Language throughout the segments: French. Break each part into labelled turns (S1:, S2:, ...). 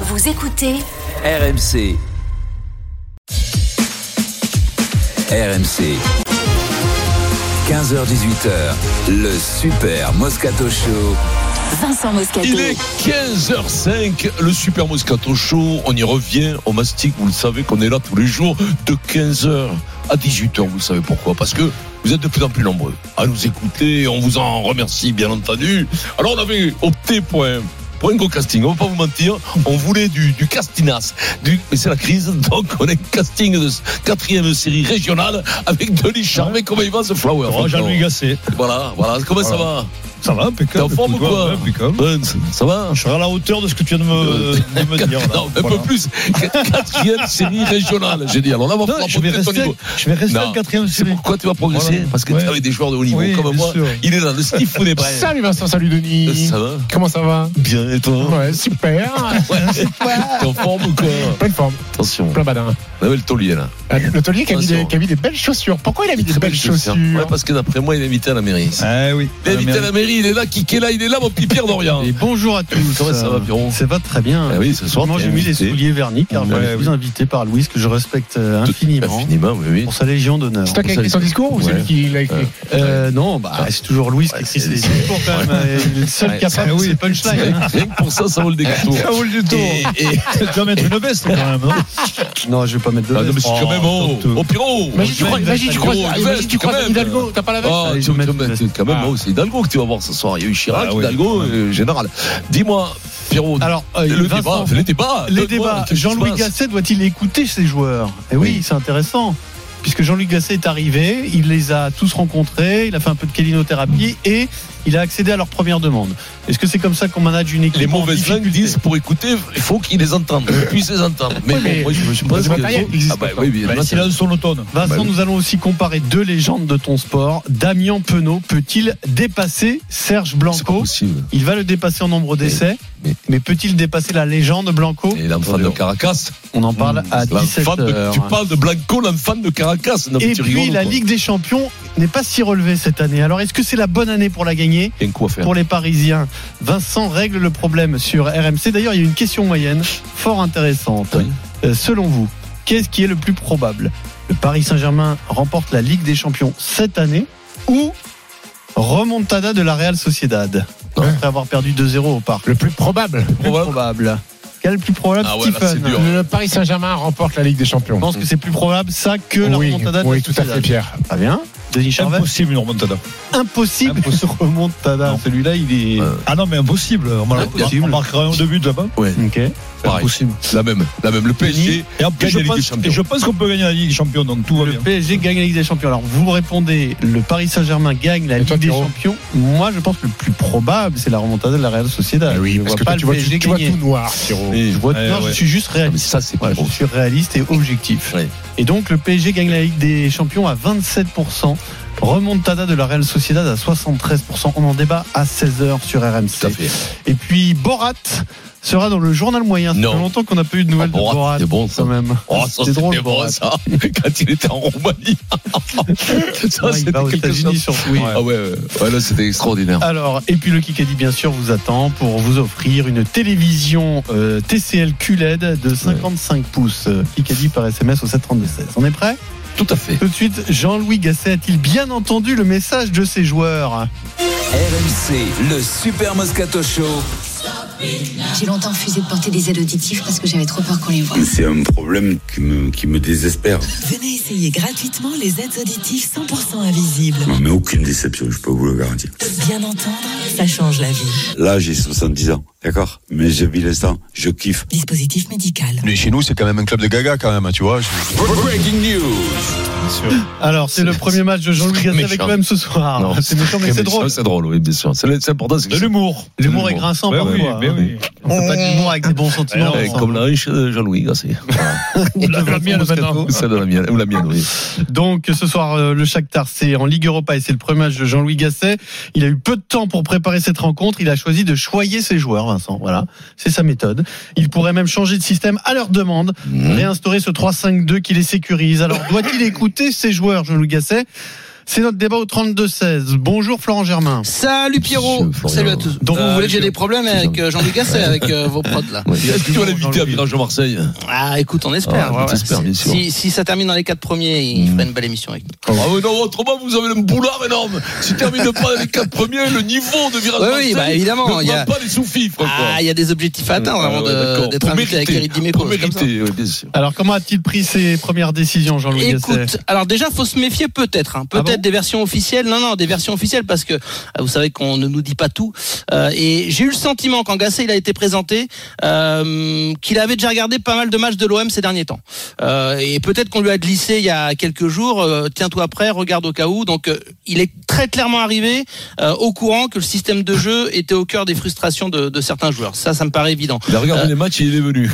S1: Vous écoutez
S2: RMC. RMC. 15h18h, le super Moscato Show.
S1: Vincent Moscato.
S3: Il est 15h05, le Super Moscato Show. On y revient au Mastic. Vous le savez qu'on est là tous les jours de 15h à 18h. Vous le savez pourquoi Parce que vous êtes de plus en plus nombreux à nous écouter. On vous en remercie, bien entendu. Alors, on avait opté pour un. Pour un gros casting, on va pas vous mentir, on voulait du, du castinas, du, mais c'est la crise, donc on a un casting de s- quatrième série régionale avec Denis Charvet. Comment il va ce flower
S4: Oh, Jean-Louis Gasset.
S3: Voilà, voilà, comment ça
S4: Voilà.
S3: va
S4: Ça va,
S3: T'es en
S4: impeccable.
S3: forme ou
S4: Écoute,
S3: quoi
S4: ouais, impeccable.
S3: Ben, ça- Ça va
S4: Hein, Je serai à la hauteur de ce que tu viens de me, de me dire. là.
S3: Euh, Non, un
S4: Voilà.
S3: peu plus. Quatrième série régionale, j'ai dit. Alors là, on
S4: Non,
S3: va pouvoir
S4: je vais
S3: monter ton
S4: rester,
S3: niveau.
S4: je vais rester
S3: Non.
S4: en quatrième
S3: C'est
S4: série.
S3: pourquoi tu vas progresser
S4: Voilà.
S3: Parce que tu es
S4: Ouais.
S3: avec des joueurs de haut niveau
S4: Oui,
S3: comme
S4: bien
S3: moi.
S4: sûr.
S3: Il est là, le Steve n'est prêt.
S5: Salut Vincent, salut Denis.
S3: Euh, Ça va
S5: Comment ça va
S3: Bien, et toi
S5: Ouais, super.
S3: Ouais. T'es en forme ou quoi
S5: Pleine forme,
S3: Attention.
S5: plein badin.
S3: On avait le taulier là.
S5: Euh, Le taulier qui a, mis
S3: Attention.
S5: des, qui a mis des belles chaussures. Pourquoi il a mis des
S3: Très
S5: belles chaussures
S3: Ouais, parce que d'après moi, il est invité à la mairie.
S4: Ah oui.
S3: Il est invité à la mairie, il est là, qui est là, il est là, mon petit Pierre Dorian.
S6: Et bonjour à tous. euh,
S3: Comment ça va, Pierrot
S6: Ça va très bien.
S3: Ah oui, ce soir.
S6: Moi,
S3: t'es
S6: j'ai mis les
S3: invité.
S6: souliers vernis car je
S3: Ouais,
S6: je suis
S3: oui.
S6: invité par Louise que je respecte euh, infiniment
S3: Infiniment, oui, oui.
S6: pour sa Légion d'honneur.
S5: C'est toi qui as écrit son discours ou c'est
S3: Ouais.
S5: lui qui l'a écrit
S6: Euh, non, bah, c'est toujours Louise qui écrit ses discours quand même. euh, il est le seul
S3: Ouais. ah
S6: capable de ses punchlines. hein.
S3: Rien que pour ça, ça vaut le détour.
S4: Ça vaut le
S3: Et,
S4: détour.
S3: et-
S4: Tu dois mettre une veste quand même. non
S6: Non, je vais pas mettre de
S3: Ah non, mais
S6: veste.
S3: c'est quand même, oh,
S4: surtout.
S3: oh Pierrot
S5: Imagine, tu
S3: oh,
S5: crois,
S3: Pierrot,
S5: imagine, tu crois,
S3: Pierrot,
S5: imagine,
S3: veste,
S5: tu crois
S3: quand
S5: à
S3: même.
S5: Hidalgo, t'as pas la veste
S3: Ah,
S6: Allez,
S3: tu,
S6: je vais
S3: tu-
S6: mettre
S3: tu- quand même,
S4: Ah.
S3: oh, c'est Hidalgo que tu vas voir ce soir. Il y a eu Chirac,
S4: Ah oui.
S3: Hidalgo, euh, général. Dis-moi, Pierrot,
S6: Alors, euh,
S3: le
S6: Vincent,
S3: débat, les débats,
S6: les
S3: donne-moi,
S6: débats.
S3: qu'est-ce qui se
S6: Jean-Louis
S3: passe
S6: Gasset doit-il écouter ses joueurs Et oui,
S3: Oui.
S6: c'est intéressant. Puisque Jean-Louis Gasset est arrivé, il les a tous rencontrés, il a fait un peu de
S3: Mm.
S6: kélinothérapie et il a accédé à leur première demande. Est-ce que c'est comme ça qu'on manage une équipe
S3: Les
S6: en
S3: mauvaises langues
S6: difficulté
S3: disent pour écouter, il faut qu'ils les entendent, qu'ils puissent les entendre. Mais,
S5: Oui, mais
S3: bon, moi, je, je
S5: le
S3: pense que.
S5: matériel n'existe
S3: Ah, bah
S5: pas.
S3: oui, bien
S4: Bah,
S3: sûr.
S4: C'est là son automne.
S6: Vincent,
S3: Bah oui.
S6: nous allons aussi comparer deux légendes de ton sport. Damien Penaud peut-il dépasser Serge
S3: C'est pas
S6: Blanco
S3: possible.
S6: Il va le dépasser en nombre d'essais,
S3: mais-
S6: mais, peut-il dépasser la légende Blanco
S3: Et l'enfant de Caracas,
S6: On en parle à
S3: l'enfant
S6: 17
S3: de-
S6: heures. hein.
S3: tu parles de Blanco, l'enfant de Caracas. Non, mais
S6: Et
S3: tu
S6: puis
S3: rigoles,
S6: la
S3: quoi.
S6: Ligue des Champions n'est pas si relevée cette année. Alors est-ce que c'est la bonne année pour la gagner
S3: Il y a hein. un coup à faire.
S6: pour les Parisiens Vincent règle le problème sur RMC. D'ailleurs, il y a une question moyenne fort intéressante.
S3: Oui.
S6: Euh, selon vous, qu'est-ce qui est le plus probable Le Paris Saint-Germain remporte la Ligue des Champions cette année ou remontada de la Real Sociedad
S3: Ouais.
S6: après avoir perdu 2-0 au parc
S5: Le plus probable.
S6: Plus
S3: probable.
S6: probable. Quel est le plus probable
S3: Ah ouais, là,
S6: Stephen
S3: c'est dur.
S5: Le Paris Saint-Germain remporte la Ligue des Champions.
S6: Je pense que c'est plus probable ça que la
S5: oui,
S6: remontada de
S5: oui,
S6: la
S5: tout à fait,
S6: Sociedad.
S5: Pierre.
S6: Très bien. Denis Charvet
S4: Impossible une remontada.
S6: impossible,
S4: Impossible.
S6: remontada.
S4: Non.
S6: Celui-là, il est.
S3: Ouais.
S4: Ah non, mais impossible. On mar-
S3: Impossible.
S4: on marquera un de but là-bas.
S6: Ok.
S3: Pareil.
S4: Impossible.
S3: La même, la même. Le PSG,
S4: Et en plus,
S3: Gagne
S4: je
S3: la Ligue des
S4: pense,
S3: Champions.
S4: et je pense qu'on peut gagner la Ligue des Champions, donc tout va
S6: Le
S4: bien.
S6: PSG gagne la Ligue des Champions. Alors vous répondez, le Paris Saint-Germain gagne la
S5: Et
S6: Ligue
S5: toi,
S6: des
S5: Pierrot
S6: Champions. Moi, je pense que le plus probable, c'est la remontada de la Real Sociedad.
S5: Ah
S6: Je
S5: parce
S6: vois
S5: que toi,
S6: pas le
S5: tu vois, tu-
S6: PSG
S5: tu vois
S6: gagner.
S5: tout noir, Pierrot.
S3: Et-
S6: Je vois-
S4: Ouais,
S6: non,
S4: ouais.
S6: je suis juste
S3: Ah, mais
S6: réaliste.
S3: ça, c'est pas
S6: Voilà,
S3: bon.
S6: je suis réaliste et objectif.
S3: Ouais.
S6: Et donc le PSG gagne la Ligue des Champions à 27%. Remontada de la Real Sociedad à 73%. On en débat à 16h sur
S3: Tout à
S6: RMC.
S3: fait.
S6: Et puis Borat sera dans le journal moyen. Ça fait
S3: Non.
S6: longtemps qu'on n'a pas eu de nouvelles
S3: Ah, Borat,
S6: de Borat.
S3: c'était bon, ça.
S6: Quand même.
S3: Oh, ça,
S6: C'était
S3: c'était
S6: drôle,
S3: bon,
S6: Borat.
S3: ça. Quand il était en Roumanie. ça,
S6: Ouais, il va aux
S3: c'était quelque
S6: États-Unis
S3: chose.
S6: surtout. oui.
S3: Ah ouais, ouais. Ouais, là, c'était extraordinaire.
S6: Alors, et puis le Kikadi, bien sûr, vous attend pour vous offrir une télévision euh, TCL QLED de 55 pouces. Euh, Kikadi par SMS au 732-16. On est prêt
S3: Tout à fait.
S6: Tout de suite, Jean-Louis Gasset a-t-il bien entendu le message de ses joueurs
S2: RMC, le super Moscato Show.
S7: J'ai longtemps refusé de porter des aides auditives parce que j'avais trop peur qu'on les voie.
S8: C'est un problème qui me, qui me désespère.
S9: Venez essayer gratuitement les aides auditives 100% invisibles.
S8: Non, mais aucune déception, je peux vous le garantir.
S9: Bien entendre, ça change la vie.
S8: Là, j'ai 70 ans, d'accord Mais je vis l'instant, je kiffe.
S9: Dispositif médical.
S10: Mais chez nous, c'est quand même un club de gaga, quand même, tu vois. Je-
S2: Breaking news.
S6: Alors, c'est
S3: C'est-
S6: le premier match de Jean-Louis
S3: c'est
S6: Gasset
S3: méchant.
S6: avec nous-même ce soir.
S3: Non,
S6: C'est méchant, mais
S3: Très
S6: c'est
S3: méchant,
S6: drôle.
S3: C'est drôle, oui, bien sûr. C'est le- c'est important. c'est que
S4: De l'humour.
S6: L'humour
S3: c'est
S6: est
S3: bon.
S6: grinçant
S4: Ouais, oui,
S6: parfois.
S4: mais
S6: hein.
S4: oui.
S6: On fait pas d'humour avec des bons sentiments.
S3: Eh,
S6: ensemble.
S3: Comme la riche de Jean-Louis Gasset.
S6: Et de
S4: la mienne,
S6: Vincent Moscato.
S4: maintenant.
S3: Celle de la mienne, ou la mienne, oui.
S6: Donc ce soir, euh, le Shakhtar, c'est en Ligue Europa et c'est le premier match de Jean-Louis Gasset. Il a eu peu de temps pour préparer cette rencontre. Il a choisi de choyer ses joueurs, Vincent. Voilà, c'est sa méthode. Il pourrait même changer de système à leur demande, réinstaurer ce 3-5-2 qui les sécurise. Alors doit-il écouter ses joueurs, Jean-Louis Gasset C'est notre débat au 32-16. Bonjour Florent Germain.
S11: Salut Pierrot,
S3: Monsieur Florian.
S11: salut à tous. Donc
S3: Euh,
S11: vous voulez que j'ai
S3: monsieur-
S11: des problèmes avec euh, Jean-Luc Gasset, avec euh, vos prods là
S3: Est-ce que tu vas l'inviter à Virage de Marseille
S11: Ah écoute, on
S3: Ah,
S11: espère.
S3: on espère, bien sûr. Mm.
S11: Si, si ça termine dans les quatre premiers, il fera une belle émission avec nous.
S3: Ah ouais, non, autrement vous avez le boulard énorme. Si tu termines pas les quatre premiers, le niveau de Virage
S11: Oui, oui,
S3: de Marseille.
S11: bah, évidemment,
S3: Ne
S11: il y a-
S3: demande pas les soufis,
S11: Ah,
S3: franchement.
S11: il y a des objectifs à atteindre avant
S3: Ouais, ouais,
S11: de-
S3: d'accord.
S11: euh, d'être
S3: Pour
S11: invité avec
S3: mériter,
S11: Eric Dimeco.
S3: Pour
S11: c'est comme ça.
S3: mériter, euh, oui, bien sûr.
S6: Alors comment a-t-il pris ses premières décisions Jean-Louis Gasset
S11: Écoute, alors déjà faut se méfier peut-être, hein. peut-être
S6: Ah bon
S11: des versions officielles. Non, non, des versions officielles parce que euh, vous savez qu'on ne nous dit pas tout. Euh, et j'ai eu le sentiment quand Gasset il a été présenté euh, qu'il avait déjà regardé pas mal de matchs de l'OM ces derniers temps. Euh, et peut-être qu'on lui a glissé il y a quelques jours. euh, Tiens-toi prêt, regarde au cas où. Donc euh, il est très clairement arrivé euh, au courant que le système de jeu était au cœur des frustrations de, de certains joueurs. Ça, ça me paraît évident.
S3: Il a regardé Bah, les matchs et il est venu.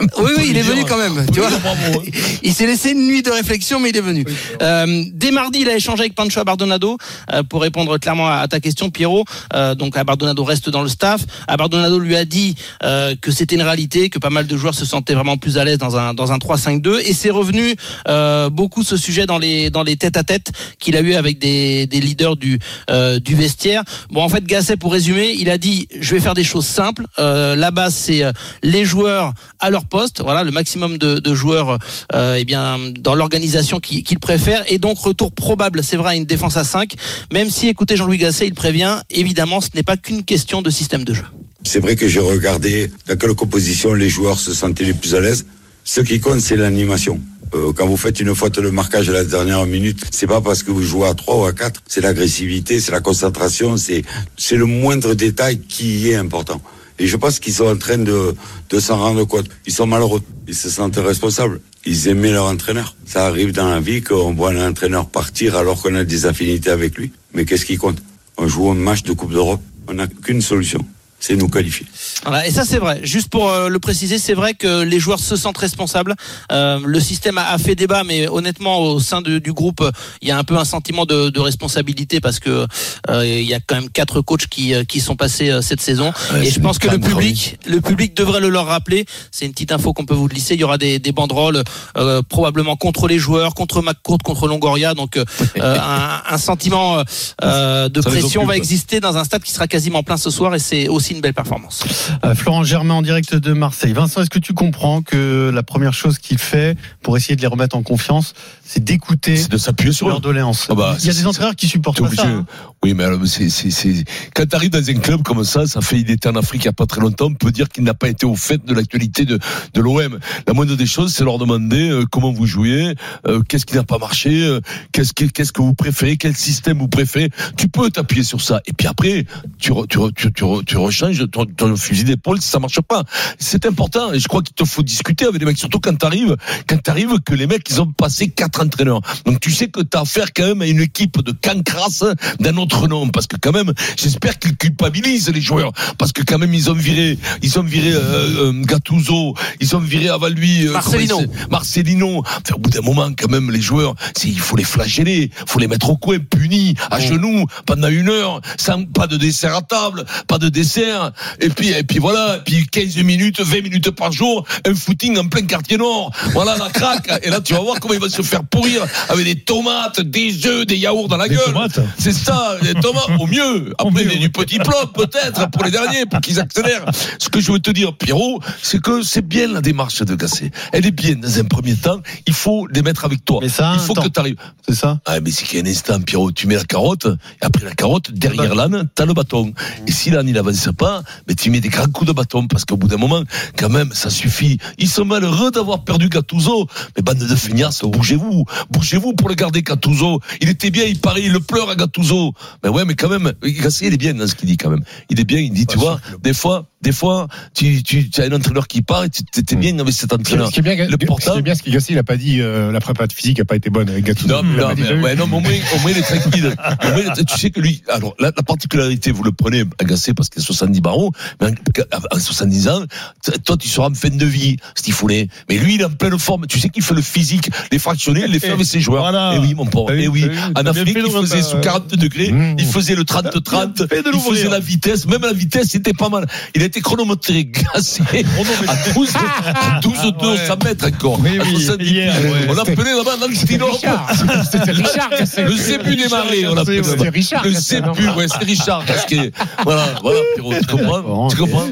S11: Oui, oui,
S3: lui
S11: il est
S3: dire,
S11: venu quand même. Tu vois.
S3: Bravo, hein.
S11: Il s'est laissé une nuit de réflexion, mais il est venu. Euh, dès mardi, il a échangé avec Pancho Abardonado euh, pour répondre clairement à, à ta question, Pierrot. Euh, donc Abardonado reste dans le staff. Abardonado lui a dit euh, que c'était une réalité, que pas mal de joueurs se sentaient vraiment plus à l'aise dans un dans un 3-5-2. Et c'est revenu euh, beaucoup ce sujet dans les dans les tête-à-tête qu'il a eu avec des, des leaders du euh, du vestiaire. Bon, en fait, Gasset, pour résumer, il a dit je vais faire des choses simples. Euh, la base, c'est euh, les joueurs à leur poste. Voilà, le maximum de, de joueurs euh, eh bien, dans l'organisation qui- qu'il préfère. Et donc, retour probable, c'est vrai, à une défense à 5. Même si, écoutez, Jean-Louis Gasset, il prévient, évidemment, ce n'est pas qu'une question de système de jeu.
S8: C'est vrai que j'ai regardé dans quelle composition les joueurs se sentaient les plus à l'aise. Ce qui compte, c'est l'animation. Euh, quand vous faites une faute de marquage à la dernière minute, c'est pas parce que vous jouez à 3 ou à 4, c'est l'agressivité, c'est la concentration, c'est c'est le moindre détail qui est important. Et je pense qu'ils sont en train de, de s'en rendre compte. Ils sont malheureux, ils se sentent responsables. Ils aimaient leur entraîneur. Ça arrive dans la vie qu'on voit un entraîneur partir alors qu'on a des affinités avec lui. Mais qu'est-ce qui compte On joue un match de Coupe d'Europe. On n'a qu'une solution, c'est nous qualifier.
S11: Voilà, et ça c'est vrai. Juste pour euh, le préciser, c'est vrai que les joueurs se sentent responsables. Euh, le système a, a fait débat, mais honnêtement, au sein de- du groupe, euh, il y a un peu un sentiment de, de responsabilité parce que euh, il y a quand même quatre coachs qui, euh, qui sont passés euh, cette saison.
S3: Ouais,
S11: et
S3: c'est
S11: je pense que le
S3: une crème,
S11: public, le public devrait le leur rappeler. C'est une petite info qu'on peut vous glisser. Il y aura des, des banderoles euh, probablement contre les joueurs, contre McCourt, contre Longoria. Donc euh, un, un sentiment euh, euh, de
S3: Ça les
S11: pression va
S3: occupe.
S11: exister dans un stade qui sera quasiment plein ce soir, et c'est aussi une belle performance.
S6: Euh, Florent Germain en direct de Marseille. Vincent, est-ce que tu comprends que la première chose qu'il fait pour essayer de les remettre en confiance, c'est d'écouter
S3: C'est de s'appuyer sur
S6: leurs
S3: eux.
S6: doléances
S3: Ah bah,
S6: Il y a
S3: c'est-
S6: des entraîneurs qui supportent
S3: T'es
S6: pas
S3: obligé.
S6: ça. hein.
S3: Oui, mais alors, c'est, c'est, c'est... quand t'arrives dans un club comme ça, ça fait, il était en Afrique il n'y a pas très longtemps, on peut dire qu'il n'a pas été au fait de l'actualité de, de l'OM. La moindre des choses, c'est leur demander euh, comment vous jouez, euh, qu'est-ce qui n'a pas marché, euh, qu'est-ce, qui- qu'est-ce que vous préférez, quel système vous préférez. Tu peux t'appuyer sur ça. Et puis après, tu, re- tu, re- tu, tu, re- tu rechanges ton, ton fusil d'épaule si ça marche pas. C'est important. Et je crois qu'il te faut discuter avec les mecs, surtout quand t'arrives, quand t'arrives que les mecs, ils ont passé quatre entraîneurs. Donc tu sais que t'as affaire quand même à une équipe de cancrasse d'un autre nom. Parce que quand même, j'espère qu'ils culpabilisent les joueurs. Parce que quand même, ils ont viré, ils ont viré, euh, euh, Gattuso, ils ont viré avant lui, euh,
S11: Marcelino.
S3: comment il s'est- Marcelino. Enfin, au bout d'un moment, quand même, les joueurs, c'est- il faut les flageller, il faut les mettre au coin, punis, à genoux, pendant une heure, sans, pas de dessert à table, pas de dessert. Et puis, et puis voilà, et puis 15 minutes, 20 minutes par jour, un footing en plein quartier nord. Voilà la craque. Et là, tu vas voir comment il va se faire pourrir avec des tomates, des œufs, des yaourts dans la
S12: Des
S3: gueule.
S12: tomates.
S3: C'est ça, les Thomas, au mieux.
S12: Au
S3: Après,
S12: mieux,
S3: des-
S12: oui.
S3: du petit plot, peut-être, pour les derniers, pour qu'ils accélèrent. Ce que je veux te dire, Pierrot, c'est que c'est bien la démarche de Gasset. Elle est bien dans un premier temps. Il faut les mettre avec toi.
S6: Mais ça a
S3: il
S6: un
S3: faut
S6: temps.
S3: que tu arrives.
S6: C'est ça
S3: Ah, mais c'est qu'il y a un instant, Pierrot, tu mets la carotte, et après la carotte, derrière l'âne, t'as le bâton. Et si l'âne, il avance pas, mais tu mets des grands coups de bâton, parce qu'au bout d'un moment, quand même, ça suffit. Ils sont malheureux d'avoir perdu Gattuso. Mais bande de feignasses, bougez-vous. Bougez-vous pour le garder, Gattuso. Il était bien, il paraît, il le pleure à Gattuso. Mais ouais, mais quand même, Gasset, il est bien dans ce qu'il dit, quand même. Il est bien, il dit, tu vois, des fois, des fois, tu, tu, tu as un entraîneur qui part, et tu t'es bien avec cet entraîneur.
S5: Hmm. Ce qui est bien,
S3: Le portable.
S5: c'est bien ce qu'il Gassi, il a pas dit, euh, la prépa de physique a pas été bonne avec Gattuso.
S3: Non, mais,
S5: Il a
S3: non,
S5: pas dit, bah
S3: mais,
S5: j'ai eu.
S3: ouais, non, mais au moins, au moins, il est tranquille. Au moins, il est- tu sais que lui, alors, la, la particularité, vous le prenez agacé parce qu'il a 70 barons, mais en, en 70 ans, t- toi, tu seras en fin de vie, Steve Foulet. Mais lui, il est en pleine forme. Tu sais qu'il fait le physique, les fractionnés, il les fait avec ses joueurs.
S12: Voilà.
S3: Et Eh oui, mon pauvre.
S12: T'as vu,
S3: Et oui.
S12: t'as vu, t'as
S3: En
S12: bien
S3: Afrique,
S12: fait le
S3: il faisait
S12: repas,
S3: sous
S12: euh.
S3: 40 degrés,
S5: Mmh.
S3: il faisait le 30-30,
S12: T'as bien fait de
S3: il faisait
S12: l'ouvrir.
S3: la vitesse, même la vitesse, c'était pas mal. Il a été chronométré, glacé à 12, à 12 2
S4: ouais.
S3: 100 mètres encore.
S4: Oui,
S3: à
S4: Eh oui,
S3: 70.
S4: hier, ouais.
S3: Ah, On l'appelait là-bas dans le stylo.
S13: C'était Richard Gasset.
S3: Le Zébu des Marais, on l'appelait.
S13: C'était
S3: ça.
S13: Richard
S3: Le
S13: Gasset, non
S3: Zébu, ouais, c'est Richard Gasquet. Voilà, voilà, Pierrot, tu comprends? Tu comprends?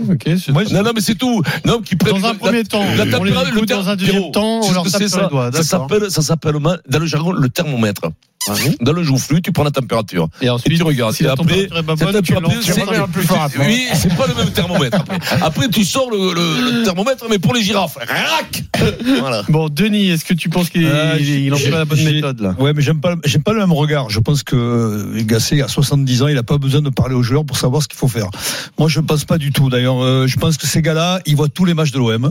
S3: Non, non, mais c'est tout. Non, qui prennent
S6: Dans un
S3: la-
S6: premier temps,
S3: la
S6: on les
S3: température, le
S6: écoute, dans un deuxième
S3: Pierrot,
S6: temps, on
S3: c'est
S6: leur
S3: ce que
S6: tape
S3: c'est
S6: sur les
S3: ça.
S6: doigts,
S3: Ça
S6: d'accord.
S3: s'appelle, ça s'appelle, ma- dans le jargon, le thermomètre. Dans le joufflu, tu prends la température.
S6: Et ensuite,
S3: tu regardes.
S6: si la
S3: Et après,
S6: température est pas
S3: cette
S6: bonne, tu
S3: température,
S6: l'en- tu remets un plus fort après.
S3: Oui, c'est pas le même thermomètre. Après, Après, tu sors le, le- le thermomètre, mais pour les girafes. Rac Voilà.
S6: Bon, Denis, est-ce que tu penses qu'il
S4: Euh,
S6: il- il emploie
S4: j'ai-
S6: la bonne
S4: j'ai-
S6: méthode là
S4: Ouais, mais j'aime pas, j'aime pas le même regard. Je pense que euh, Gasset, à 70 ans, il a pas besoin de parler aux joueurs pour savoir ce qu'il faut faire. Moi, je ne pense pas du tout. D'ailleurs, euh, je pense que ces gars-là, ils voient tous les matchs de l'OM,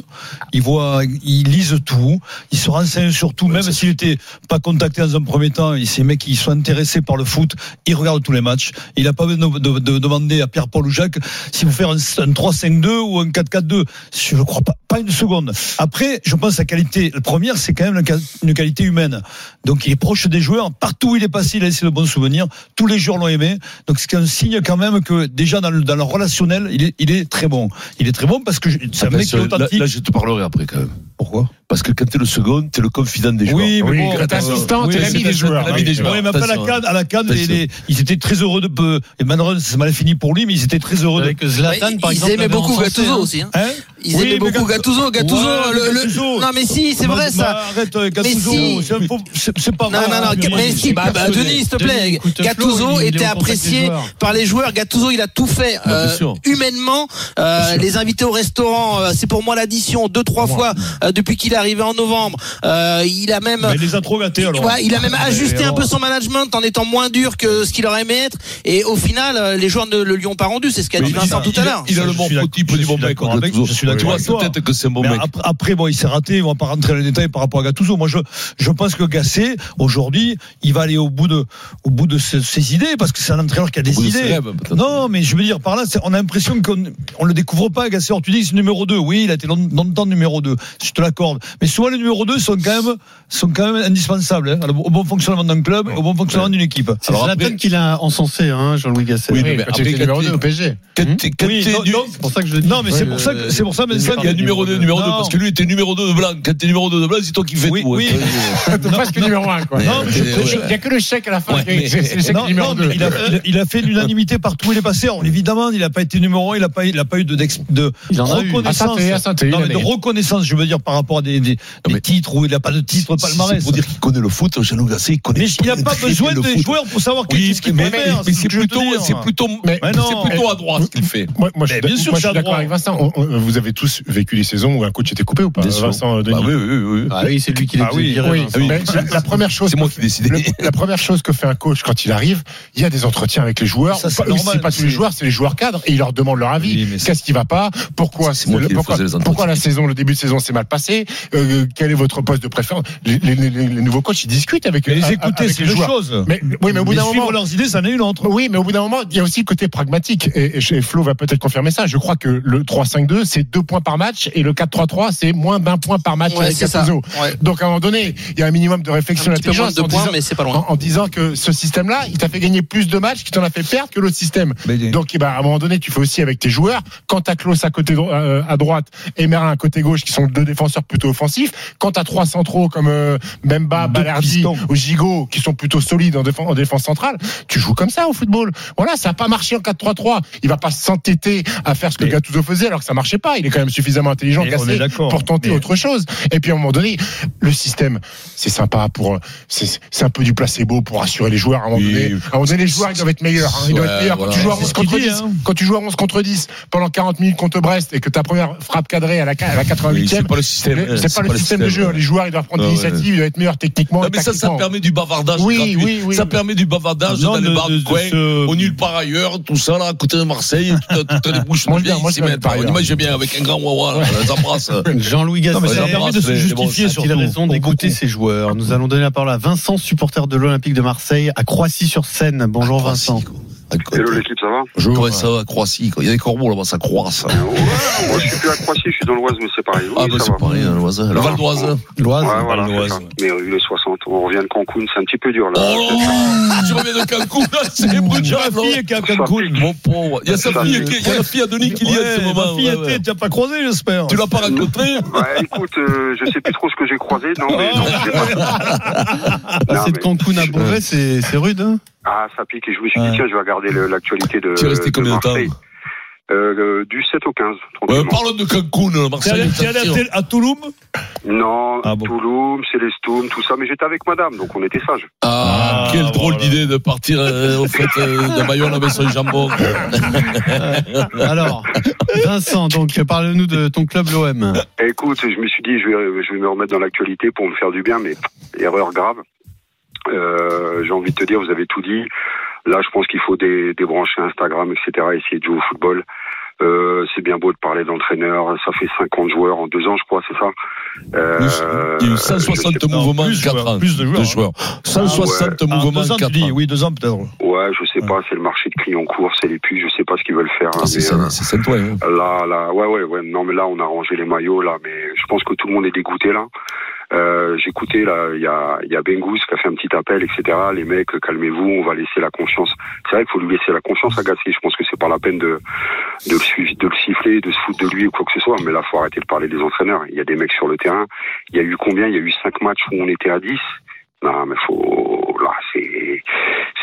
S4: ils voient, ils lisent tout, ils se renseignent sur tout. même s'il était pas contacté dans un premier temps, et ces mecs qui sont intéressés par le foot, ils regardent tous les matchs. Il a pas besoin de, de- de demander à Pierre-Paul ou Jacques si vous faire un, un 3-5-2 ou un 4-4-2. Je ne crois pas, pas une seconde. Après, je pense que la qualité, la première, c'est quand même la quali- une qualité humaine. Donc il est proche des joueurs. Partout où il est passé, il a laissé de bons souvenirs. Tous les joueurs l'ont aimé. Donc c'est un signe quand même que déjà dans le, dans le relationnel, il est, il est très bon. Il est très bon parce que je- c'est un
S3: Après,
S4: mec qui est
S3: sur- là,
S4: authentique.
S3: euh, là, je te parlerai après quand même.
S4: Pourquoi
S3: Parce que quand t'es le second, t'es le confident des joueurs.
S4: Oui, mais bon,
S3: t'es
S13: assistant, t'es l'ami des joueurs.
S3: l'ami des joueurs.
S4: hein. Ouais, mais après, à la
S3: Attention.
S4: Cannes, à la Cannes, les-
S3: Attention.
S4: les- ils étaient très heureux de peu. Et Manron, c'est mal fini pour lui, mais ils étaient très heureux de.
S6: Avec Zlatan,
S12: Ouais,
S6: par
S12: ils
S6: exemple.
S12: aimaient
S6: l'avait
S12: beaucoup
S6: encensé,
S12: Gattuso
S6: hein.
S12: aussi. hein.
S4: Hein
S12: Ils
S4: Oui,
S12: aimaient
S4: mais
S12: beaucoup Gattuso. Gattuso,
S4: Ouais,
S12: le- le-
S4: Gattuso.
S12: Non, mais si, c'est
S4: Bah,
S12: vrai
S4: bah,
S12: ça.
S4: Arrête, euh, Gattuso,
S12: si.
S4: c'est un faux- c'est c'est pas
S12: Non,
S4: vrai. hein.
S12: non, non, mais si, hein, bah, bah, Denis, s'il te
S6: Denis,
S12: plaît,
S6: écoute, Flo,
S12: Gattuso
S6: il- il est
S12: était
S6: au contact des
S12: apprécié
S6: joueurs.
S12: par les joueurs. Gattuso, il a tout fait euh,
S3: bien sûr.
S12: humainement. Euh, les invités au restaurant, euh, c'est pour moi l'addition deux, trois fois euh, depuis qu'il est arrivé en novembre. Euh, il a même.
S4: Mais il les a trop gâtés alors.
S12: Ouais, il a même ajusté un peu son management en étant moins dur que ce qu'il aurait aimé être. Et au final, euh, les joueurs ne le lui ont pas rendu. C'est ce qu'a dit
S3: Il a-
S12: Vincent tout
S3: il
S12: à
S3: a-
S12: l'heure.
S3: Il a
S4: Ça,
S3: le
S4: je
S3: bon
S4: suis
S3: prototype
S4: d'accord.
S3: du bon
S4: Je suis
S3: mec.
S4: d'accord avec-
S3: Gattuso.
S4: je suis d'accord
S3: Tu vois,
S4: avec toi.
S3: Peut-être que c'est un bon
S4: Mais
S3: mec.
S4: ap- après, bon, il s'est raté. On va pas rentrer dans les détails par rapport à Gattuso. Moi, je, je pense que Gasset, aujourd'hui, il va aller au bout de, au bout de ses, ses idées parce que c'est un entraîneur qui a des
S3: bout de ses
S4: idées.
S3: rêves, peut-être.
S4: non, mais je veux dire, par là, c'est- on a l'impression qu'on, on le découvre pas. Gasset, Alors, tu dis que c'est numéro 2. Oui, il a été long- longtemps numéro 2. Je te l'accorde. Mais souvent, les numéro 2 sont quand même, sont quand même indispensables, hein, au bon fonctionnement d'un club, au bon fonctionnement d'une équipe.
S6: C'est
S3: Alors
S6: Zlatan
S3: après-
S6: qui l'a encensé, hein, Jean-Louis Gasset. Hmm
S3: Oui,
S13: Oui,
S3: mais
S13: quand il
S3: après,
S13: était numéro 2 au PSG.
S3: Quand t'es- quand
S4: Oui,
S3: t'es
S4: non,
S3: du-
S4: non,
S6: C'est pour ça que je le dis.
S4: Non, mais c'est
S6: Ouais,
S4: pour ça
S6: euh,
S4: que, c'est pour ça, Vincent,
S3: Il y a numéro 2, numéro 2, parce que lui était numéro 2 de blanc. Quand t'es numéro 2 de blanc, c'est toi qui fais
S4: Oui,
S3: tout. hein. Euh,
S4: oui.
S13: T'es presque numéro 1, quoi.
S4: Non, mais je-
S13: Il y a- il y a que le chèque à la fin.
S3: Ouais,
S13: qui est-
S3: mais-
S13: C'est c'est le chèque
S4: Non,
S13: numéro
S4: non,
S13: 2.
S4: il, a, il a- il a fait l'unanimité partout où il est passé. Alors, évidemment, il n'a pas été numéro 1, il n'a pas, il a pas eu de, d'ex- de
S6: Il en a eu.
S13: À
S4: reconnaissance.
S13: Saint-Thé, à Saint-Thé,
S4: Non,
S13: il
S4: mais
S13: a
S4: de
S13: gagné.
S4: reconnaissance, je veux dire, par rapport à des, des, des
S3: mais-
S4: titres où il n'a pas de titre
S3: C'est
S4: palmarès.
S3: pour dire qu'il connaît le foot, Jean-Luc Gasset, il connaît
S4: mais il n'a pas
S3: très bien
S4: besoin
S3: le
S4: des
S3: foot.
S4: joueurs pour savoir
S3: Oui,
S4: qu'est-ce qu'il
S3: mais,
S4: peut faire.
S3: mais
S4: c'est ce
S3: c'est
S4: que je veux
S3: plutôt,
S4: dire.
S3: c'est plutôt,
S13: Mais-
S3: mais
S4: non.
S3: c'est plutôt à droite ce qu'il fait.
S5: Moi, moi, je
S4: Mais
S5: suis
S4: bien
S5: d'ac-
S4: sûr,
S5: moi, je
S4: c'est à
S5: suis d'accord
S4: droit.
S5: avec Vincent. On- on- vous avez tous vécu les saisons où un coach était coupé ou pas
S3: Bien sûr.
S5: Vincent, Denis
S3: Bah oui, oui, oui.
S6: Ah oui, c'est lui qui l'a
S4: Ah oui,
S6: viré,
S5: Oui,
S6: Vincent.
S3: oui.
S5: mais la, la première chose,
S3: C'est moi qui décide.
S5: le- la première chose que fait un coach quand il arrive, il y a des entretiens avec les joueurs.
S4: Ça,
S5: Ou
S4: c'est
S5: pas- ou si
S4: normal,
S5: c'est pas tous les
S4: c'est-
S5: joueurs, c'est les joueurs cadres et il leur demande leur avis.
S4: Oui, mais c'est-
S5: Qu'est-ce qui va pas Pourquoi
S3: C'est moi qui les
S5: pourquoi,
S3: faisais, les entretiens.
S5: pourquoi la saison, le début de saison s'est mal passé Euh, Quel est votre poste de préférence les, les- les- les nouveaux coachs, ils discutent avec,
S4: Mais les
S5: a- a-
S4: écouter,
S5: avec
S4: c'est
S5: les
S4: une
S5: joueurs.
S4: chose.
S5: Mais oui, mais au bout
S4: Mais
S5: d'un
S4: suivre
S5: moment,
S4: leurs idées, ça en est une autre.
S5: oui, mais au bout d'un moment, il y a aussi le côté pragmatique. Et, et chez Flo va peut-être confirmer ça. Je crois que le 3-5-2, c'est deux points par match. Et le 4-3-3, c'est moins d'un point par match
S12: Ouais,
S5: avec
S12: c'est ça.
S5: Gattuso.
S12: Ouais.
S5: Donc, à un moment donné, il y a un minimum de réflexion
S12: Un petit peu moins
S5: intelligente
S12: de
S5: en,
S12: points,
S5: disant-
S12: mais c'est pas loin.
S5: en- en disant que ce système-là, il t'a fait gagner plus de matchs qui t'en a fait perdre que l'autre système.
S4: Mais il y a-
S5: Donc, eh ben, à un moment donné, tu fais aussi avec tes joueurs. Quand t'as Klaus à côté dro- euh, à droite et Merlin à côté gauche, qui sont deux défenseurs plutôt offensifs. Quand t'as trois centraux comme euh, Memba,
S4: Deux
S5: Balerdi
S4: pistons.
S5: ou Gigot, qui sont plutôt solides en, défense- en défense centrale, tu joues comme ça au football. Voilà, ça n'a pas marché en 4-3-3. Il va pas s'entêter à faire ce que
S4: Mais-
S5: Gattuso faisait alors que ça marchait pas. Il est quand même suffisamment intelligent
S4: Mais on
S5: Gasset,
S4: est d'accord.
S5: pour tenter
S4: Mais-
S5: autre chose. Et puis à un moment donné, le système, c'est sympa pour, c'est c'est un peu du placebo pour assurer les joueurs. À un moment
S3: Oui.
S5: donné, à un moment donné, les joueurs ils doivent être meilleurs. hein. Ils doivent
S3: Ouais,
S5: être meilleurs.
S3: voilà.
S5: Quand tu joues à
S3: C'est
S5: 11
S3: ce
S5: contre
S4: qu'il dit,
S5: 10,
S4: hein.
S5: quand tu joues à 11 contre 10 pendant 40 minutes contre Brest et que ta première frappe cadrée à la, à la
S3: Oui,
S5: 88e,
S3: c'est pas le système.
S5: le-
S3: hein,
S5: c'est pas le système de jeu.
S3: ouais.
S5: Les joueurs ils doivent prendre
S3: Ah ouais.
S5: l'initiative, ils doivent être meilleurs techniquement.
S3: Non,
S5: et
S3: mais ça, ça
S5: tactiquement.
S3: permet du bavardage.
S5: Oui,
S3: gratuit.
S5: oui, oui.
S3: Ça permet du bavardage
S4: Non,
S3: dans
S4: de-
S3: les bars
S4: de-
S3: de
S4: de
S3: coin,
S4: ce-
S3: au nul par ailleurs, tout ça, là, à côté de Marseille, tout un- tout un débouche.
S5: Moi, je viens, moi, je viens de par
S3: On
S5: ailleurs.
S3: imagine bien avec un grand wawa, là, les embrasse.
S6: Jean-Louis
S4: Non, mais
S6: Gasset.
S4: ça
S3: Ouais,
S4: permet de se
S3: les- les
S4: justifier
S3: bons,
S4: surtout.
S6: Il a raison
S4: pour
S6: d'écouter
S4: beaucoup.
S6: ses joueurs. Nous allons donner la parole à Vincent, supporter de l'Olympique de Marseille, à Croissy-sur-Seine. Bonjour Vincent.
S14: Hello l'équipe, ça va Ah,
S3: Ouais, ça va, Croatie. quoi. Il y a des corbeaux là-bas, ça croise.
S14: Ouais, Moi je suis plus à Croatie, je suis dans l'Oise, mais c'est pareil. Oui,
S3: Ah, bah
S14: ça
S3: c'est
S14: va.
S3: pareil, hein, l'Oise. Le
S14: Non,
S3: Val d'Oise. hein. L'Oise,
S14: Ouais,
S3: le
S14: voilà,
S3: Val
S14: c'est
S3: d'Oise.
S14: ça. Mais euh, il est 60, on revient de Cancun, c'est un petit peu dur là.
S3: Oh. Ah, Tu reviens de Cancun, c'est peu dur. Ma fille qui est à Cancun. Mon pauvre. Il y a sa
S14: Ça
S3: fille,
S14: pique.
S3: qui- il y a la fille à Denis qui y est à ce moment.
S4: Ma fille était, tu l'as pas croisé, j'espère.
S3: Tu l'as pas raconté
S14: Ouais, écoute, euh, je sais plus trop ce que j'ai croisé. Non, mais non, j'ai pas-
S6: Passer de Cancun à Beauvais, c'est c'est rude. hein.
S14: Ah, ça pique. Et je me suis dit, tiens, je vais regarder le- l'actualité de.
S3: Tu es resté
S14: de
S3: combien de temps
S14: Marseille. Euh, le- Du 7 au 15.
S3: Ouais,
S14: tranquillement.
S3: Parlons de Cancun, Marseille.
S4: T'es allé à Tel- à Touloum
S14: Non,
S3: Ah
S14: Toulouse, Célestum, tout ça, mais j'étais avec madame, donc on était sages.
S3: Ah, quelle drôle d'idée de partir euh, au fait euh, de Bayonne avec son jambon.
S6: Alors, Vincent, donc parle-nous de ton club l'OM.
S14: Eh, Écoute, je me suis dit, je vais, je vais me remettre dans l'actualité pour me faire du bien, mais erreur grave. Euh, J'ai envie de te dire, vous avez tout dit. Là, je pense qu'il faut dé- débrancher Instagram, etc., essayer de jouer au football. Euh, c'est bien beau de parler d'entraîneur, ça fait 50 joueurs en deux ans, je crois, c'est ça Euh,
S3: Il y a eu 160 mouvements
S4: plus
S3: en 4
S4: joueurs,
S3: ans.
S4: plus de joueurs,
S3: Deux
S4: hein.
S3: 160
S4: Ah,
S3: mouvements
S4: deux ans,
S3: en
S4: tu
S3: 4
S4: dis.
S3: ans.
S4: Oui, deux ans peut-être.
S14: Ouais, je sais pas, c'est le marché de Clignancourt, c'est les puits, je sais pas ce qu'ils veulent faire. hein,
S3: Ah, C'est
S14: mais,
S3: ça,
S14: euh,
S3: c'est ça, toi. hein.
S14: Là, là, ouais, ouais, ouais. Non, mais là, on a rangé les maillots, là, mais je pense que tout le monde est dégoûté, là. Euh, J'écoutais, là, il y a, il y a Bengouz qui a fait un petit appel, etc. Les mecs, euh, calmez-vous, on va laisser la confiance. C'est vrai qu'il faut lui laisser la confiance à Gasset. Je pense que c'est pas la peine de, de, le suivre, de le siffler, de se foutre de lui ou quoi que ce soit. Mais là, faut arrêter de parler des entraîneurs. Il y a des mecs sur le terrain. Il y a eu combien Il y a eu cinq matchs où on était à 10. Non, mais faut. Là, c'est.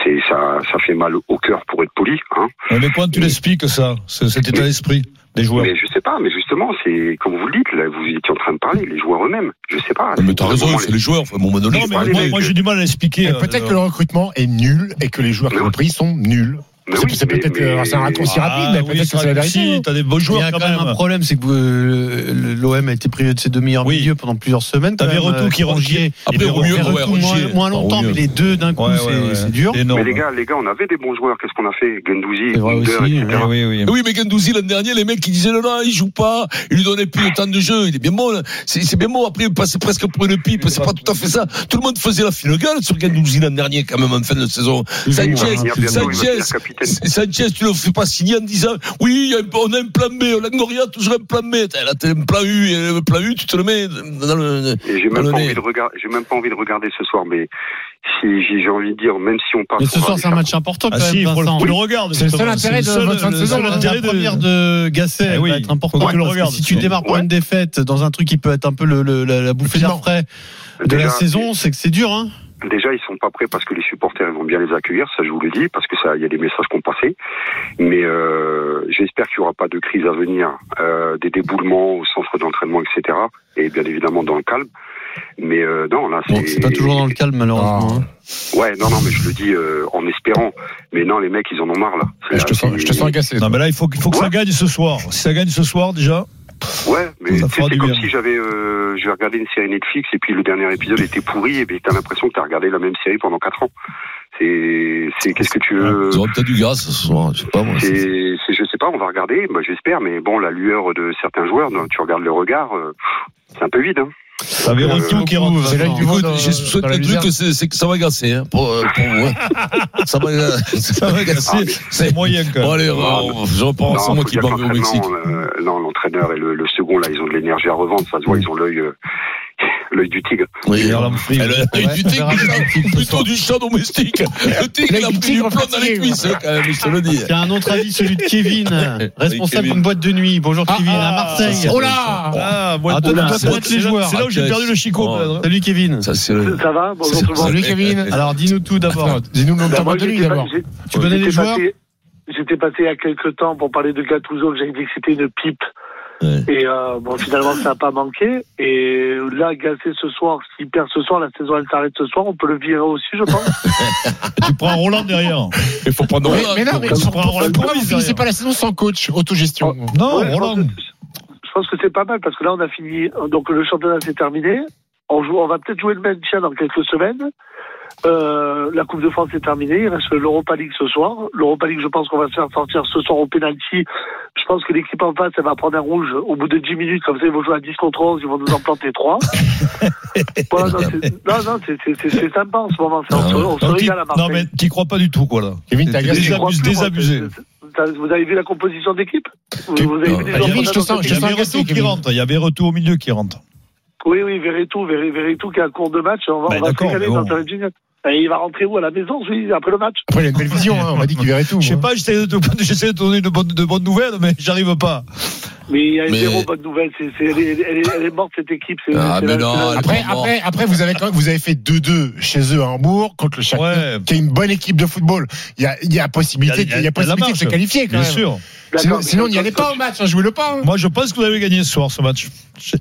S14: c'est- Ça, ça fait mal au cœur pour être poli, hein.
S4: Mais quand tu l'expliques, ça, ce- cet état d'esprit des joueurs
S14: Mais je sais pas, mais justement, c'est comme vous le dites, là, vous étiez en train de parler, les joueurs eux-mêmes. Je sais pas.
S3: Mais t'as raison, c'est les joueurs. Enfin, à un moment donné,
S14: Non, mais euh,
S3: faut aller-
S14: moi- moi,
S4: j'ai du mal à euh, l'expliquer.
S5: Et Peut-être que le recrutement est nul et que les joueurs compris sont nuls.
S14: Mais
S5: C'est-
S14: oui,
S5: C'est
S14: mais-
S5: peut-être
S14: mais-
S5: euh, c'est un raccourci
S4: Ah,
S5: rapide, mais
S4: oui,
S5: peut-être que c'est la
S4: si,
S5: vérité. hein.
S4: t'as des beaux
S6: Il y
S4: joueurs
S6: a
S4: quand
S6: quand
S4: même.
S6: même un problème, c'est que euh, l'OM a été privé de ses deux meilleurs milieux pendant plusieurs semaines.
S4: T'as
S6: quand
S4: des
S6: même,
S4: retours
S6: euh,
S4: qui
S6: Rongier.
S4: reviennent.
S6: Après,
S4: Des
S6: Rongier,
S4: retours,
S6: retours moins,
S4: Rongier. Bah,
S6: moins longtemps, mais les deux d'un coup,
S4: Ouais,
S6: c'est
S4: ouais, ouais.
S6: c'est dur.
S14: Mais les gars, les gars, on avait des bons joueurs. Qu'est-ce qu'on a fait Gendouzi,
S6: C'est vrai
S14: Binder,
S6: aussi,
S14: etc.
S6: oui,
S3: Ah Oui, mais Gendouzi, l'an dernier, les mecs, qui disaient, non, non, il joue pas, il lui donnait plus le temps de jeu, il est bien bon, là. c'est c'est bien bon, après, il passait presque pour une pipe, c'est pas tout à fait ça. Tout le monde faisait la fine gueule sur Gendouzi l'an dernier, quand même, en fin de saison.
S14: Oui,
S3: Sanchez,
S14: il va revenir bientôt, il va
S3: Sanchez,
S14: devenir capitaine.
S3: Sanchez, tu le fais pas signer en disant, oui, il y a un- on a un plan B, Langoria, a toujours un plan B, T'as- là, t'as un plan U, et le plan U, tu te le mets dans le,
S14: Et j'ai
S3: dans
S14: même,
S3: le
S14: pas
S3: nez.
S14: envie de regarder- j'ai même pas envie de regarder ce soir, mais si j'ai j'ai envie de dire, même si on passe.
S6: Mais ce
S14: on va
S6: soir,
S14: aller
S6: c'est un match important quand
S4: Ah si,
S6: même,
S4: il faut
S6: Vincent.
S4: que tu le regardes.
S5: C'est le seul
S4: justement.
S5: intérêt
S4: C'est
S5: de
S4: le seul-
S5: votre fin de
S4: le
S5: saison,
S4: seul
S5: hein.
S4: intérêt
S6: La
S4: de-
S6: première de Gasset
S4: Eh
S6: elle
S4: oui,
S6: va être
S4: faut que
S6: importante.
S4: tu le
S6: parce que
S4: regardes,
S6: Si tu
S4: ça.
S6: démarres pour
S14: Ouais.
S6: une défaite dans un truc qui peut être un peu le- le- la, la bouffée d'air frais de la
S14: Déjà,
S6: saison, c'est que c'est dur. Hein
S14: Déjà, ils sont pas prêts parce que les supporters ils vont bien les accueillir, ça je vous le dis, parce que ça, il y a des messages qu'on passait. Mais euh, j'espère qu'il n'y aura pas de crise à venir, euh, des déboulements au centre d'entraînement, etc. Et bien évidemment dans le calme. Mais euh, non, là c'est.
S6: Bon, c'est pas toujours dans le calme, malheureusement. hein.
S14: Ouais, non, non, mais je le dis euh, en espérant. Mais non, les mecs, ils en ont marre là. C'est-
S5: Je te sens- je te sens agacé.
S4: Non, mais là, il faut, il faut que ça gagne ce soir. Si ça gagne ce soir, déjà.
S14: Ouais, mais
S4: Ça
S14: tu sais,
S4: fera
S14: c'est
S4: du
S14: comme
S4: bien.
S14: si j'avais, euh, j'ai regardé une série Netflix et puis le dernier épisode était pourri et puis t'as l'impression que t'as regardé la même série pendant quatre ans. C'est, c'est qu'est-ce que tu veux
S3: Ils auront peut-être du gaz ce soir, je sais pas, moi.
S14: C'est, c'est- je sais pas, on va regarder, bah, j'espère, mais bon, la lueur de certains joueurs, donc, tu regardes le regard, euh, c'est un peu vide. Hein.
S4: T'as des
S14: Euh,
S4: retours qui rentrent.
S5: C'est là que tu vois
S3: Écoute,
S5: dans-
S3: je souhaite
S5: dans la
S3: un truc,
S5: luzerne.
S3: c'est c'est que ça va gasser, hein, pour, euh, pour vous. hein. ça va, euh, ça va gasser.
S4: C'est moyen, quand même.
S3: Bon, allez, on- je
S14: Non,
S3: repense, c'est moi
S14: faut
S3: qui
S14: dire
S3: m'en vais au
S14: qu'entraînement,
S3: Mexique.
S14: euh, non, l'entraîneur et le, le second, là, ils ont de l'énergie à revendre, ça se voit, ils ont l'œil, euh, l'œil du tigre.
S3: Oui,
S4: Vers l'homme free.
S3: Elle a eu
S6: Ouais,
S3: du
S6: on
S3: tigre,
S6: verra bien.
S3: plutôt du chat domestique. Le tigre, il a
S5: Le
S3: pris du
S5: tigre
S3: plomb dans les
S5: fatigué,
S3: cuisses, hein, quand même, je te le dis.
S6: Il y a un autre avis, celui de Kevin, responsable
S3: Kevin.
S6: d'une boîte de nuit. Bonjour Kevin, à Marseille.
S5: Oh là
S4: Ah, moi,
S6: Ah,
S4: toi,
S6: donc,
S4: toi,
S6: c'est
S4: toi,
S6: là-
S4: c'est
S6: c'est là-
S4: là- c'est là où j'ai
S3: Ah,
S4: perdu le
S3: oh.
S4: chicot. peut-être.
S6: Salut Kevin.
S3: Ça, c'est le.
S13: Ça va Bonjour
S3: c'est-
S13: tout le monde.
S5: Salut Kevin.
S6: Alors dis-nous tout d'abord.
S5: Dis-nous le nom de ta
S13: Bah, moi,
S5: boîte de nuit
S13: j'étais pas-
S5: d'abord.
S13: j'ai-
S6: Tu connais les
S13: j'étais
S6: joueurs
S13: passé- J'étais passé il y a quelques temps pour parler de Gattuso, que j'avais dit que c'était une pipe.
S3: Ouais.
S13: Et euh, bon, finalement, ça n'a pas manqué. Et là, Gassé ce soir, s'il perd ce soir, la saison elle s'arrête ce soir, on peut le virer aussi, je pense.
S4: Tu prends un Roland derrière.
S3: Il faut prendre
S5: Ouais, Mais non, mais
S4: Comme
S5: sans-
S4: pour avoir la
S5: pourquoi
S4: coupe,
S5: vous finissez pas la saison sans coach Autogestion.
S4: Non,
S13: Ouais, je,
S4: Roland.
S13: pense que, je pense que c'est pas mal parce que là, on a fini. Donc le championnat s'est terminé.
S15: On, joue, on va peut-être jouer le maintien dans quelques semaines. Euh, la Coupe de France est terminée. Il reste l'Europa League ce soir. L'Europa League, je pense qu'on va se faire sortir ce soir au pénalty. Je pense que l'équipe en face, elle va prendre un rouge au bout de 10 minutes. Comme ça, ils vont jouer à 10 contre 11. Ils vont nous en planter 3. voilà, non, c'est- non, non, c'est- c'est- c'est c'est sympa en ce moment. C'est- On se, on se
S4: Donc, t'y-
S15: régale à Marseille.
S4: non, mais t'y crois pas du tout, quoi, là.
S5: Kevin, t'as
S4: Ah. T'es
S5: gagné.
S15: Je crois
S4: désabusé,
S15: plus, moi,
S4: désabusé.
S15: T'as- Vous avez vu la composition d'équipe Vous vous avez vu les
S4: Il y
S15: joueurs
S4: avait
S15: qu'on a dans cette équipe
S4: Verretou qui rentre, il y avait Verretou au milieu qui rentre.
S15: Oui, oui, Verretou, Verre- Verretou qui est à court de match. On va, on
S4: Bah,
S15: va se
S4: d'accord,
S15: régaler
S4: mais
S15: dans
S4: bon.
S15: sa réunion. Et il va rentrer où À la maison, celui après le match
S5: Après, il a une belle vision, hein, on m'a dit qu'il verrait tout.
S4: Je sais
S5: hein.
S4: pas, j'essaie de, te- j'essaie de donner de bonnes, de bonnes nouvelles, mais j'arrive pas.
S15: Mais il y a
S4: Mais- Ah,
S15: zéro bonne nouvelle. C'est, c'est- elle, est, elle est- elle est morte, cette équipe. C'est, c'est la- c'est la-
S5: Euh, Après, après, après, vous avez quand même- vous avez fait 2-2 chez eux à Hambourg contre le Shakhtar, qui est une bonne équipe de football. Il y a, il y a possibilité,
S4: Il y a-
S5: il y a possibilité de se qualifier quand
S4: bien
S5: même.
S4: sûr.
S5: Sinon, sinon, on n'y allait pas au match, hein, jouez-le pas. hein.
S4: Moi, je pense que vous avez gagné ce soir, ce match.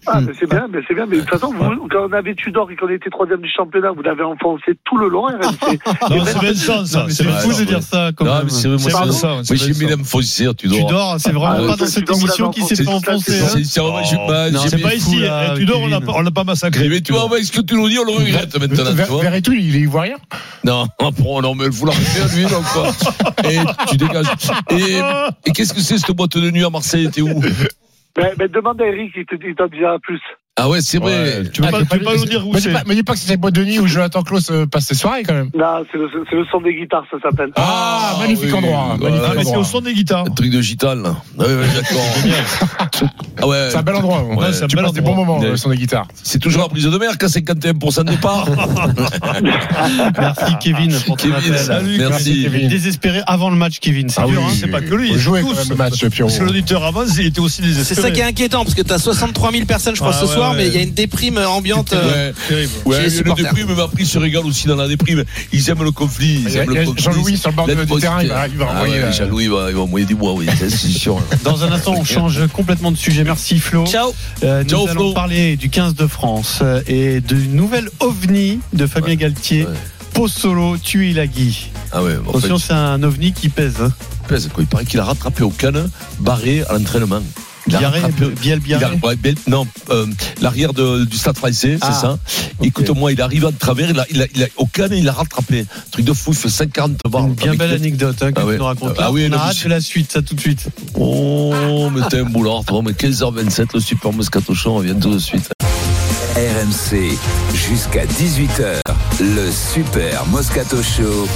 S15: Ah, mais c'est bien, mais c'est bien. Mais de toute façon, vous, quand on avait Tudor et qu'on était troisième du championnat, vous l'avez enfoncé tout le long. RMC. Et
S4: Non,
S15: même-
S4: c'est Vincent, ça.
S6: Non, mais
S4: C'est
S6: c'est
S4: Vincent.
S6: fou de dire ça, quand
S3: Non,
S6: même.
S3: mais c'est vrai, moi,
S6: C'est
S3: c'est-
S6: Vincent,
S3: moi,
S6: c'est
S3: j'ai mis l'âme Fossière, tu
S6: Tu
S3: dors.
S6: dors, c'est vraiment
S15: Ah,
S6: pas
S15: oui,
S6: dans
S15: c'est
S6: cette
S15: dans la
S6: émission
S15: langue
S6: qui s'est
S15: française.
S6: pas enfoncée.
S3: C'est
S6: hein.
S3: c'est vraiment,
S6: Oh.
S3: j'ai
S6: Non,
S3: pas, j'ai
S6: c'est
S3: mis
S6: pas
S3: le
S6: ici,
S3: fou,
S6: hein,
S3: là,
S4: Tudor, on l'a
S3: Kevin.
S4: pas- on l'a pas massacré.
S3: Mais tu vois, ouais, ce que tu nous dis, on le regrette maintenant, tu
S5: Ver-
S3: vois.
S5: Verretou, il il est ivoirien.
S3: Non, on non, mais vous la refaire, lui, non, quoi. Et tu dégages. Et, et qu'est-ce que c'est, cette boîte de nuit à Marseille? T'es où?
S15: Mais, mais demande à Eric, il te il t'en dira plus.
S3: Ah ouais, c'est vrai.
S4: Ouais, Tu veux
S5: Ah,
S4: pas,
S5: t'es
S4: tu veux pas nous dire où
S5: me dis
S4: c'est
S5: pas- Me dis pas que c'était boîte de nuit où Jonathan Klaus euh, passe ses soirées quand même.
S15: Là, c'est le, c'est le son des guitares, ça s'appelle.
S5: Ah, magnifique
S3: oui,
S5: endroit.
S3: oui,
S5: magnifique
S4: Ah, mais c'est
S5: endroit.
S4: au son des guitares.
S3: Un truc de gitan, là. Ah ouais, ouais, d'accord. Ah ouais.
S5: C'est un bel endroit.
S3: Ouais,
S5: Ouais,
S3: c'est un
S5: tu
S4: bel
S5: passes des
S4: endroit.
S5: bons moments
S3: Ouais.
S5: euh, sur des guitares.
S3: C'est toujours la prise de mer qu'à 51% de départ.
S6: Merci Ah, Kevin pour ton
S3: Kevin,
S6: appel.
S3: salut,
S5: merci, Kevin.
S6: Désespéré avant le match, Kevin.
S3: Ah
S6: C'est dur, hein.
S4: c'est pas que lui.
S5: Faut jouer
S4: c'est
S5: quand
S4: tous.
S5: même le match, Pierrot.
S4: Parce que l'auditeur avance, il était aussi
S11: C'est
S4: désespéré.
S11: ça qui est inquiétant, parce que t'as 63 000 personnes, je crois,
S4: Ah,
S11: ce
S4: ouais,
S11: soir,
S4: ouais.
S11: mais il y a une déprime euh, ambiante. euh,
S3: Ouais.
S4: Terrible.
S11: Chez
S3: Ouais,
S11: les
S3: il y a la
S11: supporters.
S3: déprime, mais après, ils se régalent aussi dans la déprime. Ils aiment le conflit.
S5: Il
S3: Ils
S5: y a- il
S3: aiment
S5: y
S3: le
S5: a
S3: conflit.
S5: Jean-Louis sur le bord du
S3: L'atmosphère.
S5: terrain, il va- il va
S3: Ah
S5: envoyer,
S3: ouais,
S5: euh,
S3: Jean-Louis, il va, il va envoyer du bois, oui, ça, c'est sûr.
S6: Dans un instant, on change complètement de sujet. Merci Flo.
S11: Ciao.
S6: Euh, nous
S3: Ciao,
S6: allons
S3: Flo.
S6: parler du 15 de France euh, et d'une nouvelle ovni de Fabien Galtier.
S3: ouais.
S6: Pau Solo, Tuilagi.
S3: Ah ouais, en fait,
S6: Attention, c'est un ovni qui pèse. hein.
S3: il pèse, quoi. Il paraît qu'il a rattrapé au canne, barré à l'entraînement. Il a
S6: Biarré,
S3: rattrapé-
S6: Biel
S3: Il
S6: Biarré.
S3: a- ouais, bel- non, euh, l'arrière de- du stade français,
S6: Ah,
S3: c'est ça.
S6: ok.
S3: Écoute-moi, il arrive en travers, il a, il a- il a- au canne, il l'a rattrapé. Truc de fou, il fait 50 barres.
S6: Une bien
S3: Avec-
S6: belle anecdote hein, que
S3: Ah ouais.
S6: tu nous racontes.
S3: Ah
S6: on
S3: oui,
S6: a
S3: non, je
S6: hâte
S3: sais.
S6: de la suite, ça tout de suite.
S3: Oh, mais t'es un boulard, toi. Mais 15h27, le Super Moscato Show, on vient tout de suite.
S2: RMC jusqu'à 18h. Le Super Moscato Show.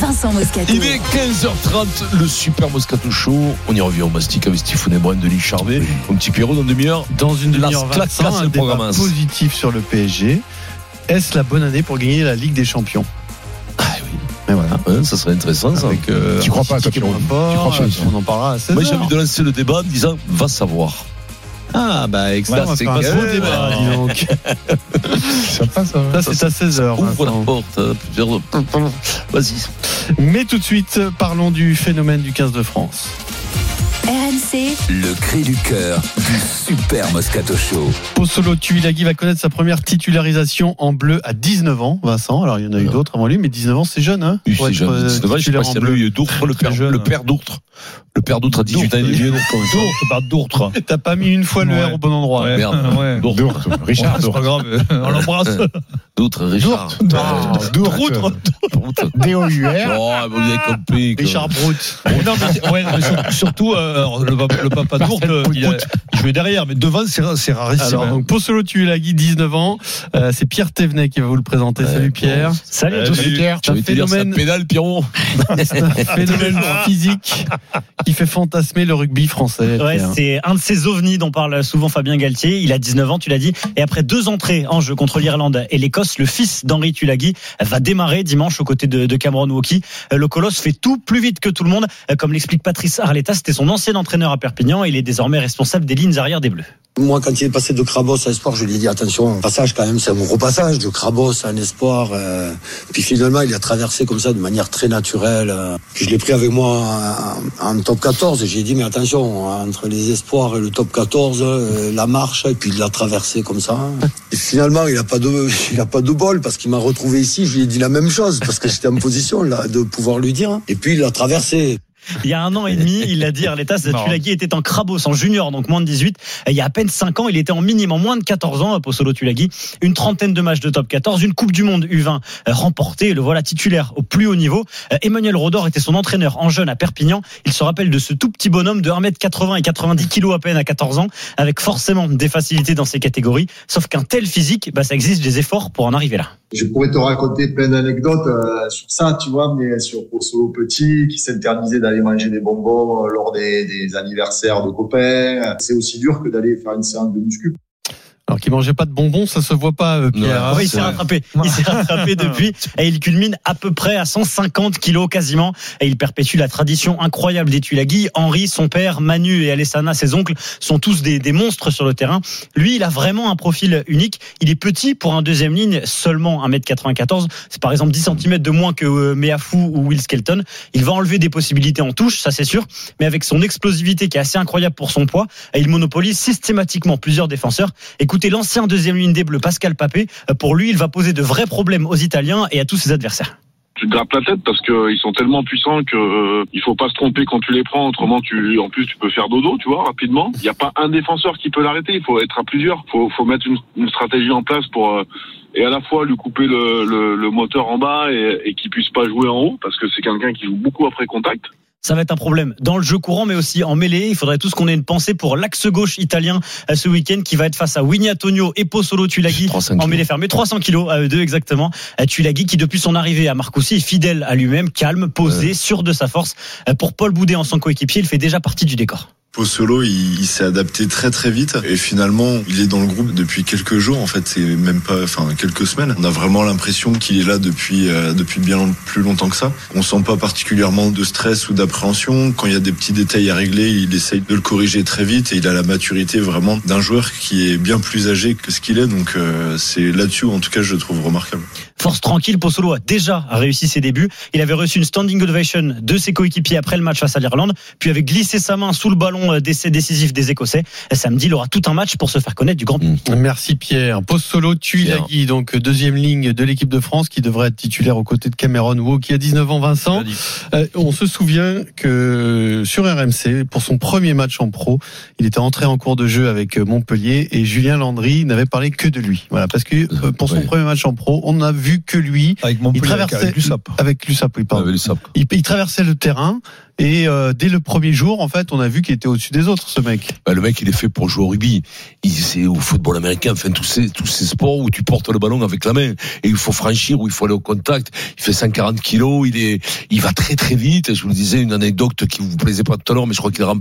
S1: Vincent Moscato.
S3: Il est 15h30, le Super Moscato Show. On y revient au Mastic avec Stéphane Brun, Denis Charvet, mon petit Pierrot dans une demi-heure.
S6: Dans une
S3: La
S6: demi-heure,
S3: claque,
S6: Vincent,
S3: classe,
S6: un
S3: le
S6: débat
S3: programme.
S6: positif sur le PSG. Est-ce la bonne année pour gagner la Ligue des Champions
S3: Ah oui,
S6: Mais voilà.
S3: hein, ça serait intéressant ça.
S6: Avec, euh,
S5: Tu crois pas, toi,
S6: City qui
S5: Pierrot
S6: est moins
S5: Tu crois
S6: fort,
S5: pas,
S6: euh,
S5: toi
S6: On en parlera à 16
S3: Moi j'ai envie
S6: heures.
S3: de lancer le débat en disant va savoir.
S6: Ah bah excellent,
S3: Là,
S6: on va
S3: c'est Ah.
S6: faire un
S3: que-
S6: gros débat, dis donc.
S5: Sympa, ça.
S6: Ça c'est à 16h.
S3: Ouvre la porte. hein, plusieurs- Vas-y.
S6: Mais tout de suite, euh, parlons du phénomène du 15 de France.
S1: RMC,
S2: Le cri du cœur du Super Moscato Show.
S6: Pozzolo Tuilagi va connaître sa première titularisation en bleu à 19 ans, Vincent. Alors il y en a eu d'autres avant lui, mais 19 ans c'est jeune, hein
S3: Ah. Oui,
S6: pour
S3: c'est
S6: être,
S3: jeune,
S6: euh,
S3: 19 ans, je sais
S6: titulaire
S3: pas
S6: en
S3: si elle a
S6: bleu.
S3: eu Dourtre, le père,
S6: Très jeune.
S3: le père Dourtre. Le père Dourtre à 18 ans, il est vieux.
S4: comme ça. Je parle d'autres.
S6: T'as pas mis une fois le
S4: Ouais.
S6: R au bon endroit.
S4: Ouais.
S3: Ah, Merde.
S4: Ouais.
S3: Dourtre.
S5: Dourte, Richard
S4: C'est pas
S5: Dourte.
S4: grave, on l'embrasse.
S3: Dourtre, Euh, Richard.
S5: Ah, Dourte.
S4: Dourtre.
S3: Dourtre.
S5: D-O-U-R.
S3: Oh, vous avez compris. que-
S6: Richard Brout.
S4: Mais non, mais c'est- ouais, mais sur- surtout, euh, alors, le, papa- le papa Dourte, euh, il, a- il jouait derrière, mais devant, c'est ra- c'est rarissime. hein.
S6: Alors, donc, Pozzolo Tuilagi, 19 ans. Euh, c'est Pierre Thévenet qui va vous le présenter. Salut Pierre.
S4: Salut
S3: à
S5: tous. Pierre.
S3: J'ai envie de te dire, c'est un
S6: Phénomène.
S3: pédale, Pierrot.
S6: C'est un phénomène physique qui fait fantasmer le rugby français.
S16: Ouais,
S6: Pierre.
S16: c'est un de ces ovnis dont parle souvent Fabien Galtier. Il a 19 ans, tu l'as dit. Et après deux entrées en jeu contre l'Irlande et l'Écosse, le fils d'Henri Tulagi va démarrer dimanche aux côtés de, de Cameron Wauki. Euh, Le colosse fait tout plus vite que tout le monde. Euh, Comme l'explique Patrice Arletta, c'était son ancien entraîneur à Perpignan. Il est désormais responsable des lignes arrière des Bleus.
S17: Moi, quand il est passé de Krabos à Espoir, je lui ai dit attention, passage quand même, c'est un gros passage de Krabos à un Espoir. euh, puis finalement, il a traversé comme ça de manière très naturelle. euh. Puis je l'ai pris avec moi en, en top 14 et j'ai dit mais attention, entre les Espoirs et le top 14, euh, la marche, et puis il l'a traversé comme ça. Et finalement, il a pas de, il a pas de bol parce qu'il m'a hein. retrouvé ici, je lui ai dit la même chose parce que j'étais en position là de pouvoir lui dire. Et puis il l'a traversé.
S16: il y a un an et demi, il l'a dit, Arleta Tulagi était en Crabos, en junior, donc moins de 18. Et il y a à peine 5 ans, il était en minime, en moins de 14 ans, Possolo Tulagi. Une trentaine de matchs de top 14, une Coupe du Monde U20 remportée, le voilà titulaire au plus haut niveau. Euh, Emmanuel Rodor était son entraîneur en jeune à Perpignan. Il se rappelle de ce tout petit bonhomme de 1m80 et 90 kg à peine à 14 ans, avec forcément des facilités dans ces catégories. Sauf qu'un tel physique, bah, ça existe des efforts pour en arriver là.
S18: Je pourrais te raconter plein d'anecdotes euh, sur ça, tu vois, mais sur Possolo Petit, qui s'interdisait d'aller manger des bonbons euh, lors des, des anniversaires de copains. C'est aussi dur que d'aller faire une séance de muscu.
S6: Alors qu'il mangeait pas de bonbons, ça se voit pas, euh, Pierre.
S16: Ouais, il s'est rattrapé. Il s'est rattrapé depuis et il culmine à peu près à 150 kilos quasiment et il perpétue la tradition incroyable des Tulagi. Henri, son père, Manu et Alessana, ses oncles, sont tous des, des, monstres sur le terrain. Lui, il a vraiment un profil unique. Il est petit pour un deuxième ligne, seulement 1m94. C'est par exemple 10 cm de moins que euh, Meafou ou Will Skelton. Il va enlever des possibilités en touche, ça c'est sûr, mais avec son explosivité qui est assez incroyable pour son poids, il monopolise systématiquement plusieurs défenseurs. Écoute, et l'ancien deuxième ligne des Bleus, Pascal Papé. Euh, Pour lui, il va poser de vrais problèmes aux Italiens et à tous ses adversaires
S19: tu te grappes la tête parce que euh, ils sont tellement puissants que euh, il faut pas se tromper quand tu les prends autrement tu en plus tu peux faire dodo tu vois rapidement il n'y a pas un défenseur qui peut l'arrêter il faut être à plusieurs faut faut mettre une, une stratégie en place pour euh, et à la fois lui couper le, le, le moteur en bas et, et qu'il puisse pas jouer en haut parce que c'est quelqu'un qui joue beaucoup après contact
S16: ça va être un problème dans le jeu courant, mais aussi en mêlée. Il faudrait tous qu'on ait une pensée pour l'axe gauche italien euh, ce week-end qui va être face à Wignatonio et Pozzolo Tulagi en mêlée fermée. 300 kilos à eux deux exactement. Euh, Tulagi qui, depuis son arrivée à Marcoussi, est fidèle à lui-même, calme, posé, euh... sûr de sa force. Euh, Pour Paul Boudet en son coéquipier, il fait déjà partie du décor.
S20: Possolo, il, il s'est adapté très très vite et finalement il est dans le groupe depuis quelques jours en fait, c'est même pas, enfin quelques semaines. On a vraiment l'impression qu'il est là depuis euh, depuis bien long, plus longtemps que ça. On sent pas particulièrement de stress ou d'appréhension. Quand il y a des petits détails à régler, il essaye de le corriger très vite et il a la maturité vraiment d'un joueur qui est bien plus âgé que ce qu'il est. Donc euh, c'est là-dessus en tout cas je le trouve remarquable.
S16: Force tranquille, Possolo a déjà réussi ses débuts. Il avait reçu une standing ovation de ses coéquipiers après le match face à l'Irlande, puis avait glissé sa main sous le ballon euh, d'essai décisif des Écossais. Euh, Samedi, il aura tout un match pour se faire connaître du grand public.
S6: Merci Pierre. Post-solo, Tuilagi, donc deuxième ligne de l'équipe de France qui devrait être titulaire aux côtés de Cameron Wu, qui a 19 ans, Vincent. Euh, on se souvient que sur RMC, pour son premier match en pro, il était entré en cours de jeu avec euh, Montpellier et Julien Landry n'avait parlé que de lui. Voilà, parce que euh, pour son ouais. premier match en pro, on n'a vu que lui.
S4: Avec Montpellier, il traversait, avec Lussap.
S6: Avec Lussap, oui, pardon. Avec il, il traversait le terrain. Et euh, dès le premier jour, en fait, on a vu qu'il était au-dessus des autres, ce mec.
S3: Bah, le mec, il est fait pour jouer au rugby. C'est au football américain, enfin, tous ces, tous ces sports où tu portes le ballon avec la main et il faut franchir, où il faut aller au contact. Il fait 140 kilos, il, est, il va très très vite. Je vous le disais, une anecdote qui vous plaisait pas tout à l'heure, mais je crois qu'il a,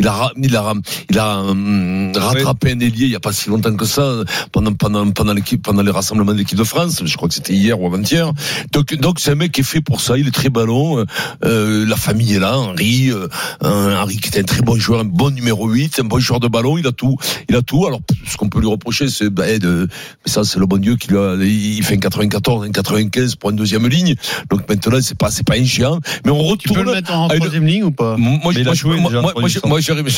S3: il a, il a, il a hum, rattrapé un ailier il n'y a pas si longtemps que ça, pendant, pendant, pendant, pendant les rassemblements de l'équipe de France. Je crois que c'était hier ou avant-hier. Donc, donc c'est un mec qui est fait pour ça, il est très ballon. Euh, la famille est là. Henri, euh, Henri qui est un très bon joueur, un bon numéro 8, un bon joueur de ballon, il a tout, il a tout. Alors ce qu'on peut lui reprocher, c'est ben, de, mais ça c'est le bon Dieu qui lui a, il fait un 94, un 95 pour une deuxième ligne. Donc maintenant c'est pas c'est pas un géant, mais on retourne. Tu
S6: peux le mettre en troisième ligne ou pas
S3: Moi,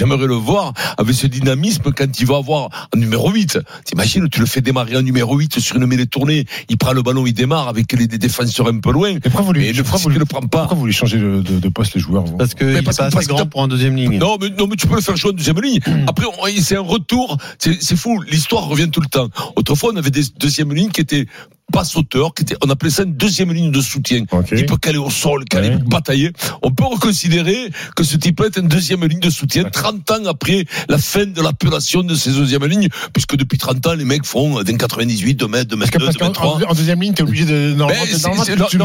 S3: j'aimerais le voir avec ce dynamisme quand il va avoir un numéro 8. T'imagines, tu le fais démarrer en numéro 8 sur une mêlée tournée, il prend le ballon, il démarre avec les défenseurs un peu loin.
S5: Et pourquoi vous lui,
S3: le,
S5: pourquoi vous lui,
S3: le prend pas
S5: Pourquoi vous lui changez de, de, de poste les joueurs
S6: parce que mais il parce, est pas assez parce grand pour un deuxième ligne. Hmm.
S3: Non mais, non, mais tu peux le faire jouer en deuxième ligne. Après, c'est un retour. C'est fou. L'histoire revient tout le temps. Autrefois, on avait des deuxièmes lignes qui étaient pas sauteur, qui était, on appelait ça une deuxième ligne de soutien. Okay. Il peut caler au sol, caler, ouais. batailler. On peut reconsidérer que ce type est une deuxième ligne de soutien 30 ans après la fin de l'appellation de ces deuxièmes lignes, puisque depuis 30 ans, les mecs font euh, d'un 98, 2 mètres, 2 mètres, 2, 2 mètres 3.
S5: En, en deuxième ligne, t'es obligé de, normalement,
S3: on, appelle ça une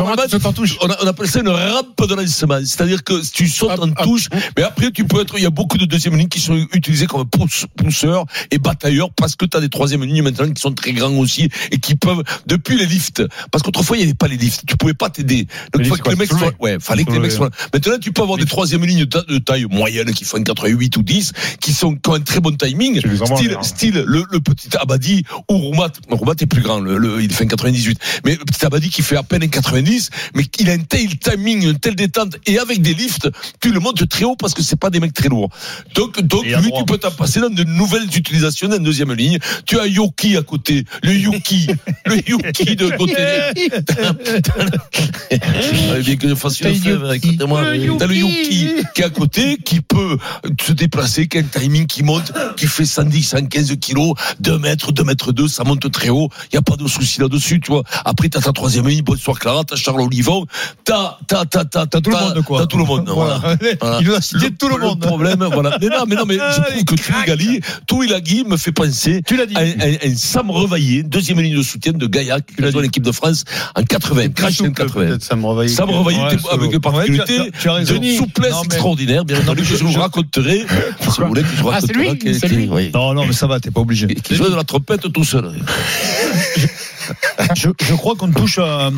S3: rampe de lancement. C'est-à-dire que tu sautes en touche, mais après, tu peux être, il y a beaucoup de deuxième lignes qui sont utilisées comme pousseurs et batailleurs parce que t'as des troisième lignes maintenant qui sont très grands aussi et qui peuvent, depuis les lifts. Parce qu'autrefois, il n'y avait pas les lifts. Tu pouvais pas t'aider. Donc, faut que les mecs soient, ouais, fallait que les mecs soient là. Maintenant, tu peux avoir des troisième lignes de taille moyenne qui font 88 ou 10, qui sont, qui ont un très bon timing. Style, style, le, le petit Abadi ou Roumat. Roumat est plus grand, le, le, il fait un 98. Mais le petit Abadi qui fait à peine un 90, mais il a un tel timing, une telle détente, et avec des lifts, tu le montes très haut parce que c'est pas des mecs très lourds. Donc, donc, lui, tu peux t'en passer dans de nouvelles utilisations d'une deuxième ligne. Tu as Yoki à côté. Le Yoki. le Yoki qui de côté Allez, bien Ah, que je fasse une fève, écoutez-moi. T'as le Yuki qui est à côté, qui peut se déplacer, qui a un timing qui monte, qui fait 110, 115 kilos, 2 mètres, 2 mètres 2, ça monte très haut. Il n'y a pas de souci là-dessus, tu vois. Après, t'as ta troisième ligne, bonsoir Clara, t'as Charles Olivon, t'as, t'as, t'as, t'as, t'as
S4: tout le monde, quoi.
S3: T'as tout le monde,
S4: Voilà.
S3: voilà. Voilà.
S4: Il nous a cité tout le monde. Ah,
S3: problème, voilà. Mais non, mais non, mais je trouve que Tuligali, Tuilagi me fait penser à un, un- un Sam Revaillé, deuxième ligne de soutien de Gaillac, qui a joué à l'équipe de France en 80, crash en 80.
S6: Sam Revaillé.
S3: Sam Revaillé était avec une particularité
S4: Ouais, tu as- tu as raison.
S3: de souplesse
S4: Non, mais-
S3: extraordinaire, bien
S4: Non,
S3: entendu,
S4: mais
S3: que je
S4: je-
S3: vous
S4: je-
S3: raconterai, si vous voulez que je vous
S4: Ah, c'est lui,
S3: raconterai. qui-
S4: c'est
S3: qui-
S4: lui.
S3: oui.
S4: Non, non, mais ça va, t'es pas obligé.
S3: Qui joue de la trompette tout seul.
S4: je, je crois qu'on touche à. à-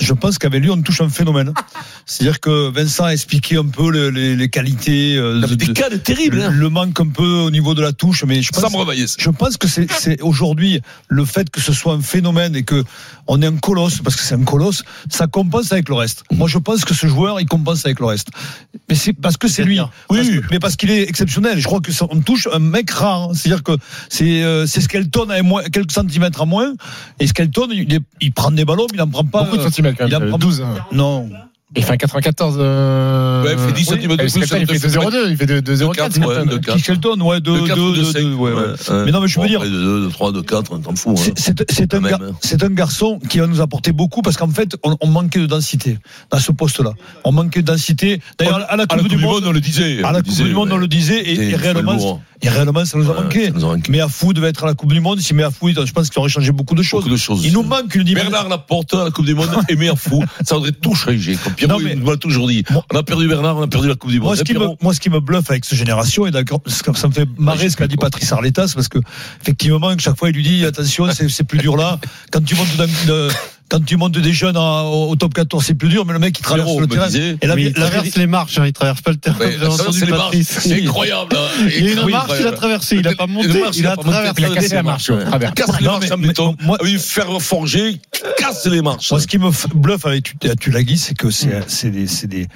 S4: Je pense qu'avec lui, on touche à un phénomène. C'est-à-dire que Vincent a expliqué un peu le- les, les qualités. euh, de-
S3: des cadres terribles, hein.
S4: Le, manque un peu au niveau de la touche, mais je pense.
S3: Sam Revaillé, ça.
S4: Je pense que c'est- c'est aujourd'hui le fait que ce soit un phénomène et que on est un colosse, parce que c'est un colosse, ça compense avec le reste.
S5: Mmh.
S4: Moi, je pense que ce joueur, il compense avec le reste. Mais c'est parce que c'est lui. Parce que- mais parce qu'il est exceptionnel. Je crois que ça- on touche un mec rare. C'est-à-dire que c'est euh, c'est Skelton à moins, quelques centimètres à moins. Et Skelton, il, est- il prend des ballons, mais il en prend pas.
S5: Beaucoup de
S4: euh,
S5: centimètres, quand
S4: il en
S5: même.
S4: prend-
S5: 12.
S4: Non.
S5: Il fait un 94. Euh...
S4: Ouais, il fait 10 centimètres de
S5: parce que
S4: plus,
S5: là, Il
S4: ça
S5: fait
S4: fait
S5: 2,02. Il fait 2,04.
S4: Skelton,
S5: Skelton.
S4: Skelton, euh, ouais, de,
S3: De 4
S4: de-
S3: de
S4: de-
S3: 5.
S4: de- ouais, ouais. Mais non, mais je veux dire,
S3: De 2, de 3, de 4, on t'en fout. hein.
S4: C'est- C'est c'est un,
S3: Quand
S4: gar-
S3: même, hein.
S4: c'est un garçon qui va nous apporter beaucoup parce qu'en fait, on, on manquait de densité à ce poste-là. On manquait de densité. D'ailleurs, à la Coupe, du, monde,
S3: on le disait.
S4: À
S3: On
S4: la
S3: le
S4: Coupe
S3: disait,
S4: du Monde,
S3: ouais.
S4: on le disait.
S3: C'était
S4: Et, et
S3: une fois
S4: réellement,
S3: lourd.
S4: et réellement, ça nous a manqué.
S3: ça nous a manqué.
S4: Mais à fou devait être à la Coupe du Monde. Si mais à fou, je pense qu'il aurait changé beaucoup de choses.
S3: Beaucoup de choses.
S4: Il nous manque une dimension.
S3: Bernard Laporte à la Coupe du Monde aimé à fou. Ça aurait tout changé. Comme Pierrot,
S4: Non, mais-
S3: il nous l'a toujours dit. On a perdu Bernard, on a perdu la Coupe du Monde.
S4: Moi ce,
S3: Hein,
S4: qui me,
S3: Pierrot
S4: moi, ce qui me bluffe avec cette génération, et d'accord, ce que- ça me fait marrer ce qu'a dit Patrice Arletas, parce que, effectivement, que chaque fois, il lui dit, attention, c'est c'est plus dur là. Quand tu montes d'un- de- quand tu montes des jeunes à- au, au top 14, c'est plus dur, mais le mec, il traverse
S3: Pierrot
S4: le
S3: me
S4: terrain.
S3: disait-
S4: la-
S6: Mais il
S4: la-
S6: traverse les marches, hein, il traverse pas le terrain.
S3: Ouais,
S6: Vous avez
S3: ça,
S6: entendu
S3: c'est les
S6: Patrice
S3: marches. C'est incroyable, hein.
S6: Il y a eu une
S3: Incroyable.
S6: marche, il a traversé. Il a pas monté,
S3: marche,
S6: il a
S3: pas monté.
S6: traversé.
S3: Il a cassé la marche.
S6: ouais.
S3: Ah, ben, Casse les marches en béton. Ah Oui, fer forgé, casse les marches. Mm.
S4: Moi, ce qui me f- bluffe avec Tu- à Tulagi, c'est que c'est c'est des. c'est des-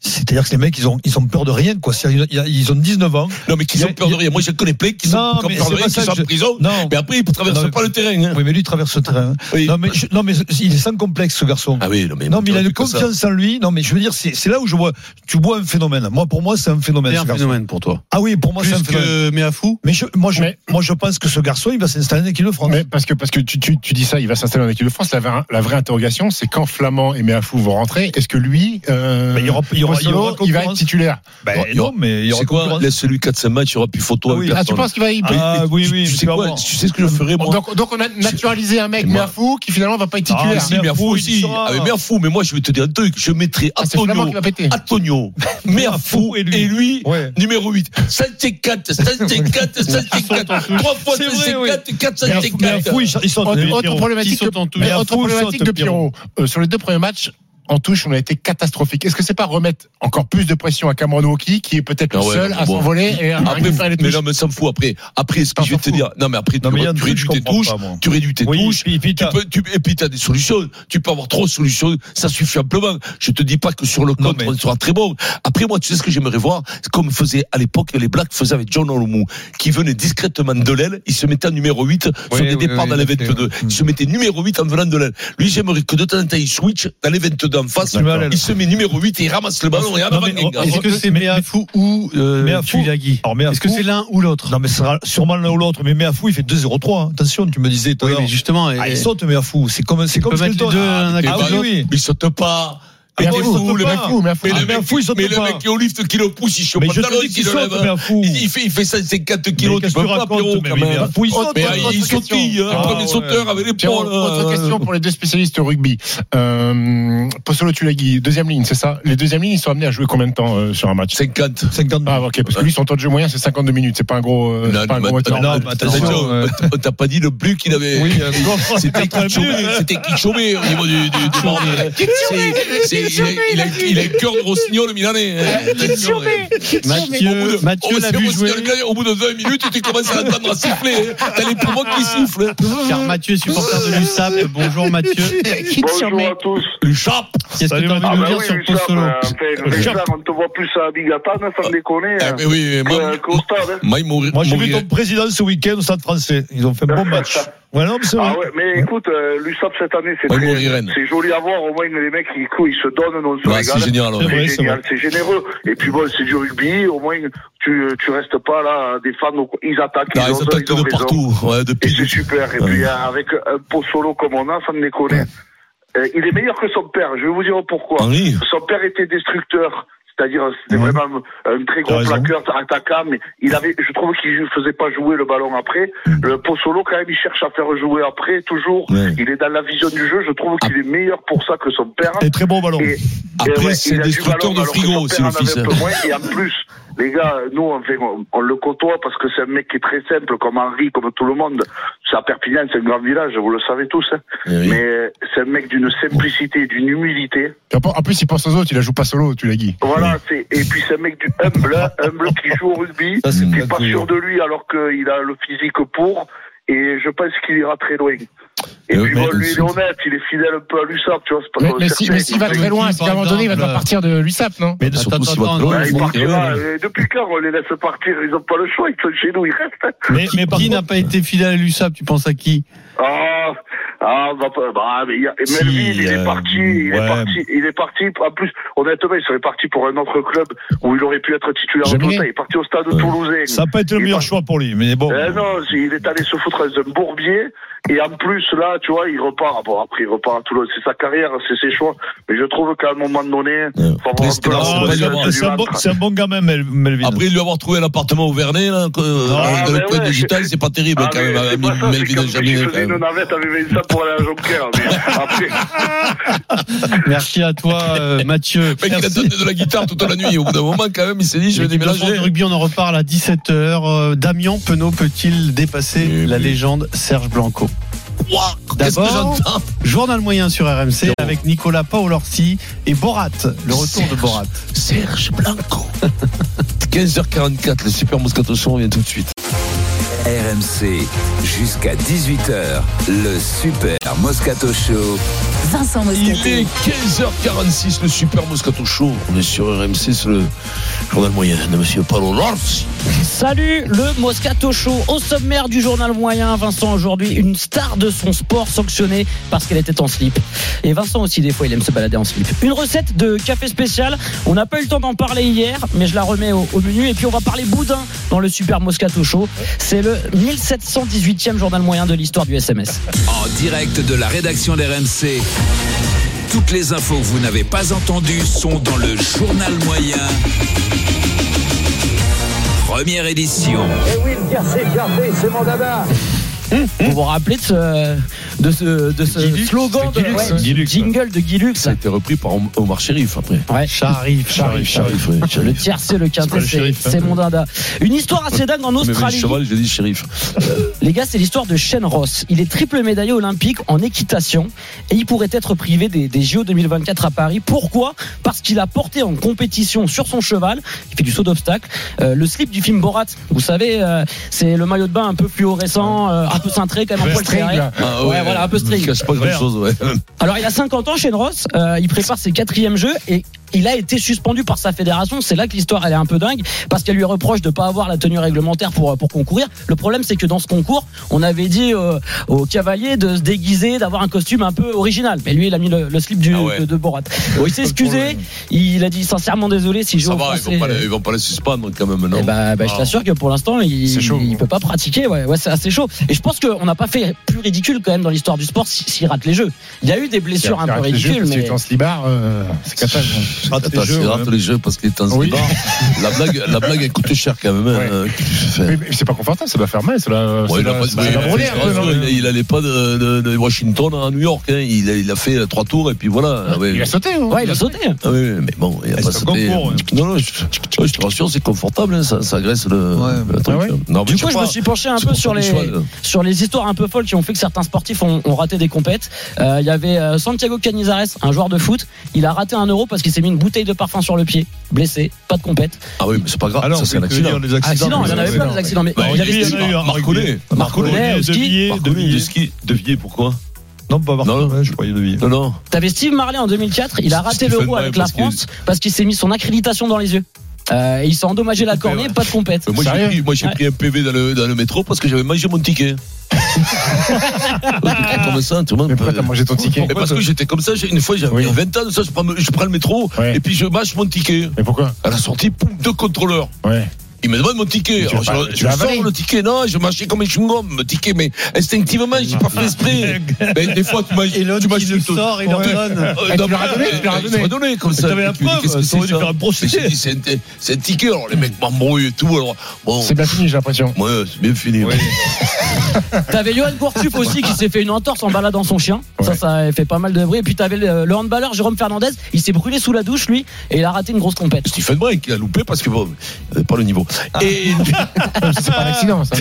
S4: C'est-à-dire que les mecs, ils ont, ils ont peur de rien, quoi. C'est-à-dire, Ils ont- ils ont 19 ans.
S3: Non, mais qu'ils
S4: Il y a-
S3: ont peur de rien. Moi, je connais plein qui sont
S4: Non,
S3: qui ont
S4: mais
S3: peur de
S4: c'est
S3: rien,
S4: pas
S3: qui
S4: ça
S3: sont
S4: que
S3: en
S4: je-
S3: prison.
S4: Non.
S3: Mais après, ils ne
S4: Non,
S3: traversent
S4: mais-
S3: pas le terrain. hein.
S4: Oui, mais lui, il traverse le terrain. Non, mais, je- non, mais il est sans complexe, ce garçon.
S3: Ah oui, non, mais,
S4: non, mais il a
S3: tu
S4: une
S3: vois, c'est que ça.
S4: confiance en lui. Non, mais je veux dire, c'est c'est là où je vois. Tu vois un phénomène. Moi, pour moi, c'est un phénomène.
S6: C'est
S4: ce
S6: un
S4: garçon.
S6: phénomène pour toi.
S4: Ah oui, pour moi, c'est un
S6: Plus
S4: phénomène.
S6: que Meafou.
S4: Mais je, moi, je, moi, je pense que ce garçon, il va s'installer en équipe de France.
S5: Mais parce que parce que tu, tu, tu dis ça, il va s'installer en équipe de France. La, vraie- la vraie interrogation, c'est quand Flamand et Meafou vont rentrer, est-ce que lui, euh,
S4: Ben, il y aura- il y aura-
S5: Pozzolo,
S4: il y aura
S5: il va être
S4: concurrence.
S5: titulaire
S4: Ben,
S3: Il y aura-
S4: non, mais il y aura
S3: C'est quoi
S4: concurrence.
S3: Laisse-lui 4-5 matchs, il n'y aura plus photo
S4: Ah
S3: avec
S4: oui.
S5: Ah,
S3: personne.
S5: tu penses qu'il va y
S4: Ah oui, oui,
S3: Tu
S4: tu
S3: sais
S4: vas
S3: quoi
S4: voir.
S3: Tu sais ce que je ferais, moi
S5: donc, donc on a naturalisé un mec,
S3: Moi.
S5: Meafou, qui finalement va pas être
S3: Ah,
S5: titulaire.
S3: si, mais
S4: Merfou,
S3: fou
S4: il
S3: aussi.
S4: sera.
S3: Ah, mais Merfou, mais moi, je vais te dire un truc. Je mettrai
S5: Ah, c'est Flamand
S3: Antonio,
S5: qui va péter.
S3: Antonio, Merfou et lui,
S4: Ouais.
S3: numéro 8. 54, 54, 54. 3 fois
S4: C'est vrai, oui.
S3: 54, 4,
S4: Mais un
S3: 54.
S4: fou, il sa- il saute.
S5: Autre,
S4: Pierrot.
S5: autre problématique,
S4: Il saute en
S5: que-
S4: tout.
S5: mais
S4: Mais un
S5: autre
S4: fou, il
S5: problématique
S4: saute,
S5: de Pierrot. Euh, sur les deux premiers matchs, en touche, on a été catastrophique. Est-ce que c'est pas remettre encore plus de pression à Cameron Wauki, qui est peut-être
S3: Ah
S5: le
S3: ouais,
S5: seul
S3: non,
S5: à
S3: bon.
S5: s'envoler et à
S3: Après,
S5: arriver à faire les
S3: mais
S5: touches
S3: non, mais ça me fout après. Après, ce que
S5: Ah,
S3: je vais
S5: s'en
S3: te
S5: fout.
S3: dire, non, mais après,
S4: Non,
S3: tu,
S4: mais il y a un
S3: tu
S4: truc,
S3: réduis
S4: je
S3: tes
S4: comprends
S3: touches,
S4: pas, moi.
S3: tu réduis tes
S4: Oui,
S3: touches,
S4: et puis
S3: tu
S4: t'as-
S3: peux, tu, et puis t'as des solutions, tu peux avoir trop de solutions, ça suffit amplement. Je te dis pas que sur le
S4: Non,
S3: contre,
S4: mais-
S3: on sera très bon. Après, moi, tu sais ce que j'aimerais voir, c'est comme faisait à l'époque les Blacks faisaient avec John Olomou, qui venait discrètement de l'aile, il se mettait en numéro 8
S4: Oui,
S3: sur des
S4: oui,
S3: départs
S4: oui,
S3: dans les
S4: il a fait,
S3: 22.
S4: ouais.
S3: Il se mettait numéro 8 en venant de l'aile. Lui, j'aimerais que de temps en temps, il switch dans les 22 en face,
S4: Tu mets à l'aile.
S3: il se met numéro 8 et il ramasse le ballon et en
S4: Non,
S3: avant,
S4: mais-
S3: Guingamp.
S6: Est-ce que c'est
S4: Mais-
S6: Meafou ou euh,
S4: Meafou.
S6: Tulagi
S4: Alors, Merfou-
S6: Est-ce que c'est l'un ou l'autre
S4: Non, mais ce sera sûrement l'un ou l'autre. Mais Meafou, il fait 2-0-3. hein. Attention, tu me disais tout à
S6: Oui,
S4: l'heure.
S6: mais justement,
S4: Ah,
S6: et-
S4: il saute, Meafou. C'est comme, c'est
S6: peut
S4: comme
S6: mettre les
S4: Skelton.
S6: deux
S4: Ah,
S6: l'un à
S3: Et
S6: côté
S4: Ah
S3: bah,
S4: oui,
S6: de l'autre.
S4: oui.
S3: Mais il saute pas.
S4: Ah,
S3: Mais
S4: mais
S3: t'es
S4: il
S3: fou,
S4: saute
S3: le
S4: pas.
S3: mec
S5: fou, mais un fou.
S3: Mais
S5: Ah,
S3: le
S4: mais
S3: mec,
S4: un fou, il saute
S3: mais le
S4: pas.
S3: mec qui est au lift, qui le pousse, il chope
S4: Mais
S3: pas
S4: je
S3: de
S4: te
S3: ballon,
S4: dis
S3: qui
S4: qu'il
S3: le
S4: saute,
S3: lève.
S4: mais un fou.
S3: Il, il fait, il fait 150 kilos, tu
S4: qu'est-ce
S3: peux
S4: que tu
S3: pas,
S4: racontes,
S3: Pierrot,
S4: mais
S3: quand
S4: oui,
S3: même.
S4: mais un fou, il saute,
S3: Mais
S4: hein,
S3: il
S5: autre
S3: sautille,
S5: question.
S3: hein,
S5: Ah,
S3: comme les
S4: ouais.
S3: sauteurs avec les
S5: Pierrot,
S3: poils.
S5: autre
S3: euh,
S5: question pour les deux spécialistes au rugby. Euh, Pozzolo Tulagi, deuxième ligne, c'est ça Les deuxièmes lignes, ils sont amenés à jouer combien de temps euh, sur un match
S3: 50.
S4: 52.
S5: Ah, ok, parce que lui, son temps de jeu moyen, c'est 52 minutes. C'est pas un gros. euh,
S3: Non,
S5: c'est pas un
S3: mais
S5: gros
S3: attends,
S5: moteur.
S4: non,
S3: non,
S4: mais
S3: attention,
S4: attention,
S3: euh, t'as- t'as pas dit le but qu'il avait.
S4: Oui, euh,
S3: C'était
S4: quatre
S3: Kitchomé,
S4: minutes.
S3: c'était Kitchomé au niveau du, du, du bordel. C'est- c'est- il a- il a- Il a le cœur de Rossignol, le Milanais. hein. Attention, ouais.
S6: Mathieu,
S3: Oh,
S6: Mathieu l'a
S3: c'est
S6: vu
S3: Rossignol,
S6: jouer.
S3: le Milanais, Au bout de 20 minutes, tu commences à entendre siffler. hein. T'as les poumons qui sifflent.
S6: Car Ah. Mathieu est supporter de l'USAP. Bonjour Mathieu.
S13: Bonjour à tous.
S3: Le chape.
S6: Qu'est-ce que tu as envie de
S13: Ah
S6: nous
S13: bah
S6: dire
S13: oui,
S6: sur
S13: Richard,
S6: Pozzolo
S13: euh, enfin, Richard, on te voit plus à Abigatan, sans déconner.
S3: Eh
S13: hein,
S3: ben oui, mais moi,
S13: que- qu'au stade, hein.
S3: Maï Mouri-
S4: Moi, j'ai vu
S3: Mouri-
S4: ton président ce week-end au Stade français. Ils ont fait un bon match. Ouais, non, mais c'est vrai.
S13: Ah ouais, mais écoute, euh, l'USAP cette année, c'est
S3: Ouais,
S13: très-
S3: Maurice Rennes.
S13: c'est joli à voir. Au moins, les mecs, ils, cou- ils se donnent, non, on se
S3: Ouais,
S13: régale.
S3: c'est génial, ouais. C'est vrai,
S13: C'est
S3: c'est
S13: génial,
S3: vrai.
S13: c'est généreux. Et puis bon, c'est du rugby. Au moins, tu, tu restes pas là, des fans, donc, ils attaquent.
S3: Non,
S13: ils ont-
S3: Bah, ils attaquent
S13: ont
S3: de
S13: raison.
S3: partout. Ouais,
S13: Et
S3: depuis.
S13: c'est super. Et
S3: Ouais.
S13: puis, euh, avec un pot solo comme on a, ça ne déconne. Euh, il est meilleur que son père. Je vais vous dire
S3: Ah
S13: pourquoi. Son père était destructeur. C'est-à-dire, c'était vraiment un très gros plaqueur, attaquant, mais il avait, je trouve qu'il ne faisait pas jouer le ballon après.
S3: Hmm.
S13: Le Pozzolo, quand même, il cherche à faire jouer après, toujours. Il est dans la vision du jeu. Je trouve qu'il est meilleur pour ça que son père.
S4: Et très bon ballon.
S3: Après, c'est
S13: il a du
S3: destructeur
S13: ballon,
S3: de
S13: alors que
S3: frigo
S13: son
S3: aussi,
S13: père
S3: le
S13: en avait
S3: fils.
S13: un peu moins. Et en plus, les gars, nous, on, fait, on, on le côtoie parce que c'est un mec qui est très simple, comme Henri, comme tout le monde. C'est à Perpignan, c'est un grand village, vous le savez tous. hein.
S5: Eh
S13: Mais euh, c'est un mec d'une simplicité, d'une humilité.
S5: Et En en plus, il pense aux autres, il la joue pas solo, tu l'as dit.
S13: Voilà, c'est et puis c'est un mec du humble, hein, humble qui joue au rugby,
S5: Ça, c'est
S13: qui
S5: pas
S13: est pas
S5: cool.
S13: sûr de lui alors qu'il a le physique pour, et je pense qu'il ira très loin. Et
S5: Euh,
S13: puis bon, lui, il est honnête, il est fidèle un peu à l'USAP, tu vois, c'est pas
S5: Mais,
S13: trop
S5: mais si,
S13: certain.
S5: mais s'il va très loin, est-ce qu'à un moment donné, il va devoir partir de l'USAP, non
S13: Mais
S5: surtout, s'il va
S13: Ouais, il partira. Et Depuis quand on les laisse partir Ils ont pas le choix, ils sont chez nous, ils restent.
S6: qui qui n'a pas été fidèle à l'USAP Tu penses à qui
S13: Ah, ah, bah, bah, bah, mais il y a- et Melville, il
S4: euh,
S13: est parti, il est parti, il est parti. En plus, honnêtement, il serait parti pour un autre club où il aurait pu être titulaire en
S4: Jaminet.
S13: total. Il est parti au stade toulousain.
S4: Ça peut être le
S13: Il est
S4: meilleur
S13: parti-
S4: choix pour lui, mais bon.
S13: Eh non, c'est- il est allé se foutre dans un bourbier. Et en plus, là, tu vois, il repart. Bon, après, il repart à Toulouse. C'est sa carrière, c'est ses choix. Mais je trouve qu'à un moment donné, faut avoir un peu la
S4: Ah, c'est
S13: conscience
S4: un bon-
S13: du
S4: c'est un bon-
S13: ventre.
S4: c'est un bon gamin, Mel- Melvin.
S3: Après, il lui avoir trouvé l'appartement au Vernet, là, que, euh,
S4: Ah,
S3: dans
S4: mais
S3: le coin
S4: ouais,
S3: de Gitaille, c'est pas terrible,
S13: Ah,
S3: Eh ben, quand
S13: mais
S3: même, hein,
S13: c'est pas ça,
S3: Melvin
S13: c'est comme si
S3: Jaminet,
S13: je
S3: quand
S13: faisais
S3: même.
S13: une navette avec ça pour aller à Jonquière. Mais après,
S6: Merci à toi, euh, Mathieu.
S3: Le mec, il a donné de la guitare toute la nuit. Au bout d'un moment, quand même, il s'est dit, je vais
S6: L'équipe de France
S3: déménager.
S6: de rugby, on en reparle à 17h. Euh, Damien Penaud peut-il dépasser la légende Serge Blanco
S3: Qu'est-ce que
S6: D'abord,
S3: j'entends
S6: journal moyen sur RMC avec Nicolas Paolorsi et Borat, le retour de
S3: Serge.
S6: Borat.
S3: Serge Blanco. 15h44, le Super Moscato Show, on vient tout de suite.
S2: RMC, jusqu'à 18h, le Super Moscato Show.
S1: Vincent
S3: Il
S1: Moscato.
S3: est 15h46, le Super Moscato Show. On est sur RMC, c'est le journal moyen de Monsieur Paulo Lorz.
S21: Salut le Moscato Show. Au sommaire du journal moyen, Vincent aujourd'hui, une star de son sport sanctionnée parce qu'elle était en slip. Et Vincent aussi, des fois, il aime se balader en slip. Une recette de café spécial. On n'a pas eu le temps d'en parler hier, mais je la remets au, au menu. Et puis on va parler boudin dans le Super Moscato Show. C'est le 1718e journal moyen de l'histoire du SMS.
S2: En direct de la rédaction d'RMC, toutes les infos que vous n'avez pas entendues sont dans le journal moyen. Première édition.
S21: Eh oui, le café, café, c'est mon dada.
S3: Mmh.
S21: Vous vous rappelez de ce, de ce, de ce slogan de, ouais, jingle de Guilux
S3: Ça a été repris par Omar Sherif après.
S21: Ouais.
S6: Sharif,
S3: Sharif, Sharif. ouais,
S21: Le
S3: Sharif.
S21: tiercé, le
S3: C'est pas
S21: quintet,
S3: le
S21: c'est
S3: shérif, hein.
S21: c'est mon dada. Une histoire assez dingue en
S3: Mais vu le
S21: Australie.
S3: cheval, j'ai dit Sherif.
S21: Les gars, c'est l'histoire de Shane Ross. Il est triple médaillé olympique en équitation et il pourrait être privé des, des JO 2024 à Paris. Pourquoi Parce qu'il a porté en compétition sur son cheval, il fait du saut d'obstacle, euh, le slip du film Borat. Vous savez, euh, c'est le maillot de bain un peu fluorescent, euh, un peu cintré, quand même un
S3: Ouais,
S21: poil
S3: string,
S21: serré.
S3: là. Ah ouais,
S21: ouais, voilà, un peu string.
S3: il cache pas grand-chose, ouais.
S21: Alors il a 50 ans, Shane Ross, euh, il prépare ses quatrièmes jeux et il a été suspendu par sa fédération. C'est là que l'histoire elle est un peu dingue parce qu'elle lui reproche de pas avoir la tenue réglementaire pour euh, pour concourir. Le problème c'est que dans ce concours, on avait dit euh, aux cavaliers de se déguiser, d'avoir un costume un peu original. Mais lui il a mis le, le slip
S3: Ah
S21: du, de, de Borat. Bon, il s'est excusé. Il a dit sincèrement désolé si je
S3: Ça va, ils vont, pas, les- ils vont pas les suspendre quand même, non
S21: bah,
S5: Ah.
S21: bah, je t'assure que pour l'instant, il
S3: C'est chaud.
S21: il peut pas pratiquer. Ouais, ouais, c'est assez chaud. Et je pense qu'on n'a pas fait plus ridicule quand même dans l'histoire du sport si- s'il rate les jeux. Il y a eu des blessures un peu ridicules, mais
S5: en slibard, euh, c'est capable.
S3: Ah. Attends, c'est rare tous les jeux parce qu'il est en
S5: Oui.
S3: slibard. La blague, la blague, elle coûte cher quand même. hein.
S5: Mais, mais c'est pas confortable, ça doit faire mal, ça doit,
S3: Ouais,
S5: ça
S3: il, a
S5: doit-
S3: pas-
S5: ça
S3: oui,
S5: doit brûler un peu, non
S3: il, il allait pas de, de- de Washington à New York. hein. Il, a, il a fait trois tours et puis voilà. Ouais.
S5: Il a sauté, hein.
S21: Ouais, il a sauté.
S3: Ah oui, mais bon, il a pas sauté.
S21: concours, hein.
S3: Non, non, je, je- je te rassure, c'est confortable. hein, ça, ça agresse le, le
S5: Ah
S3: truc. Non, mais
S21: Du
S3: sais
S21: coup, je me
S3: pas,
S21: suis penché un peu sur les,
S3: choix, là.
S21: sur les histoires un peu folles qui ont fait que certains sportifs ont, ont raté des compètes. Euh, Il y avait euh, Santiago Canizares, un joueur de foot. Il a raté un euro parce qu'il s'est mis une bouteille de parfum sur le pied. Blessé, pas de compète.
S3: Ah oui, mais c'est pas grave.
S4: Alors,
S3: ça, c'est un
S4: que
S3: accident.
S4: dire, les accidents,
S21: Accident, Ah, il y en avait
S4: les
S21: plein,
S4: accidents.
S21: des accidents, mais-
S3: Bah,
S21: il y avait-
S3: en
S4: eu un.
S3: Marconnet.
S21: Marconnet, au ski.
S3: Marconnet, de ski. De Villiers, pourquoi
S4: Non, pas Marconnet, je croyais de Villiers.
S3: Non, non.
S21: T'avais Steve Marley en 2004. Il a raté
S3: Stephen
S21: l'euro
S3: Marley,
S21: avec la
S3: parce qu'il-
S21: France parce qu'il s'est mis son accréditation dans les yeux. Euh, il s'est endommagé la cornée, pas de compète.
S3: Euh, Moi j'ai pris, moi, j'ai
S21: Ouais.
S3: pris un PV dans le, dans le métro parce que j'avais mangé mon ticket. comme ça, tout le monde.
S5: Mais pourquoi t'as mangé ton ticket
S3: Mais Parce que j'étais comme ça, j'ai- une fois j'avais 20 ans, ça, je, prends, je prends le métro et puis je mâche mon ticket.
S5: Mais pourquoi
S3: À la sortie, poum, deux contrôleurs.
S5: Ouais.
S3: Il me demande mon ticket.
S5: tu
S3: Alors,
S5: vas pas-
S3: je
S5: tu
S3: je
S5: vas avaler.
S3: sors le ticket, non, je mâchais comme un chewing-gum, le ticket, mais instinctivement, j'ai pas fait esprit. mais des fois, tu mâches. Et
S6: l'autre, il le sort, il leur donne.
S3: Ah,
S5: Eh, tu leur as donné, tu leur as
S3: Il leur a donné comme ça.
S5: T'avais la
S3: Tu dis,
S5: preuve,
S3: qu'est-ce que
S5: t'aurais dû
S3: ça
S5: faire un procès.
S3: Mais j'ai dit, C'est un- c'est un ticket, alors les mecs m'embrouillent et tout. alors, bon.
S5: C'est bien fini, j'ai l'impression.
S3: Ouais, c'est bien fini.
S21: T'avais Johan Gourcuff aussi qui s'est fait une entorse en baladant son chien. Ça, ça a fait pas mal de bruit. Et puis t'avais le, le handballeur Jérôme Fernandez. Il s'est brûlé sous la douche, lui, et il a raté une grosse compète.
S3: Stephen Brake il a loupé parce que bon, euh, pas le niveau. Et
S5: Ah. c'est pas un accident, ça.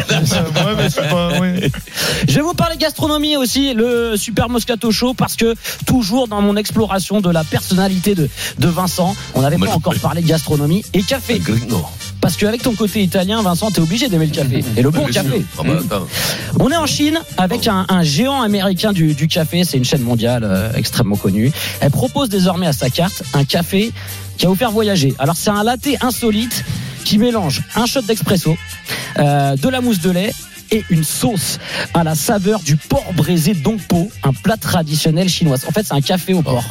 S21: Je vais vous parler gastronomie aussi, le Super Moscato Show, parce que toujours dans mon exploration de la personnalité de, de Vincent, on n'avait pas encore parlé de gastronomie et café. Parce qu'avec ton côté italien, Vincent, t'es obligé d'aimer le café. Et le bon
S3: Bien sûr.
S21: café.
S3: Ah bah, attends.
S21: On est en Chine avec un, un géant américain du, du café, c'est une chaîne mondiale euh, extrêmement connue. Elle propose désormais à sa carte un café qui va vous faire voyager. Alors c'est un latte insolite qui mélange un shot d'expresso, euh, de la mousse de lait et une sauce à la saveur du porc braisé dongpo, un plat traditionnel chinois. En fait c'est un café au porc.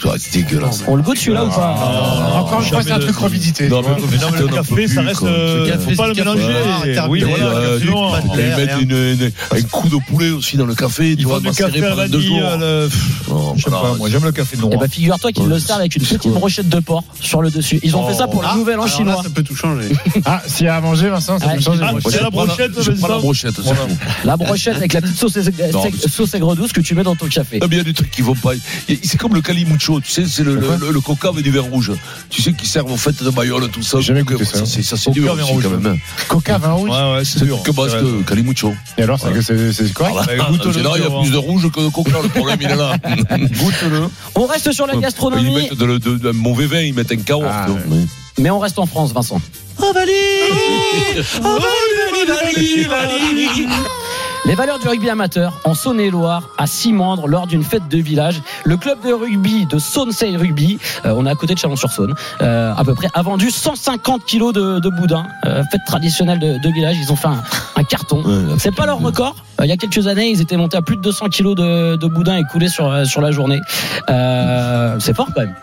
S3: Tu vois, Ah, C'est dégueulasse. Ah,
S21: On le goûte celui-là ou pas
S5: Ah, Encore une fois, c'est un truc revisité.
S3: Non,
S5: tu vois.
S3: mais le café, ça reste.
S6: faut pas le
S5: Ah,
S6: mélanger. Oui, voilà,
S3: euh,
S6: café, pas de
S3: on
S6: lait,
S3: peut mettre
S6: rien.
S3: une, une- un coup de poulet aussi dans le café, tu vois, macéré pendant deux jours.
S5: euh,
S4: Euh,
S3: Non,
S4: Je sais
S3: voilà.
S4: pas, moi j'aime le café
S21: Eh
S4: noir.
S21: ben figure-toi qu'ils le servent avec une petite brochette de porc sur le dessus. Ils ont fait ça pour la
S6: Ah,
S21: nouvelle en
S6: alors
S21: chinois.
S6: là, ça peut tout changer.
S5: Ah, s'il y a à manger, Vincent, ça
S21: Ouais.
S5: peut changer.
S21: Ah,
S3: Moi, je prends Je prends la brochette, c'est tout.
S21: La brochette avec la petite sauce, aigre-
S3: Non, mais
S21: aigre- sauce aigre douce que tu mets dans ton café.
S3: Ah, mais il y a des trucs qui vont pas. Et C'est comme le calimucho, tu sais, c'est le, le, le- le coca avec du vin rouge. Tu sais, qui servent aux fêtes de Mayol, tout ça.
S5: Jamais goûté
S3: Que-
S5: ça.
S3: c'est- Ça, c'est dur
S5: vin
S3: aussi,
S5: rouge.
S3: quand même. hein.
S5: Coca, vin rouge.
S4: Ouais, ouais, c'est
S3: C'est
S4: dur.
S3: que basque,
S4: c'est vrai.
S3: calimucho.
S5: Et alors, c'est que c'est- c'est correct
S3: Alors là,
S4: Bah, goûte-le,
S3: c'est là, il y
S4: tu vas
S3: a plus de rouge que de coca, le problème, il est là.
S4: Goûte-le.
S21: On reste sur la
S3: Ils
S21: gastronomie,
S3: mettent de, le- de- de- un mauvais vin, ils mettent un carotte.
S5: Ah,
S3: donc,
S5: ouais.
S3: mais-
S21: mais on reste en France, Vincent. Les valeurs du rugby amateur en Saône-et-Loire à Simandre lors d'une fête de village. Le club de rugby de Saône-Seille Rugby, euh, on est à côté de Chalon-sur-Saône, euh, à peu près, a vendu 150 kilos de, de boudin. euh, fête traditionnelle de, de village, ils ont fait un, un carton.
S3: Ouais,
S21: C'est pas leur record. Euh, il y a quelques années, ils étaient montés à plus de 200 kilos de, de boudin écoulé sur, euh, sur la journée. Euh, c'est fort quand même.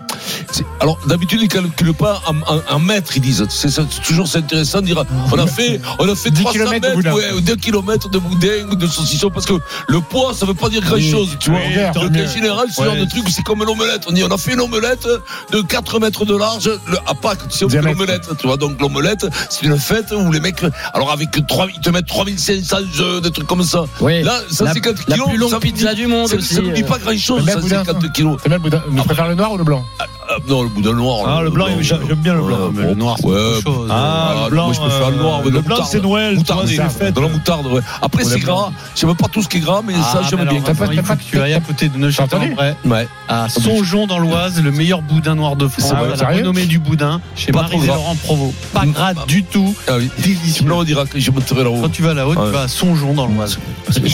S3: C'est- Alors d'habitude ils calculent pas en, en- en mètres, ils disent. C'est ça, c'est toujours c'est intéressant de dire on a fait on a fait
S5: 10
S3: 300
S5: kilomètres de
S3: mètres,
S5: boudin.
S3: ouais, ou 2 km de boudin ou de saucisson parce que le poids ça veut pas dire grand chose, tu vois.
S5: Oui, tant
S3: Donc
S5: mieux.
S3: en général ce genre
S5: Ouais.
S3: de truc c'est comme l'omelette. On dit on a fait une omelette de 4 mètres de large le, à Pâques, tu sais on fait
S5: Diamètre.
S3: l'omelette, tu vois. Donc l'omelette c'est une fête où les mecs alors avec 3 ils te mettent 3500 œufs, des trucs comme ça.
S21: Oui.
S3: Là
S21: La-
S3: 150
S21: la
S3: kilos,
S21: plus longue
S3: ça veut
S21: pizza
S3: dire-
S21: du monde
S3: ça-
S21: aussi, euh.
S3: Ça ne dit pas grand chose,
S5: Mais euh. même boudin,
S3: 150 kilos.
S5: C'est bien le boudin. Tu préfères le noir ou le blanc
S3: Ah, non, le boudin noir.
S4: Ah, le blanc, j'aime j'aime bien le blanc.
S3: Ouais, bon.
S6: noir, c'est
S3: Ouais,
S6: autre chose.
S4: Ah,
S3: Ah,
S4: le blanc,
S3: moi je préfère le
S4: euh,
S3: noir. mais de
S4: le
S3: la
S4: blanc,
S3: moutarde.
S4: c'est Noël, tu
S3: Moutarde,
S4: vois, c'est les
S3: moutarde,
S4: fêtes.
S3: de la moutarde, ouais. Après,
S4: On
S3: c'est
S4: aime bien.
S3: gras. J'aime pas tout ce qui est gras, mais ça,
S6: Ah, mais
S3: j'aime
S6: alors,
S3: bien.
S5: T'as pas-
S6: Vincent, Il
S5: t'as
S6: faut
S5: pas-
S6: que tu ailles à côté de Neuchâtel
S5: entendu
S6: en vrai,
S3: Ouais.
S6: à Songeon dans l'Oise, le meilleur boudin noir de France,
S5: Ah ouais,
S6: à la
S5: sérieux
S6: renommée du boudin, chez
S3: Pas
S6: Marie
S3: trop
S6: et
S3: gras.
S6: Laurent Provost. Pas
S3: Mm.
S6: gras du tout.
S3: Ah oui.
S6: Délicieux.
S3: Là, on dira que je monterai là-haut.
S6: Quand tu vas là-haut,
S3: Ouais.
S6: tu vas à Songeon dans l'Oise.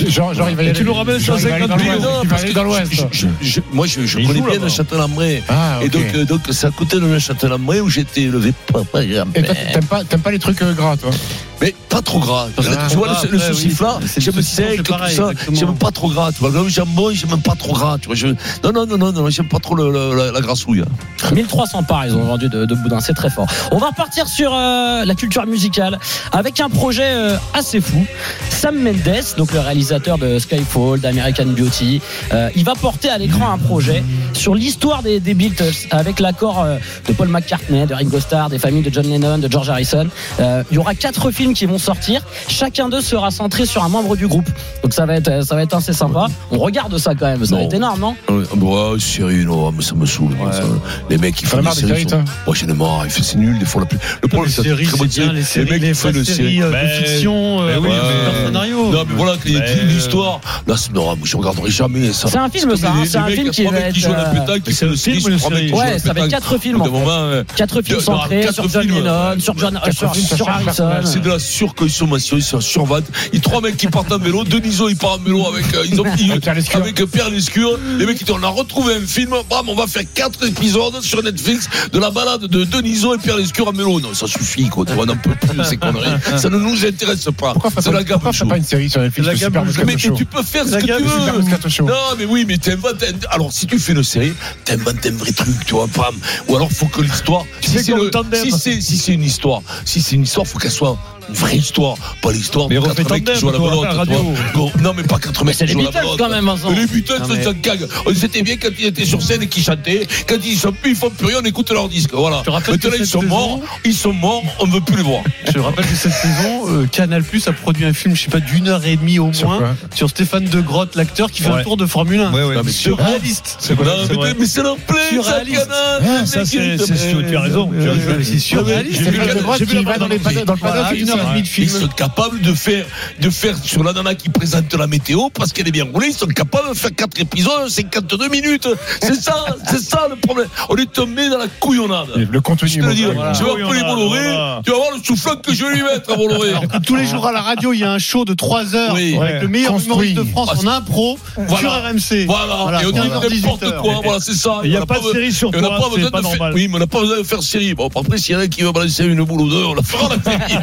S5: Genre, genre, il va y
S4: Et
S5: aller.
S4: tu nous ramènes
S5: genre, il va aller
S4: 150
S5: dans l'Ouest.
S4: millions,
S5: Tu vas aller dans l'Ouest.
S3: Je- je- je- Moi, je, je
S4: Il
S3: connais
S4: joue
S3: bien
S4: là-bas.
S3: le Châtellambray.
S5: Ah,
S3: Et
S5: ok.
S3: donc, euh, donc, c'est à côté de le Châtellambray où j'étais élevé par ma
S5: Et toi, Ah,
S3: grand-mère.
S5: t'aimes pas, t'aimes pas les trucs euh, gras, toi
S3: Mais pas trop gras.
S6: Parce que
S3: Là,
S6: trop
S3: tu vois,
S6: gras,
S3: le, le
S6: après,
S3: souci
S6: oui,
S3: flat,
S6: c'est- c'est
S3: j'aime
S6: le
S3: le
S6: saucisson,
S3: sec,
S6: c'est
S3: tout
S6: pareil,
S3: ça.
S6: exactement.
S3: J'aime pas trop gras. Tu vois, le jambon, j'aime pas trop gras. Tu vois, je... Non, non, non, non, non j'aime pas trop le- le- la, la grassouille. hein.
S21: 1300 parts ils ont vendu de, de boudin, c'est très fort. On va repartir sur euh, la culture musicale avec un projet euh, assez fou. Sam Mendes, donc le réalisateur de Skyfall, d'American Beauty, euh, il va porter à l'écran un projet sur l'histoire des, des Beatles avec l'accord euh, de Paul McCartney, de Ringo Starr, des familles de John Lennon, de George Harrison. Euh, il y aura quatre films qui vont sortir. Chacun d'eux sera centré sur un membre du groupe. Donc ça va être, euh, ça va être assez sympa. On regarde ça quand même, ça va
S3: Non.
S21: être énorme, non
S3: Ouais, ouais, sérieux, non, mais ça me saoule. ça. Les mecs, ils
S5: T'en
S3: font
S5: as
S3: des
S5: marre des
S3: séries.
S5: séries,
S3: ils
S5: toi
S3: font- Moi, j'en ai marre. ils font- C'est nul, des fois. La plus... Le problème, c'est
S6: les
S3: que
S6: séries,
S3: très
S6: c'est
S3: bonnes
S6: bien, les séries,
S3: mecs,
S6: les
S3: ils font
S6: vraies
S3: une
S6: séries
S3: série.
S6: euh, de
S4: Mais-
S6: fiction, euh,
S4: Mais oui,
S6: avec
S4: mais-
S6: un scénario.
S3: Non, mais voilà, qu'il y a
S4: Mais-
S3: une l'histoire. Là, c'est- non, mais je regarderai jamais ça.
S21: C'est un film, ça, hein, c'est un film qui va être. euh,
S3: C'est un film
S21: ou une série Ouais, ça va être quatre films, en fait.
S3: moment, euh,
S21: Quatre films
S3: Il y aura
S21: centrés
S3: quatre
S21: sur John
S3: films,
S21: Lennon,
S3: ouais.
S21: sur John,
S5: Quatre
S21: sur,
S5: films, ça
S21: sur
S5: fait un
S21: Harrison.
S3: c'est de la consommation, ils sont survente. Ils trois mecs qui partent en vélo, Deniso il part en vélo avec, euh, ils ont, ils- avec Pierre Lescure. Les mecs ils disent, on a retrouvé un film, bam, on va faire quatre épisodes sur Netflix de la balade de Deniso et Pierre Lescure en vélo. Non, ça suffit quoi, tu vois, on n'en peut plus ces conneries. Ça ne nous intéresse pas. C'est la gamme
S5: C'est pas une série sur Netflix.
S3: La
S5: le
S3: gamme
S5: Super Moscato
S3: mais
S5: Show.
S3: tu peux faire ce
S5: La
S3: que
S5: gamme
S3: tu
S5: Super Moscato
S3: veux.
S5: Show.
S3: Non, mais oui, mais t'inventes. un- Alors, si tu fais une série, t'inventes un vrai truc, tu vois, pam. Ou alors, faut que l'histoire. Si
S4: fais
S3: c'est
S4: comme
S3: le-
S4: Tandem.
S3: si c'est si c'est une histoire, si c'est une histoire, faut qu'elle soit une vraie histoire, pas l'histoire.
S4: Mais
S3: de
S4: refais
S3: quatre mecs qui
S4: Tandem,
S3: jouent à la
S4: toi,
S3: belote,
S4: à la
S3: tu vois.
S4: radio.
S3: Bon, Non, mais pas quatre mecs
S4: c'est les
S3: qui jouent à la
S4: Beatles,
S3: belote.
S4: quand même, Vincent.
S3: Mais Les Beatles,
S4: Non,
S3: c'est
S4: mais-
S3: un gag. On s'était bien quand ils étaient sur scène et qu'ils chantaient. Quand ils sont plus, ils font plus rien, on écoute leur disque. Voilà.
S6: te rappelle
S3: Maintenant,
S6: que
S3: ils
S6: cette
S3: sont
S6: saison-
S3: morts, ils sont morts, on ne veut plus les voir.
S6: Je rappelle que cette saison, euh, Canal Plus a produit un film, je sais pas, d'une heure et demie au moins, sur Stéphane De Grotte, l'acteur qui fait
S4: Ouais.
S6: un tour de Formule 1.
S4: Ouais, ouais.
S6: Non, mais
S4: C'est vrai.
S6: surréaliste.
S4: C'est vrai, c'est vrai.
S3: Mais c'est leur plaît, ça,
S6: Surréaliste.
S3: canard.
S4: Ah, ça, c'est- c'est- tu as raison. Tu as-
S6: Ouais, C'est surréaliste.
S3: J'ai vu la- j'ai vu la
S5: va dans les
S3: bande-annonce.
S5: panneaux- dans le panneau,
S3: Voilà,
S5: c'est
S3: une
S5: ça.
S3: heure et demie de film. Ils sont capables de faire, de faire sur la nana qui présente la météo parce qu'elle est bien roulée. Ils sont capables de faire 4 épisodes, 52 minutes. C'est ça, c'est ça le problème. On est tombé dans la couillonnade.
S5: Le contenu
S3: Je te le dis,
S5: est mauvais.
S3: tu vas appeler Bolloré, tu vas voir le souffle que je vais lui mettre à Bolloré.
S6: Tous les jours à la radio, il y a un show de 3 heures
S3: Oui.
S6: avec le meilleur
S5: Construit.
S6: humoriste de France en impro sur
S3: Voilà.
S6: RMC.
S3: Voilà, et on dit
S6: 15h18.
S3: n'importe quoi, voilà, c'est ça.
S22: Il y a
S3: On
S22: pas de
S3: be-
S22: série sur
S3: et on n'a
S22: toi,
S3: pas
S22: c'est
S3: besoin
S22: pas
S3: de faire-
S22: normal.
S3: Oui, mais on n'a pas besoin de faire série. Bon, après, s'il y en a qui veut balancer une boule ou deux, on la fera
S22: Ah
S3: la série.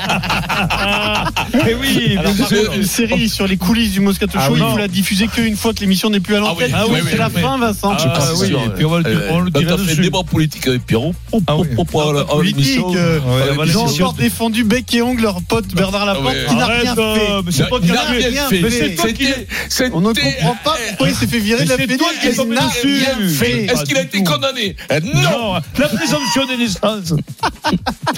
S6: Ah, Mais oui,
S3: Alors,
S6: mais
S3: par
S6: c'est
S3: contre-
S6: une série sur les coulisses du Moscato
S3: Ah
S6: Show,
S3: oui.
S6: il faut la diffuser qu'une fois que l'émission n'est plus à l'antenne.
S3: Ah oui, oui,
S6: c'est la
S3: Ah oui.
S6: fin, Vincent. Ah, Oh,
S3: Je pense que c'est sûr, ouais. Euh, bah, t'as fait le débat politique avec Pierrot.
S22: Ah
S3: Hop, hop, hop, à
S6: Politique,
S3: l'émission.
S6: euh,
S3: Oh, Ouais, à
S6: ils ont
S3: l'émission. Ah
S6: encore défendu bec et ongle leur pote Bernard Laporte
S3: ouais.
S6: qui n'a
S22: Arrête,
S6: rien
S22: euh, mais c'est
S6: fait.
S22: toi
S6: Il
S22: qui
S6: n'a
S22: l'as fait.
S6: rien
S22: Mais
S6: fait.
S22: c'est toi qui l'as-
S3: C'était-
S6: On ne comprend pas pourquoi il s'est fait virer de la
S22: Mais c'est
S6: PD.
S22: toi qui es
S6: Il
S22: tombé
S6: n'a
S22: dessus.
S6: rien fait.
S3: Est-ce qu'il a été condamné Eh, Non
S22: Non, la présomption des naissances.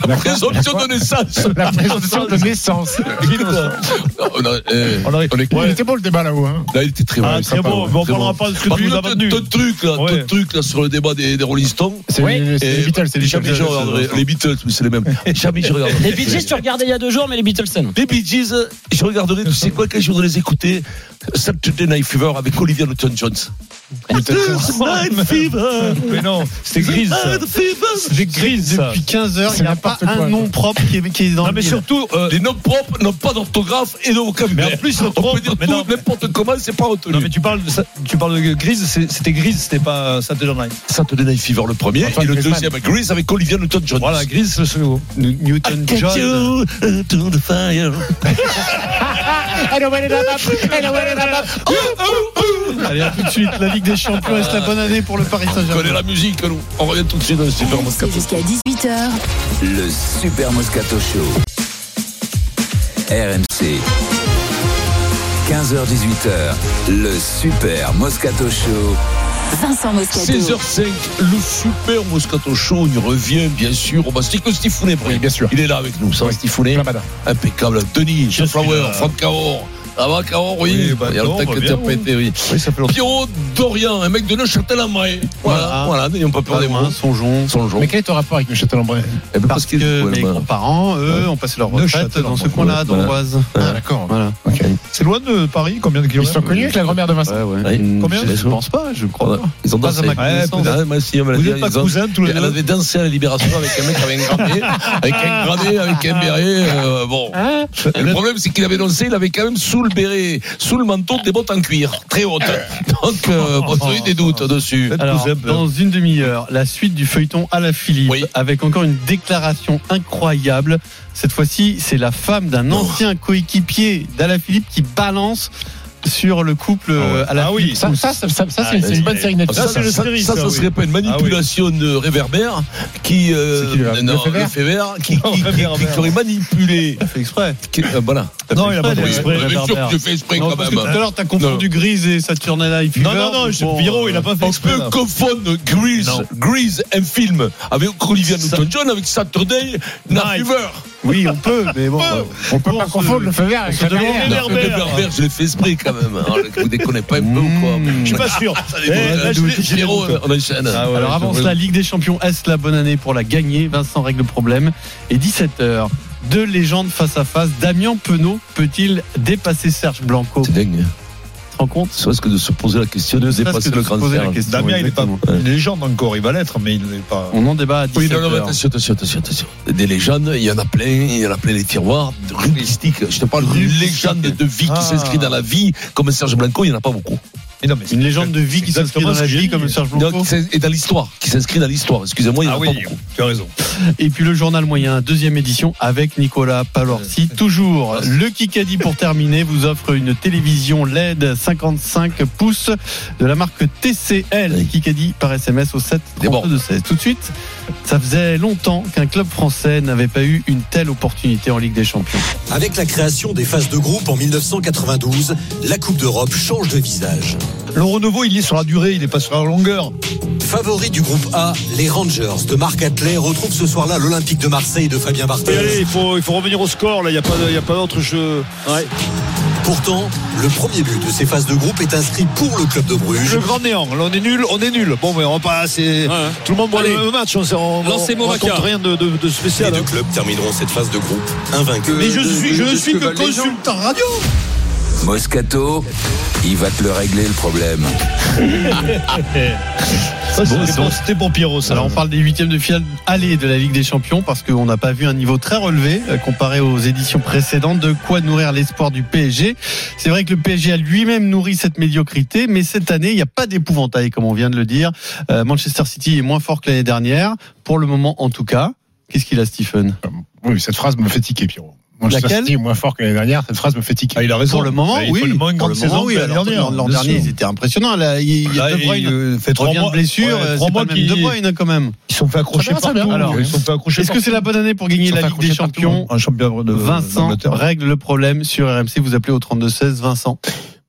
S3: La présomption de naissance
S5: La présentation de naissance.
S3: On a- euh, on est-
S5: Il était beau le débat là-haut. hein.
S3: Là, il était très
S22: Ah,
S3: bon, Bah,
S22: très
S3: sympa,
S22: bon,
S3: ouais,
S22: mais on
S3: très
S22: parlera pas de ce que
S3: Par
S22: tu nous
S3: contre,
S22: as maintenu.
S3: D'autres trucs, là,
S22: Ouais.
S3: d'autres trucs, là, sur le débat des, des Rolling Stones. euh,
S5: C'est les c'est les Beatles, c'est les
S3: Jamais je
S5: Beatles.
S3: regarderai. Les Beatles, oui, c'est les mêmes. Jamais je regarderai.
S21: Les Bee Gees, tu regardais il y a deux jours, mais les Beatles, non.
S3: Les Bee Gees, je regarderai, tu sais quoi, quand je voudrais les écouter, Saturday Night Fever avec Olivia Newton-Jones. Night Fever
S22: Mais non, c'était grise. ça.
S3: Night Fever
S22: C'était grise, ça.
S6: Depuis 15 heures, il n'y a pas
S5: n'importe quoi.
S6: un nom propre qui est, qui est dans
S22: Non,
S6: le
S22: mais
S6: bilan.
S22: surtout, euh,
S3: Les noms propres n'ont pas d'orthographe et de vocabulaire.
S22: Mais en plus, le
S3: on peut
S22: propre-
S3: dire
S22: mais non,
S3: tout, n'importe comment, c'est pas retenu.
S22: non, mais tu parles de, ça- tu parles de grise, c'est- c'était grise, c'était pas euh, Saturday Night.
S3: Saturday Night Fever le premier
S5: Antoine
S3: et le
S5: Griezmann.
S3: deuxième Grease avec Olivia Newton-John.
S22: Voilà, grise, c'est le second.
S6: Newton John.
S3: Oh,
S6: Allez, à tout de suite. La Ligue des Champions est la bonne année pour le Paris
S3: On
S6: Saint-Germain.
S3: connaît la musique, nous. On revient tout de suite dans le Super
S1: RMC
S3: Moscato.
S1: jusqu'à 18h.
S2: Le Super Moscato Show. RMC. 15h-18h, le Super Moscato Show.
S1: Vincent Moscato.
S3: 16h05, le super Moscato Show, on y revient bien sûr. On va stick le Stifounet,
S5: Oui, bien sûr.
S3: Il est là avec nous, ça va Stifounet
S5: Lamada.
S3: Impeccable. Denis, Jean Flower,
S22: là.
S3: Franck Cahor. Ça va, Cahor, oui.
S22: Oui, bah,
S3: Il y a
S22: non,
S3: le tac
S22: bah,
S3: que
S22: bien,
S3: t'as
S22: oui.
S3: pété, oui.
S22: Oui, ça fait longtemps.
S3: Pierrot Dorian, un mec de Neuchâtel en Marais. Voilà,
S6: Voilà.
S3: voilà, n'ayons pas peur
S6: Pas
S22: Ah,
S3: des
S6: loin,
S3: mots.
S6: Songeons.
S3: Songeons.
S5: Mais quel est ton rapport avec le château lambray
S3: Eh ben,
S6: Parce
S3: qu'il-
S6: que
S3: ouais,
S6: mes
S3: bah,
S6: grands-parents, eux, ont passé leur retraite
S22: Neuchâtel,
S6: dans ce
S22: en
S6: coin-là,
S3: Bourgogne.
S6: dans l'Oise.
S5: Ah, d'accord.
S6: Voilà.
S22: C'est loin de Paris, combien de
S5: Ils
S22: kilomètres
S5: sont connus avec la grand-mère de Vincent.
S6: Ouais, ouais.
S3: Ouais.
S6: Hum,
S22: Combien
S6: Je je pense pas, je crois.
S3: voilà.
S6: pas.
S3: Ils ont
S6: Pas à
S3: dansé.
S6: ma
S22: connaissance.
S3: Ah, moi aussi, à ma
S22: Vous
S3: dernière,
S22: n'êtes pas
S3: ils ont-
S22: cousins tous les
S3: Elle
S22: deux
S3: avait dansé à la Libération avec un mec avec un gradé, avec un gradé, avec un béret. euh, bon.
S6: Hein
S3: Et le problème, c'est qu'il avait dansé, il avait quand même sous le béret, sous le manteau, des bottes en cuir, très hautes. Donc, euh, bon,
S22: Oh.
S3: j'ai eu des doutes dessus.
S6: Alors,
S22: Vous êtes-
S6: dans une demi-heure, la suite du feuilleton à la Philippe,
S3: Oui.
S6: avec encore une déclaration incroyable. Cette fois-ci, c'est la femme
S5: Oh.
S6: d'un ancien coéquipier d'Ala Philippe qui balance sur le couple euh, à la
S5: Ça, ça, ça, ça,
S6: Ah,
S5: ça, c'est c'est une bonne série Netflix.
S3: Ça, ça, ça, ça, ça serait pas une manipulation de réverbère qui, euh,
S5: C'est qui, le-
S3: non,
S5: le Fever
S3: le Fever, qui,
S22: Non,
S3: qui, qui,
S22: Réverbère.
S3: qui aurait manipulé.
S6: fait exprès.
S3: Qui- euh, voilà.
S22: Non, il a pas
S3: Oui,
S22: fait exprès,
S3: bien sûr que
S22: Réverbère.
S3: je fais exprès
S6: Non,
S3: quand
S6: parce que
S3: même.
S6: tout à l'heure, t'as confondu Grise et Saturday Night Fever.
S22: Non, non, non, je-
S6: Bon,
S22: Pierrot, il a
S6: euh,
S22: pas fait
S3: On
S22: exprès.
S3: peut
S22: là.
S3: confondre Grease,
S22: Non.
S3: Grease, un film avec Olivia
S22: Ça-
S3: Newton-John avec Saturday Night
S22: Night.
S3: Fever.
S6: Oui, on peut, mais bon. euh,
S5: On peut pas confondre le feu vert avec la
S22: demande
S5: grand-mère.
S22: les
S3: Non, le
S22: Berbère.
S3: Berbère, je l'ai fait esprit quand même. hein. Vous déconnez pas un peu ou quoi
S22: Je suis pas sûr. Eh, là, je l'ai- je l'ai-
S3: Pierrot, on enchaîne.
S22: Ah ouais,
S6: Alors
S22: je-
S6: avance la Ligue des Champions, est la bonne année pour la gagner Vincent règle le problème. Et 17h, deux légendes face à face. Damien Penaud peut-il dépasser Serge Blanco
S3: C'est dingue.
S6: te rends compte
S3: Soit que de se poser la question de
S6: Ça, c'est
S3: dépasser
S6: de
S3: le
S6: se
S3: grand
S6: poser la
S3: cercle.
S6: question,
S4: Damien, il est pas
S6: exactement.
S4: une légende encore, il va l'être, mais il n'est pas.
S6: On en débat à 17
S3: Oui, non, non, mais
S6: heures.
S3: attention, attention, attention, attention. Des légendes, il y en a plein, il y en a plein les tiroirs, rubristiques. Je te parle d'une légende de vie
S22: Ah.
S3: qui s'inscrit dans la vie, comme Serge Blanco, il n'y en a pas beaucoup.
S6: Une légende de vie qui s'inscrit dans la vie comme Serge Blanco.
S3: Donc, c'est- et dans l'histoire, qui s'inscrit dans l'histoire.
S22: Ah
S3: Excusez-moi, il n'y en a pas beaucoup.
S4: Tu as raison.
S6: Et puis le journal moyen, deuxième édition avec Nicolas Palorsi. Toujours le Kikadi pour terminer vous offre une télévision LED 55 pouces de la marque TCL. Kikadi par SMS au 7 32 16. Tout de suite, ça faisait longtemps qu'un club français n'avait pas eu une telle opportunité en Ligue des Champions.
S23: Avec la création des phases de groupe en 1992, la Coupe d'Europe change de visage.
S4: Le renouveau, il est sur la durée, il n'est pas sur la longueur.
S23: Favoris du groupe A, les Rangers de Marc Atlet retrouvent ce soir-là l'Olympique de Marseille de Fabien
S4: Et
S23: Barthez.
S4: allez, il faut, il faut revenir au score, là, il n'y a pas de- il y a pas d'autre jeu.
S23: Pourtant, le premier but de ces phases de groupe est inscrit pour le club de Bruges.
S4: Le grand néant, là on est nul, on est nul. Bon, mais on passe. c'est- Tout le monde voit
S23: Allez.
S4: le même match, on on-
S23: Lancez
S4: on
S23: Moraka.
S4: raconte rien de, de- de spécial. hein.
S23: Les deux clubs termineront cette phase de groupe invaincus.
S2: Mais je suis- je ne suis que
S4: consultant radio.
S2: Moscato, il va te le régler le problème.
S6: Ça,
S4: c'était
S6: c'est
S4: pour-
S6: bon.
S4: c'était pour Pierrot, ça.
S6: Alors on parle des huitièmes de finale aller de la Ligue des Champions parce qu'on n'a pas vu un niveau très relevé euh, comparé aux éditions précédentes. De quoi nourrir l'espoir du PSG C'est vrai que le PSG a lui-même nourri cette médiocrité, mais cette année il n'y a pas d'épouvantail comme on vient de le dire. Euh, Manchester City est moins fort que l'année dernière, pour le moment en tout cas. Qu'est-ce qu'il a Stephen
S5: Euh, Oui, cette phrase me fait tiquer, Pierrot. Manchester
S6: Laquelle
S5: City est moins fort que l'année dernière, cette phrase me fait
S3: Ah,
S5: tiquer. Bah,
S4: il a raison.
S6: Pour le moment,
S4: Mais il
S6: oui.
S4: faut le moins une
S6: Pour
S4: grande
S6: le
S4: saison
S6: moment, oui.
S4: que l'année
S6: Alors,
S4: dernière,
S6: L'an
S4: bien
S6: dernier,
S4: sûr.
S6: ils étaient impressionnants. Là, il il y a
S4: Là,
S6: De Bruyne
S4: il euh, fait
S6: qui
S4: trois
S6: revient de
S4: mois-
S6: blessure.
S4: ouais,
S6: euh,
S4: trois
S6: c'est pas
S4: mois
S6: le même De
S4: qui-
S6: Bruyne quand même.
S4: Ils sont fait accrocher
S6: Ça va, ça
S4: partout.
S6: va. Alors,
S4: ils sont fait accrocher
S6: Est-ce que c'est la bonne année pour gagner la Ligue des Champions
S4: Un champion de
S6: hein. Vincent
S4: d'Angleterre.
S6: règle le problème sur RMC. Vous appelez au 3216, Vincent.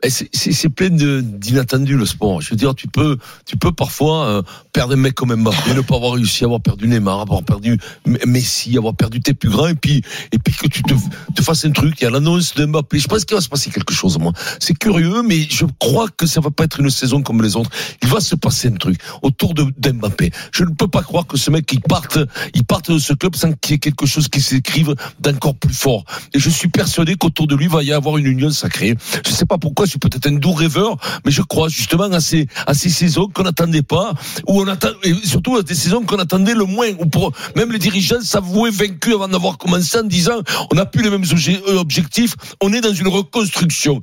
S3: Et c'est- C'est c'est plein de- d'inattendus le sport. Je veux dire, tu peux, tu peux parfois euh, perdre un mec comme Mbappé, ne pas avoir réussi, avoir perdu Neymar, avoir perdu M- Messi, avoir perdu tes plus grands, et puis, et puis que tu te, te fasses un truc. Il y a l'annonce de Mbappé. Je pense qu'il va se passer quelque chose, moi. C'est curieux, mais je crois que ça va pas être une saison comme les autres. Il va se passer un truc autour de d'Mbappé. Je ne peux pas croire que ce mec il parte, il parte de ce club sans qu'il y ait quelque chose qui s'écrive d'encore plus fort. Et je suis persuadé qu'autour de lui va y avoir une union sacrée. Je ne sais pas pourquoi, je suis peut-être un doux rêveur, mais je crois justement à ces, à ces saisons qu'on n'attendait pas, ou on attend, et surtout à des saisons qu'on attendait le moins, ou pour, même les dirigeants s'avouaient vaincus avant d'avoir commencé en disant, on n'a plus les mêmes obje- euh, objectifs, on est dans une reconstruction.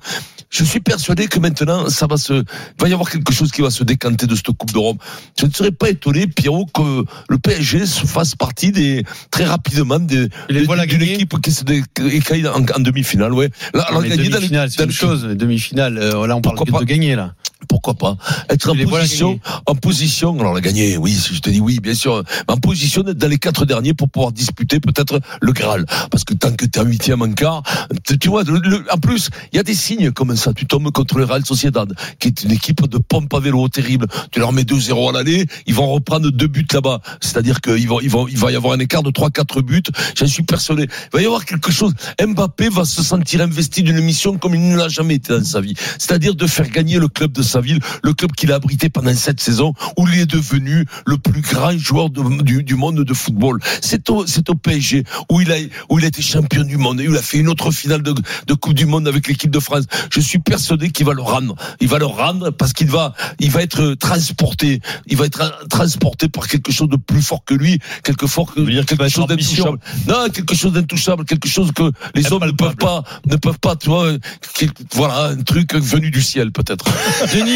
S3: Je suis persuadé que maintenant, ça va se, il va y avoir quelque chose qui va se décanter de cette Coupe d'Europe. Je ne serais pas étonné, Pierrot, que le PSG se fasse partie des, très rapidement des, des- d'une équipe qui se dé- qui est en, en demi-finale, ouais. Là, alors,
S6: les
S3: gagner dans les-
S6: demi-finales, c'est
S3: dans
S6: une
S3: les-
S6: chose. Les demi-finales, euh, là, on parle
S3: Pourquoi
S6: de
S3: pas
S6: gagner, là.
S3: pourquoi pas être en
S6: Et les voilà
S3: position,
S6: gagnés.
S3: en position, alors la gagner, oui, je te dis oui, bien sûr, mais en position d'être dans les quatre derniers pour pouvoir disputer peut-être le Graal. Parce que tant que t'es en huitième, en quart, tu, tu vois, le- le- en plus, il y a des signes comme ça. Tu tombes contre le Real Sociedad, qui est une équipe de pompe à vélo terrible. Tu leur mets 2-0 à l'aller, ils vont reprendre deux buts là-bas. C'est-à-dire qu'ils vont, ils vont, il va y avoir un écart de 3-4 buts. J'en suis persuadé. Il va y avoir quelque chose. Mbappé va se sentir investi d'une mission comme il ne l'a jamais été dans sa vie. C'est-à-dire de faire gagner le club de sa ville, le club qu'il a abrité pendant cette saison, où il est devenu le plus grand joueur de- du, du monde de football. C'est au, c'est au PSG, où il, a, où il a été champion du monde, et où il a fait une autre finale de, de Coupe du Monde avec l'équipe de France. Je suis persuadé qu'il va le rendre. Il va le rendre parce qu'il va, il va être transporté. Il va être tra- transporté par quelque chose de plus fort que lui, quelque, fort que, quelque chose d'intouchable. Non, quelque chose d'intouchable, quelque chose que les hommes ne peuvent pas, ne peuvent pas, tu vois, quel- voilà, un truc venu du ciel, peut-être.
S6: Denis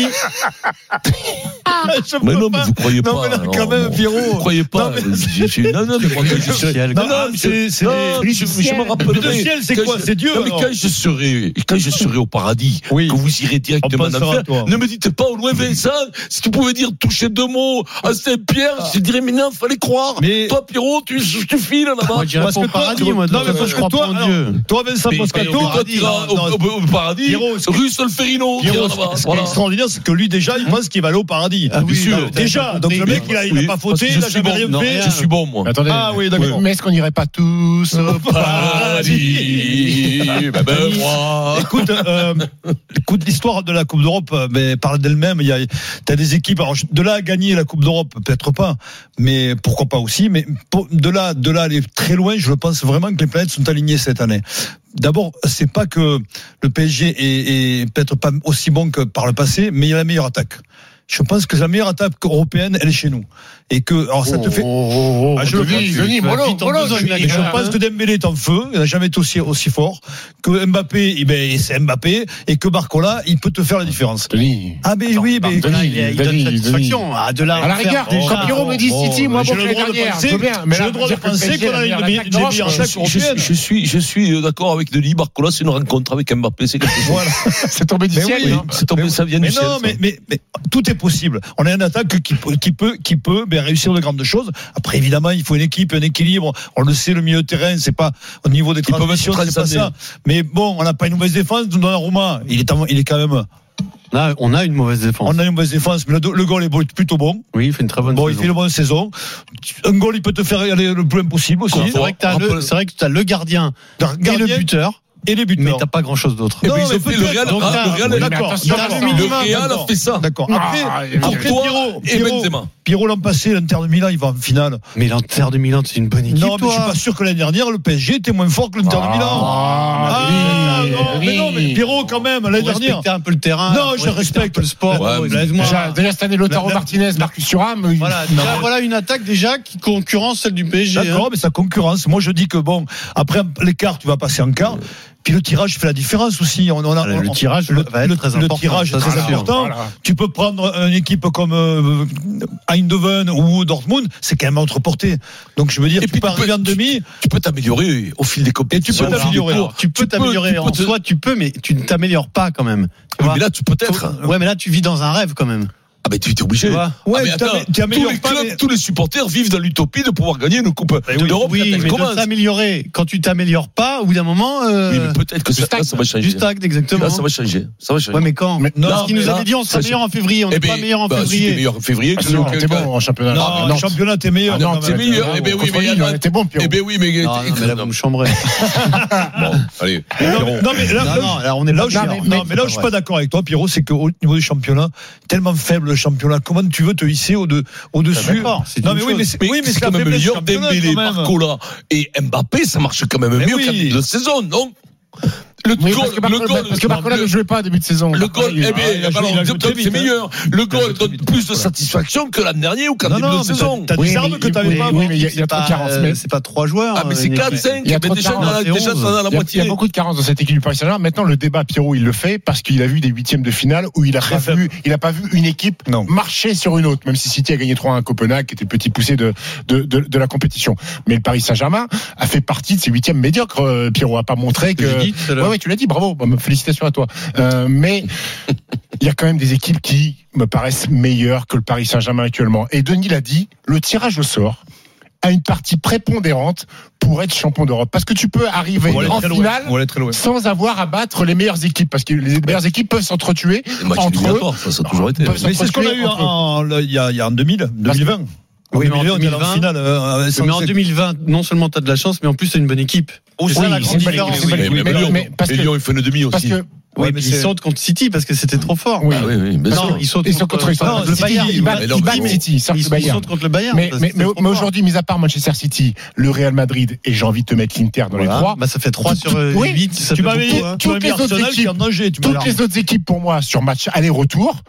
S5: Ah.
S3: Mais non, mais vous croyez
S4: Non,
S3: pas.
S4: mais là,
S3: non,
S4: quand même,
S3: non.
S4: Pierrot.
S3: Vous croyez pas. euh, J'ai- j'ai- Non, non, mais moi, quand je serai-
S4: Non, non, mais c'est- c'est-
S3: non,
S4: le
S3: je, je
S4: ciel.
S3: me rappellerai.
S4: Le ciel, c'est
S3: Quand
S4: quoi
S3: je-
S4: C'est Dieu,
S3: Non, mais
S4: alors
S3: quand je serai, quand je serai au paradis, que vous irez directement
S4: On
S3: en
S4: pensera à
S3: enfer,
S4: toi.
S3: ne me dites pas au loin Vincent, si tu pouvais dire toucher deux mots à Saint-Pierre,
S4: Ah.
S3: je dirais, mais non, fallait croire. Toi, Pierrot, tu, tu files là-bas.
S6: Moi, j'irais pas au paradis, moi,
S4: Non, mais
S6: euh,
S4: parce
S6: je
S4: que
S6: crois
S4: toi,
S6: pas en
S4: alors,
S6: Dieu.
S4: toi, Vincent
S6: Mais il
S4: Moscato,
S6: va y
S4: toi,
S6: avoir
S4: tu
S6: paradis,
S4: iras
S6: non,
S4: au-
S6: non,
S4: au-
S3: au paradis,
S4: Pierrot, ce qui-
S3: Russell Ferrino,
S4: Pierrot,
S3: tira
S4: ce qui-
S3: là-bas,
S4: ce qui est
S3: voilà.
S4: extraordinaire, c'est que lui, déjà, il pense qu'il va aller au paradis.
S3: titre.
S5: Ah oui,
S3: bien sûr.
S5: bah, déjà,
S3: Donc
S5: des-
S3: le mec, il a, il a
S5: oui,
S3: pas
S5: parce
S3: fauté,
S5: que
S3: il
S5: je
S3: a
S5: suis
S3: jamais
S5: bon.
S3: rien
S5: Non,
S3: fait.
S5: rien. Je suis
S3: bon, moi.
S5: Attendez.
S3: Ah oui, d'accord.
S5: Mais est-ce qu'on n'irait pas tous au
S6: ah,
S5: paradis
S3: ben, moi.
S4: Écoute, euh, écoute l'histoire de la Coupe d'Europe, euh, mais parle d'elle-même. Il y a, t'as des équipes. Alors, je- de là à gagner la Coupe d'Europe, peut-être pas, mais pourquoi pas aussi. Mais pour- de là, de là, à aller très loin. Je pense vraiment que les planètes sont alignées cette année. D'abord, c'est pas que le PSG est, est peut-être pas aussi bon que par le passé, mais il y a la meilleure attaque. Je pense que la meilleure attaque européenne, elle est chez nous. Et que, alors ça te fait. Ah, je le
S5: Denis,
S4: pense.
S5: Denis,
S4: Tu vas vite
S5: mollo,
S4: en
S5: mollo,
S4: besogne,
S5: tu-
S4: là, et je
S5: hein.
S4: pense que Dembélé est en feu. Il n'a jamais été aussi, aussi fort. Que Mbappé, eh ben, c'est Mbappé. Et que Barcola, il peut te faire la différence. Ah, mais oui, mais.
S6: Barcola, il est- il donne satisfaction. Ah, de là
S4: À la
S6: faire-
S4: rigueur,
S6: Oh,
S5: quand Pierrot me dit
S6: oh,
S5: City, moi,
S6: j'ai
S5: bon,
S6: le
S5: l'année
S6: droit de
S5: dernière,
S6: penser-
S5: je veux bien, mais
S6: j'ai
S5: là,
S6: le droit de
S5: dire que le
S6: penser
S5: PSG
S6: qu'on a
S5: la
S6: une
S5: meilleure
S6: demi-
S5: attaque
S6: une
S5: d'Europe,
S6: demi-
S5: euh,
S6: en chaque
S5: je-
S3: Je suis, je suis, je suis, euh, d'accord avec Denis. Barcola, c'est une rencontre avec Mbappé. C'est quelque chose.
S5: C'est tombé
S4: du ciel, hein.
S3: C'est tombé, ça vient
S4: mais
S3: du ciel.
S4: non,
S3: ça.
S4: mais, mais, mais tout est possible. On a une attaque qui, peut- qui peut, qui peut ben, réussir de grandes choses. Après, évidemment, il faut une équipe, un équilibre. On le sait, le milieu de terrain, c'est pas au niveau des
S3: peuvent
S4: transitions,
S3: se
S4: c'est pas ça.
S3: transcender.
S4: Mais bon, on n'a pas une mauvaise défense. Donnarumma, il est, en- il est quand même.
S6: on a une mauvaise défense.
S4: On a une mauvaise défense, mais le, le goal est beau- plutôt bon.
S6: Oui, il fait une très bonne
S4: bon,
S6: saison.
S4: il fait une bonne saison. Un goal, il peut te faire aller le plus loin possible aussi.
S6: C'est vrai que t'as le, c'est vrai que t'as le gardien,
S4: gardien
S6: et le buteur.
S4: Et les buteurs.
S6: Mais t'as pas grand chose d'autre.
S3: Eh
S4: Non, mais
S3: ben, fait le
S4: peut-être.
S3: Real-
S4: Donc,
S3: ah, le
S4: t'as-
S3: Real-
S4: d'accord.
S3: Attends,
S4: T'as
S3: attends,
S4: le minimum,
S3: le Real a
S4: d'accord.
S3: fait ça.
S4: D'accord.
S3: Ah,
S4: Après,
S3: évidemment.
S4: après
S3: Courtois
S4: Pirlo,
S3: et
S4: Pirlo-
S3: Benzema.
S4: Pirlo l'an passé, l'Inter de Milan, il va en finale.
S6: Mais l'Inter de Milan, c'est une bonne équipe.
S4: Non, mais je suis pas sûr que l'année dernière, le PSG était moins fort que l'Inter de Milan. Ah,
S6: oui,
S4: non, mais non, mais Pirlo, quand même, l'année
S6: Faut
S4: dernière.
S6: respecter un peu le terrain,
S4: Non,
S6: faut
S4: je respecte.
S6: le sport.
S4: Ouais, mais-
S6: Excuse-moi.
S4: Déjà-
S5: Déjà cette année, Lautaro
S6: La- la-
S5: Martinez, Marcus Thuram.
S6: Voilà,
S5: Non.
S6: déjà, voilà une attaque déjà qui concurrence celle du PSG.
S4: D'accord, mais sa concurrence. Moi, je dis que bon, après l'écart, tu vas passer en quart. Puis le tirage fait la différence aussi. On, on a,
S6: Le
S4: on-
S6: tirage
S4: le,
S6: va être
S4: le-
S6: très
S4: le
S6: important,
S4: tirage est
S6: ça,
S4: très
S6: c'est sûr.
S4: important.
S6: Voilà.
S4: Tu peux prendre une équipe comme euh, Eindhoven ou Dortmund, c'est quand même à autre portée. Donc je veux dire, tu peux arriver en demi.
S3: Tu peux t'améliorer au fil des compétitions.
S4: tu peux
S3: au fil des
S4: t'améliorer.
S3: cours.
S6: Tu peux t'améliorer
S3: tu
S6: en
S3: peux te-
S6: soi, tu peux, mais tu ne t'améliores pas quand même. Tu
S3: Oui,
S6: vois
S3: mais là, tu peut-être.
S6: Ouais, mais là, tu vis dans un rêve quand même.
S3: Ah ben tu es obligé.
S6: Tu vois
S3: ah,
S6: Ouais,
S3: mais
S6: tu
S3: attends,
S6: t'amé- tu
S3: tous
S6: améliores
S3: les
S6: pas,
S3: clubs,
S6: mais-
S3: tous les supporters vivent dans l'utopie de pouvoir gagner une coupe d'Europe.
S6: Bah oui, mais
S3: Comment
S6: de t'améliorer. Quand tu t'améliores pas, au bout d'un moment. euh,
S3: Oui, mais peut-être que
S6: tu
S3: ça, là,
S6: stagnes.
S3: ça va changer.
S6: Tu stagnes, exactement.
S3: Là, ça va changer. Ça va changer.
S6: Ouais, mais quand
S3: Mais-
S6: Parce
S3: Non,
S6: qu'ils
S3: mais
S6: nous
S3: là,
S6: avaient dit on
S3: ça,
S6: sera meilleur
S3: c'est-
S6: en février, on
S3: Eh
S6: n'est pas
S3: ben,
S6: meilleur en
S3: bah, si t'es
S6: février.
S3: meilleur en février que
S6: Ah, sinon,
S3: que-
S6: t'es bon en championnat.
S4: Non,
S6: Ah,
S4: en
S6: Nantes.
S4: championnat, t'es meilleur.
S6: Ah, Nantes,
S4: Non, mais-
S6: t'es meilleur.
S3: Eh ben oui,
S6: Contre
S3: mais
S6: Lille,
S3: alors-
S6: on était bon,
S3: Eh ben oui, mais
S6: Non, non, mais là, vous me chambrez.
S3: Bon, allez.
S4: Non,
S3: Pierrot.
S4: non, mais là,
S6: Non,
S4: là,
S6: non, alors on est
S4: là
S6: pas
S4: où je-
S6: meilleur.
S4: non, mais là où je suis pas d'accord avec toi, Pierrot, c'est qu'au niveau du championnat, tellement faible le championnat, comment tu veux te hisser au de-
S3: Ah,
S4: au-dessus
S3: d'accord,
S4: Non, mais oui, mais c'est oui, mais c'est
S3: quand
S4: la
S3: même
S4: faiblesse du
S3: meilleur
S4: championnat,
S3: Dembélé,
S4: quand même.
S3: Barcola et Mbappé, ça marche quand même
S4: Mais
S3: mieux
S4: oui.
S3: qu'en début de saison, non le
S5: Oui,
S3: goal,
S5: parce que Barcola-
S3: le goal,
S5: parce que Barcola
S3: le-
S5: ne jouait pas à début de saison.
S3: le goal, eh bien,
S5: il a joué-
S3: alors,
S5: il a joué
S3: donc,
S5: très vite,
S3: c'est
S5: hein.
S3: meilleur. Le goal donne plus de satisfaction que l'an dernier ou qu'en
S4: Non,
S3: début
S4: non,
S3: de
S4: mais
S3: saison.
S4: t'as- t'as des Oui, armes mais- que t'avais oui, pas oui, avant. mais il y a- il y a trop de carences, mais-
S6: C'est pas trois joueurs.
S3: Ah, mais c'est
S6: euh,
S3: 4,
S6: Nicolas.
S3: 5, mais déjà, on en a- déjà, ça en a la
S5: Il y a- Il y
S3: moitié.
S5: a beaucoup de carences dans cette équipe du Paris Saint-Germain. Maintenant, le débat, Pierrot, il le fait parce qu'il a vu des huitièmes de finale où il n'a pas, vu- il a pas vu une équipe marcher sur une autre, même si City a gagné 3-1 à Copenhague, qui était le petit poussé de, de, de, de la compétition. Mais le Paris Saint-Germain a fait partie de ces huitièmes médiocres, euh, Pierrot, a pas montré que.
S6: l'ai dit tout à l'heure.
S5: Ouais, ouais, tu l'as dit, bravo, bah, félicitations à toi. Euh, mais il y a quand même des équipes qui me paraissent meilleures que le Paris Saint-Germain actuellement. Et Denis l'a dit, le tirage au sort a une partie prépondérante pour être champion d'Europe. Parce que tu peux arriver
S4: Pour aller
S5: en
S4: très loin.
S5: finale
S4: Pour aller très loin.
S5: sans avoir à battre les meilleures équipes. Parce que les meilleures équipes peuvent s'entretuer
S4: Bah,
S3: Les matchs
S5: entre eux.
S3: obligatoires, ça, ça a toujours été.
S5: Peuvent
S4: Mais c'est ce qu'on a
S5: s'entretuer
S4: eu en,
S5: entre eux.
S4: en- là, il y a, il y a en 2000, 2020.
S6: Oui, mais en
S4: 2020, on est allé
S6: 2020,
S4: en finale. euh,
S6: Oui,
S4: sans-
S6: Mais en 2020, non seulement t'as de la chance, mais en plus t'as une bonne équipe.
S4: Oh,
S6: C'est
S4: oui,
S6: ça la
S4: c'est
S6: grande
S4: une bonne
S6: différence.
S4: équipe, c'est une bonne
S3: Mais
S5: Mais
S3: Lyon,
S5: non, mais parce
S3: et
S5: que-
S3: Lyon, il fait une demi
S5: Parce
S3: aussi.
S5: que
S6: Oui,
S3: Ouais,
S6: mais
S3: mais
S6: ils
S3: c'est-
S6: sautent contre City parce que c'était trop fort.
S5: Oui.
S3: Ah oui, oui, bien
S6: non,
S3: sûr.
S6: ils sautent
S5: Ils sont contre- ils sont
S6: non,
S5: contre
S6: le
S5: City,
S6: Bayern.
S5: ils
S6: Ils
S5: battent-
S6: battent-
S5: ils
S6: ils
S5: battent
S6: battent-
S5: City, sauf
S6: ils
S5: le
S6: sont-
S5: Bayern.
S6: ils sautent contre le Bayern.
S5: Mais,
S6: parce
S5: mais,
S6: que
S5: mais,
S6: c'était trop
S5: mais
S6: fort.
S5: aujourd'hui, mis à part Manchester City, le Real Madrid, et j'ai envie de te mettre l'Inter dans les
S6: Voilà.
S5: trois.
S6: Bah, ça fait 3 sur euh,
S5: Oui.
S6: 8. Ça
S4: Tu
S6: fait
S4: m'avais
S6: beaucoup,
S4: dit-
S6: hein.
S4: tu
S5: Toutes
S4: m'avais mis
S5: les autres
S4: Arsenal qui est
S5: équipes-
S4: en danger. tu m'as
S5: Toutes
S4: largué.
S5: les autres équipes, pour moi, sur match aller-retour,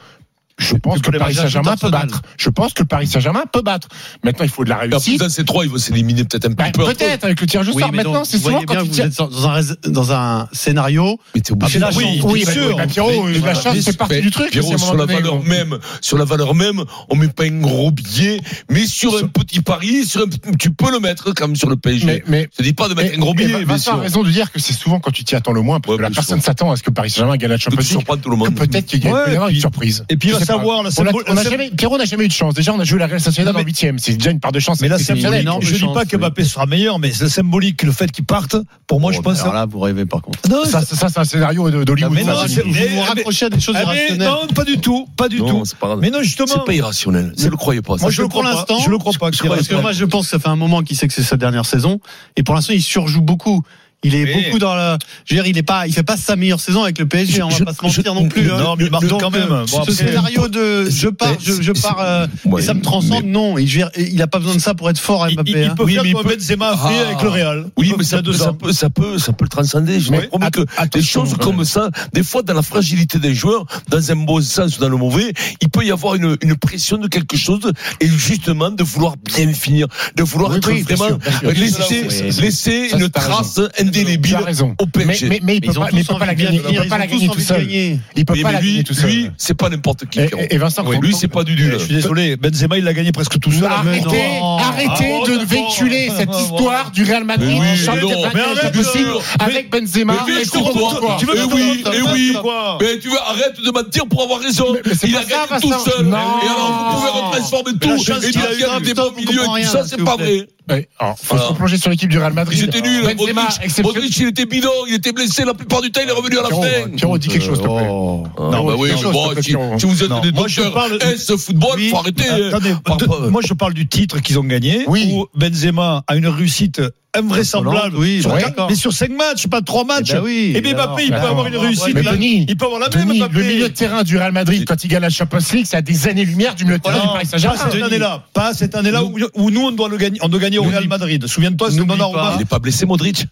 S5: je pense
S4: Tu
S5: que
S4: peux
S5: le Paris
S4: les rajouter
S5: Saint-Germain peut
S4: Arsenal.
S5: battre. Je pense que le Paris Saint-Germain peut battre. Maintenant, il faut de la
S6: Bah,
S3: Et En plus,
S5: réussite.
S3: dans ces trois, ils vont s'éliminer peut-être un
S5: Bah,
S3: petit peu. entre eux.
S5: Peut-être avec le tirage au
S6: Oui,
S5: sort.
S6: mais
S5: Maintenant,
S6: donc,
S5: c'est
S6: vous voyez
S5: souvent quand
S6: bien,
S5: tu
S6: vous
S5: tires.
S6: êtes dans- dans un rés- dans un scénario.
S3: Mais t'es
S6: Ah, mais
S3: obligé.
S6: là,
S3: Oui,
S6: je-
S5: Oui,
S6: bien
S5: bah,
S6: sûr.
S5: bah, Pierrot,
S3: hein. Mais-
S5: la chance
S3: mais-
S5: fait partie
S3: mais-
S5: du truc.
S3: Pierrot,
S5: c'est à un
S3: sur
S5: moment
S3: la
S5: donné,
S3: valeur
S5: bon.
S3: même, sur la valeur même, on met pas un gros billet, mais sur un petit pari, sur un- tu peux le mettre comme sur le PSG.
S5: Mais- mais-
S3: je te dis pas de mettre
S5: Mais-
S3: un gros
S5: mais
S3: billet, bien
S5: Vincent a
S3: sûr.
S5: raison de dire que c'est souvent quand tu t'y attends le moins, parce
S3: Ouais,
S5: que la
S3: bien
S5: personne
S3: sûr.
S5: s'attend à ce que Paris Saint-Germain gagne la
S3: Que
S5: Champions
S3: tu
S5: League.
S3: surprends tout le
S5: que
S3: monde.
S5: Peut-être qu'il y a
S4: Ouais,
S5: peut y avoir une
S4: puis-
S5: surprise.
S4: Et puis
S5: Je
S4: là,
S5: sais
S4: savoir, la
S5: on
S4: seule-
S5: a, on a
S4: la seule-
S5: jamais, Pierrot n'a jamais eu de chance. Déjà, on a joué la Real Sociedad en huitième. C'est déjà une part de chance.
S4: Mais là, c'est
S5: exceptionnel.
S4: énorme. Je dis pas que Mbappé sera meilleur, mais c'est symbolique. Le fait qu'il parte, pour moi, je pense.
S6: Alors là, vous rêvez par contre.
S4: Non,
S5: ça, ça, ça, c'est un scénario de- d'Hollywood.
S4: Mais non,
S5: ça,
S4: c'est-
S5: Jimmy.
S4: eh, eh, eh, eh, Non, pas du tout, pas du tout. Mais non, justement.
S3: C'est pas irrationnel. Ne le croyez pas. ça.
S4: Moi, je le crois pas. Je le crois pas. que c'est
S6: Parce que
S4: irrationnel.
S6: moi, je pense que ça fait un moment qu'il sait que c'est sa dernière saison. Et pour l'instant, il surjoue beaucoup. Il est
S4: Mais-
S6: beaucoup dans la. Je veux dire, il est pas, il fait pas sa meilleure saison avec le PSG. hein, On va
S4: je-
S6: pas se mentir
S4: je-
S6: non plus.
S4: non, mais il marque
S6: Donc,
S4: quand même.
S6: euh,
S4: Bon,
S6: ce
S4: après-
S6: scénario de je pars, je, je pars euh, et ça me transcende. Non, il, je veux dire, il a pas besoin de ça pour être fort. Mbappé.
S4: il- il
S6: hein.
S4: peut faire comme Benzema a fait avec le Real.
S3: Ah. Oui,
S4: Il
S3: mais
S4: peut- il
S3: ça
S4: a
S3: peut,
S4: deux
S3: ça,
S4: ans.
S3: peut, ça, peut, ça peut le transcender. Je
S4: Oui.
S3: vous promets que des choses comme ça, des fois, dans la fragilité des joueurs, dans un bon sens ou dans le mauvais, il peut y avoir une, une pression de quelque chose et justement de vouloir bien finir, de vouloir
S5: Oui,
S3: être
S5: oui, bien
S3: vraiment
S5: sûr, bien sûr.
S3: laisser,
S5: Oui, oui.
S3: laisser
S5: Ça,
S3: une
S5: c'est ta
S3: trace
S5: raison. Tu
S3: indélébile
S5: as raison.
S3: au PSG.
S5: Mais- mais- mais il Mais peut ils ont pas- mais il tous peut pas la envie de gagner. gagner. Il peut Ils pas ont la tous gagner envie tout de seul. gagner. Il peut
S3: Oui,
S5: pas
S3: mais
S5: la
S3: lui-
S5: gagner tout seul.
S3: Lui, c'est pas n'importe qui.
S5: Et-
S3: Pierrot.
S5: et Vincent,
S3: Oui,
S5: faut-
S3: lui, c'est pas du nul.
S4: Je suis désolé, Benzema, il l'a gagné presque tout seul. Ah,
S5: Arrêtez,
S4: Mais non.
S5: arrêtez
S4: Ah,
S5: de
S4: bon,
S5: véhiculer
S4: bon,
S5: cette
S4: bon,
S5: histoire
S4: bon.
S5: du Real Madrid
S4: Mais oui,
S5: champion
S4: mais non.
S5: de
S4: Mais
S5: Bangladesh
S4: arrête,
S5: du Sud
S4: euh,
S5: avec Benzema
S3: Mais
S5: et
S3: oui,
S5: Kourou.
S3: tu veux
S4: Mais oui,
S3: oui,
S4: mais oui.
S3: oui. Mais tu veux, arrête de mentir pour avoir raison.
S5: c'est
S3: Il
S5: pas
S3: a
S5: ça,
S3: gagné tout
S5: Vincent.
S3: seul.
S5: Non.
S3: Et alors, vous pouvez retransformer
S5: Mais la
S3: tout.
S5: chance
S3: Et
S5: qu'il
S3: tu
S5: a
S3: as
S5: eu,
S3: gagné des
S5: Stop,
S3: bons
S5: vous
S3: milieux.
S5: comprenez rien,
S3: Tout ça,
S5: s'il
S3: c'est
S5: vous
S3: pas
S5: plaît.
S3: vrai.
S5: Ouais, alors, faut
S3: Voilà.
S5: se replonger sur l'équipe du Real Madrid.
S3: Ils étaient nuls. hein,
S5: Benzema,
S3: Modric,
S5: exceptionnel.
S3: Modric, il était bidon. Il était blessé la plupart du temps. Il est revenu à la
S5: Pierrot,
S3: fin.
S5: Pierrot, dis quelque chose, s'il
S6: Euh,
S5: te plaît.
S3: Non, bah oui,
S5: Quelque chose,
S3: bon,
S5: s'il te plaît,
S3: si,
S5: Pierrot.
S3: si vous êtes
S5: Non.
S3: des
S4: Moi, je
S3: docteurs,
S4: parle-
S3: eh, ce football,
S4: Oui.
S3: faut arrêter.
S4: Attendez,
S3: Par-
S4: de-
S3: par-
S4: moi je parle du titre qu'ils ont gagné où Benzema a une réussite invraisemblable
S6: Hollande, oui,
S4: sur
S6: ouais.
S4: quatre- mais sur 5 matchs, pas 3 matchs.
S6: Eh ben oui,
S4: et
S6: alors,
S4: Mbappé, il peut
S6: alors,
S4: avoir une
S6: alors,
S4: réussite
S5: Mais
S4: là.
S5: Denis,
S4: Il peut avoir la même
S5: Denis,
S4: Mbappé.
S5: le milieu de terrain du Real Madrid quand il gagne la Champions League, c'est à des années-lumière du milieu de terrain
S4: Non,
S5: du Paris Saint-Germain.
S4: pas cette
S5: Denis.
S4: année-là, pas cette année-là où, où nous on doit le gagner, on doit gagner au Real Madrid. Souviens-toi, c'est Donnarumma.
S3: Il n'est pas blessé, Modric.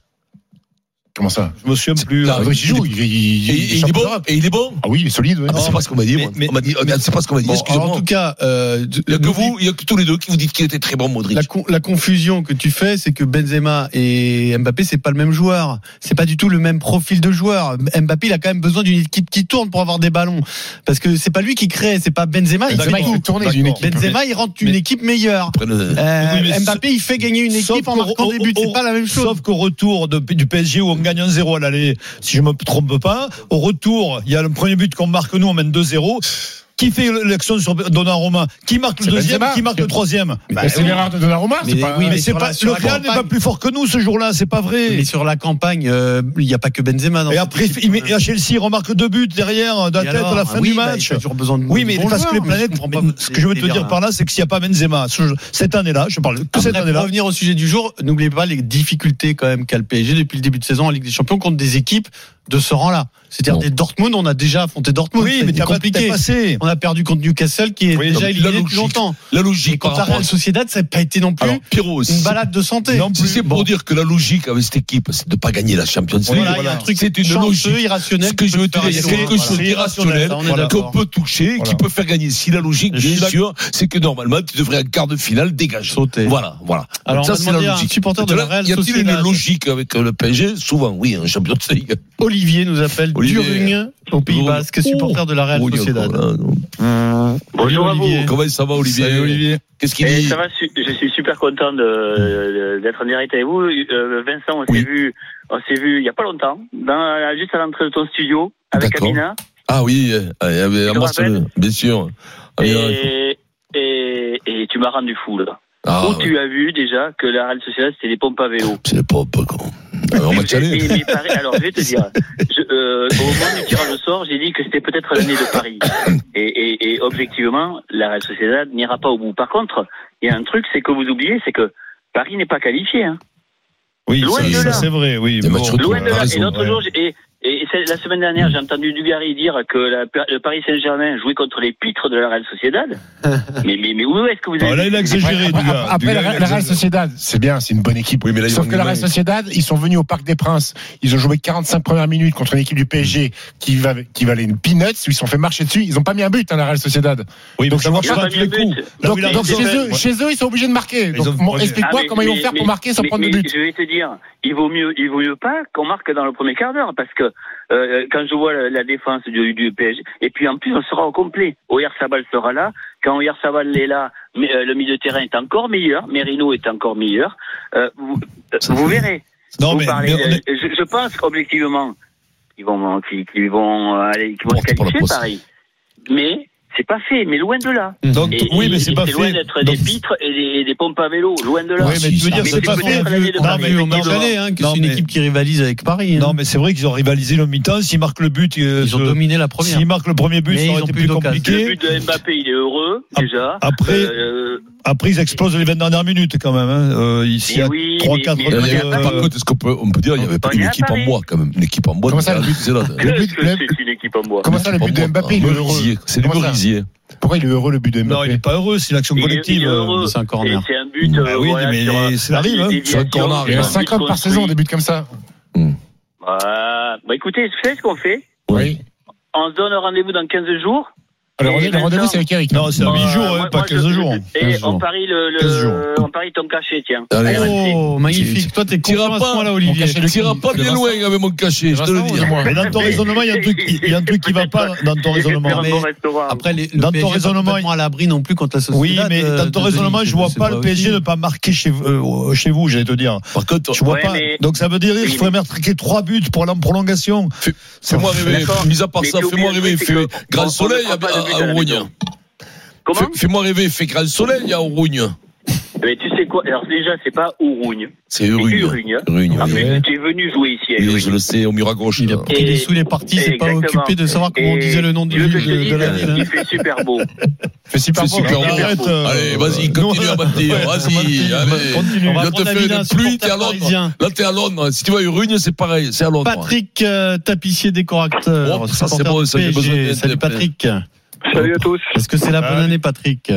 S5: Comment ça
S4: Je me souviens plus.
S3: Là,
S5: Modric, il joue,
S3: est-
S5: il- il-
S3: et-
S5: il est
S3: et il est
S5: champion
S3: bon.
S5: d'Europe.
S3: Et il est bon.
S5: Ah oui, il est solide. ouais.
S3: Ah, c'est pas ce qu'on m'a dit. moi.
S4: mais-
S3: On m'a dit, ah, c'est pas ce qu'on m'a dit.
S6: Bon,
S3: Excusez-moi.
S6: alors, en tout cas, euh, de-
S3: Il n'y a que
S6: n'oublie-
S3: vous, il y a que tous les deux qui vous dites qu'il était très bon, Modric.
S6: La, con- la confusion que tu fais, c'est que Benzema et Mbappé, c'est pas le même joueur. C'est pas du tout le même profil de joueur. Mbappé, il a quand même besoin d'une équipe qui tourne pour avoir des ballons. Parce que c'est pas lui qui crée, c'est pas Benzema. il
S5: Benzema,
S6: Ah, fait
S5: il
S6: tout.
S5: fait tourner d'une équipe.
S6: Benzema, il rend une équipe meilleure.
S3: Après, le-
S6: Euh,
S4: Oui, mais
S6: Mbappé, il fait gagner une
S4: Sauf
S6: équipe en
S4: qu'au-
S6: marquant
S4: au-
S6: des buts.
S4: au-
S6: C'est pas la même chose.
S4: Sauf qu'au retour de- du PSG où on gagne 1-0 à l'aller, si je me trompe pas, au retour, il y a le premier but qu'on marque nous, on mène 2-0. Qui fait l'action sur Donnarumma Qui marque le
S5: C'est
S4: deuxième
S5: Benzema.
S4: Qui marque le troisième
S5: Mais
S4: Bah,
S5: c'est l'erreur de Donnarumma, c'est
S6: Mais
S5: pas.
S6: oui,
S4: Mais
S6: mais
S4: c'est
S6: sur
S4: pas
S6: la- sur
S4: le
S6: la
S4: Real n'est pas
S6: campagne.
S4: plus fort que nous ce jour-là, c'est pas vrai.
S6: Mais sur la campagne, euh, il n'y a pas que Benzema. Dans
S4: Et
S6: cette
S4: après,
S6: équipe.
S4: il met, et à Chelsea, il remarque deux buts derrière, d'un
S6: Et
S4: tête
S6: alors
S4: à la fin
S6: Ah oui,
S4: du
S6: bah,
S4: match.
S6: il a toujours besoin de
S4: oui, mais
S6: de bons
S4: parce que les
S6: joueurs, mais
S4: planètes
S6: je
S4: font pas-
S6: comprends pas
S4: Ce que je veux te
S6: délire,
S4: dire par là, c'est que s'il n'y a pas Benzema, ce- cette année-là, je parle que
S6: Après,
S4: cette
S6: pour
S4: année-là.
S6: revenir au sujet du jour, n'oubliez pas les difficultés quand même qu'a le PSG depuis le début de saison en Ligue des Champions contre des équipes de ce rang-là. C'est-à-dire
S3: Bon.
S6: des Dortmund, on a déjà affronté Dortmund.
S4: Oui,
S6: ça a
S4: mais
S6: été
S4: t'as pas-
S6: compliqué.
S4: t'es passé.
S6: On a perdu contre Newcastle qui est
S4: Oui,
S6: déjà
S3: la
S6: éliminé depuis
S3: logique.
S6: longtemps.
S3: La
S6: Et
S3: logique par
S6: contre la
S3: rapport à
S6: Real Sociedad, ça n'a pas été non plus
S3: Alors, Pierrot, si
S6: une balade de santé.
S4: Non,
S3: si c'est
S6: Bon.
S3: pour dire que la logique avec cette équipe, c'est de pas gagner la Champions League.
S6: Voilà, il y a un truc
S3: C'est une
S6: chanceux,
S3: logique.
S6: irrationnel.
S3: Ce que
S6: qui
S3: je
S6: peut
S3: veux
S6: faire
S3: dire, il y a
S6: aller
S3: quelque
S6: loin.
S3: chose
S6: Voilà.
S3: d'irrationnel
S6: Ça, on est
S3: qu'on
S6: d'accord.
S3: peut toucher, qui peut faire gagner. Si la logique,
S6: Je suis
S3: bien
S6: d'accord.
S3: sûr, c'est que normalement, tu devrais en quart de finale dégager.
S6: Sauter.
S3: Voilà, voilà.
S6: Alors, on
S3: ça,
S6: va
S3: c'est la
S6: demander à un
S3: logique.
S6: supporter de la Real
S3: y a-t-il
S6: Sociedad.
S3: une logique avec euh, le PSG Souvent, oui, en Champions League.
S6: Olivier nous appelle
S3: Olivier.
S6: Durugne au Pays Basque, supporter de la Real
S3: Oh,
S6: Sociedad.
S3: Nicolas, non.
S10: Euh,
S24: Bonjour à vous.
S6: Olivier.
S3: Comment ça va, Olivier
S4: Salut, Olivier.
S3: Qu'est-ce qu'il
S24: Eh,
S3: dit
S24: ça va, su- je suis super content de- de- d'être en direct avec vous. Euh, Vincent, on s'est vu, on s'est vu il y a pas longtemps, dans, juste à l'entrée de ton studio avec
S3: D'accord.
S24: Amina.
S3: Ah oui, euh, euh, euh,
S24: te
S3: Amor, c'est le-
S24: rappelles
S3: bien sûr. Ah, bien,
S24: Et, et, et tu m'as rendu fou là.
S3: Ah,
S24: Où
S3: ouais.
S24: tu as vu déjà que la Real Sociedad c'était des pompes à vélo.
S3: C'est pas pas con. Alors, on va te
S24: Mais-
S3: caler.
S24: mais- mais Paris- alors je vais te dire, je, euh, au moment du tirage au sort, j'ai dit que c'était peut-être l'année de Paris. Et, et- et objectivement, la Real Sociedad n'ira pas au bout. Par contre, il y a un truc, c'est que vous oubliez, c'est que Paris n'est pas qualifié. hein.
S4: Oui,
S24: Loin
S4: ça,
S24: de
S4: ça,
S24: là.
S4: c'est vrai, oui.
S3: Des
S4: mais
S3: matchs
S4: bon.
S24: Loin de là.
S3: raison,
S24: Et l'autre
S4: ouais.
S24: jour, j'ai- et, et c'est- la semaine dernière, j'ai entendu Dugarry dire que la- le Paris Saint-Germain jouait contre les pitres de la Real Sociedad. mais, mais, mais où est-ce que vous avez
S4: Ah, là, il a exagéré,
S5: Après,
S4: du gars.
S5: après, la,
S4: Du gars, il
S5: la
S4: a
S5: Real
S4: exagéré.
S5: Sociedad, c'est bien, c'est une bonne équipe.
S3: Oui, mais là, ils
S5: Sauf
S3: ont
S5: que la Real
S3: gagné.
S5: Sociedad, ils sont venus au Parc des Princes. Ils ont joué 45 premières minutes contre une équipe du PSG qui, va, qui valait une peanuts. Ils se sont fait marcher dessus. Ils n'ont pas mis un but, hein, la Real Sociedad.
S4: Oui,
S5: Donc,
S4: donc ça marche
S24: Ils ont
S4: pas
S24: pas
S4: à tous les
S24: mis un but.
S4: coups. Là où
S5: Donc,
S4: il a
S5: donc,
S4: raison,
S5: chez, eux,
S4: ouais.
S5: chez eux, ils sont obligés de marquer.
S4: Ils ont-
S5: Donc, mon-
S4: ouais.
S5: explique-moi
S24: Ah, mais-
S5: comment ils vont
S24: mais-
S5: faire pour
S24: mais-
S5: marquer sans
S24: mais-
S5: prendre de
S24: mais
S5: but.
S24: Je vais te dire, il vaut mieux, il vaut mieux pas qu'on marque dans le premier quart d'heure parce que euh, quand je vois la, la défense du, du PSG, et puis en plus on sera au complet. Oyer Sabal sera là. Quand Oyer Sabal est là, mais, euh, le milieu de terrain est encore meilleur. Merino est encore meilleur. Euh, vous, euh, vous verrez.
S4: Non,
S24: Vous
S4: mais-
S24: parlez-
S4: mais on est-
S24: euh, je, je pense objectivement, ils vont, qu'ils qu'ils vont euh, aller, qu'ils vont se
S3: Porte pour la
S24: qualifier
S3: poste.
S24: Paris. Mais
S7: C'est pas fait, mais loin de là.
S4: Donc,
S7: Et-
S4: oui,
S7: et-
S4: mais c'est
S7: et
S4: pas
S7: loin
S4: fait.
S7: d'être des
S4: Donc-
S7: pitres et des, et des pompes à vélo, loin de là. Ah,
S4: Oui, mais tu
S24: Ah,
S4: veux dire,
S7: Mais
S4: c'est pas
S7: peut-être
S4: fait.
S7: l'année de
S4: On a
S7: Paris,
S4: vu au
S7: effectivement.
S4: Marjalais, hein, que
S7: Non,
S4: c'est une
S7: mais-
S4: équipe qui rivalise avec Paris. Non, mais c'est vrai qu'ils ont rivalisé le mi-temps. S'ils marquent le but, ils ont dominé la première. S'ils marquent le premier but, ça aurait été plus
S7: Le
S4: compliqué.
S7: but de Mbappé, il est heureux, déjà.
S4: après-
S7: Euh,
S4: Après, ils explosent les 20 dernières minutes quand même. hein. Euh, Ici, il y a
S7: oui,
S4: 3-4
S3: mais- mais-
S4: euh,
S3: Par contre, est-ce qu'on peut, on peut dire qu'il n'y avait pas une équipe en bois quand même Une équipe en bois
S5: Comment
S3: de
S5: ça, le but
S3: Nouvelle-Zélande.
S5: Le but-
S7: que c'est une équipe en bois.
S5: Comment ça, le but de
S3: Pour moi,
S5: Mbappé, il est
S3: un
S5: heureux
S3: merisier. C'est du
S5: Comment ça
S3: merisier.
S5: Pourquoi il est heureux le but de Mbappé
S4: Non, il n'est pas heureux, c'est l'action
S5: Il est- il est
S4: collective.
S5: heureux.
S4: euh,
S7: Et c'est un but. euh,
S4: Ah oui,
S7: voilà,
S4: mais
S7: sur un-
S4: c'est la rive, hein.
S7: une
S4: Sur un
S7: déviation,
S4: corner,
S5: Il y en a
S7: sur un but
S5: 50 par
S7: construit.
S5: saison, des buts comme ça.
S4: hein.
S7: Ah, bah écoutez, vous savez ce qu'on fait
S5: Oui.
S7: On se donne rendez-vous dans 15 jours.
S4: Ah,
S5: Alors,
S7: Et
S5: le rendez-vous, c'est avec Eric.
S4: Non, c'est à 8 jours, hein, pas 15 jours.
S7: Et on parie le, le- on parie ton cachet, tiens.
S6: Oh, magnifique. Toi, t'es confiant à ce point-là, Olivier.
S3: T'iras pas bien loin avec mon cachet, je te le dis. hein.
S4: Mais dans ton raisonnement, il y a un truc, il y a un truc qui va pas dans ton raisonnement.
S6: Mais après, les, le
S4: dans
S6: PSG
S4: ton
S6: est pas
S4: raisonnement,
S6: complètement à l'abri non plus contre la société.
S4: oui, mais dans ton raisonnement, je vois pas le PSG ne pas marquer chez euh, chez vous, j'allais te dire.
S3: Par contre,
S4: je vois
S3: Ouais,
S4: pas.
S3: mais-
S4: Donc ça veut dire qu'il faudrait marquer trois buts pour la prolongation.
S3: Fais-moi rêver, mis à part ça, fais-moi rêver, fais grand soleil à, à, à Aurogne. Fais- Fais-moi rêver, fais grand soleil à Aurogne.
S7: Mais tu sais quoi Alors déjà, c'est pas Ourougne.
S3: C'est Urugne.
S7: Urugne.
S3: Urugne,
S7: Ah,
S3: oui.
S7: mais Tu es venu jouer ici à
S3: Oui,
S7: Urugne.
S3: je le sais, au mur à gauche. là.
S6: Il est sous les parties, c'est pas
S7: Exactement.
S6: occupé de savoir comment on
S7: Et
S6: disait le nom du hein.
S7: je te
S6: de, de,
S7: dis,
S6: de la ville.
S7: Il fait super beau.
S6: Fait super
S3: C'est
S6: beau.
S3: super beau.
S6: Arrête, euh,
S3: Allez, vas-y, continue à bâtir. Vas-y, allez.
S6: continue. On va
S3: Je te
S6: prendre
S3: fais
S6: Avila,
S3: une pluie, t'es à Londres.
S6: parisien.
S3: Là, t'es à Londres. Si tu vas à Urugne, c'est pareil, c'est à Londres.
S6: Patrick, euh, tapissier décorateur.
S3: Oh, ça, c'est
S6: supporter
S3: bon,
S6: du
S3: ça, j'ai
S6: PSG.
S3: besoin d'aide.
S6: Salut Patrick.
S9: Salut à tous.
S6: Est-ce que c'est la
S4: Ah
S6: bonne année, Patrick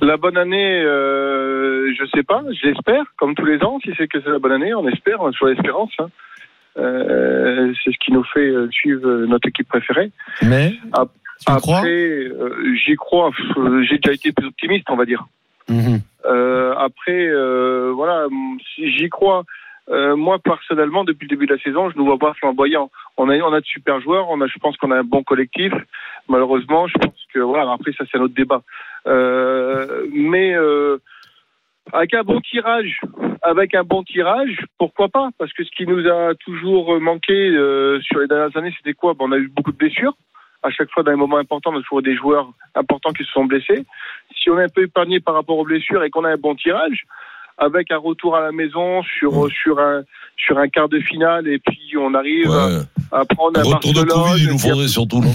S9: La bonne année, euh, je sais pas, j'espère, comme tous les ans, si c'est que c'est la bonne année, on espère, on a toujours l'espérance. hein. Euh, c'est ce qui nous fait euh, suivre euh, notre équipe préférée.
S6: Mais
S9: Ap- après, euh, j'y crois, pff, euh, j'ai déjà été plus optimiste, on va dire. Euh, après, euh, voilà, m- si j'y crois. Euh, moi, personnellement, depuis le début de la saison, je ne vois pas flamboyant. On a, on a de super joueurs, on a, je pense qu'on a un bon collectif. Malheureusement, je pense que, voilà, après, ça, c'est un autre débat. Euh, mais euh, avec un bon tirage, avec un bon tirage, pourquoi pas Parce que ce qui nous a toujours manqué euh, sur les dernières années, c'était quoi Ben, On a eu beaucoup de blessures. À chaque fois, dans les moments importants, on a toujours des joueurs importants qui se sont blessés. Si on est un peu épargné par rapport aux blessures et qu'on a un bon tirage, avec un retour à la maison sur, sur, un, sur un quart de finale, et puis on arrive à- à, prendre
S3: Un
S9: un
S3: retour de
S9: Barcelone,
S3: Covid, il nous
S9: et puis
S3: faudrait surtout, non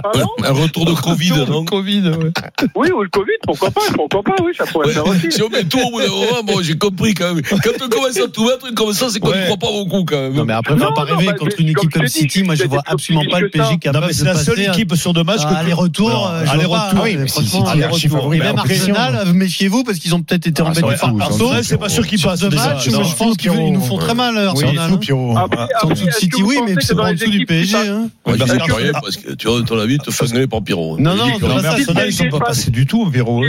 S9: Pardon
S3: Un retour de Covid, non
S9: Oui, ou le Covid, pourquoi pas, pourquoi pas, oui, ça pourrait faire aussi.
S3: Si on met tout au bout d'un moment, bon, j'ai compris quand même. Quand on commence à tout mettre comme ça, c'est qu'on ne croit pas beaucoup quand même. Non,
S6: mais après, va pas
S9: bah,
S6: rêver contre une équipe comme City. Moi, je vois absolument pas le PSG capable
S4: Non,
S6: de
S4: mais
S9: hein.
S4: c'est la seule
S6: passer un-
S4: équipe sur deux matchs
S6: Ah,
S4: que-
S6: aller-retour.
S4: Alors,
S6: euh, je vois
S4: aller-retour,
S6: pas, hein,
S4: oui, mais
S6: franchement,
S4: si, si,
S6: aller-retour.
S4: archi-favori.
S6: Et même
S4: Mais après,
S6: Arsenal, euh, méfiez-vous parce qu'ils ont peut-être été embêtés
S4: ouais,
S6: par
S4: Ar-
S6: Porto.
S4: Arsenal, c'est pas sûr qu'ils
S6: Sur
S4: passent
S6: deux
S4: déjà.
S6: matchs,
S4: Non,
S6: mais je pense qu'ils ils nous font très mal. Arsenal, hein. C'est en dessous de City, oui, mais c'est en dessous du PSG. hein.
S3: Ouais,
S5: Bah,
S3: je dis rien, parce que tu vois, ton avis, te fais gueuler par Pierrot.
S6: Non, non,
S3: Il dit
S6: c'est
S3: que
S6: pas
S3: les
S6: ça,
S3: Arsenal,
S9: c'est-
S3: ils sont pas
S9: c'est-
S3: passés.
S4: du tout, Véro.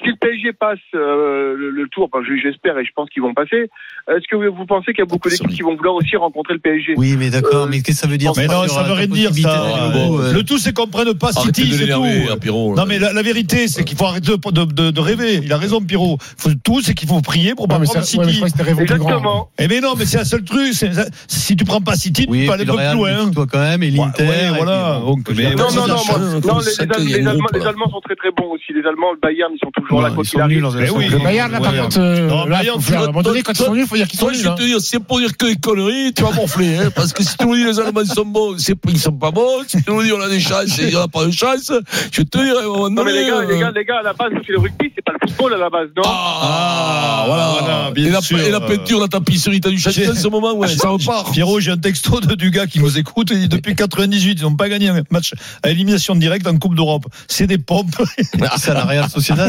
S9: Si le PSG passe euh, le, le tour, enfin, je- j'espère et je pense qu'ils vont passer, est-ce que vous- vous pensez qu'il y a beaucoup d'équipes qui vont vouloir aussi rencontrer le PSG
S6: Oui, mais d'accord, mais qu'est-ce que ça veut dire
S4: Mais
S6: ça,
S4: non,
S6: sur
S4: ça
S6: la
S4: veut rien dire,
S6: possibilité
S4: ça.
S6: d'aller au bout, euh.
S4: Le tout, c'est qu'on prenne pas
S6: Arrêtez
S4: City,
S6: de
S4: c'est
S6: l'énerver,
S4: tout.
S6: hein, Pierrot, là.
S4: non, mais la, la vérité, c'est qu'il faut arrêter de, de- de- de rêver. Il a raison, Pierrot. Faut- tout, c'est qu'il faut prier pour pas
S5: Ouais, mais
S4: prendre
S5: ça- ouais, mais je
S4: City.
S5: crois que c'était rêve au plus grand. Exactement.
S4: Eh mais non, mais c'est un seul truc. c'est- Si tu prends pas City, tu
S6: Oui,
S4: peux pas
S6: puis
S4: aller
S6: le
S4: beaucoup plus
S6: Real,
S4: loin.
S6: Toi quand même, et l'Inter. et
S4: voilà.
S6: puis bon.
S4: Donc, mais-
S9: Non,
S4: Ouais,
S9: non,
S4: c'est
S9: non,
S4: ça,
S9: moi-
S4: c'est
S9: non,
S4: comme
S9: les,
S4: ça
S9: les-
S4: qu'il y a
S9: les
S4: un groupe,
S9: Allemands, les
S4: là.
S9: Allemands sont très très bons aussi. Les Allemands, le Bayern, ils sont toujours là quand il arrive.
S3: Eh oui.
S5: Le Bayern, là, par
S3: Ouais.
S5: contre, euh,
S3: Non,
S5: là,
S3: Bayern,
S5: faut faire- à un moment donné,
S3: toi-
S5: quand ils sont nuls, faut dire qu'ils sont
S3: toi,
S5: nuls,
S3: Je vais
S5: hein.
S3: te dire, si c'est pour dire que les conneries, tu vas morfler. hein, parce que si tu nous dis les Allemands ils sont bons, c'est ils sont pas bons. Si tu nous dis on a des chances, et on n'a pas de chance, je vais te dire, à un moment
S9: Non, mais les
S3: donné,
S9: gars, les
S3: euh,
S9: gars, les gars, à la base, c'est le rugby, c'est pas le football à la base, non
S3: Ah, voilà, et, la, et la peinture, la tapisserie, t'as du château en ce moment,
S4: Ah,
S3: ouais, ça repart.
S4: Pierrot, j'ai un texto de, du gars qui nous écoute. Et depuis 98, ils n'ont pas gagné un match à élimination directe en Coupe d'Europe. C'est des pompes. Ah,
S6: C'est à la Real Sociedad.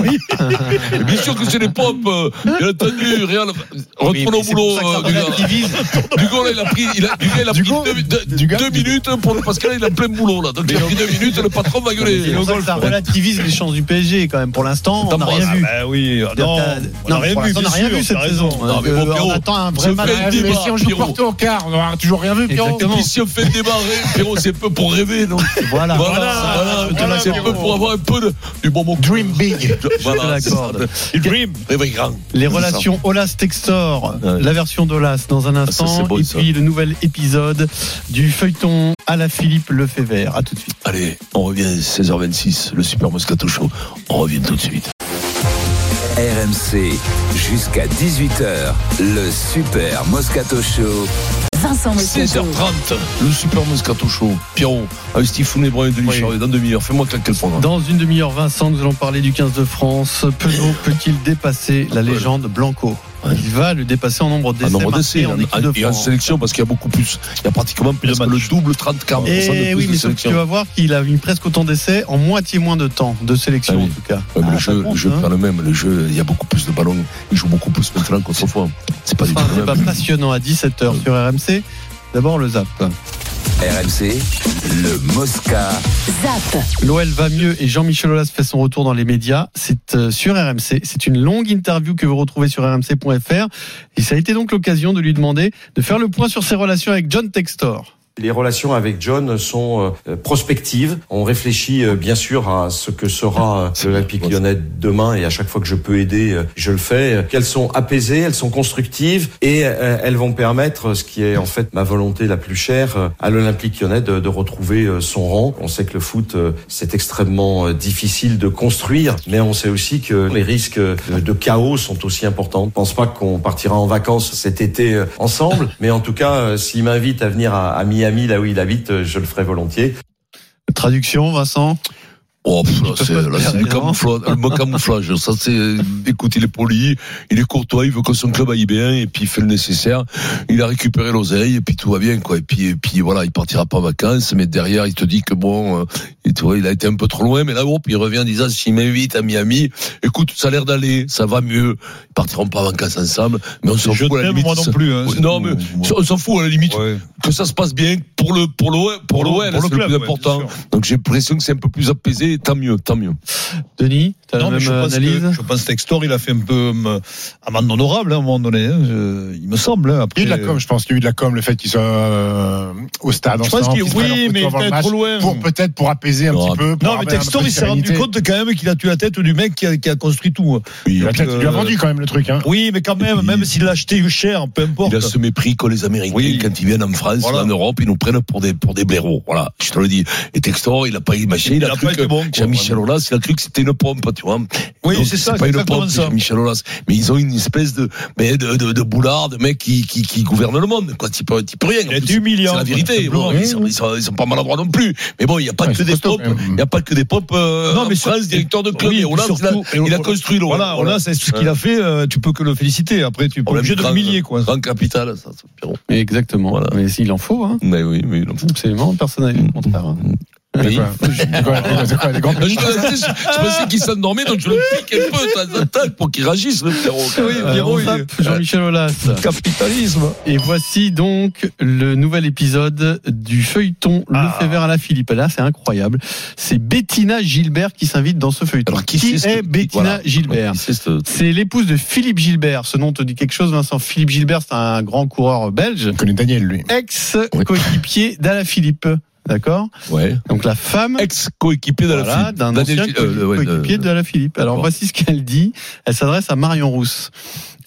S3: Et bien sûr que c'est les pompes, euh, bien entendu, Real,
S6: Oui,
S3: retourne
S6: mais
S3: au
S6: c'est pour
S3: boulot,
S6: ça que
S3: euh,
S6: ça
S3: du gars.
S6: relativise.
S3: Dugo, là, il a pris, il a, Dugas, il a pris deux, deux- deux minutes pour le Pascal, il a plein de boulot, là. Donc, il a pris deux minutes, le patron va gueuler.
S6: C'est pour ça que ça relativise les chances du PSG quand même. Pour l'instant, on n'a rien
S4: vu.
S22: Ah bah oui, non, on n'a rien vu,
S6: on
S22: bien
S6: n'a rien
S22: sûr,
S6: vu cette
S22: t'as
S6: saison.
S22: raison. Non, mais bon,
S6: Euh, on
S22: Pierrot,
S6: attend un vrai
S22: se
S6: match.
S22: fait le
S6: Mais
S22: débat,
S6: si on joue
S22: Pierrot.
S6: Porto en quart, on n'aura toujours rien vu, Pierrot.
S3: Et puis si on fait démarrer, Pierrot, c'est peu pour rêver, non
S6: Voilà.
S3: voilà,
S6: Ça,
S3: voilà,
S6: je te
S3: voilà, c'est
S6: l'accorde.
S3: peu pour avoir un peu de, du bon moment.
S6: Dream big.
S3: Voilà,
S6: Je te l'accorde.
S3: c'est ça. Dream, rêver grand.
S6: Les
S3: C'est
S6: relations
S3: ça.
S6: Olas-Textor, la version d'Olas dans un
S3: Ah, ça,
S6: instant,
S3: c'est beau,
S6: et
S3: ça.
S6: puis le nouvel épisode du feuilleton à la Philippe Lefebvre. À tout de suite.
S3: Allez, on revient 16h26, le Super Moscato Show. On revient tout de suite.
S2: RMC, jusqu'à 18h, le Super Moscato Show.
S1: Vincent Moscato.
S3: 16h30, le Super Moscato Show. Pierrot, avec Steve Founet, Brian Denis Charvet, dans demi-heure. Fais-moi claquer le programme.
S6: Dans une demi-heure, Vincent, nous allons parler du 15 de France. Penaud peut-il dépasser la légende Blanco Il va le dépasser en nombre
S3: Un
S6: d'essais
S3: Hein Ah, nombre
S6: marqués
S3: d'essais
S6: en
S3: en,
S6: équipe
S3: en,
S6: de
S3: et en
S6: France.
S3: sélection parce qu'il y a beaucoup plus. Il y a pratiquement plus de le double 30-40%
S6: Et
S3: de
S6: Eh oui,
S3: Ah, plus de
S6: mais sauf que tu vas
S3: sélection.
S6: voir qu'il a eu presque autant d'essais en moitié moins de temps de sélection en tout cas.
S3: Ah
S6: Ah,
S3: Ouais, mais le jeu, le jeu
S6: hein.
S3: est pas le même. Le jeu, il y a beaucoup plus de ballons. Ils jouent beaucoup plus maintenant qu'autrefois. C'est pas du tout
S6: Enfin,
S3: le
S6: c'est pas
S3: même.
S6: passionnant à 17h sur RMC. D'abord le zap.
S2: RMC, le Mosca.
S1: Zap.
S6: L'OL va mieux et Jean-Michel Aulas fait son retour dans les médias. C'est euh, sur RMC. C'est une longue interview que vous retrouvez sur rmc.fr. Et ça a été donc l'occasion de lui demander de faire le point sur ses relations avec John Textor.
S10: Les relations avec John sont euh, prospectives. On réfléchit euh, bien sûr à ce que sera euh, l'Olympique lyonnais demain et à chaque fois que je peux aider, euh, je le fais. Elles sont apaisées, elles sont constructives et euh, elles vont permettre, euh, ce qui est en fait ma volonté la plus chère, euh, à l'Olympique lyonnais de, de retrouver euh, son rang. On sait que le foot, euh, c'est extrêmement euh, difficile de construire, mais on sait aussi que les risques euh, de chaos sont aussi importants. Je pense pas qu'on partira en vacances cet été euh, ensemble, mais en tout cas, euh, s'il m'invite à venir à, à Miami, là où il habite, euh, je le ferai volontiers.
S6: Traduction, Vincent
S3: Oh, pff, là, c'est, là, c'est du
S6: Évidemment.
S3: camouflage, le mot camouflage. Ça, c'est, euh, écoute, il est poli, il est courtois, il veut que son club aille bien, et puis il fait le nécessaire. Il a récupéré l'oseille, et puis tout va bien, quoi. Et puis, et puis voilà, il partira pas en vacances, mais derrière, il te dit que bon, euh, et tu vois, il a été un peu trop loin, mais là, hop, il revient en disant, s'il m'invite à Miami, écoute, ça a l'air d'aller, ça va mieux. Ils partiront pas en vacances ensemble, mais on s'en
S4: Je
S3: fout à la
S4: t'aime,
S3: limite.
S4: moi non
S3: ça-
S4: plus, hein,
S3: Ouais,
S4: c'est
S3: non,
S4: tout,
S3: mais on s'en fout à la limite. Que ça se passe bien pour le, pour l'OL,
S4: Pour
S3: pour
S4: le- pour
S3: l'OL,
S4: le
S3: c'est le
S4: club,
S3: plus
S4: ouais,
S3: important.
S4: bien
S3: Donc j'ai l'impression que c'est un peu plus apaisé, tant mieux, tant mieux.
S6: Denis, t'as la
S4: Non, mais
S6: même
S4: je pense
S6: analyse
S4: que, je pense que Textor, il a fait un peu euh, amende honorable hein, à un moment donné, hein, je- il me semble. hein, après,
S5: Il y a eu de la com, je pense qu'il y a eu de la com, le fait qu'ils soient euh, au stade.
S4: Je pense
S5: ensemble,
S4: qu'il-
S5: qu'ils se prennent en photo
S4: oui, mais
S5: avant le
S4: peut-être
S5: match
S4: trop loin.
S5: Pour peut-être pour apaiser un petit peu. pour
S4: Non, mais
S5: amener un peu
S4: Textor,
S5: de
S4: il s'est rendu
S5: sérénité.
S4: compte quand même qu'il a tué la tête du mec qui a, qui a construit tout. hein. euh,
S3: Il
S5: a peut-être- il lui a vendu quand même le truc, hein.
S4: Oui, mais quand même, même s'il l'a acheté cher, peu importe.
S3: Il a ce mépris que les Américains, quand ils viennent en France,
S4: Voilà.
S3: en Europe, ils nous prennent pour des, pour des blaireaux. Voilà, je te le dis. Et Textor, il a pas imaginé, il,
S4: Il
S3: a,
S4: a
S3: cru
S4: pas
S3: que
S4: été bon, quoi,
S3: Jean-Michel Aulas, il a cru que c'était une pompe, tu vois.
S4: Oui,
S3: Donc,
S4: c'est ça,
S3: pas
S4: c'est
S3: une
S4: exactement
S3: pompe,
S4: ça.
S3: Jean-Michel Aulas. Mais ils ont une espèce de, mais de, de, de boulard, de mec qui, qui, qui gouverne le monde, quoi. Tu peux, tu peux rien. En plus,
S4: humiliant,
S3: C'est
S4: quoi,
S3: la vérité.
S4: simplement.
S3: Bon,
S4: Oui,
S3: ils, sont, ils, sont, ils sont pas maladroits non plus. Mais bon, il n'y a pas
S4: Ouais,
S3: que
S4: c'est hein.
S3: des
S4: costaud,
S3: pompes.
S4: quand même.
S3: Il n'y a pas que des pompes, euh,
S4: Non, mais
S3: en
S4: sur-
S3: France, directeur de club.
S4: Oui,
S3: et Aulas,
S4: surtout-
S3: il a,
S4: et-
S3: il a construit l'OL.
S4: Voilà, Aulas, c'est ce qu'il a fait, euh, tu peux que le féliciter. Après, tu es
S3: On l'a
S4: obligé
S3: mis
S4: de
S3: grand-
S4: l'humilier, quoi.
S3: Grand capital, ça, c'est Pierrot.
S6: Exactement. Mais s'il en faut, hein.
S3: Mais oui, mais il en faut. Mm,
S6: Absolument, personne n'a dit le contraire. hein.
S3: Oui.
S5: Je
S3: pensais qu'il s'endormait, donc je le pique un peu, tac, tac, tac, pour qu'il réagisse, le Ah, Pierrot.
S6: Euh, on zappe Jean-Michel Aulas.
S3: Euh,
S4: Capitalisme.
S6: Et voici donc le nouvel épisode du feuilleton
S3: Ah.
S6: Le Févère à la Philippe. Là, c'est incroyable. C'est Bettina Gilbert qui s'invite dans ce feuilleton.
S3: Alors, qui
S6: qui
S3: c'est ce-
S6: est Bettina
S3: voilà.
S6: Gilbert
S3: Qui c'est ce-
S6: C'est l'épouse de Philippe Gilbert. Ce nom te dit quelque chose, Vincent Philippe Gilbert, c'est un grand coureur belge.
S5: connais Daniel, lui.
S6: Ex-coéquipier d'Ala Philippe. D'accord
S3: Ouais.
S6: Donc la femme.
S3: Ex-coéquipier d'Ala
S6: Voilà,
S3: Philippe.
S6: d'un
S3: Daniel
S6: ancien
S3: Gil- euh, le- ouais,
S6: coéquipier
S3: le-
S6: d'Ala Philippe. Alors voici ce qu'elle dit. Elle s'adresse à Marion Rousse.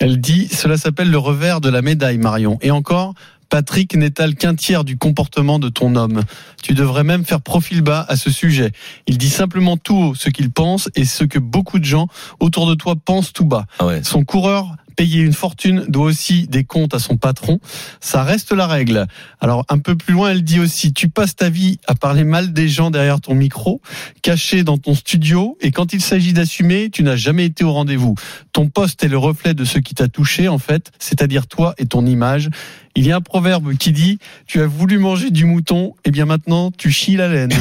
S6: Elle dit Cela s'appelle le revers de la médaille, Marion. Et encore, Patrick n'étale qu'un tiers du comportement de ton homme. Tu devrais même faire profil bas à ce sujet. Il dit simplement tout haut ce qu'il pense et ce que beaucoup de gens autour de toi pensent tout bas.
S3: Ah ouais.
S6: Son coureur payer une fortune doit aussi des comptes à son patron. Ça reste la règle. Alors un peu plus loin, elle dit aussi, tu passes ta vie à parler mal des gens derrière ton micro, caché dans ton studio, et quand il s'agit d'assumer, tu n'as jamais été au rendez-vous. Ton poste est le reflet de ce qui t'a touché, en fait, c'est-à-dire toi et ton image. Il y a un proverbe qui dit, tu as voulu manger du mouton, et bien maintenant, tu chies la laine.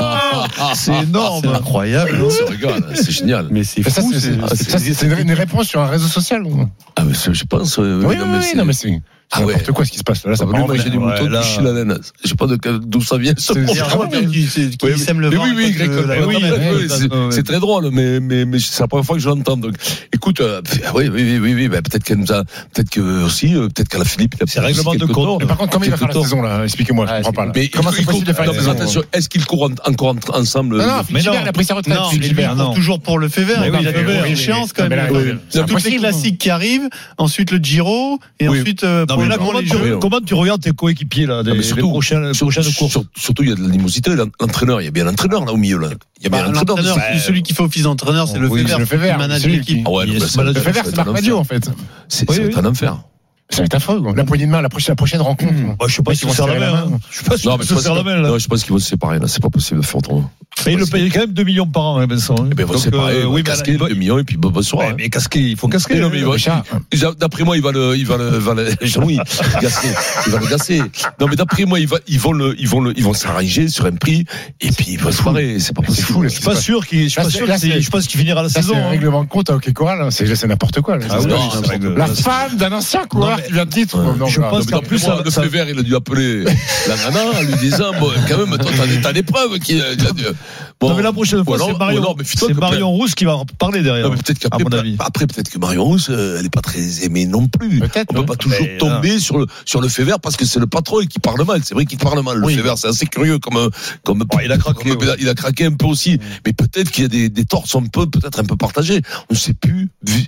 S3: Ah,
S4: C'est énorme.
S6: C'est incroyable.
S3: On se régale, hein, c'est génial.
S6: Mais c'est
S5: Mais ça,
S6: fou.
S5: c'est-
S6: c'est-
S5: c'est- ça, c'est une réponse sur un réseau social. ou-
S3: Ah, mais c'est- je pense. euh,
S5: Oui,
S3: non,
S5: oui,
S3: mais Ah,
S5: oui,
S3: c'est-
S5: non, mais c'est. C'est n'importe quoi ce qui se passe là. Ça
S3: Moi,
S5: part en
S3: j'ai
S5: vrille.
S3: des moutons
S5: Ouais, là-
S3: qui chient la naine. Je sais pas de quel- d'où ça vient. ce
S5: C'est
S3: mot.
S5: Germain
S3: Mais-
S5: qui- qui- qui
S3: Oui,
S5: sème le
S3: mais
S5: vent
S3: Oui, oui,
S5: avec
S3: Greg
S5: le-
S3: Colman.
S5: la-
S3: Oui,
S5: la-
S3: oui,
S5: la-
S3: c'est-
S5: la-
S3: C'est très drôle, mais, mais, mais c'est la première fois que je l'entends. Donc, écoute, euh, ah oui, oui, oui, oui, oui bah, peut-être qu'elle nous a, peut-être que euh, aussi, euh, peut-être qu'à la Philippe, il a
S5: C'est règlement de compte. Mais par contre, comment il va faire la saison, là Expliquez-moi, je comprends pas, là.
S3: Mais
S5: Comment c'est
S3: il- il-
S5: possible de faire
S3: non,
S5: la
S3: mais
S5: saison
S3: attention, est-ce qu'ils courent en- encore en- ensemble
S5: Non, non,
S3: euh,
S5: Philippe Gilbert, il a pris sa retraite,
S6: Non,
S5: Philippe
S6: mais
S5: Gilbert,
S6: lui, il court
S5: non.
S6: toujours pour le Fever.
S5: Mais oui,
S6: il a
S5: mais
S6: des
S5: oui, mais-
S6: échéances quand
S5: mais
S6: même.
S5: là,
S6: Il y a
S5: attendez, c'est
S6: Tous les
S5: impossible.
S6: classiques qui arrivent, ensuite le Giro, et
S4: Oui.
S6: ensuite euh,
S4: Non,
S6: pour
S4: mais
S6: la
S4: comment,
S6: Grande
S4: tu,
S6: Giro.
S4: comment tu regardes tes coéquipiers là, des,
S3: Non, mais
S4: les
S3: surtout-
S4: prochaines, les
S3: sur-
S4: prochaines
S3: sur-
S4: courses
S3: sur- Surtout, il y a de l'animosité. l'en- L'entraîneur, il y a bien l'entraîneur là au milieu. Là. Il y a bien
S6: Bah,
S3: l'entraîneur.
S6: l'entraîneur,
S3: c'est- Ah,
S6: celui qui fait office d'entraîneur, c'est le
S3: Oui,
S6: Fever.
S3: c'est le
S6: qui
S3: Fever,
S6: manage
S3: c'est lui
S6: l'équipe.
S3: qui- Ah ouais, non, bah, c'est-
S5: Le fait vert, c'est Marc Madio, en fait.
S3: C'est ça va être un enfer.
S5: Ça va être affreux, quoi. La poignée de main, la prochaine, la prochaine rencontre.
S4: Bah, je sais pas
S5: Ils
S4: si
S5: vont
S4: ça sert
S5: serrer
S4: la
S5: la
S4: main,
S5: main.
S4: hein. Je sais pas si
S3: Non,
S4: ça
S3: mais je pense
S4: sert la main
S3: que-
S4: là.
S3: non, je pense qu'ils vont se séparer. Là, c'est pas possible de faire autrement.
S4: Mais il le paye quand même 2 millions par an, hein, Vincent. hein.
S3: Eh ben, ils vont
S4: Donc,
S3: se séparer,
S4: euh,
S3: ils vont
S4: oui, mais
S3: casquer
S4: il va-
S3: 2 millions et puis bon, bonsoir. hein.
S4: Mais casquer, il faut casquer.
S3: Mais non, mais il va- il- D'après moi, il va le, il va le, il va le, Jean-Louis, gasser. Il va le gasser. Non, mais d'après moi, il va, ils vont le, ils vont le, ils vont s'arranger sur un prix et puis ils vont se barrer. C'est pas possible.
S5: fou, là,
S4: Je suis pas sûr qu'il, je suis
S5: Là,
S4: pas
S5: c'est-
S4: sûr
S5: là,
S4: que c'est-
S5: c'est-
S4: je pense qu'il finira la
S5: Là,
S4: saison.
S5: C'est un
S4: hein.
S5: règlement de compte à OK Corral, hein. c'est c'est n'importe quoi. là.
S4: Ah
S5: C'est-
S4: oui,
S5: c'est-
S4: c'est
S5: c'est-
S4: règle-
S5: La
S4: là, c'est-
S5: femme d'un ancien coureur qui vient de titre. Non,
S3: Je
S5: voilà.
S3: pense qu'en plus,
S5: ça-
S3: le
S5: ça-
S3: feu vert, il a dû appeler la nana en lui disant bon, quand même, toi, t'as des, t'as des preuves. Qui, euh,
S4: Non, mais la prochaine fois, c'est Marion, c'est Marion Rousse qui va en parler derrière.
S3: Non, Ah, mais peut-être
S4: à
S3: qu'après, bah,
S4: mon avis.
S3: après, peut-être que Marion Rousse, euh, elle n'est pas très aimée non plus. On ne
S6: hein.
S3: peut pas toujours
S4: Mais,
S6: euh,
S3: tomber sur le, sur le fait vert parce que c'est le patron qui parle mal. C'est vrai qu'il parle mal. Le fait vert, c'est assez curieux comme, euh, comme, il, a craqué, il a craqué un peu
S6: Mm.
S3: aussi. Mais peut-être qu'il y a des, des torts un peu, peut-être un peu partagés. On ne sait plus vi-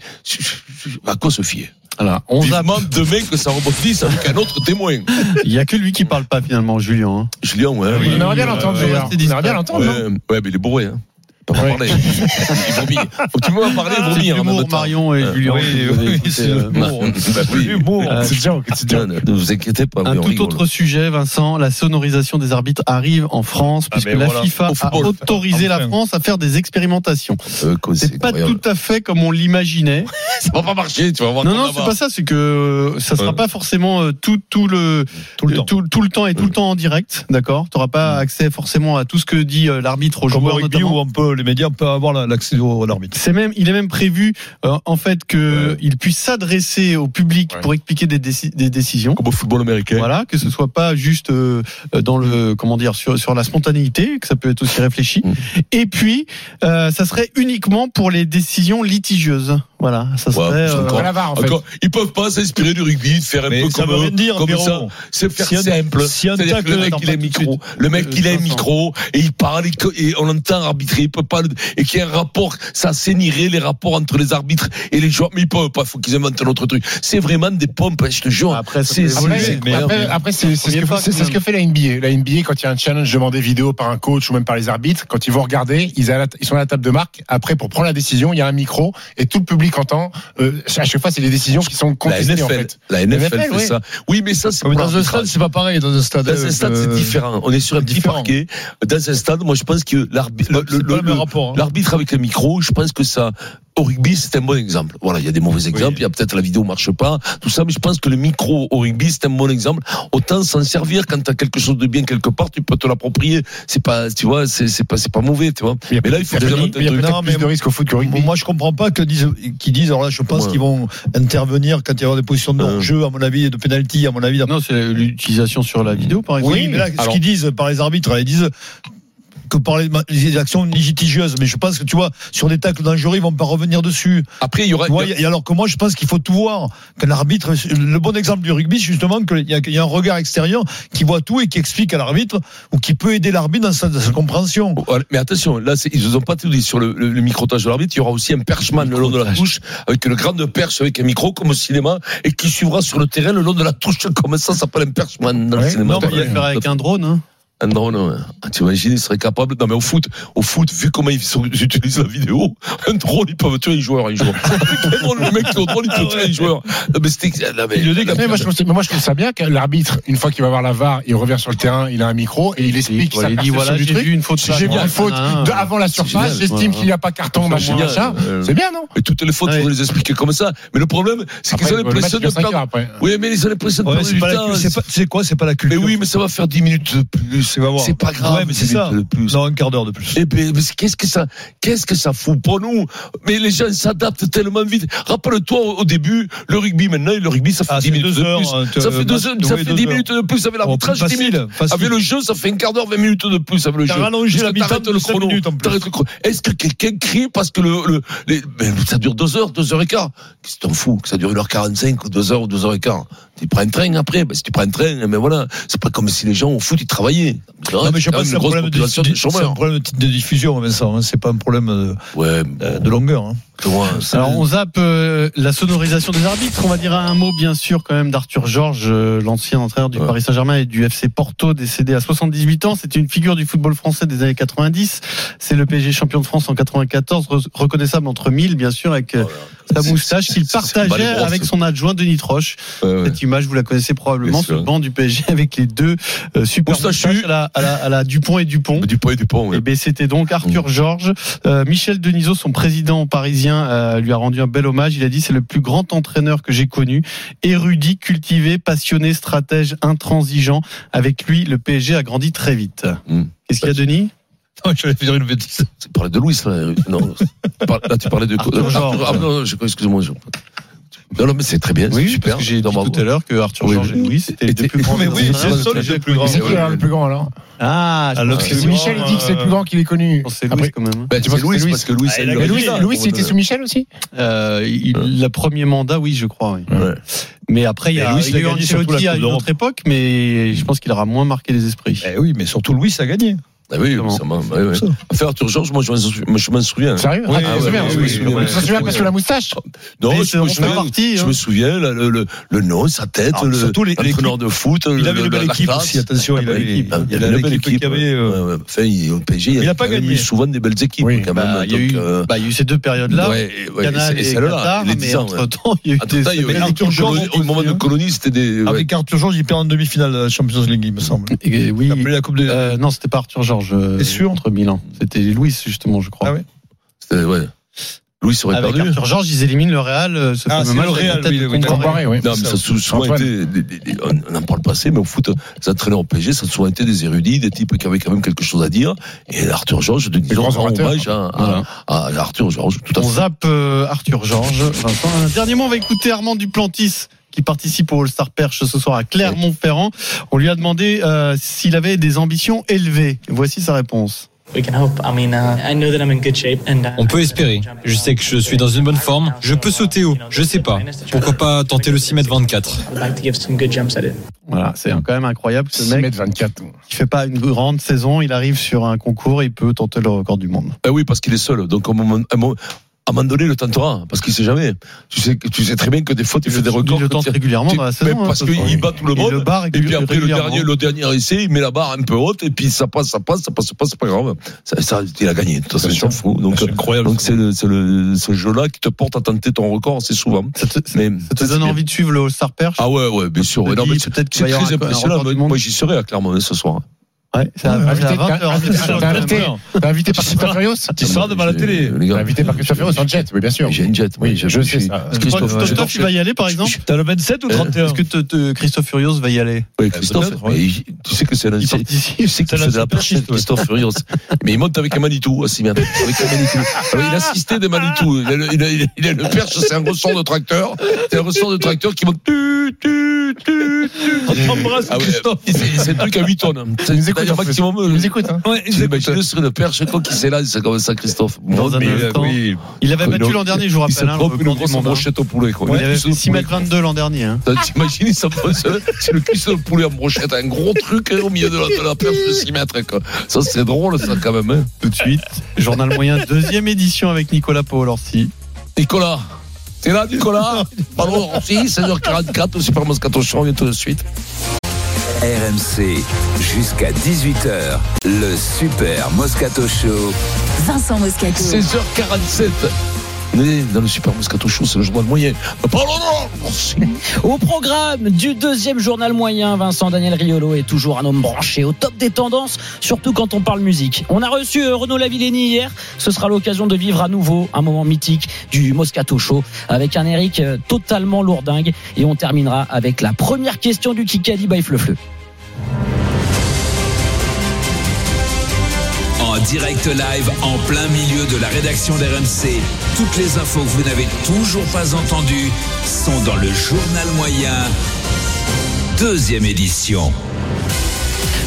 S3: à quoi se fier.
S6: Voilà, on
S3: Vivement demain que ça rebondisse avec un autre témoin.
S6: Il n'y a que lui qui parle pas finalement, Julien. hein.
S3: Julien, ouais.
S6: Oui,
S3: ouais.
S6: on aimerait bien l'entendre,
S3: Ouais,
S6: d'ailleurs.
S3: restez
S6: On aimerait bien
S3: discret.
S6: l'entendre,
S3: Ouais, ouais, mais il est bourré, hein. Pas m'en parler. Il vomit. Faut que tu m'en parler, il vomit. en même temps.
S6: Marion et
S3: Euh,
S6: Julien.
S3: oui,
S6: si vous
S3: oui,
S6: avez
S3: oui,
S6: écouté,
S3: c'est
S6: euh,
S3: l'humour. Bah oui.
S6: Euh,
S3: C'est joke, c'est joke. Ne vous inquiétez pas,
S6: Un
S3: oui, Ah, on
S6: tout
S3: rigole.
S6: autre sujet, Vincent, la sonorisation des arbitres arrive en France, puisque
S3: ben
S6: la
S3: voilà,
S6: FIFA
S3: au
S6: a
S3: football.
S6: autorisé la
S3: Enfin.
S6: France à faire des expérimentations.
S3: Euh, quoi,
S6: C'est pas
S3: incroyable.
S6: tout à fait comme on l'imaginait.
S3: Ça va pas marcher, tu vas voir.
S6: Non,
S3: qu'on
S6: non,
S3: en
S6: c'est
S3: va.
S6: pas ça. C'est que euh, ça sera
S3: Ouais.
S6: pas forcément euh, tout, tout le tout le, tout, le temps et tout le temps en direct, d'accord. T'auras pas accès forcément à tout ce que dit euh, l'arbitre aux
S4: Comme au
S6: joueurs
S4: rugby
S6: notamment.
S4: où on peut, les médias peuvent avoir la- l'accès au- à l'arbitre.
S6: C'est même, il est même prévu euh, en fait que il puisse s'adresser au public pour expliquer des, déci- des décisions.
S3: Comme au football américain.
S6: Voilà, que ce soit pas juste euh, euh, dans le comment dire sur sur la spontanéité, que ça peut être aussi réfléchi.
S3: Mm.
S6: Et puis, euh, ça serait uniquement pour les décisions litigieuses. Voilà, ça
S3: Ouais,
S6: serait.
S3: parce
S6: euh,
S3: qu'encore- encore, ils peuvent pas s'inspirer du rugby, de faire un
S4: Mais
S3: peu
S4: ça
S3: comme,
S4: veut rien
S3: eux,
S4: dire,
S3: comme
S4: Pierrot.
S3: ça. C'est faire
S4: Si un-
S3: simple.
S4: si un
S3: C'est-à-dire que le
S4: tacle,
S3: mec,
S4: non,
S3: il a un
S4: pas tout de
S3: micro. Le mec,
S4: Euh,
S3: il a un
S4: Vincent.
S3: micro et il parle et que- et on l'entend arbitrer. Il peut pas le- et qu'il y a un rapport, ça saignerait les rapports entre les arbitres et les joueurs. Mais ils peuvent pas, faut qu'ils inventent un autre truc. C'est vraiment des pompes, hein, je te jure.
S6: Après, ça
S3: c'est,
S6: peut
S3: c'est-
S5: Après,
S3: c'est-
S5: après, après, après, c'est c'est ce,
S6: Premier
S5: que
S6: pas,
S5: fait- c'est-
S6: quand
S5: c'est ce que
S6: même.
S5: fait la NBA. La NBA, quand il y a un challenge demandé vidéo par un coach ou même par les arbitres, quand ils vont regarder, ils, à la- ils sont à la table de marque. Après, pour prendre la décision, il y a un micro et tout le public entend. Euh, à chaque fois, c'est des décisions qui sont
S3: La
S5: contestées.
S3: NFL,
S5: en fait.
S3: la NFL fait
S5: oui.
S3: ça. Oui, mais ça, c'est
S4: Mais
S3: pour
S4: dans un
S3: l'arbitrage.
S4: stade, c'est pas pareil. Dans un stade,
S3: Dans un
S4: euh,
S3: stade, c'est différent. On est sur un petit parquet. Dans un stade, moi, je pense que l'arbitre, le- le- le-
S4: hein.
S3: l'arbitre avec le micro, je pense que ça, au rugby, c'est un bon exemple. Voilà, il y a des mauvais exemples. Il y a peut-être la vidéo marche pas, tout ça, mais je pense que le micro au rugby, c'est un bon exemple. Autant s'en servir quand t'as quelque chose de bien quelque part, tu peux te l'approprier. C'est pas, tu vois, c'est, c'est pas, c'est pas mauvais, tu vois. Mais là, il faut
S5: il y a
S3: déjà
S5: plus-
S3: inventer un
S5: il y a
S3: truc.
S5: peut-être
S4: Non, mais
S5: plus de risques au foot qu'au rugby.
S4: Moi, je comprends pas que disent, qu'ils disent. Alors là, je pense
S3: Ouais.
S4: qu'ils vont intervenir quand il y aura des positions de hors-jeu, à mon avis, et de penalty, à mon avis.
S6: Non, c'est l'utilisation sur la vidéo, par exemple.
S4: Oui, mais là, ce
S6: Alors-
S4: qu'ils disent par les arbitres, ils disent que par les les actions litigieuses. Mais je pense que, tu vois, sur des tacles dangereux, ils vont pas revenir dessus.
S3: Après, il y aura-
S4: Tu vois, et alors que moi, je pense qu'il faut tout voir. Que l'arbitre, le bon exemple du rugby, c'est justement, qu'il y, a- qu'il y a un regard extérieur qui voit tout et qui explique à l'arbitre ou qui peut aider l'arbitre dans sa, dans sa compréhension.
S3: Voilà, Oh, Mais attention, là, c'est- ils nous ont pas tout dit sur le, le, le microtage de l'arbitre. Il y aura aussi un perchman le long de la touche, avec une grande perche avec un micro, comme au cinéma, et qui suivra sur le terrain le long de la touche, comme ça, ça s'appelle un perchman dans le
S6: Ouais.
S3: cinéma.
S6: Non, mais il va le faire avec un drone. hein.
S3: Un drone, ouais. Ah, tu imagines, ils seraient capables. Non, mais au foot, au foot, vu comment ils, sont- ils utilisent la vidéo, un drone, ils peuvent tuer un joueur, un jour. Avec un drone, le mec qui est au drone, il
S6: Ah
S3: peut tuer un joueur. Non, mais c'était, non, mais,
S5: Mais moi, je trouve, mais moi, je trouve ça bien que l'arbitre, une fois qu'il va voir la VAR, il revient sur le terrain, il a un micro et il explique
S6: voilà,
S5: sa
S6: il dit,
S5: perception
S6: voilà,
S5: du
S6: j'ai
S5: truc.
S6: vu une faute
S5: J'ai
S6: là,
S5: vu
S6: voilà,
S5: une faute
S6: voilà,
S5: de-
S6: voilà.
S5: avant la
S6: C'est
S5: surface,
S6: génial,
S5: j'estime
S6: voilà.
S5: qu'il n'y a pas carton,
S6: C'est
S5: machin,
S6: génial,
S5: machin.
S6: euh,
S5: C'est bien, non
S3: Et toutes les fautes, il faut les expliquer comme ça. Mais le problème, c'est qu'ils
S5: Après, le
S3: ont
S5: match
S3: l'impression de
S5: dure cinq heures
S3: perdre.
S5: après.
S3: Oui, mais ils ont l'impression de
S4: Ouais,
S3: perdre
S4: c'est
S3: du
S4: pas la
S3: temps.
S4: cul- c'est pas- c'est quoi C'est pas la culture.
S3: Mais oui, mais ça va faire 10 minutes de plus.
S4: plus, va voir.
S3: C'est pas grave.
S4: Ouais, mais c'est
S3: une
S4: ça.
S3: minute de plus.
S4: Non, un quart d'heure de plus.
S3: Et ben, mais qu'est-ce que ça, qu'est-ce que ça fout pour nous Mais les gens s'adaptent tellement vite. Rappelle-toi au, au début, le rugby maintenant, le rugby ça fait
S4: Ah,
S3: 10
S4: c'est
S3: minutes
S4: deux
S3: de
S4: heures,
S3: plus.
S4: hein,
S3: ça
S4: euh,
S3: fait
S4: match-
S3: 2 heures, ça
S4: ouais,
S3: fait
S4: deux
S3: 10
S4: heures.
S3: minutes de plus avec l'arbitrage,
S4: Oh,
S3: 10
S4: facile,
S3: minutes.
S4: facile.
S3: Avec le jeu, ça fait un quart d'heure, 20 minutes de plus avec le
S4: T'as
S3: jeu.
S4: rallongé
S3: Parce
S4: la
S3: que
S4: mi-temps
S3: t'arrêtes
S4: de
S3: le
S4: cinq
S3: chrono.
S4: minutes en plus.
S3: T'arrêtes le chrono. Est-ce que quelqu'un crie parce que le, le- les- mais ça dure 2 heures, 2 heures et quart Qu'est-ce que t'en fous Que ça dure 1h45 ou 2 heures ou 2 heures et quart Tu prends un train après, ben, si tu prends un train, mais voilà, c'est pas comme si les gens au foot ils travaillaient.
S4: Non, mais je
S3: C'est
S4: pense que
S3: quand même
S4: c'est
S3: une
S4: un
S3: grosse
S4: problème de,
S3: population de
S4: c'est un
S3: chômeurs.
S4: problème de- de diffusion, Vincent. hein. C'est pas un problème euh, euh, de longueur. hein.
S6: Alors on zappe euh, la sonorisation des arbitres. On va dire un mot bien sûr quand même d'Arthur Georges, euh, l'ancien entraîneur du Paris Saint-Germain et du FC Porto, décédé à 78 ans. C'était une figure du football français des années 90. C'est le PSG champion de France en 94, re- reconnaissable entre mille bien sûr avec euh, sa moustache qu'il
S3: pas les
S6: partageait
S3: grosses.
S6: avec son adjoint Denis Troche.
S3: Ouais, ouais.
S6: Cette image vous la connaissez probablement,
S3: Bien
S6: ce
S3: sûr.
S6: banc du PSG avec les deux euh, super
S3: Moustachu.
S6: moustaches à la, à la- à la Dupont et Dupont.
S3: Dupont et Dupont. Mmh.
S6: Et ben c'était donc Arthur Georges, Euh, Michel Denisot, son président parisien, euh, lui a rendu un bel hommage. Il a dit c'est le plus grand entraîneur que j'ai connu, érudit, cultivé, passionné, stratège, intransigeant. Avec lui, le PSG a grandi très vite.
S3: Mmh.
S6: Qu'est-ce
S3: Bah,
S6: qu'il y a, Denis
S4: Non, je vais dire une bêtise.
S3: Tu parlais de Louis, là. euh, Non, Tu parles- là, tu parlais de.
S6: Arthur Georges.
S3: Ah, non, non, je- excuse-moi. je- Non, non, mais c'est très bien. Oui, super. J'ai dit tout à
S6: l'heure que Arthur
S3: Georges et
S6: Louis, c'était
S3: les plus
S5: grands
S3: Mais oui,
S5: entraîneurs.
S3: c'est le seul,
S5: C'est
S3: j'ai
S5: le
S3: le
S5: plus
S3: plus
S5: grand.
S3: grand.
S5: C'est qui, alors, le plus grand, alors
S6: Ah,
S5: je pense que c'est Michel, il dit que c'est le plus grand qu'il ait connu.
S3: euh,
S6: C'est Louis quand même.
S3: Ben, tu
S5: Bah,
S3: vois que c'est Louis, parce que Louis, c'est Ah, le-
S5: Mais Louis,
S3: le-
S5: Louis, c'était sous Michel aussi
S6: Euh, il- Le premier mandat, oui, je crois. oui. Mais après, il y
S4: Et
S6: a,
S4: Louis,
S6: il y
S4: il
S6: a
S4: a
S6: eu
S4: gagné surtout
S6: Ancelotti
S4: la
S6: à
S4: Coupe
S6: une autre
S4: d'Europe. Eh
S6: époque, mais je pense qu'il aura moins marqué les esprits.
S4: oui, mais surtout Louis a gagné.
S3: Ah oui, ça m'a. ouais, ouais. Faire Arthur Georges, moi, je m'en sou- moi, je m'en souviens.
S5: Sérieux
S3: Ah,
S5: Ah,
S3: ouais,
S5: tu te souviens,
S3: ouais,
S5: oui,
S3: je me
S5: oui,
S3: souviens,
S5: Tu te souviens pas sur la moustache
S3: Non,
S5: Mais
S3: je,
S5: on
S3: me
S5: fait
S3: souviens,
S5: partie,
S3: je
S5: hein.
S3: me souviens le, le, le- le nom, sa tête,
S4: Ah,
S3: le,
S4: surtout les-
S3: l'entraîneur de foot.
S4: Il
S3: le-
S4: avait une
S3: le-
S4: belle
S3: la
S4: équipe
S3: classe.
S4: aussi, attention, il avait les-
S3: Ah,
S4: il y avait la
S3: une belle
S4: belle équipe qu'il y avait, euh,
S3: Ouais, ouais. Enfin, il- au PSG,
S4: Il
S3: y
S4: a pas
S3: quand même
S4: gagné.
S3: eu souvent des belles équipes, quand même.
S6: Bah, il, y a
S3: donc,
S6: eu,
S3: euh,
S6: bah, il y a eu ces deux périodes-là,
S3: Ouais, ouais,
S6: Canal
S3: et
S6: et,
S3: celle-là,
S6: Qatar,
S3: les
S6: mais
S3: 10 ans,
S6: entre-temps, il y a eu
S3: Entre-temps, il y a eu-
S6: des...
S3: Mais Arthur Georges, au moment de colonie, c'était des. ouais.
S4: Avec Arthur Georges, il perd en demi-finale de la Champions League, il me semble.
S6: Et oui,
S4: Il a appelé la Coupe des.
S6: euh, non, c'était pas Arthur Georges. euh, Entre Milan. C'était Louis, justement, je crois.
S4: Ah ouais.
S3: C'était- ouais. Louis aurait
S6: Avec
S3: perdu.
S6: Arthur Georges, ils éliminent le Real. euh, Ce
S4: Ah,
S6: fameux
S4: c'est
S6: match
S4: le
S6: avec la
S4: Real,
S6: tête
S4: oui,
S6: de
S4: oui,
S6: Comboiré.
S4: oui.
S3: Non, mais ça a sou- souvent été. des- des- des- on on en parle pas assez, mais au foot, les entraîneurs au PSG, ça a souvent été des érudits, des types qui avaient quand même quelque chose à dire. Et Arthur Georges, de disons,
S6: grands
S3: rend
S6: orateurs.
S3: hommage à, à- à Arthur Georges, tout à
S6: On
S3: fait.
S6: zappe euh, Arthur Georges. Vincent. Un dernier mot, on va écouter Armand Duplantis qui participe au All-Star Perche ce soir à Clermont-Ferrand. On lui a demandé euh, s'il avait des ambitions élevées. Voici sa réponse.
S8: On peut espérer. Je sais que je suis dans une bonne forme. Je peux sauter haut. Je sais pas. Pourquoi pas tenter le 6 m 24
S6: Voilà, c'est quand même incroyable ce mec.
S5: 24.
S6: qui fait pas une grande saison, il arrive sur un concours, il peut tenter le record du monde.
S3: Ben oui, parce qu'il est seul. Donc, à un moment, à un moment- à un moment donné, il le tentera, parce qu'il sait jamais. Tu sais, que- tu sais très bien que des fois, tu fais des records.
S6: le
S3: que
S6: tente
S3: tu-
S6: régulièrement
S3: tu-
S6: dans la
S3: mais
S6: saison, hein,
S3: Parce
S6: ce soir.
S3: qu'il bat tout le
S6: Il
S3: monde.
S6: le barre
S3: et puis après, le
S6: régulièrement.
S3: dernier, le dernier essai, il met la barre un peu haute, et puis ça passe, ça passe, ça passe, ça passe, c'est pas grave. Ça, ça, il a gagné. De toute façon, il s'en fout. Donc, c'est incroyable. Donc, c'est le- c'est le- ce jeu-là qui te porte à tenter ton record assez souvent. Mais-
S6: Ça te donne envie de suivre le All-Star Perche
S3: Ah ouais, ouais, bien sûr.
S6: te
S3: Ouais, non,
S6: dis,
S3: mais c'est
S6: peut-être qu'il
S3: c'est
S6: va y avoir
S3: très
S6: un- un
S3: impressionnant.
S6: record du
S3: Moi,
S6: monde.
S3: moi, j'y serai à Clermont ce soir.
S6: Ouais, c'est
S5: Ah,
S6: à, c'est à 20 heures.
S5: T'as invité, t'as invité par Christophe Furios
S3: Tu seras devant la télé.
S5: T'as invité par Christophe Furios en jet, oui, bien sûr.
S3: J'ai une jet, oui,
S5: je sais ça.
S3: Parce que Christophe-
S6: Christophe,
S3: Christophe,
S6: tu vas y aller par exemple
S4: T'as le 27 ou 31
S6: Est-ce que te- te- Christophe Furios va y aller
S3: Oui, Christophe,
S6: peut-être,
S3: mais il- tu sais que c'est un ancien. Tu sais que
S6: C'est l'ancien
S3: c'est la personne
S6: perchiste, ouais.
S3: Christophe Furios. Mais il monte avec un Manitou aussi, mais avec avec un Manitou. Alors, il assistait des Manitou. Il a le, il a- il a- il a le perche, c'est un ressort de tracteur. C'est un ressort de tracteur qui monte. Tu, tu, tu, tu.
S4: On t'embrasse,
S3: Ah ouais,
S4: Christophe.
S3: et c'est- C'est un truc à 8 tonnes. C'est
S5: nous écoute,
S3: d'ailleurs
S5: en fait.
S3: maximum. euh,
S5: Il nous écoute, hein.
S3: Ouais, Imaginez sur une perche, quand qui s'élance comme ça, Christophe.
S6: Dans un
S3: Mais, euh,
S6: instant.
S3: oui.
S6: Il avait battu
S3: Il-
S6: l'an dernier, je vous
S3: il se
S6: rappelle. hein,
S3: prend
S6: le
S3: une
S6: record du
S3: grosse
S6: monde, hein.
S3: brochette au poulet, quoi.
S6: Ouais,
S3: Il
S6: Il avait
S3: pousse le
S6: fait 6 mètres 22 l'an dernier. hein.
S3: Putain, T'imagines, ça prend seul- c'est le cuisson de poulet en brochette, un gros truc hein, au milieu de la, de la perche de 6 mètres. Quoi. Ça, c'est drôle, ça, quand même. hein.
S6: Tout de suite, Journal moyen, deuxième édition avec Nicolas Paolorsi.
S3: Nicolas, t'es là, Nicolas Pardon, si, 16h44 au Super Moscato Show, on vient tout de suite.
S2: RMC jusqu'à 18h, le Super Moscato Show.
S1: Vincent Moscato.
S3: 16h47. On est dans le Super Moscato Show, c'est le journal moyen. Pardon, non, non, si.
S21: Au programme du deuxième journal moyen, Vincent Daniel Riolo est toujours un homme branché au top des tendances, surtout quand on parle musique. On a reçu euh, Renaud Lavillenie hier. Ce sera l'occasion de vivre à nouveau un moment mythique du Moscato Show avec un Eric euh, totalement lourdingue. Et on terminera avec la première question du Kikadi by Fleu Fleu.
S2: direct live en plein milieu de la rédaction d'RMC. Toutes les infos que vous n'avez toujours pas entendues sont dans le journal moyen, deuxième édition.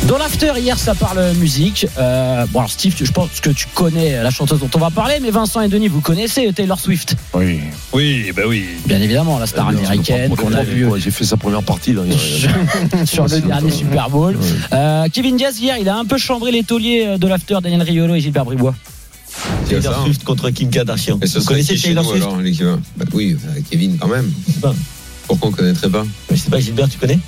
S21: Dans l'after hier, ça parle musique. Euh, bon alors Steve, tu- je pense que tu connais la chanteuse dont on va parler, mais Vincent et Denis, vous connaissez euh, Taylor Swift.
S3: Oui. Oui, ben oui.
S21: Bien évidemment, la star
S3: Eh
S21: américaine qu'on a vue.
S3: J'ai fait sa première partie. Là, il y a-
S21: sur le dernier Super Bowl. Euh, Kevin Diaz hier, il a un peu chambré les tauliers de l'after Daniel Riolo et Gilbert Bribois.
S14: Taylor Swift contre Kim Kardashian. Et ce
S21: Vous
S14: serait
S21: connaissez
S14: qui chez
S21: Taylor
S14: nous,
S21: Swift
S14: alors, l'équivalent Bah Oui, euh, Kevin quand même. Pourquoi on connaîtrait pas Je sais pas, Gilbert, tu connais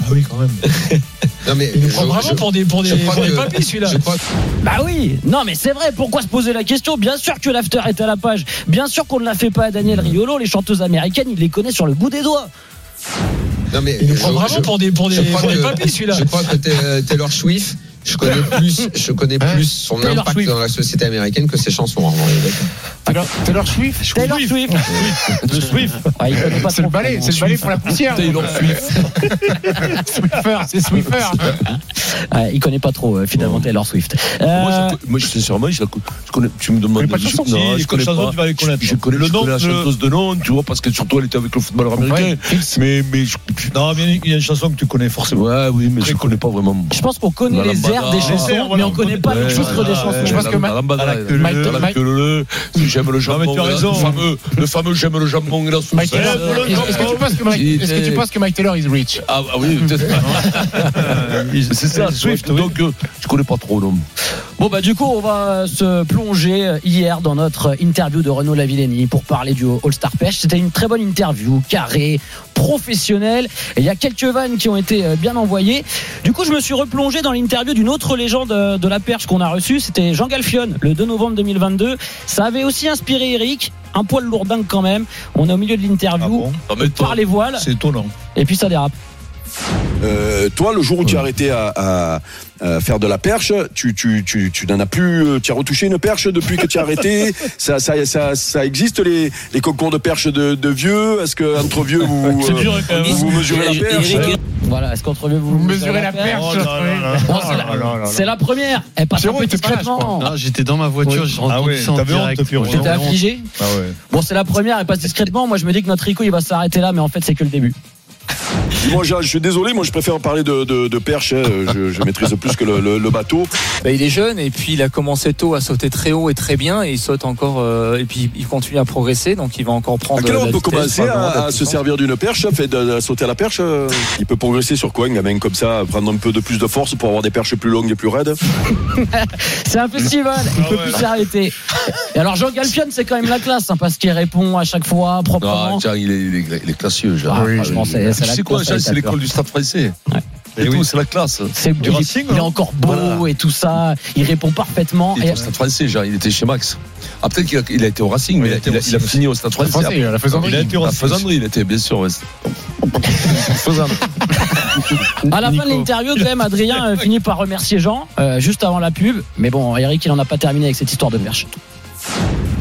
S14: Ah oui, quand même. non mais
S21: Il nous
S14: je-
S21: prend vraiment
S14: je-
S21: pour des- pour des-
S14: je crois
S21: pour des
S14: que-
S21: papis, celui-là.
S14: je crois-
S21: Bah oui, non mais c'est vrai, pourquoi se poser la question Bien sûr que l'after est à la page, bien sûr qu'on ne la fait pas à Daniel Riolo, les chanteuses américaines, il les connaît sur le bout des doigts.
S14: Non mais
S21: Il nous
S14: je-
S21: prend vraiment
S14: je-
S21: pour des- pour des-
S14: je crois
S21: pour des
S14: que-
S21: papis, celui-là.
S14: Je crois que t'es- euh, Taylor Swift, je connais plus, je connais plus son
S5: Taylor
S14: impact dans la société américaine que ses chansons. en vrai.
S5: Taylor, Taylor Swift
S21: Taylor Swift
S5: Le Swift C'est le ballet, c'est le ballet pour la poussière
S21: Taylor
S5: Swift Swiffer, c'est Swiffer
S21: Ouais, il connaît pas trop euh, finalement Taylor Swift. Euh,
S3: Moi, je, la co- moi, je- sincèrement, je, la co- je connais, tu me demandes
S4: connais pas de chanson, si,
S3: non,
S4: les
S3: je connais
S4: chansons,
S3: pas.
S4: tu vas les connaître.
S3: Je, je connais,
S4: Le
S3: je
S4: nom
S3: connais la
S4: de-
S3: chanteuse de Nantes, tu vois, parce que surtout elle était avec le footballeur américain. Mais, mais je, non, mais il y a une chanson que tu connais forcément. Ouais, oui, mais je connais pas vraiment.
S21: Je pense qu'on connaît les airs des chansons, mais on connaît pas le titre des chansons.
S3: Je pense que
S21: Ma- Mike- Mike-
S3: J'aime le jambon.
S5: tu as raison.
S3: Le fameux, le fameux j'aime le jambon et la sauce.
S5: Mike Taylor, Est-ce que tu penses que Mike- est-ce que tu penses que Mike Taylor is rich
S3: Ah, ah oui, peut-être. c'est ça, Swift. Donc, euh, je connais pas trop l'homme.
S21: Bon bah du coup on va se plonger euh, hier dans notre interview de Renaud Lavillenie pour parler du All-Star Pêche. C'était une très bonne interview, carrée, professionnelle. Et il y a quelques vannes qui ont été euh, bien envoyées. Du coup je me suis replongé dans l'interview d'une autre légende euh, de la perche qu'on a reçue. C'était Jean Galfion le 2 novembre 2022. Ça avait aussi inspiré Eric. Un poil lourdingue quand même. On est au milieu de l'interview.
S3: on
S21: part les voiles.
S4: C'est étonnant.
S21: Et puis ça dérape.
S25: Euh, toi, le jour où tu as arrêté à, à- à faire de la perche, tu, tu, tu, tu n'en as plus. euh, Tu as retouché une perche depuis que tu as arrêté. ça, ça, ça, ça existe les, les concours de perche de, de vieux. Est-ce que entre vieux vous, euh,
S21: hein.
S25: vous mesurez la perche
S21: euh, Voilà, est-ce qu'entre vous, vous
S5: mesurez la perche,
S21: Oh là là
S5: oui.
S21: là là.
S5: Oh
S21: Bon, c'est la-
S5: là là là là.
S21: C'est la première. Elle passe un
S5: Pierrot,
S21: peu
S5: t'es pas là, je crois.
S21: Eh, discrètement.
S6: Ah, j'étais dans ma voiture, j'ai entendu ça en direct.
S21: J'étais affligé. Bon, c'est la première, elle passe discrètement. Moi, je me dis que notre Rico, il va s'arrêter là, mais en fait, c'est que le début.
S25: Dis-moi, Jean, je suis désolé. Moi, je préfère parler de, de, de perche. hein, Je, je maîtrise plus que le, le- le bateau.
S3: Ah,
S26: Bah, il est jeune et puis il a commencé tôt à sauter très haut et très bien et il saute encore euh, et puis il continue à progresser donc il va encore prendre.
S25: À quelle heure
S26: la
S25: on peut
S26: vitesse,
S25: commencer
S26: enfin, vraiment,
S25: à,
S26: la
S25: à se
S26: puissance.
S25: servir d'une perche, fait de, de sauter à la perche euh, Il peut progresser sur quoi un gamin comme ça, prendre un peu de plus de force pour avoir des perches plus longues et plus raides
S21: c'est un festival, il
S5: Ah
S21: peut plus s'arrêter. Et alors, Jean Galpion, c'est quand même la classe, hein, parce qu'il répond à chaque fois proprement.
S3: Non, tiens, il est, il est, il est classieux, Jean.
S21: Ah, Oui, franchement, c'est-
S3: Tu
S21: c'est la
S3: sais quoi,
S21: classe,
S3: Jean,
S21: elle
S3: c'est
S21: tape,
S3: l'école
S21: hein.
S3: du stade français. Et
S21: Et
S3: tout,
S21: oui.
S3: c'est la classe. hein.
S21: C'est il, est-
S5: hein.
S21: il est encore beau et tout ça. Il répond parfaitement.
S3: Il était au Stade Français, genre, il était chez Max. Ah, peut-être qu'il a, il a été au Racing, mais il a, il a- il a fini au Stade Français. Ah,
S5: Français, à la Faisanderie.
S3: Il a été au Racing. À la Faisanderie, il était, bien sûr. ouais.
S21: À la fin de l'interview, quand même, Adrien euh, finit par remercier Jean, euh, juste avant la pub. Mais bon, Eric, il en a pas terminé avec cette histoire de perche.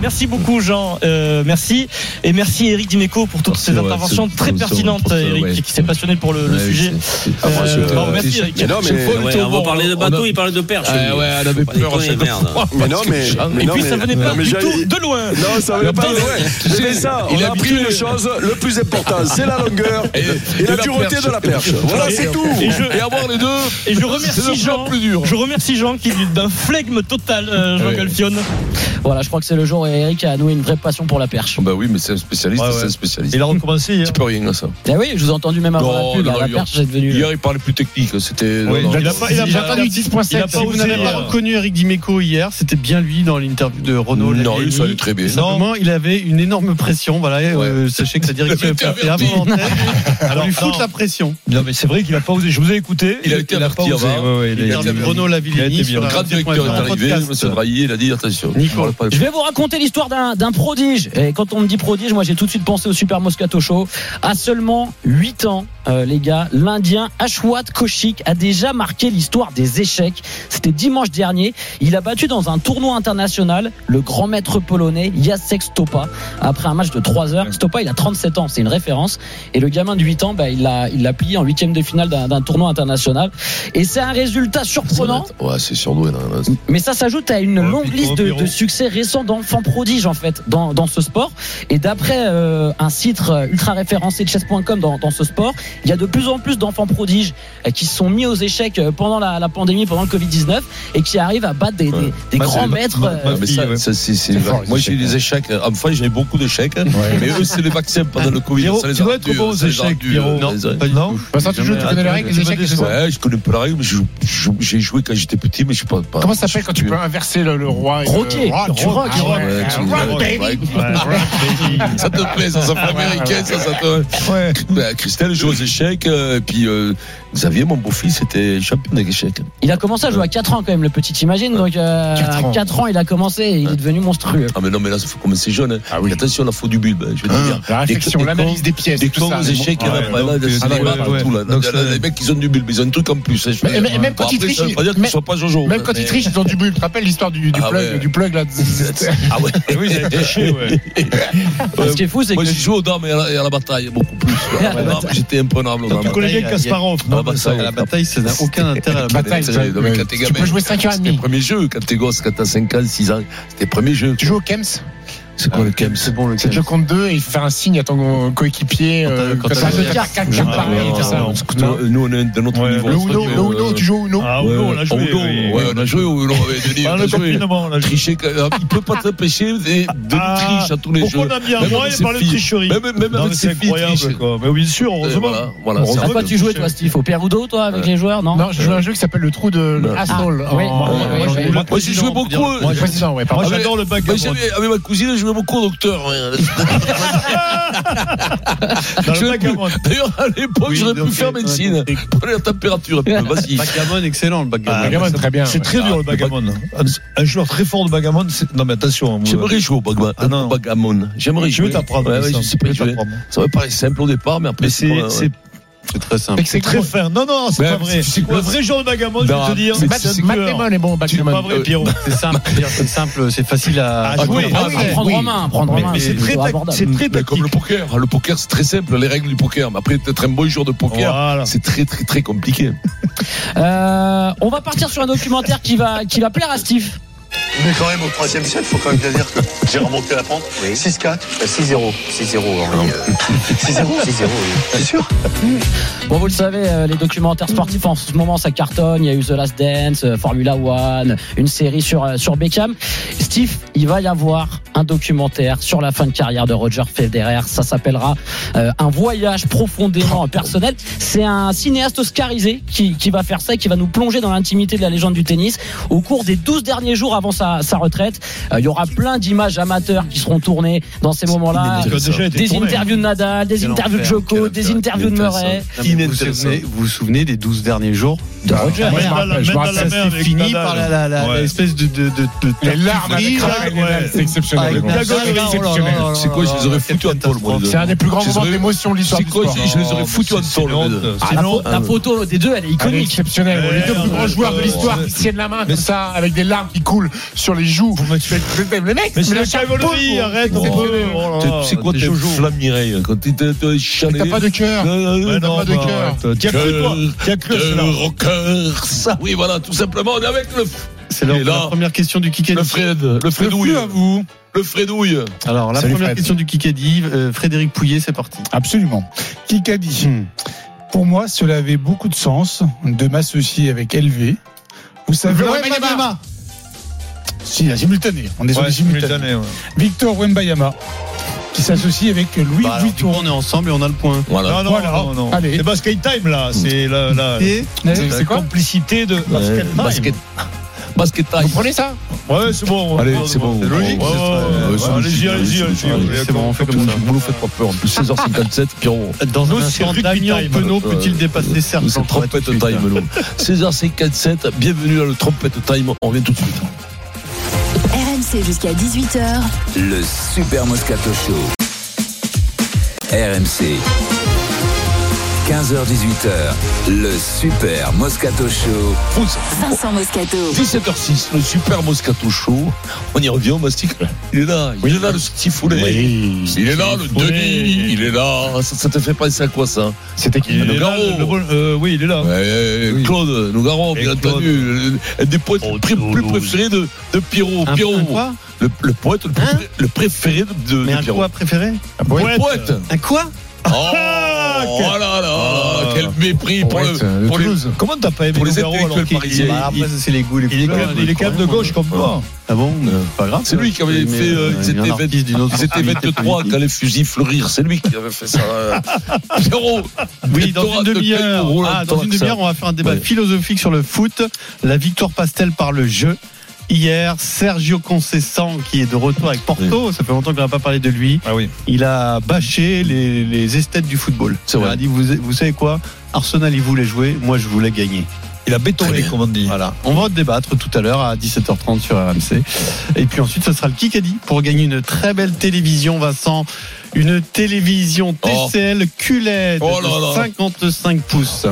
S14: Merci beaucoup Jean, Euh, merci et merci Eric Dimeco pour toutes ces
S4: ouais,
S14: interventions
S4: c'est-
S14: très
S4: c'est-
S14: pertinentes.
S4: c'est-
S14: Eric
S4: ouais.
S14: qui s'est passionné pour le, le
S4: Ouais,
S14: sujet.
S4: c'est- c'est-
S14: Euh,
S4: Ah, moi, je-
S14: bravo,
S4: euh,
S14: merci
S4: c'est-
S14: Eric.
S4: Mais non, mais-
S14: J'ai pas le
S4: Ouais,
S14: temps,
S4: on va parler de bateau,
S14: a-
S4: il parle de
S3: Ah,
S4: perche,
S14: Ouais,
S4: lui.
S14: ouais, on
S4: Faut
S14: avait
S4: pas
S14: peur. à
S4: déconner,
S14: chaque
S4: merde.
S14: fois.
S4: Mais non,
S14: Parce que
S4: mais-
S14: Jean-
S4: mais
S14: et
S4: non,
S14: puis ça
S4: mais-
S14: venait
S4: non,
S14: pas
S4: mais
S14: du
S4: Jean,
S14: tout
S4: il-
S14: de loin.
S25: Non, ça va pas.
S14: Putain,
S25: Ouais. C'est ça.
S14: il
S25: On
S14: est
S25: a appris
S14: habitué.
S25: une chose, le plus important, c'est la longueur et, la, dureté de la perche. Voilà, c'est tout.
S14: Et, je, Et je remercie Jean. Je remercie Jean qui est d'un flegme total, euh, Jean
S3: Ouais.
S14: Galfion.
S21: Voilà, je crois que c'est le jour où Eric a noué une vraie passion pour la perche.
S3: Bah oui, mais c'est un spécialiste, c'est un spécialiste. Il a recommencé hier. Tu peux rien, là, ça.
S21: Ah oui, je vous ai entendu même avant la pub. à la
S3: hier,
S21: perche, c'est devenu.
S3: hier, il parlait plus technique. C'était.
S6: Oui,
S3: non, non.
S6: il a pas- il a pas- il a pas- euh. vous n'avez pas reconnu Eric Dimeco hier, c'était bien lui dans l'interview de Renaud.
S3: Non,
S6: Lavillenie.
S3: il allait très bien.
S6: Simplement, il avait une énorme pression. Voilà, et, euh, sachez que la direction est passée avant l'antenne. On lui fout la pression.
S4: Non, mais c'est vrai qu'il a pas osé. Je vous ai écouté.
S3: Il a été
S4: pas
S3: averti
S4: osé.
S3: avant.
S4: Ouais, ouais, il a-
S3: Il a été
S4: il a-
S3: averti.
S4: Renaud Lavillenie
S3: Il a été bien.
S4: sur la
S3: Le grand directeur est
S4: radio.fr
S3: arrivé,
S4: podcast.
S3: M. Drahi, il a dit attention.
S21: Je vais vous raconter raconté l'histoire d'un d'un prodige. Et quand on me dit prodige, moi j'ai tout de suite pensé au Super Moscato Show. À seulement 8 ans, euh, les gars, l'Indien Ashwat Koshik a déjà marqué l'histoire des échecs. C'était dimanche dernier. Il a battu dans un tournoi international le grand maître polonais Jacek Stopa après un match de 3 heures. Stopa, il a 37 ans, c'est une référence. Et le gamin de 8 ans, bah, il l'a il l'a plié en huitième de finale d'un d'un tournoi international. Et c'est un résultat surprenant.
S3: Ouais, c'est surdoué. là, là.
S21: Mais ça s'ajoute à
S3: Oh,
S21: une longue liste de,
S3: Pierrot.
S21: de succès récents d'enfants prodiges en fait dans, dans ce sport. Et d'après euh, un site euh, ultra référencé de chess.com dans, dans ce sport, il y a de plus en plus d'enfants prodiges euh, qui se sont mis aux échecs euh, pendant la, la pandémie, pendant le Covid-19, et qui arrivent à battre des, des- des
S3: Bah,
S21: grands
S3: c'est-
S21: maîtres.
S3: ma-
S21: euh,
S3: ma- mais ça, ça, c'est- c'est-
S21: C'est fort, les
S3: Moi, j'ai eu
S21: échecs,
S3: des échecs. Enfin, j'ai eu beaucoup d'échecs. Mais eux, c'est les vaccins pendant le Covid.
S5: Pierrot,
S3: ça les
S5: tu
S3: a
S5: dois
S3: rendus-
S5: être bon aux
S3: ça les a
S5: échecs,
S3: rendus-
S5: Pierrot.
S3: Non, ça-
S5: pas du tout. Vincent, tu
S3: Jamais.
S5: joues- tu connais la règle des échecs, c'est ça
S3: Ouais, je connais pas la règle, mais je- je- j'ai joué quand j'étais petit, mais je suis pas. pas-
S5: Comment ça s'appelle quand tu peux inverser le, le roi et le-
S3: Roquet.
S5: Euh, Rock,
S3: Rock,
S5: tu rock,
S3: ah
S5: rock.
S3: ouais, tu-
S5: Rock,
S3: ouais,
S5: baby.
S3: ouais. Ça te plaît, ça, ça fait américain, ça, ça te. Bah, Christelle joue aux échecs, euh, et puis euh, Xavier, mon beau-fils, était champion des échecs.
S21: Il a commencé à jouer à 4 ans quand même, le petit, t'imagines Donc euh,
S3: Quatre
S21: à
S3: ans.
S21: 4 ans, il a commencé et il est devenu monstrueux.
S3: Ah mais non mais là ça faut commencer jeune. Hein. Attention la faute du bulbe. hein, Je veux
S5: Hein,
S3: dire.
S5: Ah la réflexion, l'analyse des pièces,
S3: Des
S5: tout
S3: cons
S5: ça.
S3: aux échecs, il y en a
S5: Ouais,
S3: pas là,
S5: donc,
S3: des
S5: euh,
S3: salades
S5: ouais, ouais.
S3: partout là.
S5: Donc,
S3: Là, Les mecs ils ont du bulbe, ils ont un truc en plus. hein, je veux
S5: Mais-
S3: dire.
S5: mais- même
S3: Bon,
S5: quand ils
S3: après, ça veut
S5: trichent,
S3: pas dire qu'ils
S5: mais-
S3: soient pas Jojo. hein,
S5: Même quand ils trichent, ils ont du bulle. Tu te rappelles l'histoire du, du
S3: Ah
S5: plug,
S3: ouais.
S5: du plug là
S3: Ah ouais.
S5: Oui, ils avaient triché, ouais.
S3: Ouais,
S21: Ce qui est fou, c'est
S3: Moi
S21: que-
S3: j'ai joué aux dames et à la, et à la bataille beaucoup plus. quoi.
S21: À la
S3: Ah, mais
S21: bataille.
S3: J'étais imprenable aux
S6: Donc,
S3: dames.
S6: tu connais bien
S3: Ah,
S6: Kasparov,
S3: ah,
S6: non,
S3: bah,
S6: mais
S3: ça,
S6: ça, la bataille, ça n'a aucun intérêt à la bataille.
S3: Bataille, non, mais quand t'es
S6: Tu peux
S3: gamin,
S6: jouer cinq heures et
S3: C'était
S6: demie.
S3: le premier jeu quand t'es gosse, quand t'as 5 ans, 6 ans. C'était le premier jeu. Tu
S5: joues au Kems
S3: C'est quoi le
S6: Ah,
S3: Kems C'est bon le
S5: C'est que je compte deux et il faut faire un signe à ton coéquipier. euh,
S3: Quand
S5: comme ça,
S3: t'as-
S5: je garde quatre, quatre pareils,
S3: Ah,
S5: tout ça.
S3: non, parce que toi, Nous, on est de notre niveau.
S5: Le Uno, le Uno, tu joues au Uno
S3: Ah,
S5: Uno,
S3: on a joué.
S5: oui.
S3: Ouais, on a joué au Uno avec Denis.
S5: Ah,
S3: on
S5: le
S3: a joué.
S5: confinement, on a joué.
S3: Tricher, euh, il peut pas t'empêcher de, de
S5: Ah,
S3: triche à tous les
S5: pourquoi
S3: jeux.
S5: on a mis un
S3: Même
S5: mois
S3: avec
S5: et
S3: ses
S5: parler de
S3: filles.
S5: tricherie
S3: Même, même
S5: Non,
S3: avec
S5: mais
S3: ses
S5: c'est
S3: filles,
S5: incroyable,
S3: triche.
S5: quoi. Mais oui, sûr,
S3: Et
S5: heureusement.
S3: Voilà, voilà,
S5: Heureusement.
S21: À quoi tu jouais toi, Steve Au Perudo, toi, avec les joueurs, non
S5: Non, je joue à un jeu qui s'appelle le trou de
S21: Ah,
S5: Asshole.
S21: oui.
S3: Moi, j'ai- moi, j'ai joué beaucoup.
S5: Moi, le président, ouais, pardon.
S3: Avec- moi, j'avais- Avec ma cousine, je jouais beaucoup au docteur. ouais. J'aurais pu- D'ailleurs, à l'époque, j'aurais pu
S6: euh,
S3: faire médecine. Prenez la température un peu, vas-y.
S6: Backgammon, excellent le backgammon.
S4: Euh, C'est très
S3: Ah,
S4: dur le bagamon. Un joueur très fort de bagamon, c'est- non mais attention. euh, ah,
S3: J'aimerais jouer au bagma- au bagamon. J'aimerais
S4: Je
S3: jouer.
S4: vais t'apprendre,
S3: Ouais, ouais,
S4: Vincent.
S3: je sais pas
S4: Je vais
S3: jouer.
S4: t'apprendre.
S3: Ça me paraît simple au départ, mais après,
S4: Mais
S3: c'est.
S4: c'est-
S3: ouais,
S4: c'est-
S3: ouais.
S6: C'est très simple.
S4: C'est très fin. Non, non, c'est
S3: Mais
S4: pas vrai.
S3: tu sais quoi,
S4: le euh, vrai
S3: Ben, c'est-
S4: joueur de bagamon, je vais
S3: Non,
S4: te
S6: hein,
S4: dire.
S3: mais
S4: Matt-
S3: tu sais
S4: Matt
S5: quoi
S4: Damon
S5: est bon,
S4: C'est
S5: Backgammon.
S4: pas vrai,
S5: Euh,
S4: Pierrot.
S6: C'est simple, c'est simple, c'est facile à,
S4: À jouer,
S6: comprendre.
S4: ah oui, prendre en main, prendre en main. Mais c'est très tac- c'est très
S3: Mais comme le poker. Le poker, c'est très simple, les règles du poker. Mais après, être un bon joueur de poker, c'est très, très, très compliqué.
S21: Euh, on va partir sur un documentaire qui va, qui va plaire à Steve.
S12: Mais quand même, au troisième set, faut quand même bien dire que j'ai remonté la pente. 6-4. 6-0. 6-0,
S3: Oh,
S12: Henri. 6-0. 6-0, C'est sûr
S21: Bon, vous le savez, euh, les documentaires sportifs en ce moment, ça cartonne. Il y a eu The Last Dance, euh, Formula One, une série sur, euh, sur Beckham. Steve, il va y avoir un documentaire sur la fin de carrière de Roger Federer. Ça s'appellera euh, Un voyage
S12: Oh.
S21: profondément personnel. C'est un cinéaste oscarisé qui, qui va faire ça, et qui va nous plonger dans l'intimité de la légende du tennis au cours des 12 derniers jours avant sa, sa retraite. Euh, il y aura plein d'images amateurs qui seront tournées dans ces moments-là.
S6: inédit, ça.
S21: Des interviews de Nadal, Ah, des
S6: Quel
S21: interviews de
S6: enfer,
S21: Joko, des interviews de Murray.
S6: Vous vous, souvenez, vous vous souvenez des 12 derniers jours
S21: de Roger.
S6: Moi, je me
S5: Même
S6: rappelle, je me
S5: dans la
S6: rappelle,
S5: mer
S6: ça s'est
S5: avec
S6: fini
S5: Nadal.
S6: par la- la- la-
S5: Ouais.
S6: l'espèce de, de, de, de
S5: Les larmes avec
S6: tartufferie,
S5: Nadal,
S6: là,
S5: Nadal,
S6: ouais.
S5: c'est exceptionnel.
S6: Avec
S5: La
S6: Nadal,
S5: gueule,
S6: là,
S5: c'est
S6: oh là
S5: exceptionnel.
S6: là là
S3: C'est quoi,
S6: là
S3: je les
S6: là,
S3: aurais
S6: quelle
S3: foutus en tôle, moi, les deux.
S5: C'est un des plus grands
S3: Je les
S5: moments
S3: aurais-
S5: d'émotion de l'histoire
S3: C'est
S5: du
S3: quoi,
S5: sport.
S3: je- je les
S6: Oh,
S3: aurais foutus en tôle, les deux.
S21: Ah, la, pho-
S3: euh,
S21: la photo des deux, elle est
S5: Elle est
S21: iconique.
S5: exceptionnelle.
S21: Ouais,
S5: les deux plus
S21: ouais,
S5: grands
S21: ouais,
S5: joueurs de
S21: ouais,
S5: l'histoire
S21: ouais.
S5: qui se tiennent la main comme ça, avec des larmes qui coulent sur les joues. Tu fais- Le mec,
S4: Mais c'est
S5: le
S4: la chevalerie, arrête, on peut. Oh là là,
S3: C'est quoi
S4: t'es
S3: tes
S4: Jojo.
S3: flammes, Mireille Quand t'es chanel.
S5: T'as pas de cœur. Ouais, T'as pas de cœur.
S4: T'y as cru, toi. T'y as cru,
S3: Le
S4: cela.
S3: rocker, ça, oui, voilà, tout simplement. On est avec le.
S6: C'est la,
S3: Il est là.
S6: la première question du Kikedi.
S3: Le Fred, le Fredouille.
S6: flux à
S3: vous. Le Fredouille.
S6: Alors, la
S3: Salut,
S6: première
S3: Fred.
S6: question du Kikedi, euh, Frédéric Pouillet, c'est parti.
S27: Absolument. Kikadi.
S6: Hmm.
S27: Pour moi, cela avait beaucoup de sens de m'associer avec LV. Vous savez,
S5: Le Wembanyama.
S27: Wembanyama. Si, la simultanée. On est sur
S4: Ouais,
S27: les simultanés.
S4: simultané, ouais.
S27: Victor Wembayama, qui s'associe avec Louis
S6: Bah, alors, du coup, on est ensemble et on a le point.
S4: Non, non, non, non.
S27: Allez.
S4: C'est basket time là, Ah, c'est la, la,
S6: Et-
S4: la
S6: C'est- c'est quoi
S4: complicité de basket time.
S3: basket- basket time.
S4: Vous
S5: prenez ça
S4: Ouais, c'est bon.
S3: Allez,
S4: Ouais,
S3: c'est bon.
S4: C'est logique.
S3: Ouais,
S4: c'est ça.
S3: ouais, ouais, ouais,
S4: Ouais, Allez-y,
S3: c'est
S4: allez-y,
S3: logique.
S4: allez-y.
S3: C'est bon, on fait comme ça. Vous nous faites pas peur. En plus, 16h57, Pierrot.
S6: Dans un
S3: Nous, c'est
S6: instant,
S3: rugby
S6: Damien
S3: time.
S6: Penaud
S3: Euh,
S6: peut-il dépasser Serge
S3: C'est
S6: Jean-Claude
S3: trompette
S6: tout de suite,
S3: time,
S6: là.
S3: nous. 16h57, bienvenue dans le trompette time. On revient tout de suite.
S1: RMC
S28: RMC jusqu'à 18h.
S2: Le Super Moscato Show. RMC. 15h18h, le Super Moscato Show.
S28: Vincent Moscato.
S3: 17h06, le super Moscato Show. On y revient au mastic. Il est là, il est là le Stifoulet. il est là le
S4: Stifoulet.
S3: Denis. Il est là. Ça, ça te fait penser à quoi ça C'était qui
S4: Il est là,
S3: Nougaro.
S4: le bon- euh, oui, il est là.
S3: Ouais, Claude Nougaro,
S4: Et
S3: bien
S4: Claude. Ah.
S3: entendu. Un des poètes plus, plus préférés de, de Pierrot.
S6: Un-
S3: Pierrot.
S6: un quoi Hein
S3: le, le poète le, plus pré- le préféré de, de,
S6: Mais
S3: de
S6: un
S3: Pierrot.
S6: quoi préféré
S3: Un poète. poète.
S6: Un quoi Ah,
S3: Oh, oh là là, quel mépris pour, le, pour les,
S4: Comment t'as pas aimé
S3: pour les
S4: Nougaro, alors
S3: intellectuels
S4: qu'il-
S3: parisiens
S4: Bah, après,
S6: c'est les goûts, les
S4: Il est quand même- il est quand même de gauche comme moi.
S6: Ah bon Pas grave.
S3: C'est lui qui avait
S6: Mais,
S3: fait. euh,
S6: euh,
S3: ils étaient
S6: un artiste d'une autre
S3: 20 ils étaient
S6: sensibilité
S3: 23 quand les fusils fleurirent. C'est lui qui avait fait ça. euh. Pierrot
S6: Oui,
S3: mais
S6: dans
S3: t'auras
S6: une
S3: de
S6: demi-heure.
S3: quel rôle
S6: Ah, dans
S3: t'auras
S6: une
S3: que ça
S6: demi-heure, on va faire un débat
S3: Ouais.
S6: philosophique sur le foot, la victoire pastel par le jeu. Hier, Sergio Concessant, qui est de retour avec Porto, ça fait longtemps qu'on n'a pas parlé de lui.
S4: Ah
S6: Il a bâché les, les esthètes du football. Il a dit, vous, vous savez quoi Arsenal, il voulait jouer, moi je voulais gagner.
S4: Il a bétonné, comme on dit.
S6: Voilà. On va en débattre tout à l'heure à 17h30 sur RMC. Et puis ensuite, ce sera le Kikadi pour gagner une très belle télévision, Vincent. Une télévision
S4: Oh.
S6: TCL QLED
S3: Oh là
S6: E de
S3: là.
S6: 55 pouces.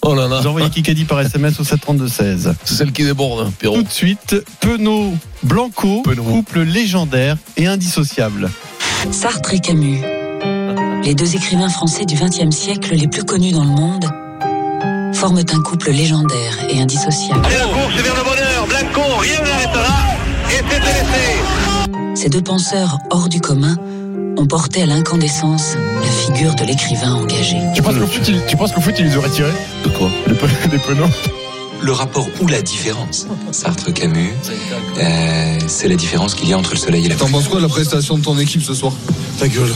S3: Oh là là.
S6: Vous envoyez Kikadi par SMS au 732-16.
S3: C'est celle qui déborde, hein, Pierrot.
S6: Tout de suite, Penaud Blanco, couple légendaire et indissociable.
S1: Sartre et Camus, les deux écrivains français du XXe siècle les plus connus dans le monde, forment un couple légendaire et indissociable.
S29: Allez, la course, c'est vers le bonheur. Blanco, rien ne l'arrêtera. Et c'est délaissé.
S1: Ces deux penseurs hors du commun ont porté à l'incandescence la figure de l'écrivain engagé.
S30: Tu penses qu'au foot, ils- tu penses qu'au foot, ils les auraient tirés De quoi Des pneus
S31: Le rapport ou la différence Sartre Camus, euh, c'est la différence qu'il y a entre le soleil et la
S7: T'en penses quoi de la prestation de ton équipe ce soir Ta gueule.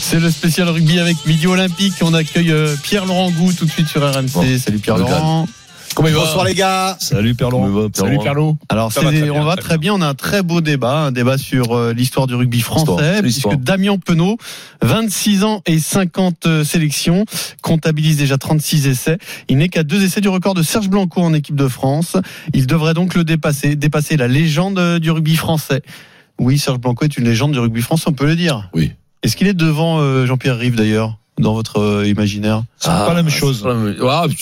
S6: C'est le spécial rugby avec Midi Olympique. On accueille euh, Pierre-Laurent Gou tout de suite sur RMC. Salut Pierre-Laurent.
S7: Comment il va Bonsoir, les gars.
S4: Ah, Salut
S6: Pierre-Laurent.
S4: Salut, Pierre-Laurent.
S6: Alors
S4: Ça
S6: c'est-
S4: va très bien,
S6: on va
S4: très
S6: très bien. on a un très beau débat, un débat sur euh, l'histoire du rugby français,
S4: L'histoire,
S6: puisque
S4: l'histoire.
S6: Damien Penaud, 26 ans et 50 euh, sélections, comptabilise déjà 36 essais. Il n'est qu'à deux essais du record de Serge Blanco en équipe de France. Il devrait donc le dépasser, dépasser la légende euh, du rugby français. Oui, Serge Blanco est une légende du rugby français, on peut le dire.
S3: Oui.
S6: Est-ce qu'il est devant euh, Jean-Pierre Rive d'ailleurs dans votre euh, imaginaire
S3: C'est
S4: Ah.
S3: pas la même chose.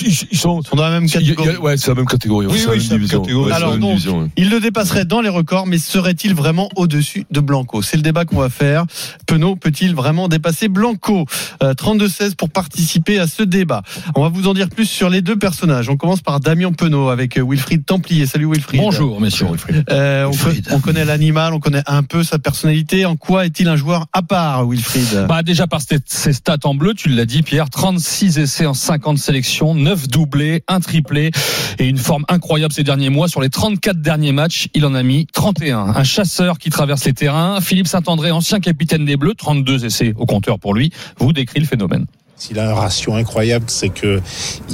S3: ils, ils sont,
S6: dans la même catégorie.
S3: Ouais, c'est la même catégorie.
S6: Oui,
S3: c'est
S6: oui,
S3: la même
S6: c'est la même
S3: division.
S6: catégorie.
S3: Ouais, c'est la
S6: Alors
S3: même
S6: donc,
S3: division, ouais.
S6: Il le dépasserait dans les records, mais serait-il vraiment au-dessus de Blanco C'est le débat qu'on va faire. Penaud peut-il vraiment dépasser Blanco Euh, 32-16 pour participer à ce débat. On va vous en dire plus sur les deux personnages. On commence par Damien Penaud avec euh, Wilfried Templier. Salut Wilfried.
S22: Bonjour, messieurs.
S6: Euh, on, co- on connaît l'animal, on connaît un peu sa personnalité. En quoi est-il un joueur à part, Wilfried
S22: Bah déjà par ces ces stats en bleu, tu l'as dit Pierre, 36 essais en 50 sélections, 9 doublés, 1 triplé et une forme incroyable ces derniers mois. Sur les 34 derniers matchs, il en a mis 31. Un chasseur qui traverse les terrains, Philippe Saint-André, ancien capitaine des Bleus, 32 essais au compteur pour lui, vous décrit le phénomène.
S5: Il a un ratio incroyable, c'est que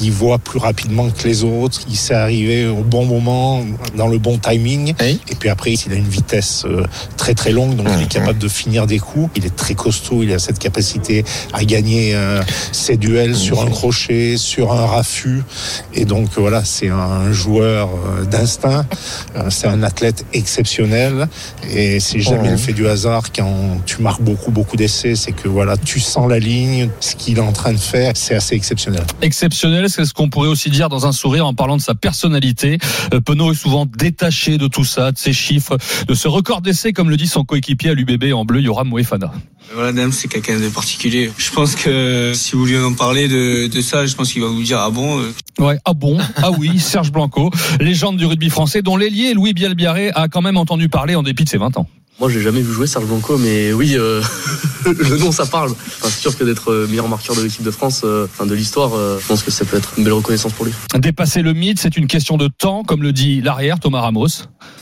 S5: il voit plus rapidement que les autres, il sait arriver au bon moment, dans le bon timing. Et puis après, il a une vitesse euh, très très longue, donc il est capable de finir des coups. Il est très costaud, il a cette capacité à gagner euh, ses duels sur un crochet, sur un raffut. Et donc euh, voilà, c'est un joueur euh, d'instinct, Euh, c'est un athlète exceptionnel. Et c'est jamais
S20: Oh.
S5: le fait du hasard quand tu marques beaucoup beaucoup d'essais, c'est que voilà, tu sens la ligne, ce qu'il est en train de faire, c'est assez exceptionnel.
S22: exceptionnel. C'est ce qu'on pourrait aussi dire dans un sourire en parlant de sa personnalité. Euh, Penaud est souvent détaché de tout ça, de ses chiffres, de ce record d'essai, comme le dit son coéquipier à l'UBB en bleu, Yoram Moefana.
S12: Voilà, Dame, c'est quelqu'un de particulier. Je pense que si vous lui en parlez de, de ça, je pense qu'il va vous dire ah bon. euh,
S22: Ouais, ah bon, ah oui, Serge Blanco, légende du rugby français, dont l'ailier Louis Bielbiaré a quand même entendu parler en dépit de ses 20 ans.
S32: Moi, j'ai jamais vu jouer Serge Blanco, mais oui, euh, le nom, ça parle. Enfin, c'est sûr que d'être euh, meilleur marqueur de l'équipe de France, euh, enfin, de l'histoire, euh, je pense que ça peut être une belle reconnaissance pour lui.
S22: Dépasser le mythe, c'est une question de temps, comme le dit l'arrière Thomas Ramos.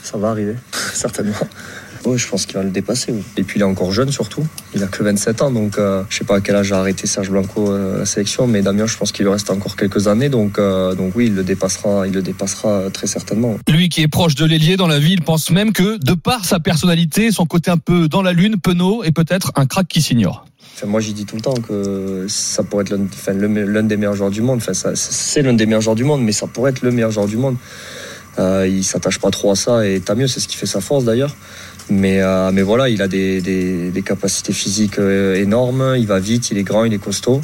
S33: Ça va arriver, certainement. Oui, je pense qu'il va le dépasser. oui. Et puis il est encore jeune surtout. Il a que 27 ans, donc euh, je sais pas à quel âge a arrêté Serge Blanco euh, la sélection, mais Damien, je pense qu'il lui reste encore quelques années, donc euh, donc oui, il le dépassera, il le dépassera euh, très certainement.
S22: Lui qui est proche de l'ailier dans la vie, il pense même que, de par sa personnalité, son côté un peu dans la lune, Penaud est peut-être un crack qui s'ignore.
S33: Enfin, moi, j'y dis tout le temps que ça pourrait être l'un enfin, le me- l'un des meilleurs joueurs du monde. Enfin, ça- c'est l'un des meilleurs joueurs du monde, mais ça pourrait être le meilleur joueur du monde. Euh, il s'attache pas trop à ça et tant mieux, c'est ce qui fait sa force d'ailleurs. Mais, euh, mais voilà, il a des, des- des capacités physiques euh, énormes, il va vite, il est grand, il est costaud.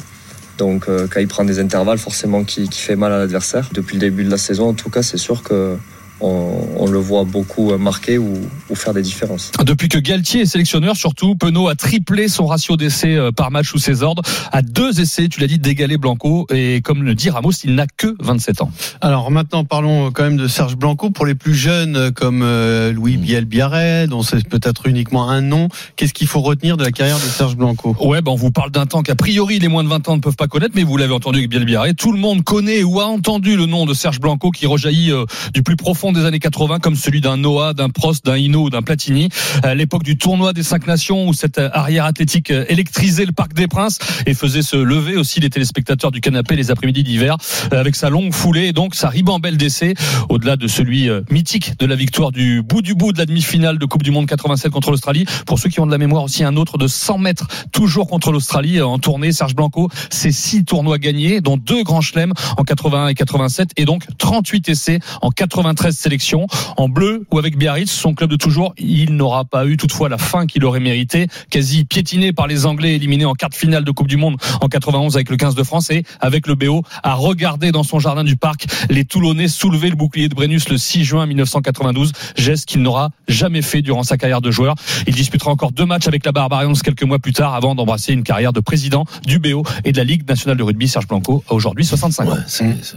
S33: Donc euh, quand il prend des intervalles, forcément qui, qui fait mal à l'adversaire. Depuis le début de la saison, en tout cas, c'est sûr que on, on le voit beaucoup euh, marquer ou, ou faire des différences.
S22: Depuis que Galtier est sélectionneur, surtout, Penaud a triplé son ratio d'essais euh, par match sous ses ordres à deux essais, tu l'as dit, d'égaler Blanco. Et comme le dit Ramos, il n'a que 27 ans.
S6: Alors maintenant, parlons euh, quand même de Serge Blanco. Pour les plus jeunes euh, comme euh, Louis Biel Biarret, dont c'est peut-être uniquement un nom, qu'est-ce qu'il faut retenir de la carrière de Serge Blanco
S22: Ouais, ben on vous parle d'un temps qu'a priori les moins de 20 ans ne peuvent pas connaître, mais vous l'avez entendu avec Biel Biarré. Tout le monde connaît ou a entendu le nom de Serge Blanco qui rejaillit euh, du plus profond des années 80 comme celui d'un Noah, d'un Prost, d'un Hino ou d'un Platini. Euh, À l'époque du tournoi des cinq nations où cette euh, arrière athlétique euh, électrisait le Parc des Princes et faisait se lever aussi les téléspectateurs du canapé les après-midi d'hiver euh, avec sa longue foulée et donc sa ribambelle d'essai au-delà de celui euh, mythique de la victoire du bout du bout de la demi-finale de Coupe du Monde 87 contre l'Australie. Pour ceux qui ont de la mémoire aussi, un autre de 100 mètres, toujours contre l'Australie, euh, en tournée. Serge Blanco, c'est six tournois gagnés, dont deux grands chelems en 81 et 87, et donc 38 essais en 93 sélections. En bleu ou avec Biarritz, son club de toujours, il n'aura pas eu toutefois la fin qu'il aurait méritée, quasi piétiné par les Anglais éliminés en quart de finale de Coupe du Monde en 91 avec le 15 de France et avec le BO à regarder dans son jardin du parc les Toulonnais soulever le bouclier de Brennus le 6 juin 1992, geste qu'il n'aura jamais fait durant sa carrière de joueur. Il disputera encore deux matchs avec la Barbarians quelques mois plus tard avant d'embrasser une carrière de président du BO et de la Ligue nationale de rugby. Serge Blanco a aujourd'hui 65 ans.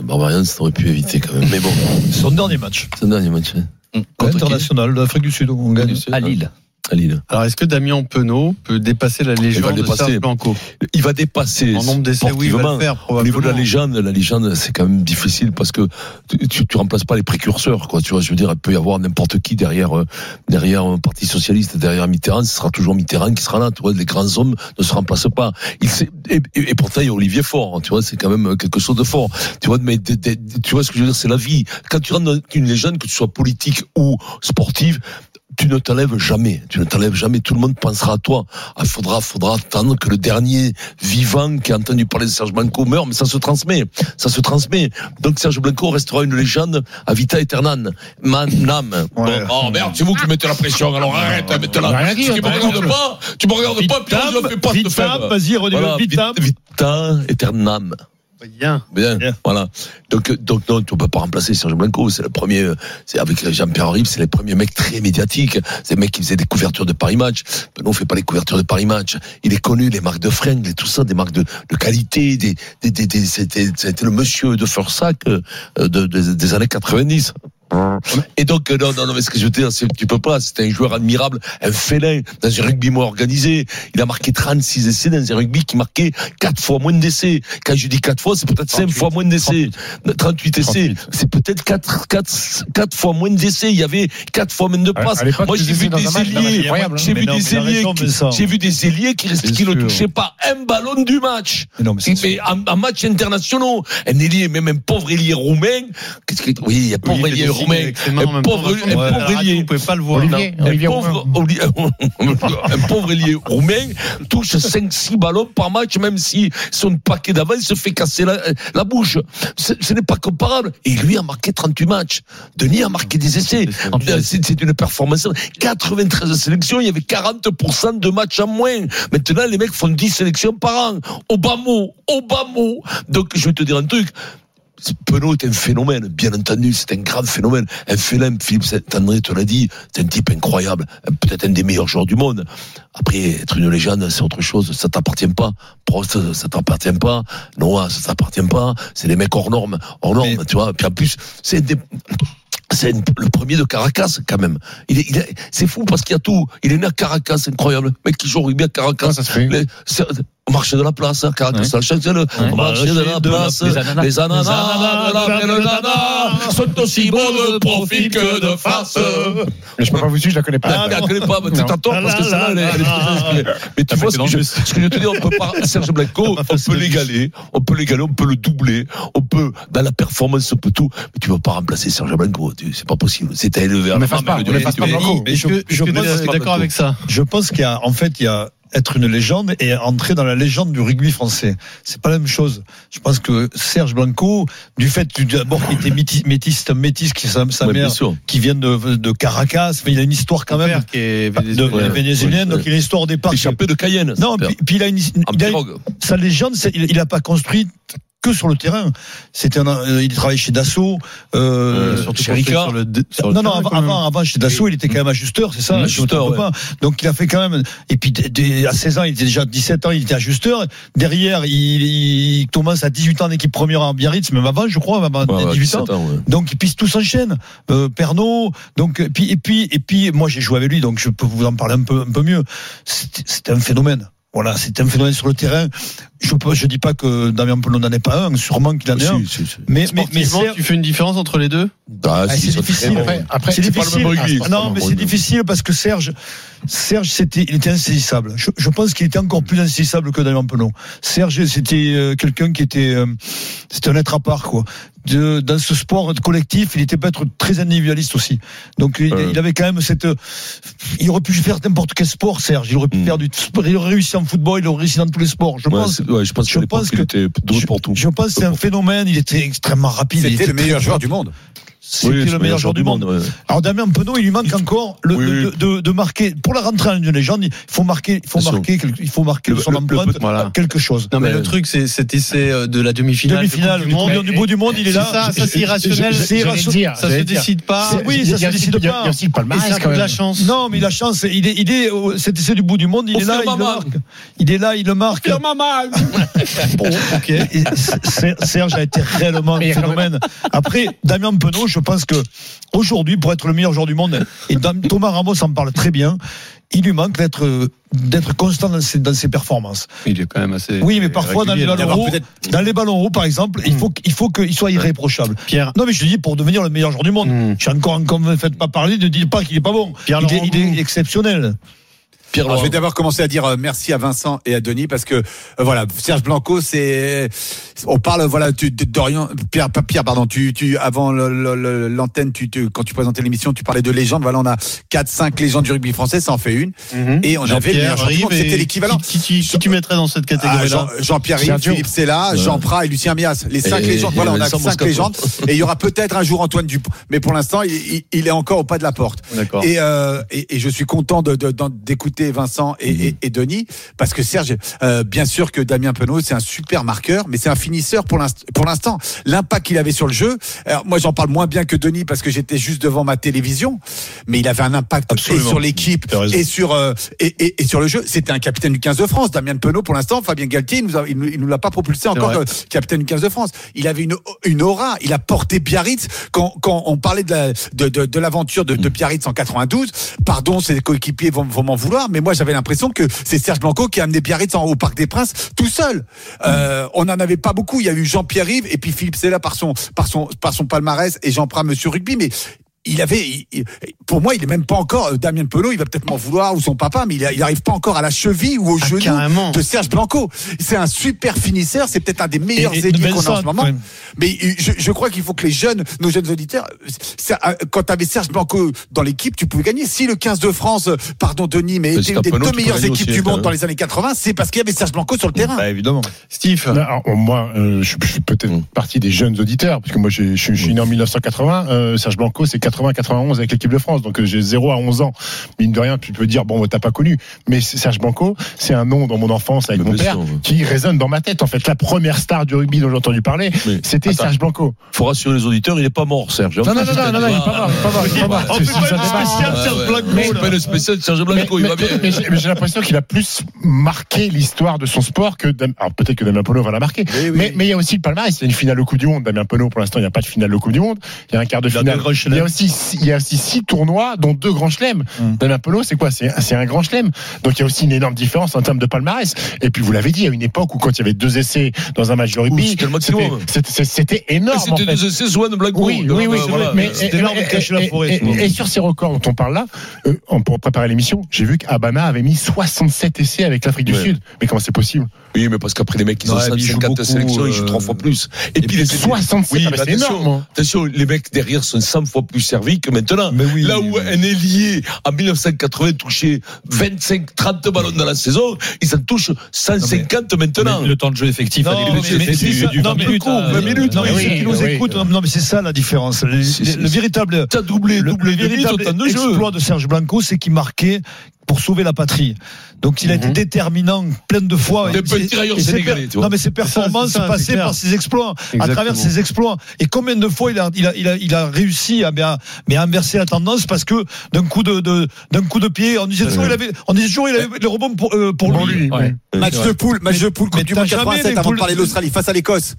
S14: Barbarian, ça aurait pu éviter quand même. Mais bon.
S4: Son dernier match.
S14: Son dernier match. ouais.
S4: International d'Afrique du Sud, on gagne.
S14: À Lille. À Lille.
S6: Alors est-ce que Damien Penaud peut dépasser la légende de
S14: dépasser.
S6: Serge Blanco
S3: Il va dépasser.
S6: En nombre d'essais, oui, il va le
S3: sportivement.
S6: faire
S3: Au niveau de la
S6: probablement.
S3: légende, la légende, c'est quand même difficile parce que tu, tu, tu remplaces pas les précurseurs, quoi. Tu vois, je veux dire, il peut y avoir n'importe qui derrière, euh, derrière un parti socialiste, derrière Mitterrand, ce sera toujours Mitterrand qui sera là. Tu vois, les grands hommes ne se remplacent pas. Il sait- et, et- et pourtant, il y a Olivier Faure. hein, Tu vois, c'est quand même euh, quelque chose de fort. Tu vois, mais des- des- tu vois ce que je veux dire, c'est la vie. Quand tu rentres dans une légende, que tu sois politique ou sportive, tu ne t'enlèves jamais, tu ne t'enlèves jamais, tout le monde pensera à toi. Il faudra, faudra attendre que le dernier vivant qui a entendu parler de Serge Blanco meure, mais ça se transmet, ça se transmet. Donc Serge Blanco restera une légende à vita aeternam. Manam. Oh merde, c'est vous qui mettez la pression, alors arrête, hein, mettez-la.
S5: Rien dit,
S3: Tu me
S5: rien
S3: regardes
S5: dit.
S3: pas, tu me regardes pas, puis je ne fais pas te faire.
S4: vas-y, redis-le,
S3: Voilà,
S4: vitam.
S3: vit- Vita aeternam.
S6: Bien.
S3: Bien, voilà. Donc, euh, donc non, tu ne peux pas remplacer Serge Blanco. C'est le premier, euh, c'est avec Jean-Pierre Rive, c'est les premiers mecs très médiatiques. C'est les mecs qui faisaient des couvertures de Paris Match. Ben non, on fait pas les couvertures de Paris Match. Il est connu, les marques de fringues, et tout ça, des marques de, de qualité. Des, des, des, des- c'était, c'était le monsieur de Fursac euh, euh, de- des- des années 90. Et donc, euh, non, non, non, mais ce que je veux dire, c'est que tu peux pas. C'était un joueur admirable, un félin, dans un rugby moins organisé. Il a marqué 36 essais dans un rugby qui marquait 4 fois moins d'essais. Quand je dis 4 fois, c'est peut-être 5 fois moins d'essais. 38, essais. C'est peut-être 4, 4, 4 fois moins d'essais. Il y avait 4 fois moins de
S5: À- à
S3: passes.
S5: l'époque,
S3: Moi, j'ai
S5: les
S3: vu
S5: essais dans
S3: des
S5: un match, c'est
S3: ailiers.
S5: incroyable, hein.
S3: J'ai
S5: Mais
S3: vu
S5: non, mais
S3: des
S5: il a
S3: ailiers
S5: raison,
S3: qui,
S5: Vincent.
S3: j'ai vu des ailiers qui, rest- qui ne touchaient pas un ballon du match. Mais en, en match international, un ailier, même un pauvre ailier roumain. Qu'est-ce que, oui, il y a pauvre
S6: Oui, il
S3: ailier
S6: le signe
S3: roumain.
S6: avec ses mains en
S3: Un
S6: même temps,
S3: pauvre,
S6: Vincent,
S3: un
S6: ouais, à la
S3: pauvre
S6: radio,
S3: ailier.
S6: vous pouvez pas le voir.
S3: Olivier,
S6: Non. Olivier
S3: un, pauvre, Oli- un pauvre ailier roumain touche 5-6 ballons par match, même si son paquet d'avant il se fait casser la, la bouche. Ce ce n'est pas comparable. Et lui a marqué 38 matchs. Denis a marqué des essais. Euh, C'est c'est une performance. 93 sélections, il y avait 40% de matchs en moins. Maintenant, les mecs font 10 sélections par an. Obama, Obama. Donc, je vais te dire un truc. Penaud est un phénomène, bien entendu, c'est un grand phénomène. Un phénomène, Philippe Saint-André te l'a dit, c'est un type incroyable, peut-être un des meilleurs joueurs du monde. Après, être une légende, c'est autre chose, ça t'appartient pas. Prost, ça t'appartient pas. Noah, ça t'appartient pas. C'est des mecs hors normes, hors normes, tu vois. Puis en plus, c'est des- c'est une- le premier de Caracas, quand même. Il est- il est- c'est fou parce qu'il y a tout. Il est né à Caracas, c'est incroyable. Le mec qui joue au rugby à Caracas. Les- c'est- au marché de la place, à Caracas, ça change, c'est le
S5: Bah,
S3: marché de la place.
S2: les ananas.
S3: Les ananas,
S2: Les ananas,
S3: de la-
S2: de la-
S3: de la- sont aussi beaux de profil que de face.
S5: Mais je peux pas vous suivre, je la connais pas.
S3: Ah, ne connais pas, mais tu
S5: Non. Ah
S3: t'attends parce que celle-là, elle est- elle est- elle est- Mais tu vois, ce que, je, ce que je te dis, on peut pas, Serge Blanco, on peut l'égaler, on peut l'égaler, on peut le doubler, on peut, dans la performance, on peut tout, mais tu vas pas remplacer Serge Blanco, tu- c'est pas possible, c'est à élever à la main, mais le-
S4: Mais je- je pense-
S6: d'accord avec ça
S4: Je pense qu'il y a, en fait, il y a être une légende et entrer dans la légende du rugby français. C'est pas la même chose. Je pense que Serge Blanco, du fait du- d'abord qu'il était métis, métis, c'est un métis qui sa, sa
S3: Ouais, bien
S4: mère,
S3: sûr.
S4: qui vient de, de Caracas, mais il a une histoire quand même
S6: qui est
S4: de-
S3: Ouais,
S4: vénézuélien,
S3: ouais,
S4: donc
S3: ouais.
S4: il a une histoire au départ.
S3: Échappé de Cayenne.
S4: Non,
S3: c'est
S4: puis, puis il a une, il a- sa légende, c'est- il, il a pas construit que sur le terrain. C'était un, euh, il travaillait chez Dassault, euh,
S6: Ouais, surtout
S4: chez
S6: construit
S4: Ricard.
S6: sur le dé- sur le
S4: non, non,
S6: terrain,
S4: avant,
S6: quand même.
S4: avant, avant, chez Dassault, il était quand même ajusteur, c'est ça.
S6: Mmh,
S4: je me
S6: ajusteur,
S4: trompe
S6: ouais.
S4: pas. Donc il a fait quand même. Et puis dès- dès- à 16 ans, il était déjà 17 ans, il était ajusteur. Derrière, il, il commence à 18 ans en équipe première en Biarritz, même avant, je crois, avant
S3: Ouais, ouais,
S4: 18 ans.
S3: 17 ans, ouais.
S4: Donc puis tout s'enchaîne. Euh, Pernod, donc et puis et puis et puis moi j'ai joué avec lui, donc je peux vous en parler un peu un peu mieux. C'était c'était un phénomène. Voilà, c'était un phénomène sur le terrain. Je peux- je dis pas que Damien Penaud n'en est pas un, sûrement qu'il en est
S3: Si,
S4: un.
S3: si, si.
S4: Mais mais, mais
S6: Sportivement,
S4: c'est-
S6: tu fais une différence entre les deux
S3: Bah,
S4: ah, c'est difficile. c'est difficile. Ah,
S3: hein,
S4: non, mais c'est difficile parce que Serge, Serge, c'était, il était insaisissable. Je, je pense qu'il était encore plus insaisissable que Damien Penon. Serge, c'était euh, quelqu'un qui était, euh, c'était un être à part, quoi. De, dans ce sport collectif, il était peut-être très individualiste aussi. Donc, il,
S3: Ouais.
S4: il avait quand même cette, euh, il aurait pu faire n'importe quel sport, Serge. Il aurait pu faire du, sport, il aurait réussi en football, il aurait réussi dans tous les sports. Je
S3: Mm. Ouais,
S4: pense.
S3: c'est- ouais, je pense qu'à l'époque, il était doué pour tout.
S4: Je pense que c'est un phénomène. Il était extrêmement rapide. il
S3: C'était
S4: était
S3: le meilleur
S4: très
S3: joueur
S4: fort.
S3: du monde.
S4: C'était
S3: Oui,
S4: le meilleur, joueur du monde.
S3: ouais.
S4: Alors Damien Penaud, il lui manque encore le, de- De, de marquer pour la rentrée en une légende. Il faut marquer, il faut
S6: Attention.
S4: marquer, quelque- il faut marquer
S6: Le-
S4: son
S6: le- le-
S4: empreinte,
S6: voilà.
S4: quelque chose.
S6: Non mais
S4: Ouais.
S6: le truc c'est cet essai euh, de la Euh, demi-finale.
S4: Demi-finale,
S6: de
S4: du tournoi du bout du monde, il est
S6: C'est
S4: là.
S6: Ça, ça c'est
S4: Je-
S6: irrationnel.
S4: je- c'est irrationnel.
S6: Ça se décide pas.
S4: C'est- Oui, ça se décide pas.
S6: Et ça, la chance.
S4: Non, mais la chance, il est, il est, au- c'est c'est du bout du monde, il
S6: On
S4: est là,
S6: fait
S4: il le
S6: maman.
S4: marque. Il est là, il le marque. Bon, ok. Et C- Serge a été réellement un phénomène. Après, Damien Penaud, je pense que aujourd'hui, pour être le meilleur joueur du monde, et Dam- Thomas Ramos en parle très bien, il lui manque d'être d'être constant dans ses, dans ses performances.
S6: Il est quand même assez.
S4: Oui, mais parfois dans les
S6: régulier,
S4: ballons
S6: d'avoir
S4: hauts,
S6: peut-être- Hmm.
S4: dans les ballons hauts, par exemple, il faut qu- il faut qu'il soit irréprochable.
S6: Pierre. Hmm.
S4: Non, mais je te dis pour devenir le meilleur joueur du monde. Je suis encore encore me faites pas parler, ne dites pas qu'il est pas bon.
S6: Pierre
S4: il, est,
S7: Laurent
S4: il est exceptionnel.
S7: Alors, je vais d'abord commencer à dire euh, merci à Vincent et à Denis parce que euh, voilà Serge Blanco c'est on parle voilà tu de- d'Orient Pierre pas Pierre pardon tu tu avant le- le- le- l'antenne tu, tu- quand tu présentais l'émission tu parlais de légendes voilà on a 4 5 légendes du rugby français ça en fait une et on avait le
S6: Mhm. Jean-Pierre
S7: meilleur joueur du
S6: arrive
S7: monde,
S6: et
S7: c'était l'équivalent
S6: Qui, qui, qui tu mettrais dans cette
S7: Ah,
S6: catégorie-là
S7: Jean- Jean-Pierre Rive, Philippe Sella, Jean Prat et Lucien Mias. Les cinq
S6: Et-
S7: légendes.
S6: et
S7: Voilà, on a
S6: Vincent
S7: cinq
S6: Moscato.
S7: légendes. Et il y aura peut-être un jour Antoine Dupont. Mais pour l'instant, il, il- il est encore au pas de la porte.
S6: D'accord.
S7: Et, euh, et, et je suis content de- de- d'en- d'écouter Vincent et,
S6: Mhm.
S7: et- et Denis. Parce que Serge, euh, bien sûr que Damien Penaud, c'est un super marqueur, mais c'est un finisseur pour l'inst- pour l'instant. L'impact qu'il avait sur le jeu. Alors, moi, j'en parle moins bien que Denis parce que j'étais juste devant ma télévision. Mais il avait un impact et
S3: Absolument.
S7: sur l'équipe
S3: T'as raison.
S7: et sur euh, et, et- et sur le jeu. C'était un capitaine du 15 de France, Damien Penaud. Pour l'instant, Fabien Galtier, il nous, a- il nous, il nous l'a pas propulsé encore
S6: vrai.
S7: euh, capitaine du 15 de France. Il avait une une aura. Il a porté Biarritz quand quand on parlait de la, de, de, de l'aventure de, de Biarritz en 92. Pardon, ses coéquipiers vont, vont m'en vouloir, mais moi j'avais l'impression que c'est Serge Blanco qui a amené Biarritz en- au Parc des Princes tout seul. Euh, on n'en avait pas beaucoup. Il y a eu Jean-Pierre Rive et puis Philippe Sella par son par son par son palmarès et Jean Prat Monsieur Rugby, mais il avait, il- il- pour moi, il est même pas encore euh, Damien Pelot. Il va peut-être m'en vouloir ou son papa, mais il, a- il arrive pas encore à la cheville
S3: Ah,
S7: ou au genou de Serge Blanco. C'est un super finisseur. C'est peut-être un des meilleurs
S4: Et- et
S7: ailiers qu'on a en
S4: Benson,
S7: ce moment.
S4: quand même.
S7: Mais euh, je, je crois qu'il faut que les jeunes, nos jeunes auditeurs, euh, ça, euh, quand tu avais Serge Blanco dans l'équipe, tu pouvais gagner. Si le 15 de France, euh, pardon Denis, mais
S3: Mais
S7: était
S3: si
S7: une
S3: t'as
S7: des
S3: Penaud,
S7: deux
S3: Bah, tu peux
S7: meilleures
S3: gagner
S7: équipes
S3: aussi,
S7: du monde
S3: hein. Bah
S7: dans les années 80, c'est parce qu'il y avait Serge Blanco sur le terrain.
S4: évidemment.
S6: Steve.
S5: moi, euh, je, je fais peut-être partie des jeunes auditeurs, parce que moi, je, je- je suis né en 1980. euh, Serge Blanco, c'est 80-91 avec l'équipe de France. Donc, euh, j'ai 0 à 11 ans. Mine de rien, tu peux dire, bon, t'as pas connu. Mais c'est- Serge Blanco, c'est un nom dans mon enfance avec
S3: Mais
S5: mon
S3: bien
S5: père
S3: sûr, ouais.
S5: qui résonne dans ma tête. En fait, la première star du rugby dont j'ai entendu parler,
S3: Mais-
S5: c'était
S3: Attends.
S5: Serge Blanco.
S3: Faut rassurer les auditeurs, il est pas mort, Serge. Ah,
S5: Non, non, non, non, non, non, il est pas mort, il est pas mort, il est pas mort.
S3: On
S5: C'est- c'est-
S3: fait
S5: ça
S3: pas le
S5: dépasse.
S3: spécial de Serge
S5: Ouais, ouais.
S3: Blanco.
S5: Mais-
S3: On fait pas le spécial de Serge Blanco,
S5: Mais-
S3: il
S5: mais-
S3: va bien.
S5: mais j'ai mais j'ai l'impression qu'il a plus marqué l'histoire de son sport que Dam- alors peut-être que Damien Penaud va la marquer. Mais mais il y a aussi le palmarès. Il y a une finale au Coupe du Monde. Damien Penaud, pour l'instant, il n'y a pas de finale au Coupe du Monde. Il y a un quart de
S4: a
S5: finale.
S4: deux grands
S5: Il y a aussi six- il y a aussi six tournois, dont deux grands chelems. Damien Penaud, c'est quoi C'est c'est un grand chelem. Donc il y a aussi une énorme différence en termes de palmarès. Et puis vous l'avez dit, à une époque où quand il y avait deux essais dans un match de
S3: Ouh,
S5: rugby,
S3: c'était le maximum.
S5: c'était- c'était c'était énorme.
S3: C'était
S5: en fait.
S3: deux essais, Swan Blanco.
S5: Oui, oui, oui, euh, c'est vrai. Mais et- et- et- et- et- Et sur ces records dont on parle là, euh, en- pour préparer l'émission, j'ai vu qu'Abana avait mis 67 essais avec l'Afrique du
S3: Ouais.
S5: Sud. Mais comment c'est possible
S3: Oui, mais parce qu'après les mecs, ils ont
S5: Ouais, mais ils jouent
S3: 54
S5: beaucoup,
S3: sélections, ils jouent
S5: euh,
S3: 3 fois plus. Et,
S5: et puis
S3: les
S5: 67,
S3: oui,
S5: ah,
S3: mais
S5: c'est
S3: attention,
S5: énorme, hein.
S3: Attention, les mecs derrière sont 100 fois plus servi que maintenant. Là où un ailier, en 1980, touchait 25, 30 ballons dans la saison, il s'en touche 150 maintenant.
S22: Le temps de jeu effectif
S3: Non,
S22: à l'époque,
S3: mais- mais
S22: c'était
S3: c'est
S22: du-
S3: ça.
S22: du
S3: Ah, Non,
S22: 20
S3: mais
S22: minutes.
S4: hein.
S3: le coup,
S22: à-
S3: 20 minutes,
S22: Non,
S4: oui,
S22: mais-
S4: ceux qui nous
S22: oui,
S4: écoutent,
S22: oui.
S4: non mais c'est ça la différence. Le, le- le véritable,
S3: doublé, doublé
S4: le
S3: de but au
S4: véritable
S3: temps de jeu.
S4: exploit de Serge Blanco, c'est qu'il marquait pour sauver la patrie. Donc il a été déterminant plein de fois.
S3: Mhm. Des
S4: Et c'est-
S3: petits railleurs
S4: et ses
S3: sénégalais,
S4: per-
S3: tu vois.
S4: Non mais ses
S3: C'est ça,
S4: performances
S3: c'est ça, c'est
S4: passaient
S3: clair.
S4: par ses exploits, à
S3: Exactement.
S4: travers ses exploits. Et combien de fois il a, il a, il a, il a réussi à, mais à- mais à inverser la tendance parce que d'un coup de, de- d'un coup de pied, on disait toujours il avait, on disait toujours il avait le rebond pour, euh, pour lui.
S7: Match de poule, match de poule, Coupe
S4: Mais
S7: du Monde
S4: t'as jamais
S7: 87,
S4: les
S7: avant de
S4: poules-
S7: parler de l'Australie, face à l'Écosse.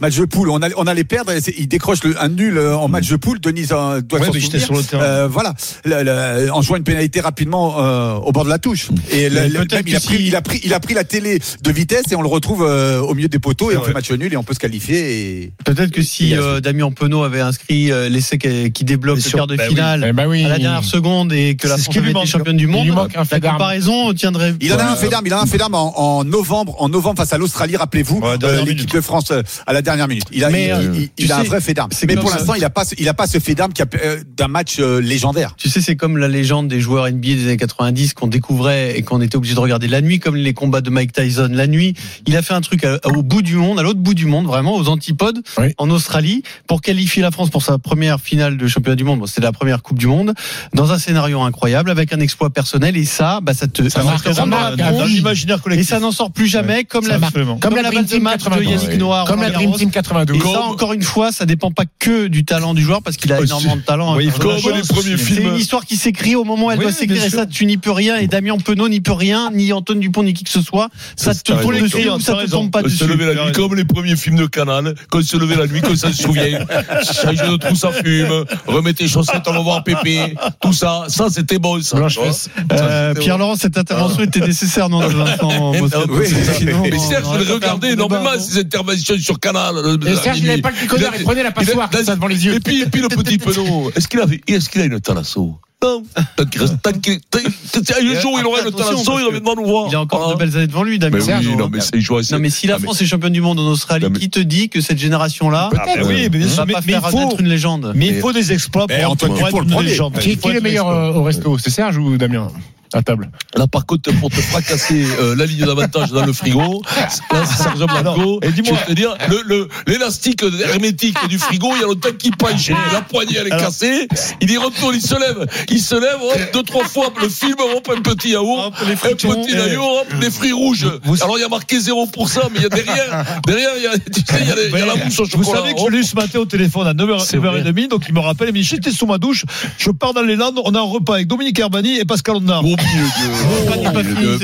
S7: Match de poule, on allait, on allait perdre, et c'est- il décroche le, un nul euh, en match de poule, Denise euh, doit
S4: Ouais,
S7: s'en
S4: mais j'étais
S7: souvenir.
S4: sur le terrain.
S7: Euh, voilà, Le- le- en jouant une pénalité rapidement euh, au bord de la touche. Et le-
S4: Mais
S7: le-
S4: peut-être
S7: même, il, a
S4: que
S7: pris,
S4: si-
S7: il, a pris, il a pris la télé de vitesse et on le retrouve euh, au milieu des poteaux et on fait match nul et on peut se qualifier. Et...
S6: Peut-être que si euh, Damien Penaud avait inscrit euh, l'essai qui, qui débloque
S7: Bien
S6: le
S7: sûr.
S6: quart de
S7: Bah oui.
S6: finale
S7: Eh ben oui.
S6: à la dernière seconde et que la
S7: C'est ce
S6: France
S7: qui lui
S6: avait été
S7: manque.
S6: championne du
S7: Il lui
S6: monde,
S7: manque un fait
S6: la
S7: d'armes.
S6: comparaison tiendrait.
S7: Il en a un fait d'arme, il en a un fait d'arme en, en novembre, en novembre face à l'Australie, rappelez-vous, euh, l'équipe de France euh, à la dernière minute. Il a,
S6: Mais,
S7: il-
S6: euh,
S7: il- il
S6: tu
S7: a un
S6: sais,
S7: vrai fait d'arme.
S6: c'est
S7: Mais
S6: comme
S7: pour
S6: ça.
S7: l'instant, il a pas, ce- il a pas ce fait d'arme qui a, euh, d'un match euh, légendaire.
S6: Tu sais, c'est comme la légende des joueurs NBA des années 90 qu'on découvrait et qu'on était obligé de regarder la nuit, comme les combats de Mike Tyson la nuit. Il a fait un truc à- au bout du monde, à l'autre bout du monde, vraiment aux antipodes, en Australie, pour qualifier la France pour sa première finale de championnat du monde. Bon, c'était la première Coupe du Monde, dans un scénario incroyable, avec un exploit personnel. Et ça, bah, ça te
S4: Ça marque,
S6: te
S4: ça
S6: rentre dans la
S4: marque, hein,
S6: tronche.
S4: dans l'imaginaire collectif.
S6: Et ça n'en sort plus jamais,
S4: Ouais,
S6: comme
S4: ça
S6: la
S4: marque.
S6: comme,
S4: Comme
S6: la,
S4: la Dream
S6: balle du
S4: Team
S6: match de
S4: 92,
S6: Yannick
S4: ouais.
S6: Noir,
S4: Comme la
S6: Roland
S4: Dream
S6: Garros.
S4: Team 92.
S6: Et
S4: Comme-
S6: ça, encore une fois, ça dépend pas que du talent du joueur, parce qu'il a
S4: Aussi.
S6: énormément de talent. hein,
S4: Oui, il faut
S6: Comme
S4: la
S6: les
S4: chance
S6: premiers
S4: aussi.
S6: films. C'est une histoire qui s'écrit au moment où elle
S4: Oui,
S6: doit
S4: bien
S6: s'écrire. Et
S4: sûr.
S6: ça, tu n'y peux rien. Et Damien Penaud n'y peut rien, ni Antoine Dupont, ni qui que ce soit. Ça te
S3: T'as
S6: tombe
S3: raison,
S6: dessus
S3: hein, t'as
S6: ou ça te
S3: raison.
S6: tombe pas
S3: On se
S6: dessus.
S3: levait la nuit comme les premiers films de Canal, qu'on se levait la nuit, qu'on s'en souvient. Changer de trou, ça fume. Remettez les chaussettes, on va voir Pépé. Tout ça, ça c'était bon. Ça, Hein tu vois.
S6: Euh, Pierre Laurent, cette
S4: Ah.
S6: intervention était nécessaire, non, de Vincent Moscato.
S3: Eh ben, Oui,
S6: Sinon,
S3: mais Serge,
S6: on
S3: je l'ai
S6: aurait pas
S3: regardé
S6: fait un
S3: énormément,
S6: débat.
S3: ces interventions sur Canal. le-
S6: Et Serge,
S3: à
S6: il
S3: minuit.
S6: avait pas le tricodeur,
S3: a-
S6: il prenait la passoire,
S3: a- Et puis, et puis le petit penaud, est-ce qu'il avait, est-ce qu'il a une talasso? Non. Tant qu'il reste, tant qu'il, tant- tant- un jour, il aura une talasso, il reviendra nous voir. Hein
S6: Il a encore de belles années devant lui, Damien.
S3: Mais oui,
S6: Serge,
S3: non,
S6: on-
S4: hein.
S3: mais c'est- il joue assez-
S6: Non, mais si la
S3: Ah, mais-
S6: France est championne du monde en Australie, qui te dit que cette génération-là euh,
S4: Ah, ben oui, mais bien sûr,
S6: va
S4: mais-
S6: pas
S4: mais
S6: faire
S4: il faut-
S6: naître une légende
S4: mais il faut des exploits pour-
S6: Eh, Antoine
S4: pour être
S6: Dupont,
S4: une
S6: le premier.
S4: légende.
S5: Qui, qui est le meilleur euh, au resto C'est Serge ou Damien À table
S3: Là, par contre, pour te fracasser euh, la ligne d'avantage dans le frigo, là, c'est Serge Blanco.
S4: et dis-moi-
S3: je vais te dire, le- le- l'élastique hermétique du frigo, il y a longtemps qu'il penche. La poignée, elle est
S4: Alors-
S3: cassée. Il y retourne, il se lève. Il se lève, hop, deux, trois fois, le film, hop, un petit yaourt, un petit yaourt, hop, des fruits rouges. Alors, il y a marqué 0%, mais il y a derrière, derrière, il y a, tu sais, il y a, les- il y a la mousse au
S4: Vous
S3: chocolat.
S4: savez que
S3: hop.
S4: je l'ai eu ce matin au téléphone à 9h, 9h30, donc il me rappelle, il me dit J'étais sous ma douche, je pars dans les Landes, on a un repas avec Dominique Herbani et Pascal Ondard.
S3: Oh,
S5: Ah,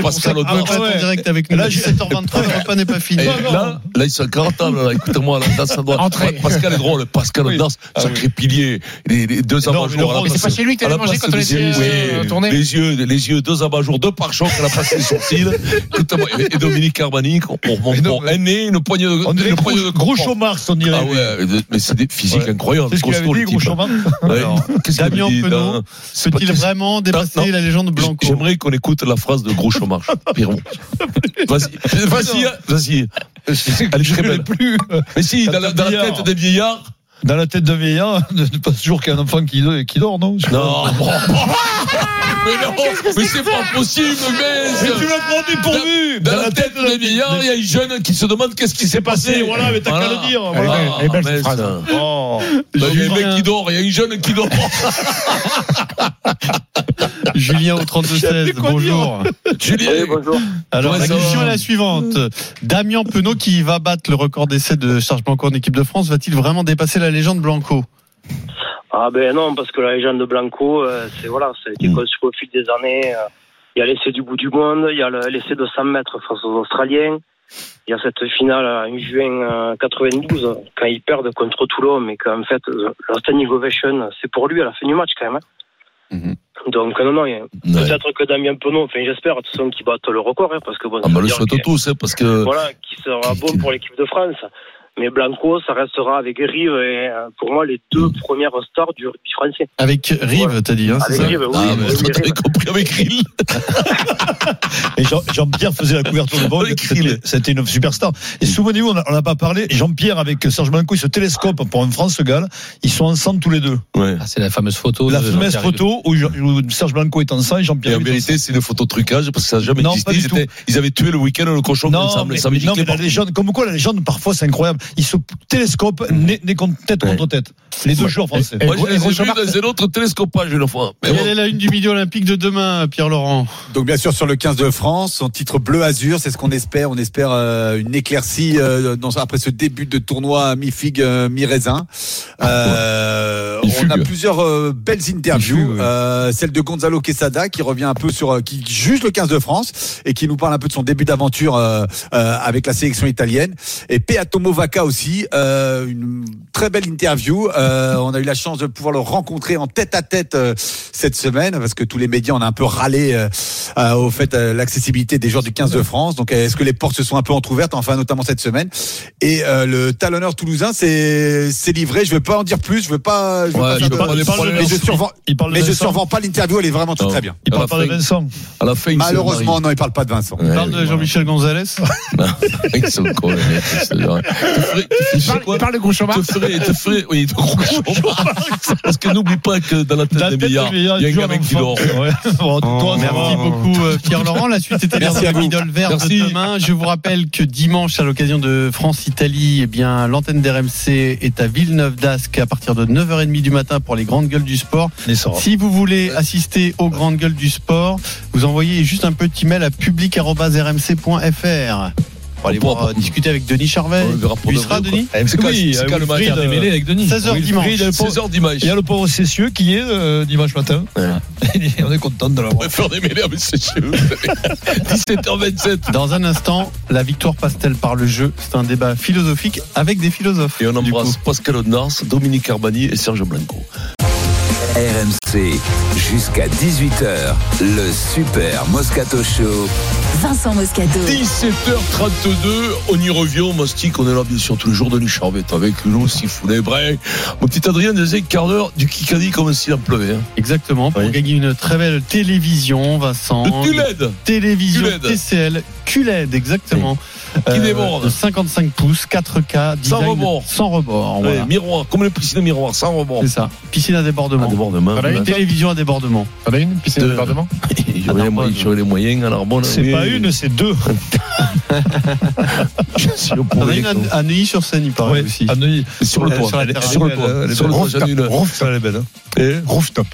S3: Pascal Audin.
S6: Là, j'ai 7h23, le repas n'est pas fini.
S3: Et là, là, ils sont carentables, là, écoutez-moi, là, là, ça doit.
S6: Entrée.
S3: Pascal est drôle, Pascal
S6: Oui.
S3: Audas, sacré pilier, les, les deux abat-jours. à la
S5: Ah mais c'est
S3: place-
S5: pas chez lui que t'allais
S3: à la
S5: manger
S3: place
S5: quand on
S3: de
S5: était,
S3: Zélie.
S5: euh,
S3: Oui.
S5: tourné.
S3: Les yeux, les yeux, deux abat-jours, deux par choc, elle a passé les sourcils. Écoutez-moi, et- et Dominique Armani, on remonte bon, un nez, une poignée de.
S4: On dirait
S3: une poignée
S4: gros, gros Chaumarx, on dirait.
S3: Ah ouais, mais c'est des physiques
S4: Ouais.
S3: incroyables.
S4: C'est ce qu'il avait
S3: costauds,
S4: dit,
S3: le
S4: gros
S3: type.
S4: Chaumarx.
S3: Ouais.
S4: Alors,
S3: Qu'est-ce qu'il
S4: Damien
S3: avait dit,
S4: Penaud,
S3: hein C'est pas-
S6: Peut-il
S3: qu'est-ce-
S6: vraiment
S3: Non,
S6: dépasser
S3: non.
S6: la légende Blanco
S3: J'aimerais qu'on écoute la phrase de Gros Chômage. Pierrot. Vas-y, vas-y, vas-y. Elle est très belle.
S4: euh,
S3: Mais si, dans la, dans la tête des vieillards.
S4: Dans la tête d'un vieillard, ne ne passe toujours qu'un enfant qui, qui dort, non
S3: Non, Mais
S4: Ah,
S3: non, mais c'est pas possible, mais.
S4: Mais tu l'as pris dépourvu.
S3: Dans, dans la tête des vieillards, il y a une jeune qui se demande qu'est-ce qui s'est passé.
S4: passé, voilà, mais t'as qu'à le dire, voilà.
S3: Ah,
S4: Elle est belle, cette
S3: mais
S4: phrase.
S3: ça.
S4: Oh.
S3: Bah, Il y a un mec qui dort, il y a une jeune qui dort.
S6: Julien au 32-16, bonjour.
S3: Julien.
S6: bonjour. Alors,
S3: Ouais,
S6: la
S3: ça
S6: question
S3: va.
S6: est la suivante. Damien Penaud, qui va battre le record d'essai de Serge Blanco en équipe de France, va-t-il vraiment dépasser la légende Blanco
S8: Ah ben non, parce que la légende de Blanco, euh, c'est voilà, ça a été
S3: Mm.
S8: construit au fil des années. euh, Il y a l'essai du bout du monde, il y a le- l'essai de 100 mètres face aux Australiens. Il y a cette finale euh, en juin euh, 92, quand ils perdent contre Toulon, mais qu'en fait, euh, la standing ovation, c'est pour lui à la fin du match quand même. hein.
S3: Mm-hmm.
S8: Donc non, non, il y a- peut-être que Damien Penon, enfin j'espère de toute façon qu'il batte le record, hein, parce que bon,
S3: Ah,
S8: ça
S3: bah,
S8: veut
S3: le
S8: dire
S3: souhaite
S8: que-
S3: tous, hein, parce que.
S8: voilà, qui sera bon pour l'équipe de France. Mais Blanco, ça restera avec Rive et euh, pour moi les deux premières stars du rugby français.
S6: Avec Rive, t'as dit, hein, c'est
S8: Avec
S6: ça
S8: Rive, oui.
S6: Ah,
S8: oui,
S6: mais
S8: oui,
S6: ça, t'avais
S8: Rive.
S6: compris avec Rive.
S4: Et Jean- Jean-Pierre faisait la couverture de Vogue. C'était- C'était une superstar. Et souvenez-vous, on n'a pas parlé. Jean-Pierre avec Serge Blanco, ils se télescopent pour un France-Galles. Ils sont ensemble tous les deux.
S22: Ah, c'est la fameuse photo.
S4: La
S22: de
S4: fameuse
S22: Jean-Pierre
S4: photo où, Jean- où Serge Blanco est en sang et
S3: Et
S4: Jean-Pierre.
S3: en vérité, c'est une photo trucage parce que ça n'a jamais
S4: Non,
S3: existé.
S4: pas du
S3: Ils, étaient- ils avaient tué le week-end le cochon
S4: Non,
S3: ensemble.
S4: mais,
S3: ça veut dire
S4: non,
S3: que
S4: mais
S3: les
S4: la
S3: portes-
S4: légende, comme quoi la légende, parfois, c'est incroyable. Ils se télescopent nez- nez contre- tête contre tête. Les deux joueurs français.
S3: Moi, je les ai vus dans un autre télescopage une fois. Mais
S6: Quelle
S3: bon.
S6: est la une du midi olympique de demain, Pierre Laurent
S7: Donc bien sûr sur le 15 de France, son titre bleu azur, c'est ce qu'on espère. On espère euh, une éclaircie euh, dans- après ce début de tournoi mi-figue euh, mi-raisin.
S6: Ah
S7: Euh, on a plusieurs euh, belles interviews. Euh, celle de Gonzalo Quesada qui revient un peu sur euh, qui juge le 15 de France et qui nous parle un peu de son début d'aventure euh, euh, avec la sélection italienne. Et Peatomo Vaca aussi, euh, une très belle interview. Euh, on a eu la chance de pouvoir le rencontrer en tête à tête euh, cette semaine parce que tous les médias on a un peu râlé euh, euh, au fait euh, l'accessibilité des joueurs du 15 de France. Donc euh, est-ce que les portes se sont un peu entrouvertes enfin notamment cette semaine Et euh, le talonneur toulousain s'est s'est livré. Je veux pas en dire plus. Je veux pas. Je veux
S3: Ouais,
S7: pas
S3: je
S7: faire de-
S3: veux pas les prendre.
S7: mais je survends.
S4: Il parle de
S7: mais je
S4: Vincent.
S7: survends pas l'interview. Elle est vraiment très
S3: Non.
S7: très bien.
S3: Il parle pas de
S4: Vincent.
S3: À la fin, il s'est
S7: Malheureusement
S3: marié.
S7: non, il parle pas de Vincent.
S3: Ouais,
S6: Parle de
S3: oui,
S6: Jean-Michel Gonzalez
S3: Ils sont cons, les mecs, c'est genre- Tu ferais- tu
S5: parle de
S3: Te ferais, te ferais, oui, de Grouchomar. Parce que n'oublie pas que dans la tête des milliards, il y a un
S6: toujours
S3: gamin
S6: un
S3: qui
S6: enfant.
S3: dort.
S6: Ouais.
S3: Oh,
S6: Bon, toi, merci beaucoup euh, Pierre Laurent. La suite était
S3: Merci
S6: dans
S3: à
S6: le
S3: vous.
S6: Midol Vert
S3: Merci.
S6: de demain. Je vous rappelle que dimanche, à l'occasion de France-Italie, eh bien, l'antenne d'RMC est à Villeneuve d'Ascq à partir de 9h30 du matin pour les grandes gueules du sport. Si vous voulez assister aux grandes gueules du sport, vous envoyez juste un petit mail à public.rmc.fr. Pour aller voir, euh, discuter avec Denis
S4: Oh,
S6: Charvet. Tu y seras, Denis
S4: Eh, C'est
S6: Oui,
S4: c'est
S6: euh,
S4: quand le match
S6: Wilfried,
S4: des mêlées avec Denis.
S6: 16h
S4: Wilfried,
S6: dimanche.
S4: le pauvre-
S6: 16h dimanche.
S4: Il y a le pauvre Cessieux qui est euh, dimanche matin. On est content de l'avoir.
S3: On va faire des mêlées à Monsieur Chéou. 17h27.
S6: Dans un instant, la victoire passe-t-elle par le jeu C'est un débat philosophique avec des philosophes.
S3: Et on embrasse Pascal Odnars, Dominique Arbani et Serge Blanco.
S2: RMC, jusqu'à 18h, le Super Moscato Show.
S1: Vincent Moscato.
S3: 17h32, on y revient au Mastic, on est là bien sûr tous les jours, Denis Charvette avec nous, si vous voulez, break. Mon petit Adrien disait quart d'heure du Kikadi comme s'il en pleuvait. hein.
S6: Exactement, pour gagner une très belle télévision, Vincent.
S3: Le QLED.
S6: Télévision
S3: QLED.
S6: TCL QLED, E exactement.
S3: Qui
S6: Euh,
S3: déborde.
S6: de 55 pouces, 4K,
S3: Sans
S6: design
S3: rebord.
S6: Sans rebord,
S3: Ouais,
S6: voilà.
S3: miroir, comme le piscine miroir, sans rebord.
S6: C'est ça. Piscine à débordement.
S3: À débordement.
S6: T'en as une, télévision à débordement.
S5: T'en as une piscine
S3: à
S5: débordement
S3: J'aurais les, moyens- j'aurais les moyens à Narbonne.
S4: C'est
S3: Oui.
S4: pas une, c'est deux.
S3: Si on
S6: T'en as
S3: pouvait-
S6: une à- à Neuilly-sur-Seine, il paraît aussi.
S4: À Neuilly. Euh,
S3: Sur le
S6: Elle est
S3: toit.
S6: sur la
S3: Elle est
S6: terrasse.
S3: Sur le
S6: Elle
S3: toit.
S6: est
S3: Sur le toit,
S6: belle.
S3: j'en ai une.
S4: Elle est belle. hein.
S3: Et-
S5: Rooftop.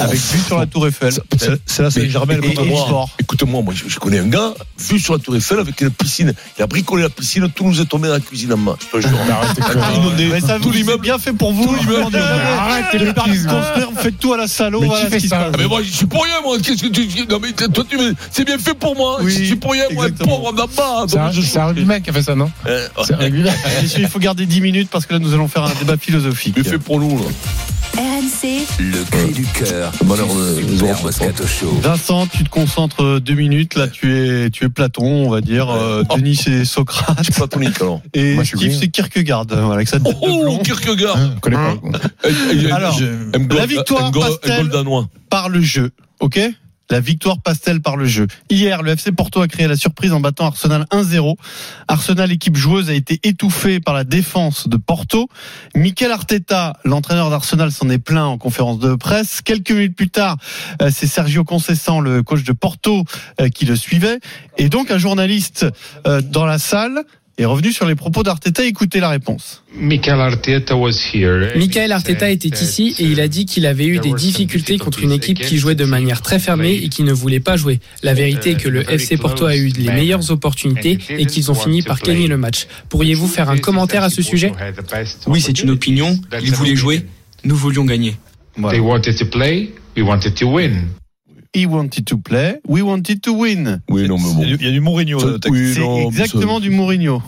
S6: Avec vue sur la Tour Eiffel.
S4: C'est- c'est là, c'est
S3: Mais
S4: Germain, le
S3: écoute-moi,
S4: contre-roi.
S6: Sport.
S3: Écoute-moi, moi, je, je connais un gars, vu sur la Tour Eiffel avec une piscine. Il a bricolé la piscine, tout nous est tombé dans la cuisine en main. Je te jure.
S6: Ah,
S3: Inondé.
S6: Mais ça
S3: Tout
S6: vous c'est
S3: l'immeuble.
S6: bien fait pour vous.
S3: Tout l'immeuble.
S6: Arrête
S5: tes bêtises, moi.
S6: Faites tout à la salle.
S5: Mais qui
S6: voilà ce
S5: fait
S6: qui se
S5: ça
S6: passe.
S3: Ah, mais moi, je suis pour rien, moi. Qu'est-ce que tu. Non, mais toi, tu. me- C'est bien fait pour moi.
S6: Oui,
S3: je suis pour rien, moi,
S6: exactement.
S3: pauvre d'en bas.
S5: C'est un,
S3: Donc, je suis-
S5: c'est un rugbyman qui a fait ça, non
S3: Euh,
S5: C'est un rugbyman.
S6: Messieurs, il faut garder 10 minutes parce que là, nous allons faire un débat philosophique.
S3: Mais fait pour nous, là.
S1: RMC,
S2: Le cri du cœur.
S3: Malheur de-
S2: du
S3: des
S2: Super
S3: autres.
S2: Moscato Show.
S6: Vincent, tu te concentres euh, deux minutes. Là, tu es, tu es Platon, on va dire. euh, Denis, c'est Socrate.
S3: C'est platonique, alors.
S6: Et
S5: Moi, je suis
S6: Steve,
S5: Green. Hein,
S6: c'est Kierkegaard. euh, Voilà, avec sa tête de
S3: Oh,
S6: blond.
S3: Kierkegaard.
S5: Je connais
S6: Hein
S5: pas.
S3: Euh, euh,
S6: Alors,
S3: je- un goal-
S6: la victoire
S3: un goal- Un
S6: pastel.
S3: goal danois.
S6: par le jeu. OK La victoire passe-t-elle par le jeu Hier, le FC Porto a créé la surprise en battant Arsenal 1-0. Arsenal, équipe joueuse, a été étouffée par la défense de Porto. Mikel Arteta, l'entraîneur d'Arsenal, s'en est plaint en conférence de presse. Quelques minutes plus tard, euh, c'est Sergio Concessant, le coach de Porto, euh, qui le suivait. Et donc, un journaliste euh, dans la salle est revenu sur les propos d'Arteta. Écoutez la réponse.
S9: Michael Arteta was here.
S10: Michael Arteta était ici et il a dit qu'il avait eu des difficultés contre une équipe euh, qui jouait de manière très fermée et qui ne voulait pas jouer. La vérité est que le FC Porto a eu les meilleures opportunités et qu'ils ont fini par gagner le match. Pourriez-vous faire un commentaire à ce sujet Oui, c'est une opinion. Il voulait jouer. Nous voulions gagner.
S9: They wanted to play, we wanted to win.
S6: He wanted to play, we wanted to win.
S3: Oui, non, mais bon.
S4: Il y a du Mourinho dans le texte.
S6: euh, C'est exactement du Mourinho.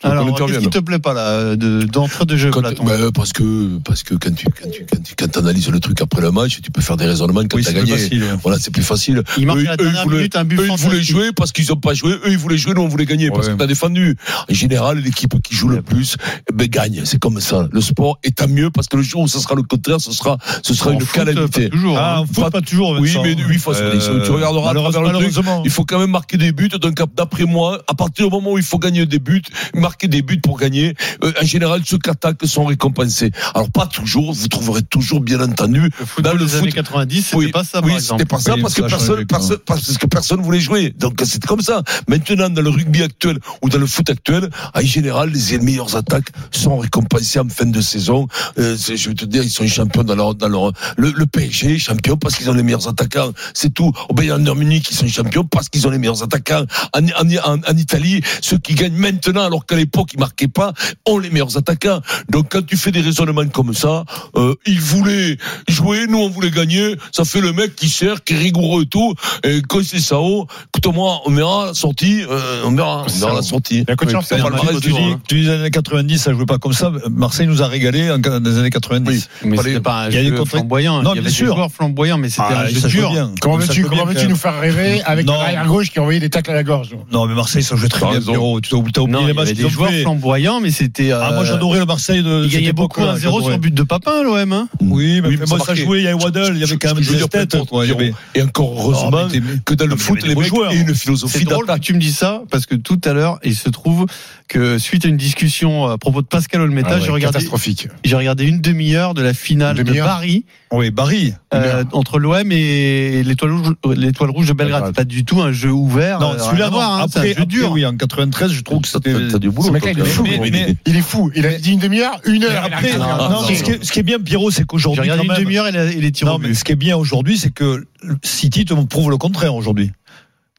S6: Alors, qu'est-ce qui te plaît pas là, euh, de- d'entrée de, jeu
S3: Quand-
S6: Platon
S3: bah, parce que parce que quand tu quand tu quand tu quand t'analyses le truc après le match, tu peux faire des raisonnements quand
S4: Oui,
S3: t'as
S4: c'est plus
S3: gagné.
S4: facile, ouais.
S3: Voilà, c'est plus facile.
S6: Il marque
S3: Eux,
S6: à la
S3: eux, ils
S6: dernière
S3: voulaient-
S6: minute hein. un but
S3: eux, ils voulaient
S6: fantastique.
S3: jouer parce qu'ils ont pas joué. Eux ils voulaient jouer, nous on voulait gagner parce que t'as défendu. En général, l'équipe qui joue le plus eh ben, gagne. C'est comme ça. Le sport est à mieux parce que le jour où ce sera le contraire, ce sera ce sera
S4: En
S3: une
S4: foot,
S3: calamité.
S4: pas toujours,
S3: Ah,
S4: hein.
S3: en foot,
S4: Pas toujours,
S3: Oui,
S4: Vincent.
S3: mais oui, façon,
S4: Euh,
S3: tu regarderas à travers le truc.
S4: malheureusement.
S3: Il faut quand même marquer des buts. Donc, d'après moi, à partir du moment où il faut gagner des buts, marquer des buts pour gagner, euh, en général, ceux qui attaquent sont récompensés. Alors, pas toujours, vous trouverez toujours, bien entendu,
S6: football des années 90, c'était
S3: Bah, oui,
S6: pas ça,
S3: oui,
S6: par exemple.
S3: c'était pas ça
S6: Oui,
S3: parce,
S6: ça
S3: que
S6: a
S3: personne,
S6: changé, quand même.
S3: personne- parce que personne voulait jouer. Donc, c'est comme ça. Maintenant, dans le rugby actuel ou dans le foot actuel, en général, les meilleures attaques sont récompensées en fin de saison. Euh, c'est- je vais te dire, ils sont champions dans leur, dans leur, le, le PSG est champion parce qu'ils ont les meilleurs attaquants. C'est tout. Au Bayern de Munich, ils sont champions parce qu'ils ont les meilleurs attaquants. En, en- en- en Italie, ceux qui gagnent maintenant, alors qu'à l'époque, ils marquaient pas, ont les meilleurs attaquants. Donc, quand tu fais des raisonnements comme ça, euh, ils voulaient jouer, nous, on voulait gagner. Ça fait le mec qui sert, qui est rigoureux et tout. Et quand c'est ça, oh, écoute-moi, on verra la sortie, euh, on verra, on verra la sortie.
S4: Oui,
S3: Oui,
S4: c'est
S3: on
S4: un
S3: parlera
S4: match,
S3: de
S4: tu,
S3: tout,
S4: dis,
S3: hein.
S4: tu dis les années 90, ça jouait pas comme ça. Marseille nous a régalé en- dans les années 90.
S6: Mais
S4: Fallait-
S6: c'était pas un
S4: il y a des
S6: jeu
S4: contra-
S6: flamboyant.
S4: Non,
S6: il y avait
S4: bien
S6: des
S4: sûr.
S6: joueurs flamboyants, mais c'était
S4: Ah,
S6: un jeu
S4: ça joue
S6: dur.
S4: bien.
S5: Comment
S4: Ça
S5: veux-tu
S4: joue bien,
S5: comment veux-tu
S4: quand
S5: nous faire rêver avec
S4: Non.
S5: l'arrière gauche qui envoyait des tacles à la gorge
S4: Mm. Non, mais Marseille, ça jouait très
S5: T'as
S4: bien,
S5: raison.
S4: Pierrot. Tu as oublié t'as oublié
S6: Non,
S4: les
S6: il y
S4: matchs
S6: avait
S4: qu'ils
S6: des
S4: ont
S6: joueurs
S4: fait.
S6: flamboyants, mais c'était. euh,
S4: Ah, moi, j'adorais le Marseille
S3: euh,
S4: de
S6: Il
S4: cette
S6: gagnait beaucoup
S4: époque-là,
S6: 1-0 sur
S4: j'adorais.
S6: le but de Papin, l'OM. Hein
S4: Oui, mais,
S3: Mm. Oui,
S4: moi, ça,
S3: marquait.
S4: jouait, il y avait Waddle, il y avait quand même
S3: Je veux
S4: des
S3: dire, peu
S4: têtes.
S3: importe,
S4: ouais, il y avait-
S3: Et encore heureusement
S4: Non, mais t'es-
S3: que dans le
S4: Non, mais
S3: foot,
S4: il y avait
S3: les
S4: des
S3: mecs
S4: joueurs.
S3: ont une
S6: hein. C'est
S3: philosophie
S6: drôle que
S3: d'attaque.
S6: Ah, tu me dis ça parce que tout à l'heure, il se trouve que suite à une discussion euh, à propos de Pascal Olmeta,
S5: Ah ouais,
S6: j'ai regardé,
S5: Catastrophique.
S6: j'ai regardé une demi-heure de la finale
S5: Une
S6: de
S5: demi-heure
S6: Paris
S4: Oui, Barry.
S6: euh, entre l'OM et l'Étoile Rouge, euh, l'Étoile Rouge de Belgrade. C'est pas du tout un jeu ouvert. euh,
S4: Non,
S6: rien à
S4: celui-là, non.
S6: voir, hein, c'est
S4: Après,
S6: un jeu
S4: après,
S6: dur.
S4: oui, en 93, je trouve que c'était.
S3: T'as du boulot.
S5: Ce mec-là, il est
S3: toi,
S5: fou.
S3: quand même.
S4: mais- mais-
S5: Il est fou. Il a dit une demi-heure, une
S4: Mais
S5: heure.
S4: après,
S5: Il a regardé.
S4: non, mais ce qui est- ce qui est bien, Pierrot, c'est
S6: J'ai
S4: qu'aujourd'hui,
S6: regardé
S4: quand
S6: une
S4: même.
S6: demi-heure et, la- et les tirs
S4: Non,
S6: au
S4: mais
S6: but.
S4: ce qui est bien aujourd'hui, c'est que City te prouve le contraire aujourd'hui.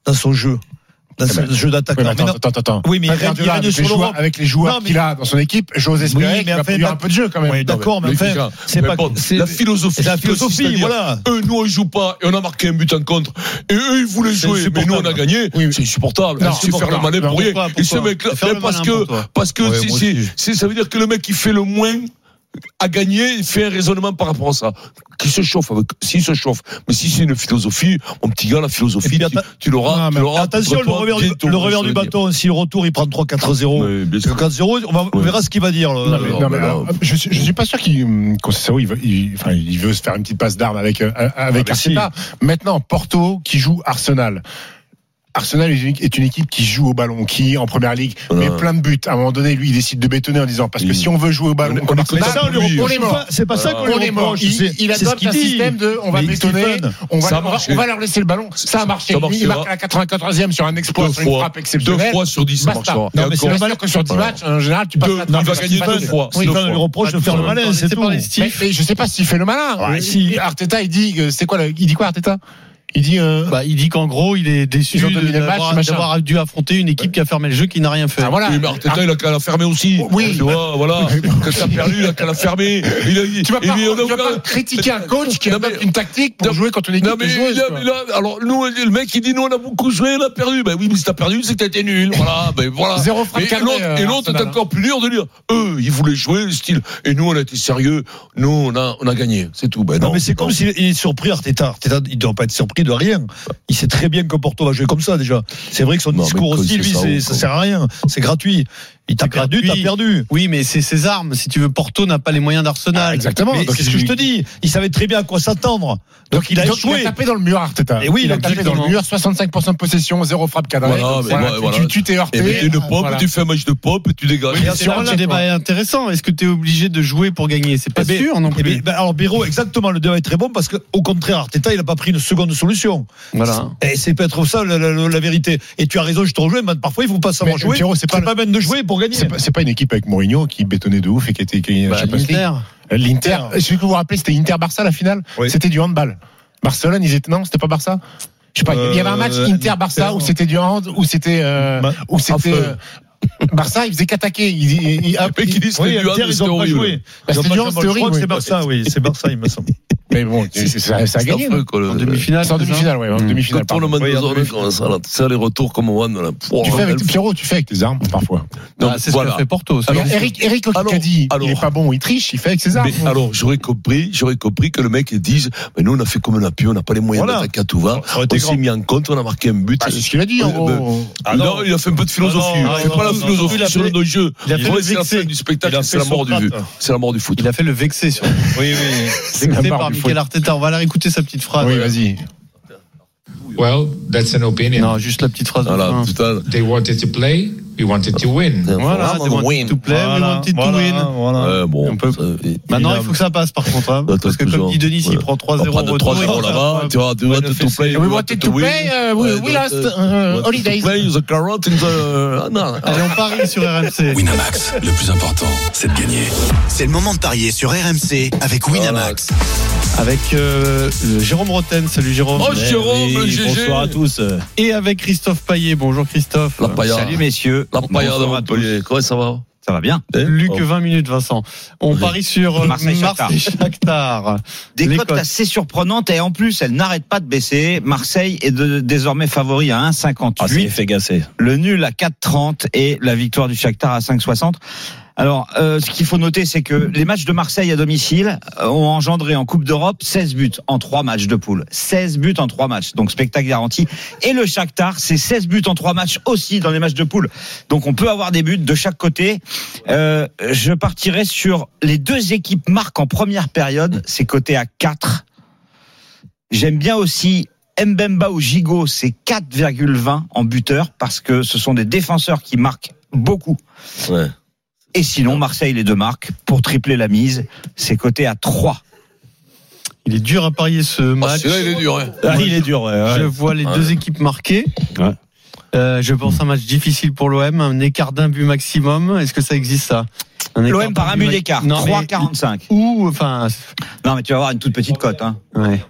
S4: Dans son jeu. Dans
S5: Eh
S4: son
S5: ben,
S4: jeu
S5: oui, mais
S4: d'attaquant.
S5: attends,
S4: Mais non-
S5: attends, attends.
S4: Oui, mais il
S5: Pas
S4: règne- il
S5: Guardiola,
S4: règne
S5: avec,
S4: sur
S5: les joueurs,
S4: l'Europe.
S5: avec les joueurs
S4: Non, mais-
S5: qu'il a dans son équipe, j'ose espérer
S4: mais
S5: qu'il va
S4: enfin,
S5: produire
S4: t'as-
S5: un peu de jeu quand même.
S4: Oui, d'accord, mais
S3: Loïc
S4: enfin,
S3: Fichin,
S4: c'est
S3: peu
S4: pas.
S3: importe.
S4: c'est-
S3: la philosophie.
S4: c'est la
S3: qui consiste à
S4: philosophie,
S3: dire,
S4: voilà.
S3: Eux, nous, on joue pas et on a marqué un but en contre. Et eux, ils voulaient
S4: C'est
S3: jouer, mais nous, on a
S4: insupportable.
S3: gagné. C'est insupportable.
S4: Non,
S3: C'est faire le
S4: insupportable.
S3: malin pour rien.
S6: Pourquoi,
S3: Et ce
S6: pourquoi
S3: mec-là,
S6: Faire le
S3: mais parce
S6: malin pour
S3: que,
S6: toi.
S3: parce que
S4: Ouais,
S3: c'est-
S4: moi
S3: c'est-
S4: aussi.
S3: c'est- ça veut dire que le mec qui fait le moins à gagner, il fait un raisonnement par rapport à ça. Qui se chauffe avec, s'il se chauffe. Mais si c'est une philosophie, mon petit gars, la philosophie,
S4: Et puis,
S3: tu-
S4: atta-
S3: tu l'auras,
S4: Non,
S3: tu
S4: Ah, mais
S3: l'auras.
S4: attention,
S3: contre
S4: le
S3: toi
S4: revers, du,
S3: bientôt,
S4: le
S3: je
S4: revers
S3: veux
S4: du
S3: dire.
S4: bâton, si le retour il prend 3-4-0,
S3: Oui, bien sûr.
S4: 4-0, on, va- on verra ce qu'il va dire. le-
S5: Non, mais, non, mais,
S3: bah,
S5: alors, je, suis- je suis pas sûr qu'il hum, Conceição, il veut, il- enfin, il veut se faire une petite passe d'armes avec euh, avec
S4: Ah, bah, si.
S5: Arteta. Maintenant, Porto qui joue Arsenal. Arsenal est une- est une équipe qui joue au ballon, qui en première ligue
S3: Voilà.
S5: met plein de buts. À un moment donné, lui, il décide de bétonner en disant parce que
S3: Oui.
S5: si on veut jouer au ballon,
S3: On-
S5: comme
S3: on-
S4: mais
S5: Arsenal,
S4: ça, on lui
S5: oui,
S4: reproche
S5: on est mort.
S4: pas. C'est pas
S3: Euh,
S4: ça qu'on
S5: On
S4: lui
S5: est mort.
S4: reproche.
S5: Il, il
S4: c'est ce
S5: adopte
S4: qu'il
S5: un
S4: dit.
S5: système de on va
S4: Mais il
S5: bétonner,
S4: siphonne.
S5: on va,
S3: Ça a
S5: on va-
S3: marché.
S5: on va leur laisser le ballon. Ça a marché.
S3: Ça
S5: Lui, il
S3: marchera.
S5: marque à la 94e sur un exploit,
S3: Deux
S5: sur une
S3: fois.
S5: frappe
S3: Deux
S5: exceptionnelle.
S3: fois sur dix, ça
S5: Basta.
S3: marchera.
S5: Non,
S3: Et
S5: mais c'est
S3: encore.
S5: le malheur que sur 10
S3: Voilà.
S5: matchs, en général, tu passes
S3: Deux,
S5: la
S3: il
S5: trappe,
S3: va
S5: tu
S3: gagner
S5: passes
S3: deux
S5: pas
S3: fois.
S4: Oui,
S3: Deux
S4: enfin, on lui
S3: fois.
S4: reproche de
S6: Pas
S4: faire
S6: de
S4: le
S6: problème.
S4: malin, c'est
S6: Laissez
S4: tout.
S6: parler
S5: Mais,
S6: Steve.
S5: mais je sais pas s'il fait le malin.
S4: Ouais,
S5: Il-
S4: si. ah,
S5: il- Arteta, il dit, euh, c'est quoi le- Il dit quoi Arteta Il dit. euh,
S6: Bah, il dit qu'en gros, il est déçu
S5: Ils ont
S6: de-
S5: dominé le match,
S6: d'avoir
S5: machin.
S6: d'avoir dû affronter une équipe qui a fermé le jeu, qui n'a rien fait.
S5: ah, voilà.
S3: Oui, mais Arteta, il a qu'à la fermer aussi.
S5: Oui. bah,
S3: Tu vois, voilà. Quand t'as perdu, il a qu'à la fermer. Il a,
S5: Tu vas
S3: il-
S5: pas,
S3: il- on a
S5: tu vas
S3: aucun-
S5: pas critiquer un coach qui
S3: Non,
S5: adopte
S3: mais-
S5: une tactique pour
S3: Non,
S5: jouer contre une équipe
S3: Non, mais,
S5: de joueuses,
S3: là,
S5: quoi.
S3: là, alors, nous, le mec, il dit, nous, on a beaucoup joué, on a perdu. Ben oui, mais si t'as perdu, c'est que t'as été nul. Voilà, ben voilà.
S5: Zéro frappe
S3: Et
S5: cadrée,
S3: l'autre,
S5: euh,
S3: et l'autre est
S5: Arsenal,
S3: encore plus dur de dire, eux, ils voulaient jouer, style, et nous, on a été sérieux, nous, on a, on a gagné. C'est tout. Ben non.
S4: Non, mais c'est comme s'il il est surpris, Arteta. Arteta, il ne doit pas être surpris de rien. Il sait très bien que Porto va jouer comme ça, déjà. C'est vrai que son
S3: Non, mais
S4: discours
S3: quand
S4: aussi,
S3: c'est
S4: lui,
S3: ça,
S4: c'est-
S3: on-
S4: ça sert à rien. C'est gratuit. Il t'a
S6: C'est
S4: perdu, t'as
S6: gratuit.
S4: perdu.
S6: Oui, mais c'est ses armes. Si tu veux, Porto n'a pas les moyens d'Arsenal.
S5: Ah, exactement.
S4: Mais
S5: Donc,
S4: c'est ce que
S5: il-
S4: je te dis. Il savait très bien à quoi s'attendre. Donc, il a
S5: Donc,
S4: échoué.
S5: tapé dans le mur, Arteta.
S4: Et oui,
S5: il a
S4: donc,
S5: tapé dans le
S4: exactement.
S5: mur, 65% de possession, zéro frappe cadrée.
S3: Voilà, mais
S5: Voilà,
S3: ouais,
S5: tu-
S3: voilà.
S5: tu- Tu t'es heurté.
S3: Et ben, tu es une pop,
S5: Voilà.
S3: tu fais un match de pop, et tu dégages.
S6: Oui, c'est là
S5: Voilà,
S6: le débat
S5: quoi.
S6: est intéressant. Est-ce que tu es obligé de jouer pour gagner C'est pas
S4: Eh ben,
S6: sûr non
S4: eh ben,
S6: plus.
S4: ben, alors, Biro, exactement, le débat est très bon parce que, au contraire, Arteta, il n'a pas pris une seconde solution.
S6: Voilà.
S4: Et c'est peut-être ça la, la- la- la vérité. Et tu as raison, je te rejoins. mais Parfois, il ne faut pas savoir
S5: Mais,
S4: jouer.
S5: Pierrot, c'est
S4: c'est
S5: pas
S4: pas,
S5: le-
S4: pas même de jouer pour gagner.
S5: C'est pas, c'est pas une équipe avec Mourinho qui bétonnait de ouf et qui était qui,
S6: Bah,
S5: je sais pas,
S6: l'Inter.
S5: Euh, L'Inter. Je que vous vous rappelez, c'était Inter Barça la finale.
S4: Oui.
S5: C'était du handball. Barcelone, ils étaient non, c'était pas Barça. Je sais pas. il y avait un match
S4: Euh,
S5: Inter Barça
S4: Inter.
S5: où c'était du hand, où c'était euh,
S4: Bah,
S5: où c'était
S4: enfin.
S5: euh, Barça, ils faisaient qu'attaquer. Ils, ils, ils-
S3: mec, il dit,
S4: Oui,
S3: c'était du
S4: Inter,
S3: hand,
S4: ils
S3: c'était
S4: ont pas
S3: horrible.
S4: joué.
S5: Bah,
S4: Ils ont
S5: c'était
S4: pas
S5: du
S4: joué.
S5: hand,
S4: Je
S5: c'était
S4: crois que
S5: horrible,
S4: bah, C'est
S5: oui.
S4: Barça, oui, c'est Barça, il me semble. Mais bon, c'est- c'est- ça, ça a
S3: C'est
S4: gagné.
S3: affreux,
S4: non
S3: quoi, le-
S4: En demi-finale. En demi-finale, ouais. En
S3: Mmh.
S4: demi-finale.
S3: Quand on
S4: pardon.
S3: le met
S4: Ouais,
S3: dans
S4: en
S3: le
S4: demi-finale.
S3: comme ça, là, tu sais, les retours comme on là.
S4: Tu fais avec,
S3: elle-
S4: Pierrot, tu fais avec tes armes parfois.
S3: Non,
S5: Bah,
S3: Ah, c'est ce voilà. qu'a fait Porto, c'est
S4: Alors,
S3: vrai.
S4: Eric, Eric Occadi, il est pas bon, il triche, il fait avec ses armes.
S3: Mais alors, j'aurais compris, j'aurais compris que le mec il dise, mais nous on a fait comme on a pu, on n'a pas les moyens
S4: Voilà.
S3: d'attaquer à tout va.
S4: aurait été
S3: On s'est
S4: grand.
S3: mis en compte, on a marqué un but.
S4: Ah, c'est ce qu'il a dit, en gros.
S3: ben,
S4: Ah
S3: non,
S4: non.
S3: il a fait un peu de philosophie.
S4: Ah non,
S3: il fait
S4: non,
S3: pas la
S4: non,
S3: philosophie
S4: non, non.
S3: sur
S4: Il a
S3: le
S4: fait-
S3: jeu.
S4: il a fait
S3: Pour
S4: le
S3: eux, c'est la
S4: vexer.
S3: fin du spectacle,
S4: Il a
S3: c'est
S4: fait
S3: la mort du
S4: Socrate.
S3: vue. C'est la mort du foot.
S6: Il a fait le vexer sur
S34: Oui, oui.
S6: Vexé par Michael Arteta. On va la réécouter sa petite phrase. Oui,
S4: vas-y.
S20: Well, that's an opinion.
S6: Non, juste la petite phrase. de
S20: Voilà,
S6: fin.
S20: They wanted to play, we wanted to win.
S6: Voilà, they wanted to play, we wanted to win.
S3: Ouais, Euh, bon, ça, et-
S6: Maintenant, il faut que ça passe, par contre. hein. Parce que comme dit Denis, il prend 3-0
S3: Après, de
S6: au retour.
S3: 3-0
S6: il va
S3: là-bas,
S6: faire-
S3: tu vois, tu vois, tu te play.
S6: We
S3: tu vois,
S6: wanted
S3: tu
S6: to
S3: win.
S6: play,
S4: euh, we-
S3: Ouais,
S4: we
S3: donc,
S4: lost,
S3: euh,
S4: euh,
S3: wanted to
S4: holidays.
S3: play the carrot in the- Ah, non.
S6: Allez, on parie sur RMC.
S25: Winamax, le plus important, c'est de gagner. C'est le moment de parier sur RMC avec Winamax.
S6: Avec euh, le Jérôme Roten. Salut Jérôme.
S25: Oh, Jérôme,
S6: Eh
S25: le GG.
S6: Bonsoir à tous. Et avec Christophe Paillet. Bonjour Christophe.
S3: La paillade.
S35: Salut messieurs.
S3: La paillade de
S35: Bonsoir à
S3: Montpellier. Comment ça va Eh
S35: Ça va bien.
S6: Hein Luc,
S35: Oh.
S6: 20 minutes, Vincent. On parie sur euh,
S35: Marseille-Shakhtar.
S6: Marseille-Shakhtar.
S35: Des
S6: Les
S35: cotes assez surprenantes et en plus, elles n'arrêtent pas de baisser. Marseille est de- désormais favori à 1,58.
S6: Ah,
S35: Le nul à 4,30 et la victoire du Shakhtar à 5,60. Alors, euh, ce qu'il faut noter, c'est que les matchs de Marseille à domicile euh, ont engendré en Coupe d'Europe 16 buts en 3 matchs de poule. 16 buts en 3 matchs, donc spectacle garanti. Et le Shakhtar, c'est 16 buts en 3 matchs aussi dans les matchs de poule. Donc on peut avoir des buts de chaque côté. Euh, je partirai sur les deux équipes marquent en première période, c'est coté à 4. J'aime bien aussi Mbemba ou Gigot, c'est 4,20 en buteur parce que ce sont des défenseurs qui marquent beaucoup.
S3: Ouais.
S35: Et sinon, Marseille, les deux marques, pour tripler la mise, c'est coté à 3.
S6: Il est dur à parier ce
S3: Oh,
S6: match.
S35: celui-là, il est dur, ouais.
S6: Moi,
S35: Ah, il est
S6: je-
S35: dur, ouais, ouais.
S6: Je vois les
S35: Ouais.
S6: deux équipes marquées. Euh, je pense à un match difficile pour l'OM, un écart d'un but maximum. Est-ce que ça existe ça Un écart
S35: L'OM par un but
S6: ma-
S35: d'écart,
S6: Non, mais-
S35: 3,45.
S6: Ou, enfin.
S35: Non, mais tu vas avoir une toute petite cote. Hein.
S6: Ouais.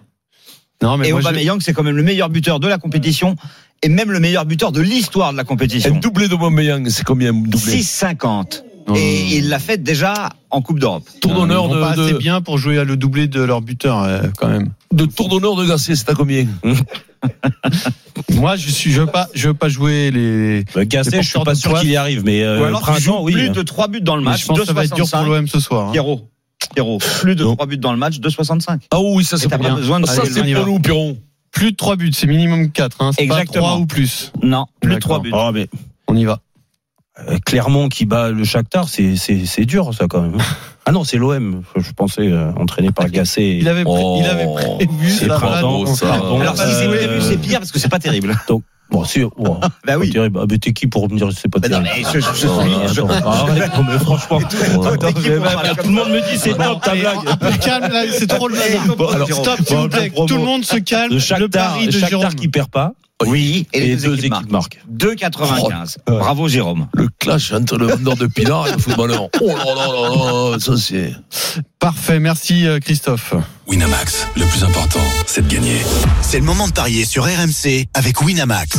S6: Non, mais
S35: et
S6: moi, je-
S35: Aubameyang, c'est quand même le meilleur buteur de la compétition et même le meilleur buteur de l'histoire de la compétition.
S3: Un doublé de Aubameyang, c'est combien un doublé
S35: 6,50. Et il l'a fait déjà en Coupe d'Europe.
S3: Tour d'honneur
S6: ils vont
S3: de-
S6: pas assez
S3: de-
S6: bien pour jouer à le doublé de leur buteur euh, quand même.
S3: De tour d'honneur de Gassé, c'est à combien
S6: Moi, je suis, je veux pas, je veux pas jouer les.
S35: Gasset,
S6: les
S35: je suis pas
S6: porteurs de
S35: sûr
S6: poids.
S35: qu'il y arrive, mais, euh, Ou alors tu Printemps, joues oui. plus de trois buts dans le
S6: Mais
S35: match,
S6: Je pense que ça va être dur pour
S35: 2,65.
S6: l'OM ce soir. hein.
S35: Pierrot. Pierrot, plus de 3 buts dans le match, 2,65.
S3: Ah oui, ça
S35: Et t'as pas besoin de
S6: Allez, on y va. Plus de 3 buts, c'est minimum 4. Hein. C'est pas
S35: Exactement.
S6: 3 ou plus.
S35: Non, plus de
S6: D'accord.
S35: 3 buts.
S6: Oh,
S35: Ah, mais...
S6: On y va.
S35: Euh, Clermont qui bat le Shakhtar, c'est c'est c'est dur ça quand même. Ah non, c'est l'OM, je pensais euh, entraîné par Gasset. Oh,
S6: Il avait pré- il avait prévu
S35: c'est
S6: ça,
S35: pardon,
S6: voilà,
S35: ça.
S6: donc-
S35: Pardon. Alors si c'est
S6: Euh,
S35: prévu, c'est pire parce que c'est pas terrible. Donc bon, sûr. bah oui. Terrible. Ah, mais t'es qui pour me dire que c'est pas non, terrible mais je- je- je Non, suis- non, je- attends. je- Arrête, non, mais franchement. toi, t'es qui pour parler comme Tout le monde me dit c'est top ta blague.
S6: Un peu de calme là, c'est trop le bazar.
S35: Bon, alors,
S6: Stop,
S35: bon,
S6: s'il vous plaît.
S35: le promo.
S6: Tout le monde se calme.
S35: Le
S6: Le
S35: Shakhtar,
S6: pari de
S35: Shakhtar
S6: Jérôme.
S35: qui perd pas. Oui, et les, deux, équipes, marquent. Oh, 2,95. Bravo Jérôme.
S3: Le clash entre le vendeur de Pilar et le footballeur. Oh là là là là, ça c'est.
S6: Parfait, merci euh, Christophe.
S25: Winamax, le plus important, c'est de gagner. C'est le moment de parier sur RMC avec Winamax.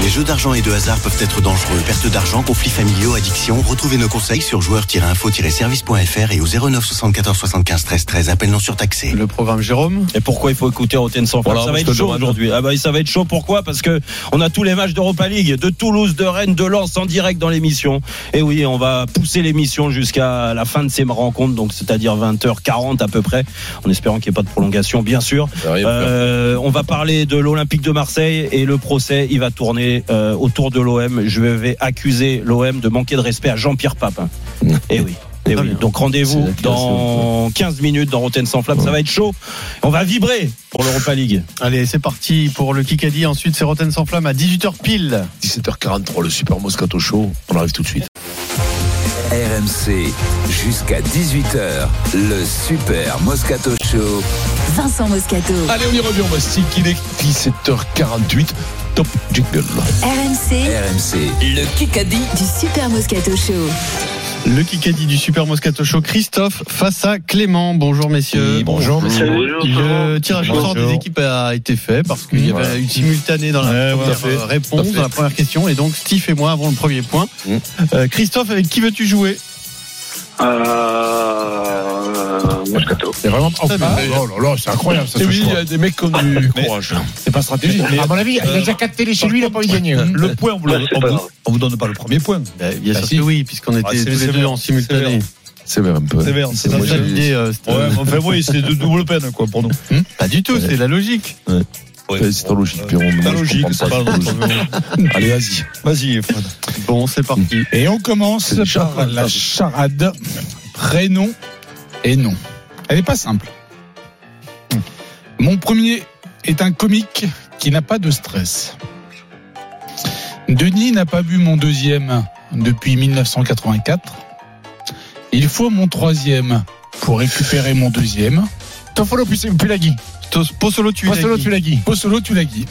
S25: Les jeux d'argent et de hasard peuvent être dangereux. Perte d'argent, conflits familiaux, addiction. Retrouvez nos conseils sur joueurs-info-service.fr et au 09 74 75 13 13. Appel non surtaxé.
S6: Le programme Jérôme.
S35: Et pourquoi il faut écouter Rotten sans
S25: Voilà,
S35: frappe Ça va
S25: parce
S35: être
S25: que
S35: chaud
S25: Laurent-
S35: aujourd'hui. Ah bah ça va être chaud pourquoi Parce que on a tous les matchs d'Europa League, de Toulouse, de Rennes, de Lens en direct dans l'émission. Et oui, on va pousser l'émission jusqu'à la fin de ces rencontres, donc c'est-à-dire 20h40 à peu près, en espérant qu'il n'y ait pas de prolongation, bien sûr. Euh, on va parler de l'Olympique de Marseille et le procès, il va tourner euh, autour de l'OM. Je vais accuser l'OM de manquer de respect à Jean-Pierre Papin. Et oui. Eh oui. Donc rendez-vous dans 15 minutes dans Rotten sans flamme. Ça va être chaud. On va vibrer pour l'Europa League.
S6: Allez, c'est parti pour le Kikadi. Ensuite, c'est Rotten sans flamme à 18h pile.
S3: 17h43, le Super Moscato Show. On arrive tout de suite.
S2: RMC jusqu'à 18h, le Super Moscato Show.
S1: Vincent Moscato.
S3: Allez, on y revient, on mastique. Il est 17h48. Top jingle.
S1: RMC,
S2: RMC, le
S1: Kikadi du Super Moscato Show.
S6: Le Kikadi du Super Moscato Show, Christophe face à Clément. Bonjour messieurs.
S4: bonjour, messieurs.
S6: Le tirage au sort
S4: Bonjour.
S6: des équipes a été fait parce qu'il y avait
S4: Voilà.
S6: une simultanée dans la
S4: Ouais, ouais,
S6: première
S4: tout à fait,
S6: réponse,
S4: tout à fait.
S6: dans la
S3: Mm.
S6: Euh, première question, et donc Steve et moi avons le premier point. Euh, Christophe, avec qui veux-tu jouer
S8: Euh, Moscato.
S5: C'est vraiment. Oh, oh là là, c'est incroyable ça.
S3: Et
S5: ce
S3: Eh oui, il y
S5: choix.
S3: a des mecs qui ont du courage. C'est pas stratégique.
S5: À mon avis, il
S4: euh,
S5: a déjà 4 télés chez lui, il n'a pas eu gagné. hein.
S4: Le point, on vous, le- on vous- on vous donne pas le premier point. Ah,
S6: bien sûr que oui, puisqu'on était tous les deux en simultané.
S3: C'est vrai un peu.
S4: C'est vrai,
S6: C'est ça l'idée, euh, c'était-
S4: Ouais, mais enfin, oui, c'est de double peine, quoi, pour nous.
S6: Pas du tout, c'est la logique.
S3: C'est ta logique, Pierrot. mais
S4: Ta
S3: moi, je
S4: logique,
S3: comprends
S4: c'est pas
S3: cette logique. Allez, vas-y.
S4: Vas-y, Fred.
S6: Bon, c'est parti.
S12: Et on commence par la charade. Prénom et nom. Elle n'est pas simple. Mon premier est un comique qui n'a pas de stress. Denis n'a pas bu mon deuxième depuis 1984. Il faut mon troisième pour récupérer mon deuxième. Toffolo Pulagui.
S6: Posolo Tulagi.
S12: Posolo Tulagi. Posolo Tulagi.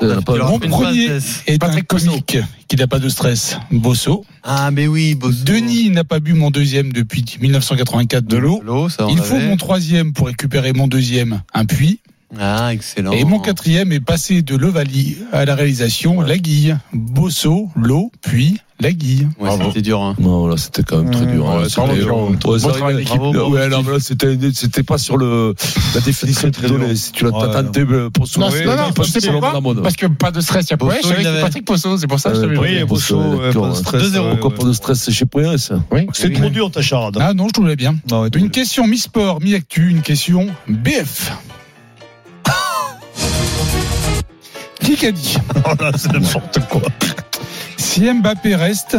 S12: Mon premier est un comique qui n'a pas de stress, Bosso.
S6: Ah mais oui, Bosso.
S12: Denis n'a pas bu mon deuxième depuis 1984 de l'eau.
S6: ça, on
S12: Il faut
S6: l'avait.
S12: mon troisième pour récupérer mon deuxième, un puits.
S6: Ah, excellent.
S12: Et mon quatrième est passé de l'Ovalie à la réalisation La Guille. Bosso, l'eau, puis La Guille.
S6: Ouais, c'était dur. hein.
S3: Non, là, c'était quand même très dur. hein.
S12: Ouais,
S3: C'était-
S12: bravo, Pierrot.
S3: Ouais,
S12: Bon
S3: ça
S12: travail
S3: arrive.
S12: d'équipe. Bravo,
S3: Ouais, non, mais là, c'était, c'était pas sur le, la définition très donnée. Si tu l'as
S12: Ouais,
S3: tenté euh, pour
S5: Non,
S3: sauver,
S5: non, non,
S3: il passe
S5: c'était
S3: sur le
S5: pourquoi
S3: nom de la mode.
S5: Parce que pas de stress, il y a
S3: Bosso,
S5: Poèche
S3: il
S5: avec
S3: avait-
S5: Patrick Posso, c'est pour ça que je
S3: Euh,
S5: t'avais
S3: oui, Bosso, ouais, hein. pas de stress.
S12: 2-0.
S3: Pourquoi pas de stress c'est chez Poyens
S12: C'est trop
S4: dur ta charade.
S12: Ah non, je trouvais bien. une question mi-sport, mi-actu, une question BF. Qui a dit
S4: Oh là, c'est n'importe quoi.
S12: Si Mbappé reste,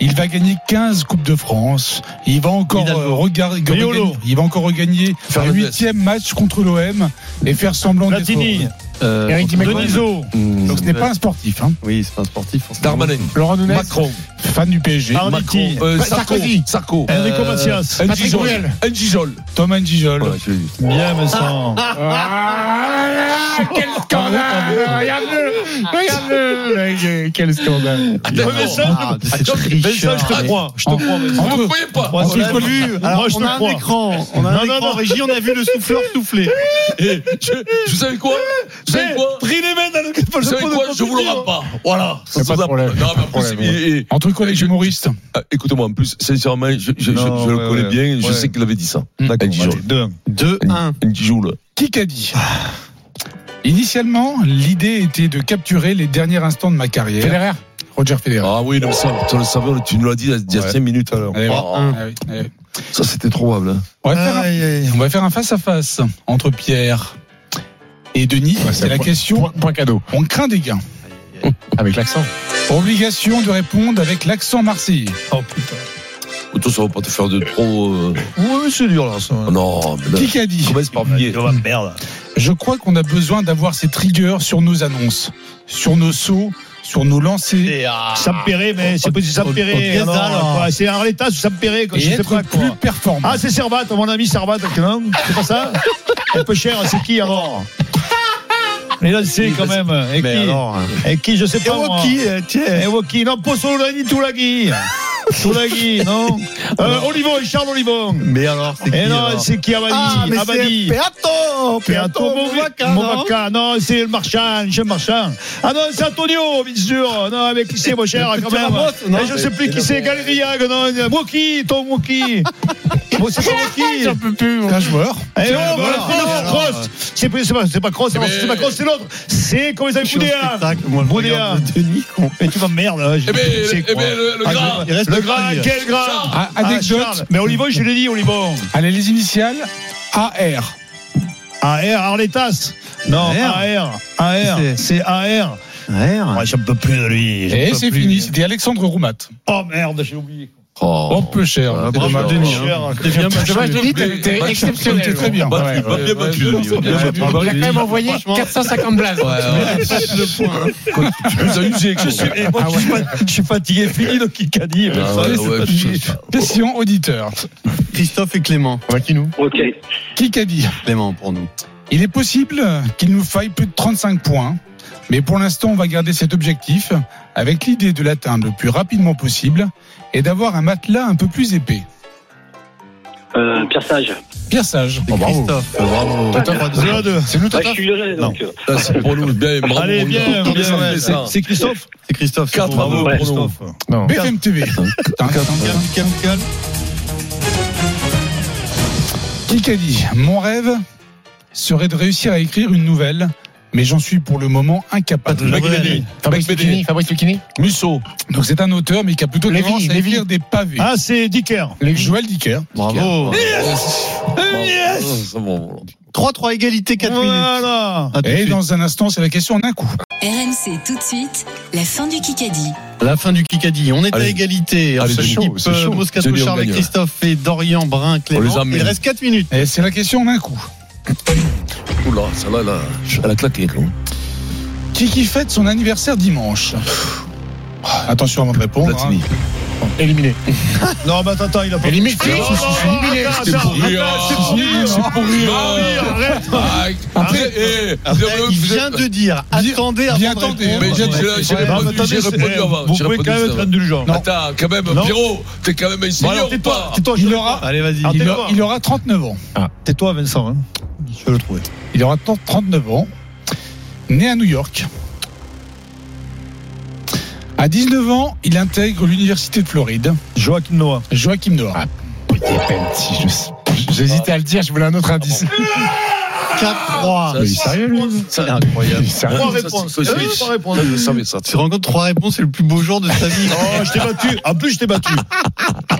S12: il va gagner 15 Coupes de France. Il va encore euh, regarder-
S4: Riolo.
S12: regagner- il va encore regagner un
S4: Fernandez.
S12: huitième match contre l'OM et faire semblant d'être
S4: Platini.
S12: heureux.
S6: Euh,
S12: Eric Di Matteo.
S4: Denisot.
S12: Mmh. Donc ce n'est pas un sportif. hein.
S6: Oui, c'est pas un sportif. forcément.
S12: Darmanin. Laurent Nunez.
S6: Macron.
S12: Fan du PSG.
S6: Arnautoui.
S12: Macron. Euh,
S6: Pa-
S12: Sarko.
S6: Sarkozy.
S3: Sarko.
S12: Enrico
S3: Euh,
S12: Macias.
S3: N'Gijol.
S12: Patrick Bruel.
S3: N'Gijol.
S12: Tom N'Gijol.
S4: Bien, Vincent.
S3: Ah,
S5: Quel scandale Regarde-le Regarde-le Quel
S12: Ah, ben,
S5: scandale
S3: Ah,
S4: Ouais, mais ça, Attends, Vincent, Ah, je te crois. Ah, Je te crois. Vincent.
S12: Vous ne croyez
S3: Ah,
S12: pas
S4: Moi,
S12: Entre-
S4: je te
S12: vu.
S4: crois.
S12: Alors,
S4: Moi, je
S12: on
S4: te
S12: a un
S4: crois.
S12: écran. On a un
S4: Non, non,
S12: écran.
S4: non.
S12: En régie, on a vu le souffleur souffler.
S3: Et je, vous savez quoi Vous savez quoi
S4: Eh, Pris les mains dans le
S3: Vous savez quoi Je vous le rends pas. Voilà.
S12: C'est pas de problème.
S3: Non, mais en plus,
S12: problème,
S3: il- il-
S12: Entre collègues humoristes.
S3: Ah, Écoutez-moi, en plus, sincèrement, je, je- je-
S12: Non, ouais,
S3: je le connais
S12: ouais.
S3: bien, je
S12: Ouais.
S3: sais qu'il avait dit ça.
S4: D'accord,
S3: N'Gijol.
S6: 2-1.
S3: N'Gijol.
S12: Qui qu'a dit Ah. Initialement, l'idée était de capturer les derniers instants de ma carrière.
S5: Federer.
S12: Roger Federer.
S3: Ah oui, non, mais ça, tu le savais, tu nous l'as dit il y a 5 minutes alors.
S12: Allez,
S3: Ah,
S12: ah oui, allez.
S3: Ça, c'était trouvable. hein.
S12: On va, faire un, on va faire un face-à-face entre Pierre et Denis. c'est la question. Point, cadeau. Oh. On craint des gains.
S5: Avec l'accent.
S12: Obligation de répondre avec l'accent marseillais.
S4: Oh putain.
S3: Autant, ça va pas te faire de trop. euh,
S4: Oui, c'est dur, là. ça.
S3: oh Non, mais là,
S12: Qui qu'a dit
S3: Commence par billet.
S4: On va perdre.
S12: Je crois qu'on a besoin d'avoir ces triggers sur nos annonces, sur nos sauts, sur nos lancers.
S4: Ça me paierait, ah. mais c'est pas du ça me paierait.
S12: oh, oh,
S4: alors,
S12: oh.
S4: quoi. C'est Arletta sous ça me paierait, quoi.
S12: Et
S4: Je sais
S12: être
S4: pas, quoi.
S12: plus performant.
S4: Ah, c'est Servat, mon ami Servat, non C'est pas ça Un peu cher, c'est qui alors Mais là, c'est quand même. Et qui hein. Et oh, eh, qui, euh, je sais pas. moi.
S12: Eh,
S4: Et oh, Woki, non, Possolani, Toulagui. Toulagui, non euh, Olivon, Charles Olivon.
S6: Mais alors, c'est qui
S4: Et Eh non,
S6: alors
S4: c'est qui Abadi
S6: Ah, mais
S4: Abadi.
S6: c'est Peato
S4: Peato Movaca, non, c'est le marchand, je marchand. Ah non, c'est Antonio, bien sûr. Non, mais qui c'est, mon cher,
S6: Le
S4: quand
S6: petit
S4: même.
S6: Ramos, non
S4: Et je sais plus qui c'est, Galeriag, non, Woki, ton Woki. Bon, c'est pas Woki.
S5: J'en peux plus.
S12: C'est un joueur.
S4: Eh non,
S12: Ah,
S4: voilà,
S12: voilà.
S4: c'est l'autre Cross. C'est pas, c'est pas, c'est pas Cross, c'est
S12: Mais-
S4: c'est pas Cross, c'est l'autre. C'est comment ils
S6: suis
S4: s'appellent
S6: au
S4: Boudéa.
S6: spectacle, moi, je
S4: Boudéa.
S6: regarde Denis, con.
S4: Mais tu m'emmerdes. là, je-
S3: Eh ben,
S4: c'est
S3: eh
S4: quoi
S3: ben, le, le
S4: Ah,
S3: gras.
S4: je- Le gras,
S6: premier.
S4: quel gras
S12: Ah,
S4: Ah,
S12: anecdote.
S4: Charles. Mais Olivon, je l'ai dit, Olivon.
S12: Allez, les initiales. AR.
S4: AR, Arletas. Non, AR. AR,
S12: C'est-
S4: c'est AR.
S6: AR.
S4: Ouais, j'en peux plus de lui. j'en
S12: Et
S4: peux
S12: Eh, c'est
S4: plus.
S12: fini. C'était Alexandre Roumat.
S4: Oh merde, j'ai oublié.
S12: Oh, peu cher.
S3: Ah,
S12: C'est
S3: bravo,
S12: dommage.
S3: Denis,
S12: hein.
S4: Cher,
S12: C'est bien
S5: Je vois, je
S12: battu.
S5: te dis, t'es- t'es
S12: Battu,
S5: exceptionnel.
S12: t'es très bien.
S3: Battu,
S12: Ouais,
S3: bien
S12: ouais,
S3: battu,
S12: ouais,
S3: Denis,
S12: ouais,
S3: bien
S12: ouais,
S3: battu.
S5: Il
S12: bravo,
S5: a quand
S12: Denis.
S5: même envoyé
S12: Franchement.
S5: 450 blazes.
S3: Tu nous as usé, quoi.
S4: Je suis, et moi, je
S12: Ah
S4: suis fa- je suis fatigué, fini le Kikadi.
S3: Ah,
S4: ça,
S3: ouais,
S4: c'est
S3: ouais,
S4: fatigué.
S3: putain.
S12: Question auditeur.
S6: Christophe et Clément.
S8: Ok.
S12: Qui qu'a dit
S6: Clément pour nous.
S12: Il est possible qu'il nous faille plus de 35 points, mais pour l'instant, on va garder cet objectif avec l'idée de l'atteindre le plus rapidement possible et d'avoir un matelas un peu plus épais.
S8: Euh, Pierre Sage.
S12: Bien sage.
S3: Oh,
S6: Christophe, bravo.
S12: C'est nous, Tata
S3: Non. Ah, C'est pour nous. Bien, bravo,
S12: Allez,
S3: on
S12: bien,
S3: est-
S12: bien,
S3: on est-
S12: ouais,
S3: c'est-
S12: ça.
S3: C'est Christophe
S6: C'est Christophe.
S3: Quatre bravo pour nous.
S12: Non. BFM TV. Kikadi, mon rêve serait de réussir à écrire une nouvelle, mais j'en suis pour le moment incapable.
S3: Fabrice Bedini.
S12: Fabrice Bedini.
S5: Fabrice Lucchini
S12: Musso. Donc c'est un auteur, mais qui a plutôt
S5: Lévy,
S12: tendance à
S5: Lévy.
S12: écrire des pavés.
S5: Ah, c'est Dicker.
S12: Joël Dicker.
S6: Bravo.
S3: Yes
S6: 3-3 égalité, 4 minutes. À tout de
S12: Et
S6: suite.
S12: dans un instant, c'est la question en un coup.
S1: RMC tout de suite, la fin du Kikadi.
S6: La fin du Kikadi. On est à
S12: Allez.
S6: égalité. Alors,
S12: Allez, c'est
S6: l'équipe,
S12: chaud, c'est
S6: euh,
S12: chaud.
S6: Moscato,
S12: C'est dur,
S6: Charles,
S12: on gagne, ouais.
S6: Christophe et Dorian, Brun,
S12: les a
S6: Clément. Il
S12: mis.
S6: reste 4 minutes.
S12: Et Eh, c'est la question en un coup.
S3: Oula, celle-là, elle a- elle a claqué. quoi.
S12: Qui qui fête son anniversaire dimanche Ah, Attention avant de répondre.
S3: Platini.
S12: hein. Éliminé.
S4: Non, mais attends, attends, il a pas. Ah,
S12: Éliminé. Si, si, si,
S4: Éliminé.
S12: si. C'est pour rire.
S4: ah,
S12: C'est pour rire. Ah, Après, eh, vous-
S6: Il
S12: vous-
S6: vient de dire attendez
S12: bien
S6: avant de
S12: attendez.
S6: répondre.
S12: Mais j'ai- j'ai- j'ai
S4: Ouais,
S12: répondu,
S4: mais attendez,
S12: j'ai
S4: c'est-
S12: répondu
S4: eh,
S12: avant.
S4: vous
S12: j'ai
S4: pouvez
S12: répondu
S4: quand même
S12: avant.
S4: être indulgent.
S3: Attends, quand même,
S4: Non.
S3: Pierrot, t'es quand même un
S4: Bon, alors,
S3: senior ou
S4: tais-toi,
S3: pas
S4: tais-toi, je
S12: Il
S4: te
S12: aura,
S4: réponds. Allez,
S6: Ah,
S4: vas-y.
S12: il
S4: Tais-toi. Ah,
S12: aura- il aura 39 ans.
S4: Tais-toi, Vincent. hein. Je vais le trouver.
S12: Il aura 39 ans. Né à New York. À 19 ans, il intègre l'université de Floride.
S4: Joachim Noah.
S12: Joachim Noah. Ah, J'hésitais à le dire, je voulais un autre indice.
S6: 4-3.
S3: Ça, c'est-
S6: C'est
S3: ça,
S6: incroyable.
S3: ça,
S6: Trois
S3: ça,
S6: réponses.
S3: c'est-
S6: Euh,
S3: c'est-
S6: trois réponses.
S3: Je savais ça.
S6: Tu rencontres 3 réponses, c'est le plus beau jour de ta vie.
S4: Oh, je t'ai battu. En plus, je t'ai battu.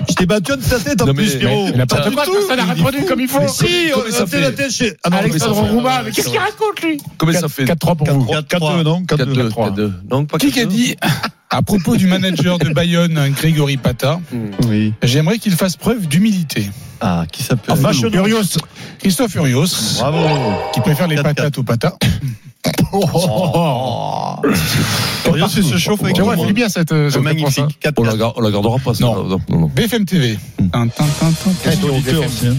S4: Je t'ai battu en ta tête, en
S3: Non, mais-
S4: plus, Pierrot.
S3: mais n'importe
S4: Pas du
S3: quoi,
S4: tout.
S5: Ça l'a répondu comme il faut.
S3: Mais
S4: Si,
S3: Comment
S4: on
S3: il s'appelait
S4: était la tête chez. Ah non,
S5: Alexandre
S4: mais ça fait-
S5: Rouba, mais qu'est-ce qu'il raconte lui
S3: Comment ça fait
S5: 4-3 pour vous.
S4: 4-2, non 4-2.
S3: 4-2. Non, pas
S12: Qui qui a
S3: 4-2.
S12: dit, à propos du manager de Bayonne, hein, Grégory Pata,
S3: Hmm.
S6: Oui.
S12: j'aimerais qu'il fasse preuve d'humilité.
S6: Ah, qui s'appelle
S4: Ah, vache,
S5: Urios.
S12: Christophe Furios,
S6: Bravo.
S12: qui préfère les
S6: 4-4.
S12: patates Oh. aux patas.
S6: Oh. Dorian se se chauffe avec
S5: Tu
S6: tout le
S5: vois,
S6: monde.
S5: c'est bien cette. euh,
S6: C'est
S5: cette réponse, hein.
S6: magnifique.
S3: On
S6: 4-4.
S3: la gar- on la gardera pas, ça.
S12: Non.
S3: Non, non.
S12: BFM TV. Tintin, tintin.
S3: hein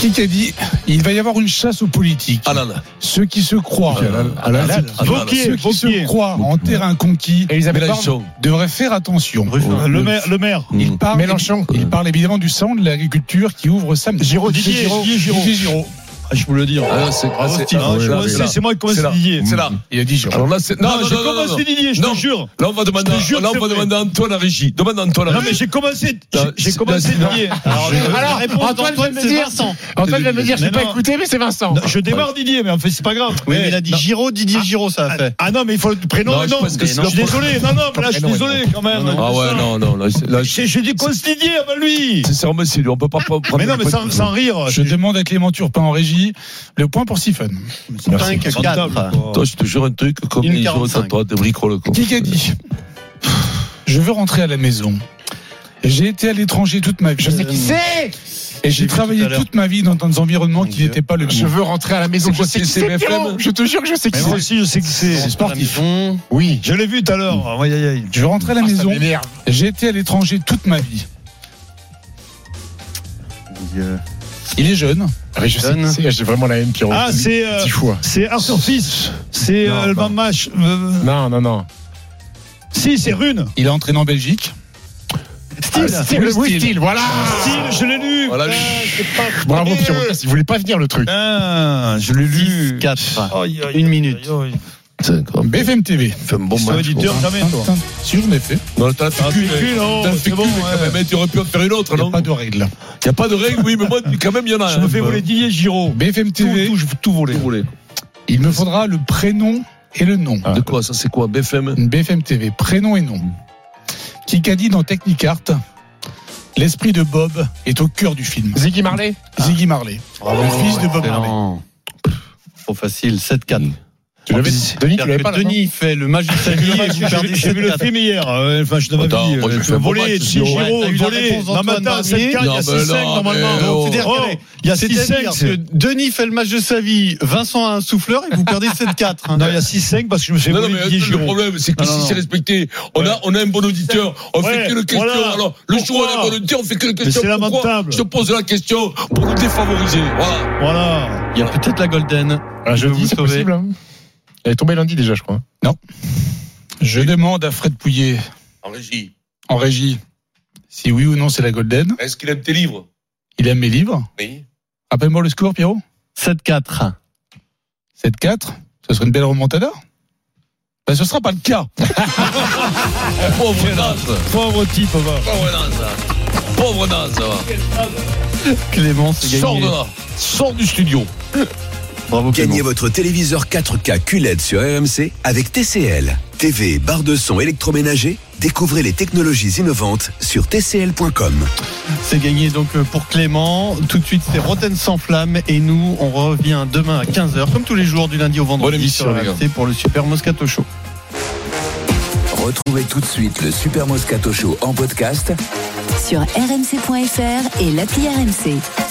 S12: Qui qui a dit Il va y avoir une chasse aux politiques.
S3: Ah là là.
S12: Ceux qui se croient,
S3: Ah là là. Ah là là.
S12: ceux qui se croient en terrain conquis
S3: Mais
S5: Elisabeth
S3: là, ils
S5: Borne.
S3: sont-
S12: devraient faire attention.
S6: Ruffin.
S4: Le maire, le maire.
S12: Il parle,
S5: Mélenchon.
S12: Mmh. il parle évidemment du salon de l'agriculture qui ouvre samedi.
S5: Giraud, Didier
S12: Giraud.
S5: Giraud.
S12: Didier Giraud.
S4: Ah, je vous le dire.
S3: Ah là, c'est ah,
S4: Bravo,
S3: c'est-
S4: Steve.
S3: ah,
S4: Je
S3: là,
S4: commence-
S3: c'est là.
S4: C'est moi qui commence
S3: C'est là.
S4: Didier.
S3: C'est là.
S12: Il a dit Giraud.
S3: Alors là, c'est.
S4: Non, j'ai commencé Didier, je te
S3: Non.
S4: jure.
S3: Là, on va demander,
S4: Je te jure
S3: là,
S4: que
S3: on va
S4: c'est
S3: demander à Antoine à Régie. Demande à Antoine à
S4: Non,
S3: Régie.
S4: mais j'ai commencé. j'ai-
S3: Non,
S4: J'ai
S3: c'est-
S4: commencé
S3: non,
S4: Didier.
S5: Alors, Antoine vient de me dire, Antoine vient de me dire, je
S4: Mais
S5: pas
S4: non.
S5: écouté, mais c'est Vincent.
S4: Non, Je démarre Didier, mais en fait, c'est pas grave.
S6: Oui, mais il a dit Giraud, Didier Giraud, ça a fait.
S4: Ah non, mais il faut le prénom.
S3: Non,
S4: Non,
S3: je
S4: non.
S3: pense que
S4: Je
S3: c'est-
S4: suis désolé. Non, non, mais là, je suis
S3: Prénom,
S4: désolé quand même.
S3: Ah ouais, non, non, là, c'est- là, je-
S4: J'ai j'ai dit commence Didier avant lui.
S3: c'est c'est remercié, lui. On peut pas prendre.
S4: Mais non, mais sans, sans rire.
S12: Je demande à Clément Turpin en régie le point pour Siphon.
S4: Merci.
S6: 5-4.
S3: Toi, je te jure un truc, comme
S6: Une
S3: les gens,
S6: 45.
S3: toi, t'es bricoles, quoi.
S12: Qui a dit Je veux rentrer à la maison. J'ai été à l'étranger toute ma vie. Je sais qui c'est Et j'ai travaillé toute ma vie dans des environnements qui n'étaient pas le
S5: Je
S12: mien.
S5: veux rentrer à la maison.
S3: C'est
S5: Je
S3: quoi,
S5: sais qui
S3: c'est
S5: c'est,
S3: BFM?
S5: Pierrot. Je te jure que je sais qui
S4: Mais moi
S5: c'est.
S4: aussi, je sais qui c'est.
S12: Sportif.
S5: Oui.
S4: Je l'ai vu tout à l'heure. Aïe, aïe, aïe.
S12: Je veux rentrer à la
S5: Ah, ça
S12: maison.
S5: m'énerve.
S12: J'ai été à l'étranger toute ma vie. Il est jeune.
S5: Ah, mais je sais qui c'est, j'ai vraiment la haine, Pierrot.
S4: Ah, c'est. euh,
S5: Dix fois.
S4: C'est Arthur Fils. C'est
S5: Non,
S3: bah.
S4: euh, le
S5: non.
S4: Bamash. Euh,
S5: Non, non, non.
S4: Si, c'est Rune.
S12: Il est entraîné en Belgique.
S4: Style.
S5: Ah, C'est le Will Steele, voilà.
S4: ah, Style, je l'ai lu.
S3: Voilà,
S4: Putain,
S3: je-
S4: c'est pas
S5: Bravo,
S4: vrai.
S5: Pierrot. Il voulait pas venir le truc.
S4: Putain, Ah, je l'ai lu.
S6: 4.
S4: Aïe, aïe,
S6: Une
S4: aïe,
S6: minute.
S4: aïe, aïe.
S12: BFM TV.
S3: Fais un bon
S4: Sois
S3: match.
S4: éditeur, jamais, toi.
S12: Si j'en ai fait.
S3: Non, t'as fait
S4: Ah,
S3: qu'une,
S4: c'est qu'une, non,
S3: t'as
S4: c'est
S3: fait
S4: bon,
S3: qu'une, mais
S4: ouais.
S3: quand même, hein, tu aurais pu en faire une autre,
S12: Il n'y
S3: non
S12: a pas de règles.
S3: Il n'y a pas de règle, oui, mais moi, quand même, il y en a.
S4: Je me fais voler Didier Giraud.
S12: BFM
S4: Tout,
S12: TV.
S4: tout, je veux tout voler.
S12: Il me faudra le prénom et le
S4: Ah.
S12: nom.
S3: De quoi Ça, c'est quoi BFM
S12: BFM TV, prénom et nom. Qui qu'a dit dans Technicart L'esprit de Bob est au cœur du film.
S5: Ziggy Marley
S12: Ziggy Marley. le Ah, fils de Bob Marley.
S6: Ah. Excellent. Trop facile, 7-4.
S5: Tu l'avais Denis, tu l'avais pas là, non
S6: Denis fait le match de sa vie et vous
S4: J'ai vu-
S6: perdez
S4: J'ai vu le
S6: 7-4.
S4: film hier. euh, Enfin, je devais
S3: Attends,
S4: dire.
S3: moi, j'ai fait un bon
S4: Voler,
S3: match,
S4: Didier
S3: Giraud.
S6: Ouais,
S4: Giraud,
S6: t'as eu la
S4: voler.
S6: réponse
S4: Non, mais
S6: d'Antoine
S4: attends, 7 4 il y
S3: Non,
S4: a
S3: mais
S4: 6-5
S3: non,
S4: normalement.
S3: mais
S4: Donc,
S3: oh.
S4: tu dis,
S6: Regardez,
S4: oh, Il y a
S6: C'est-à-dire
S4: 6-5.
S6: que Denis fait le match de sa vie, Vincent a un souffleur et vous perdez 7-4. hein. Ah,
S4: Non, il y a 6-5 parce que je me suis
S3: non, non,
S4: voler
S3: mais
S4: Didier
S3: le
S4: Giraud.
S3: problème, c'est que
S4: Non, non,
S3: si
S4: non.
S3: c'est respecté, on, a, on a un bon auditeur, on
S4: Ouais,
S3: fait que le question.
S4: voilà.
S3: Alors, le jour où on a un
S4: Pourquoi
S3: bon auditeur, on fait que le question.
S4: c'est
S3: Pourquoi
S4: lamentable.
S3: Je te pose la question pour nous défavoriser. Voilà.
S4: Voilà.
S6: Il y a peut-être la Golden.
S12: Ah,
S5: Un jeudi,
S6: vous
S5: c'est
S6: sauver.
S5: possible. hein Elle est tombée lundi déjà, je crois.
S12: Je demande à Fred Pouillet
S3: En régie,
S12: en régie si oui ou non c'est la Golden.
S3: est-ce qu'il aime tes livres
S12: Il aime mes livres
S36: Oui.
S12: Rappelle-moi le score, Pierrot
S6: 7-4.
S12: 7-4 Ce serait une belle remontada ben, Ce sera pas le cas.
S3: Pauvre Naz.
S6: Pauvre type,
S3: Pauvre Naz. Pauvre Naz.
S6: Clémence,
S3: c'est Sors gagné. de là. Sors du studio.
S6: Bravo,
S2: Gagnez votre téléviseur 4K QLED E sur RMC avec TCL. TV, barre de son électroménager, découvrez les technologies innovantes sur tcl.com.
S6: C'est gagné donc euh, pour Clément. Tout de suite, c'est Rotten sans flamme. Et nous, on revient demain à 15h, comme tous les jours, du lundi au vendredi.
S2: Bonne émission,
S6: sur
S2: les gars.
S6: RMC pour le Super Moscato Show.
S2: Retrouvez tout de suite le Super Moscato Show en podcast
S1: Sur rmc.fr et l'appli RMC.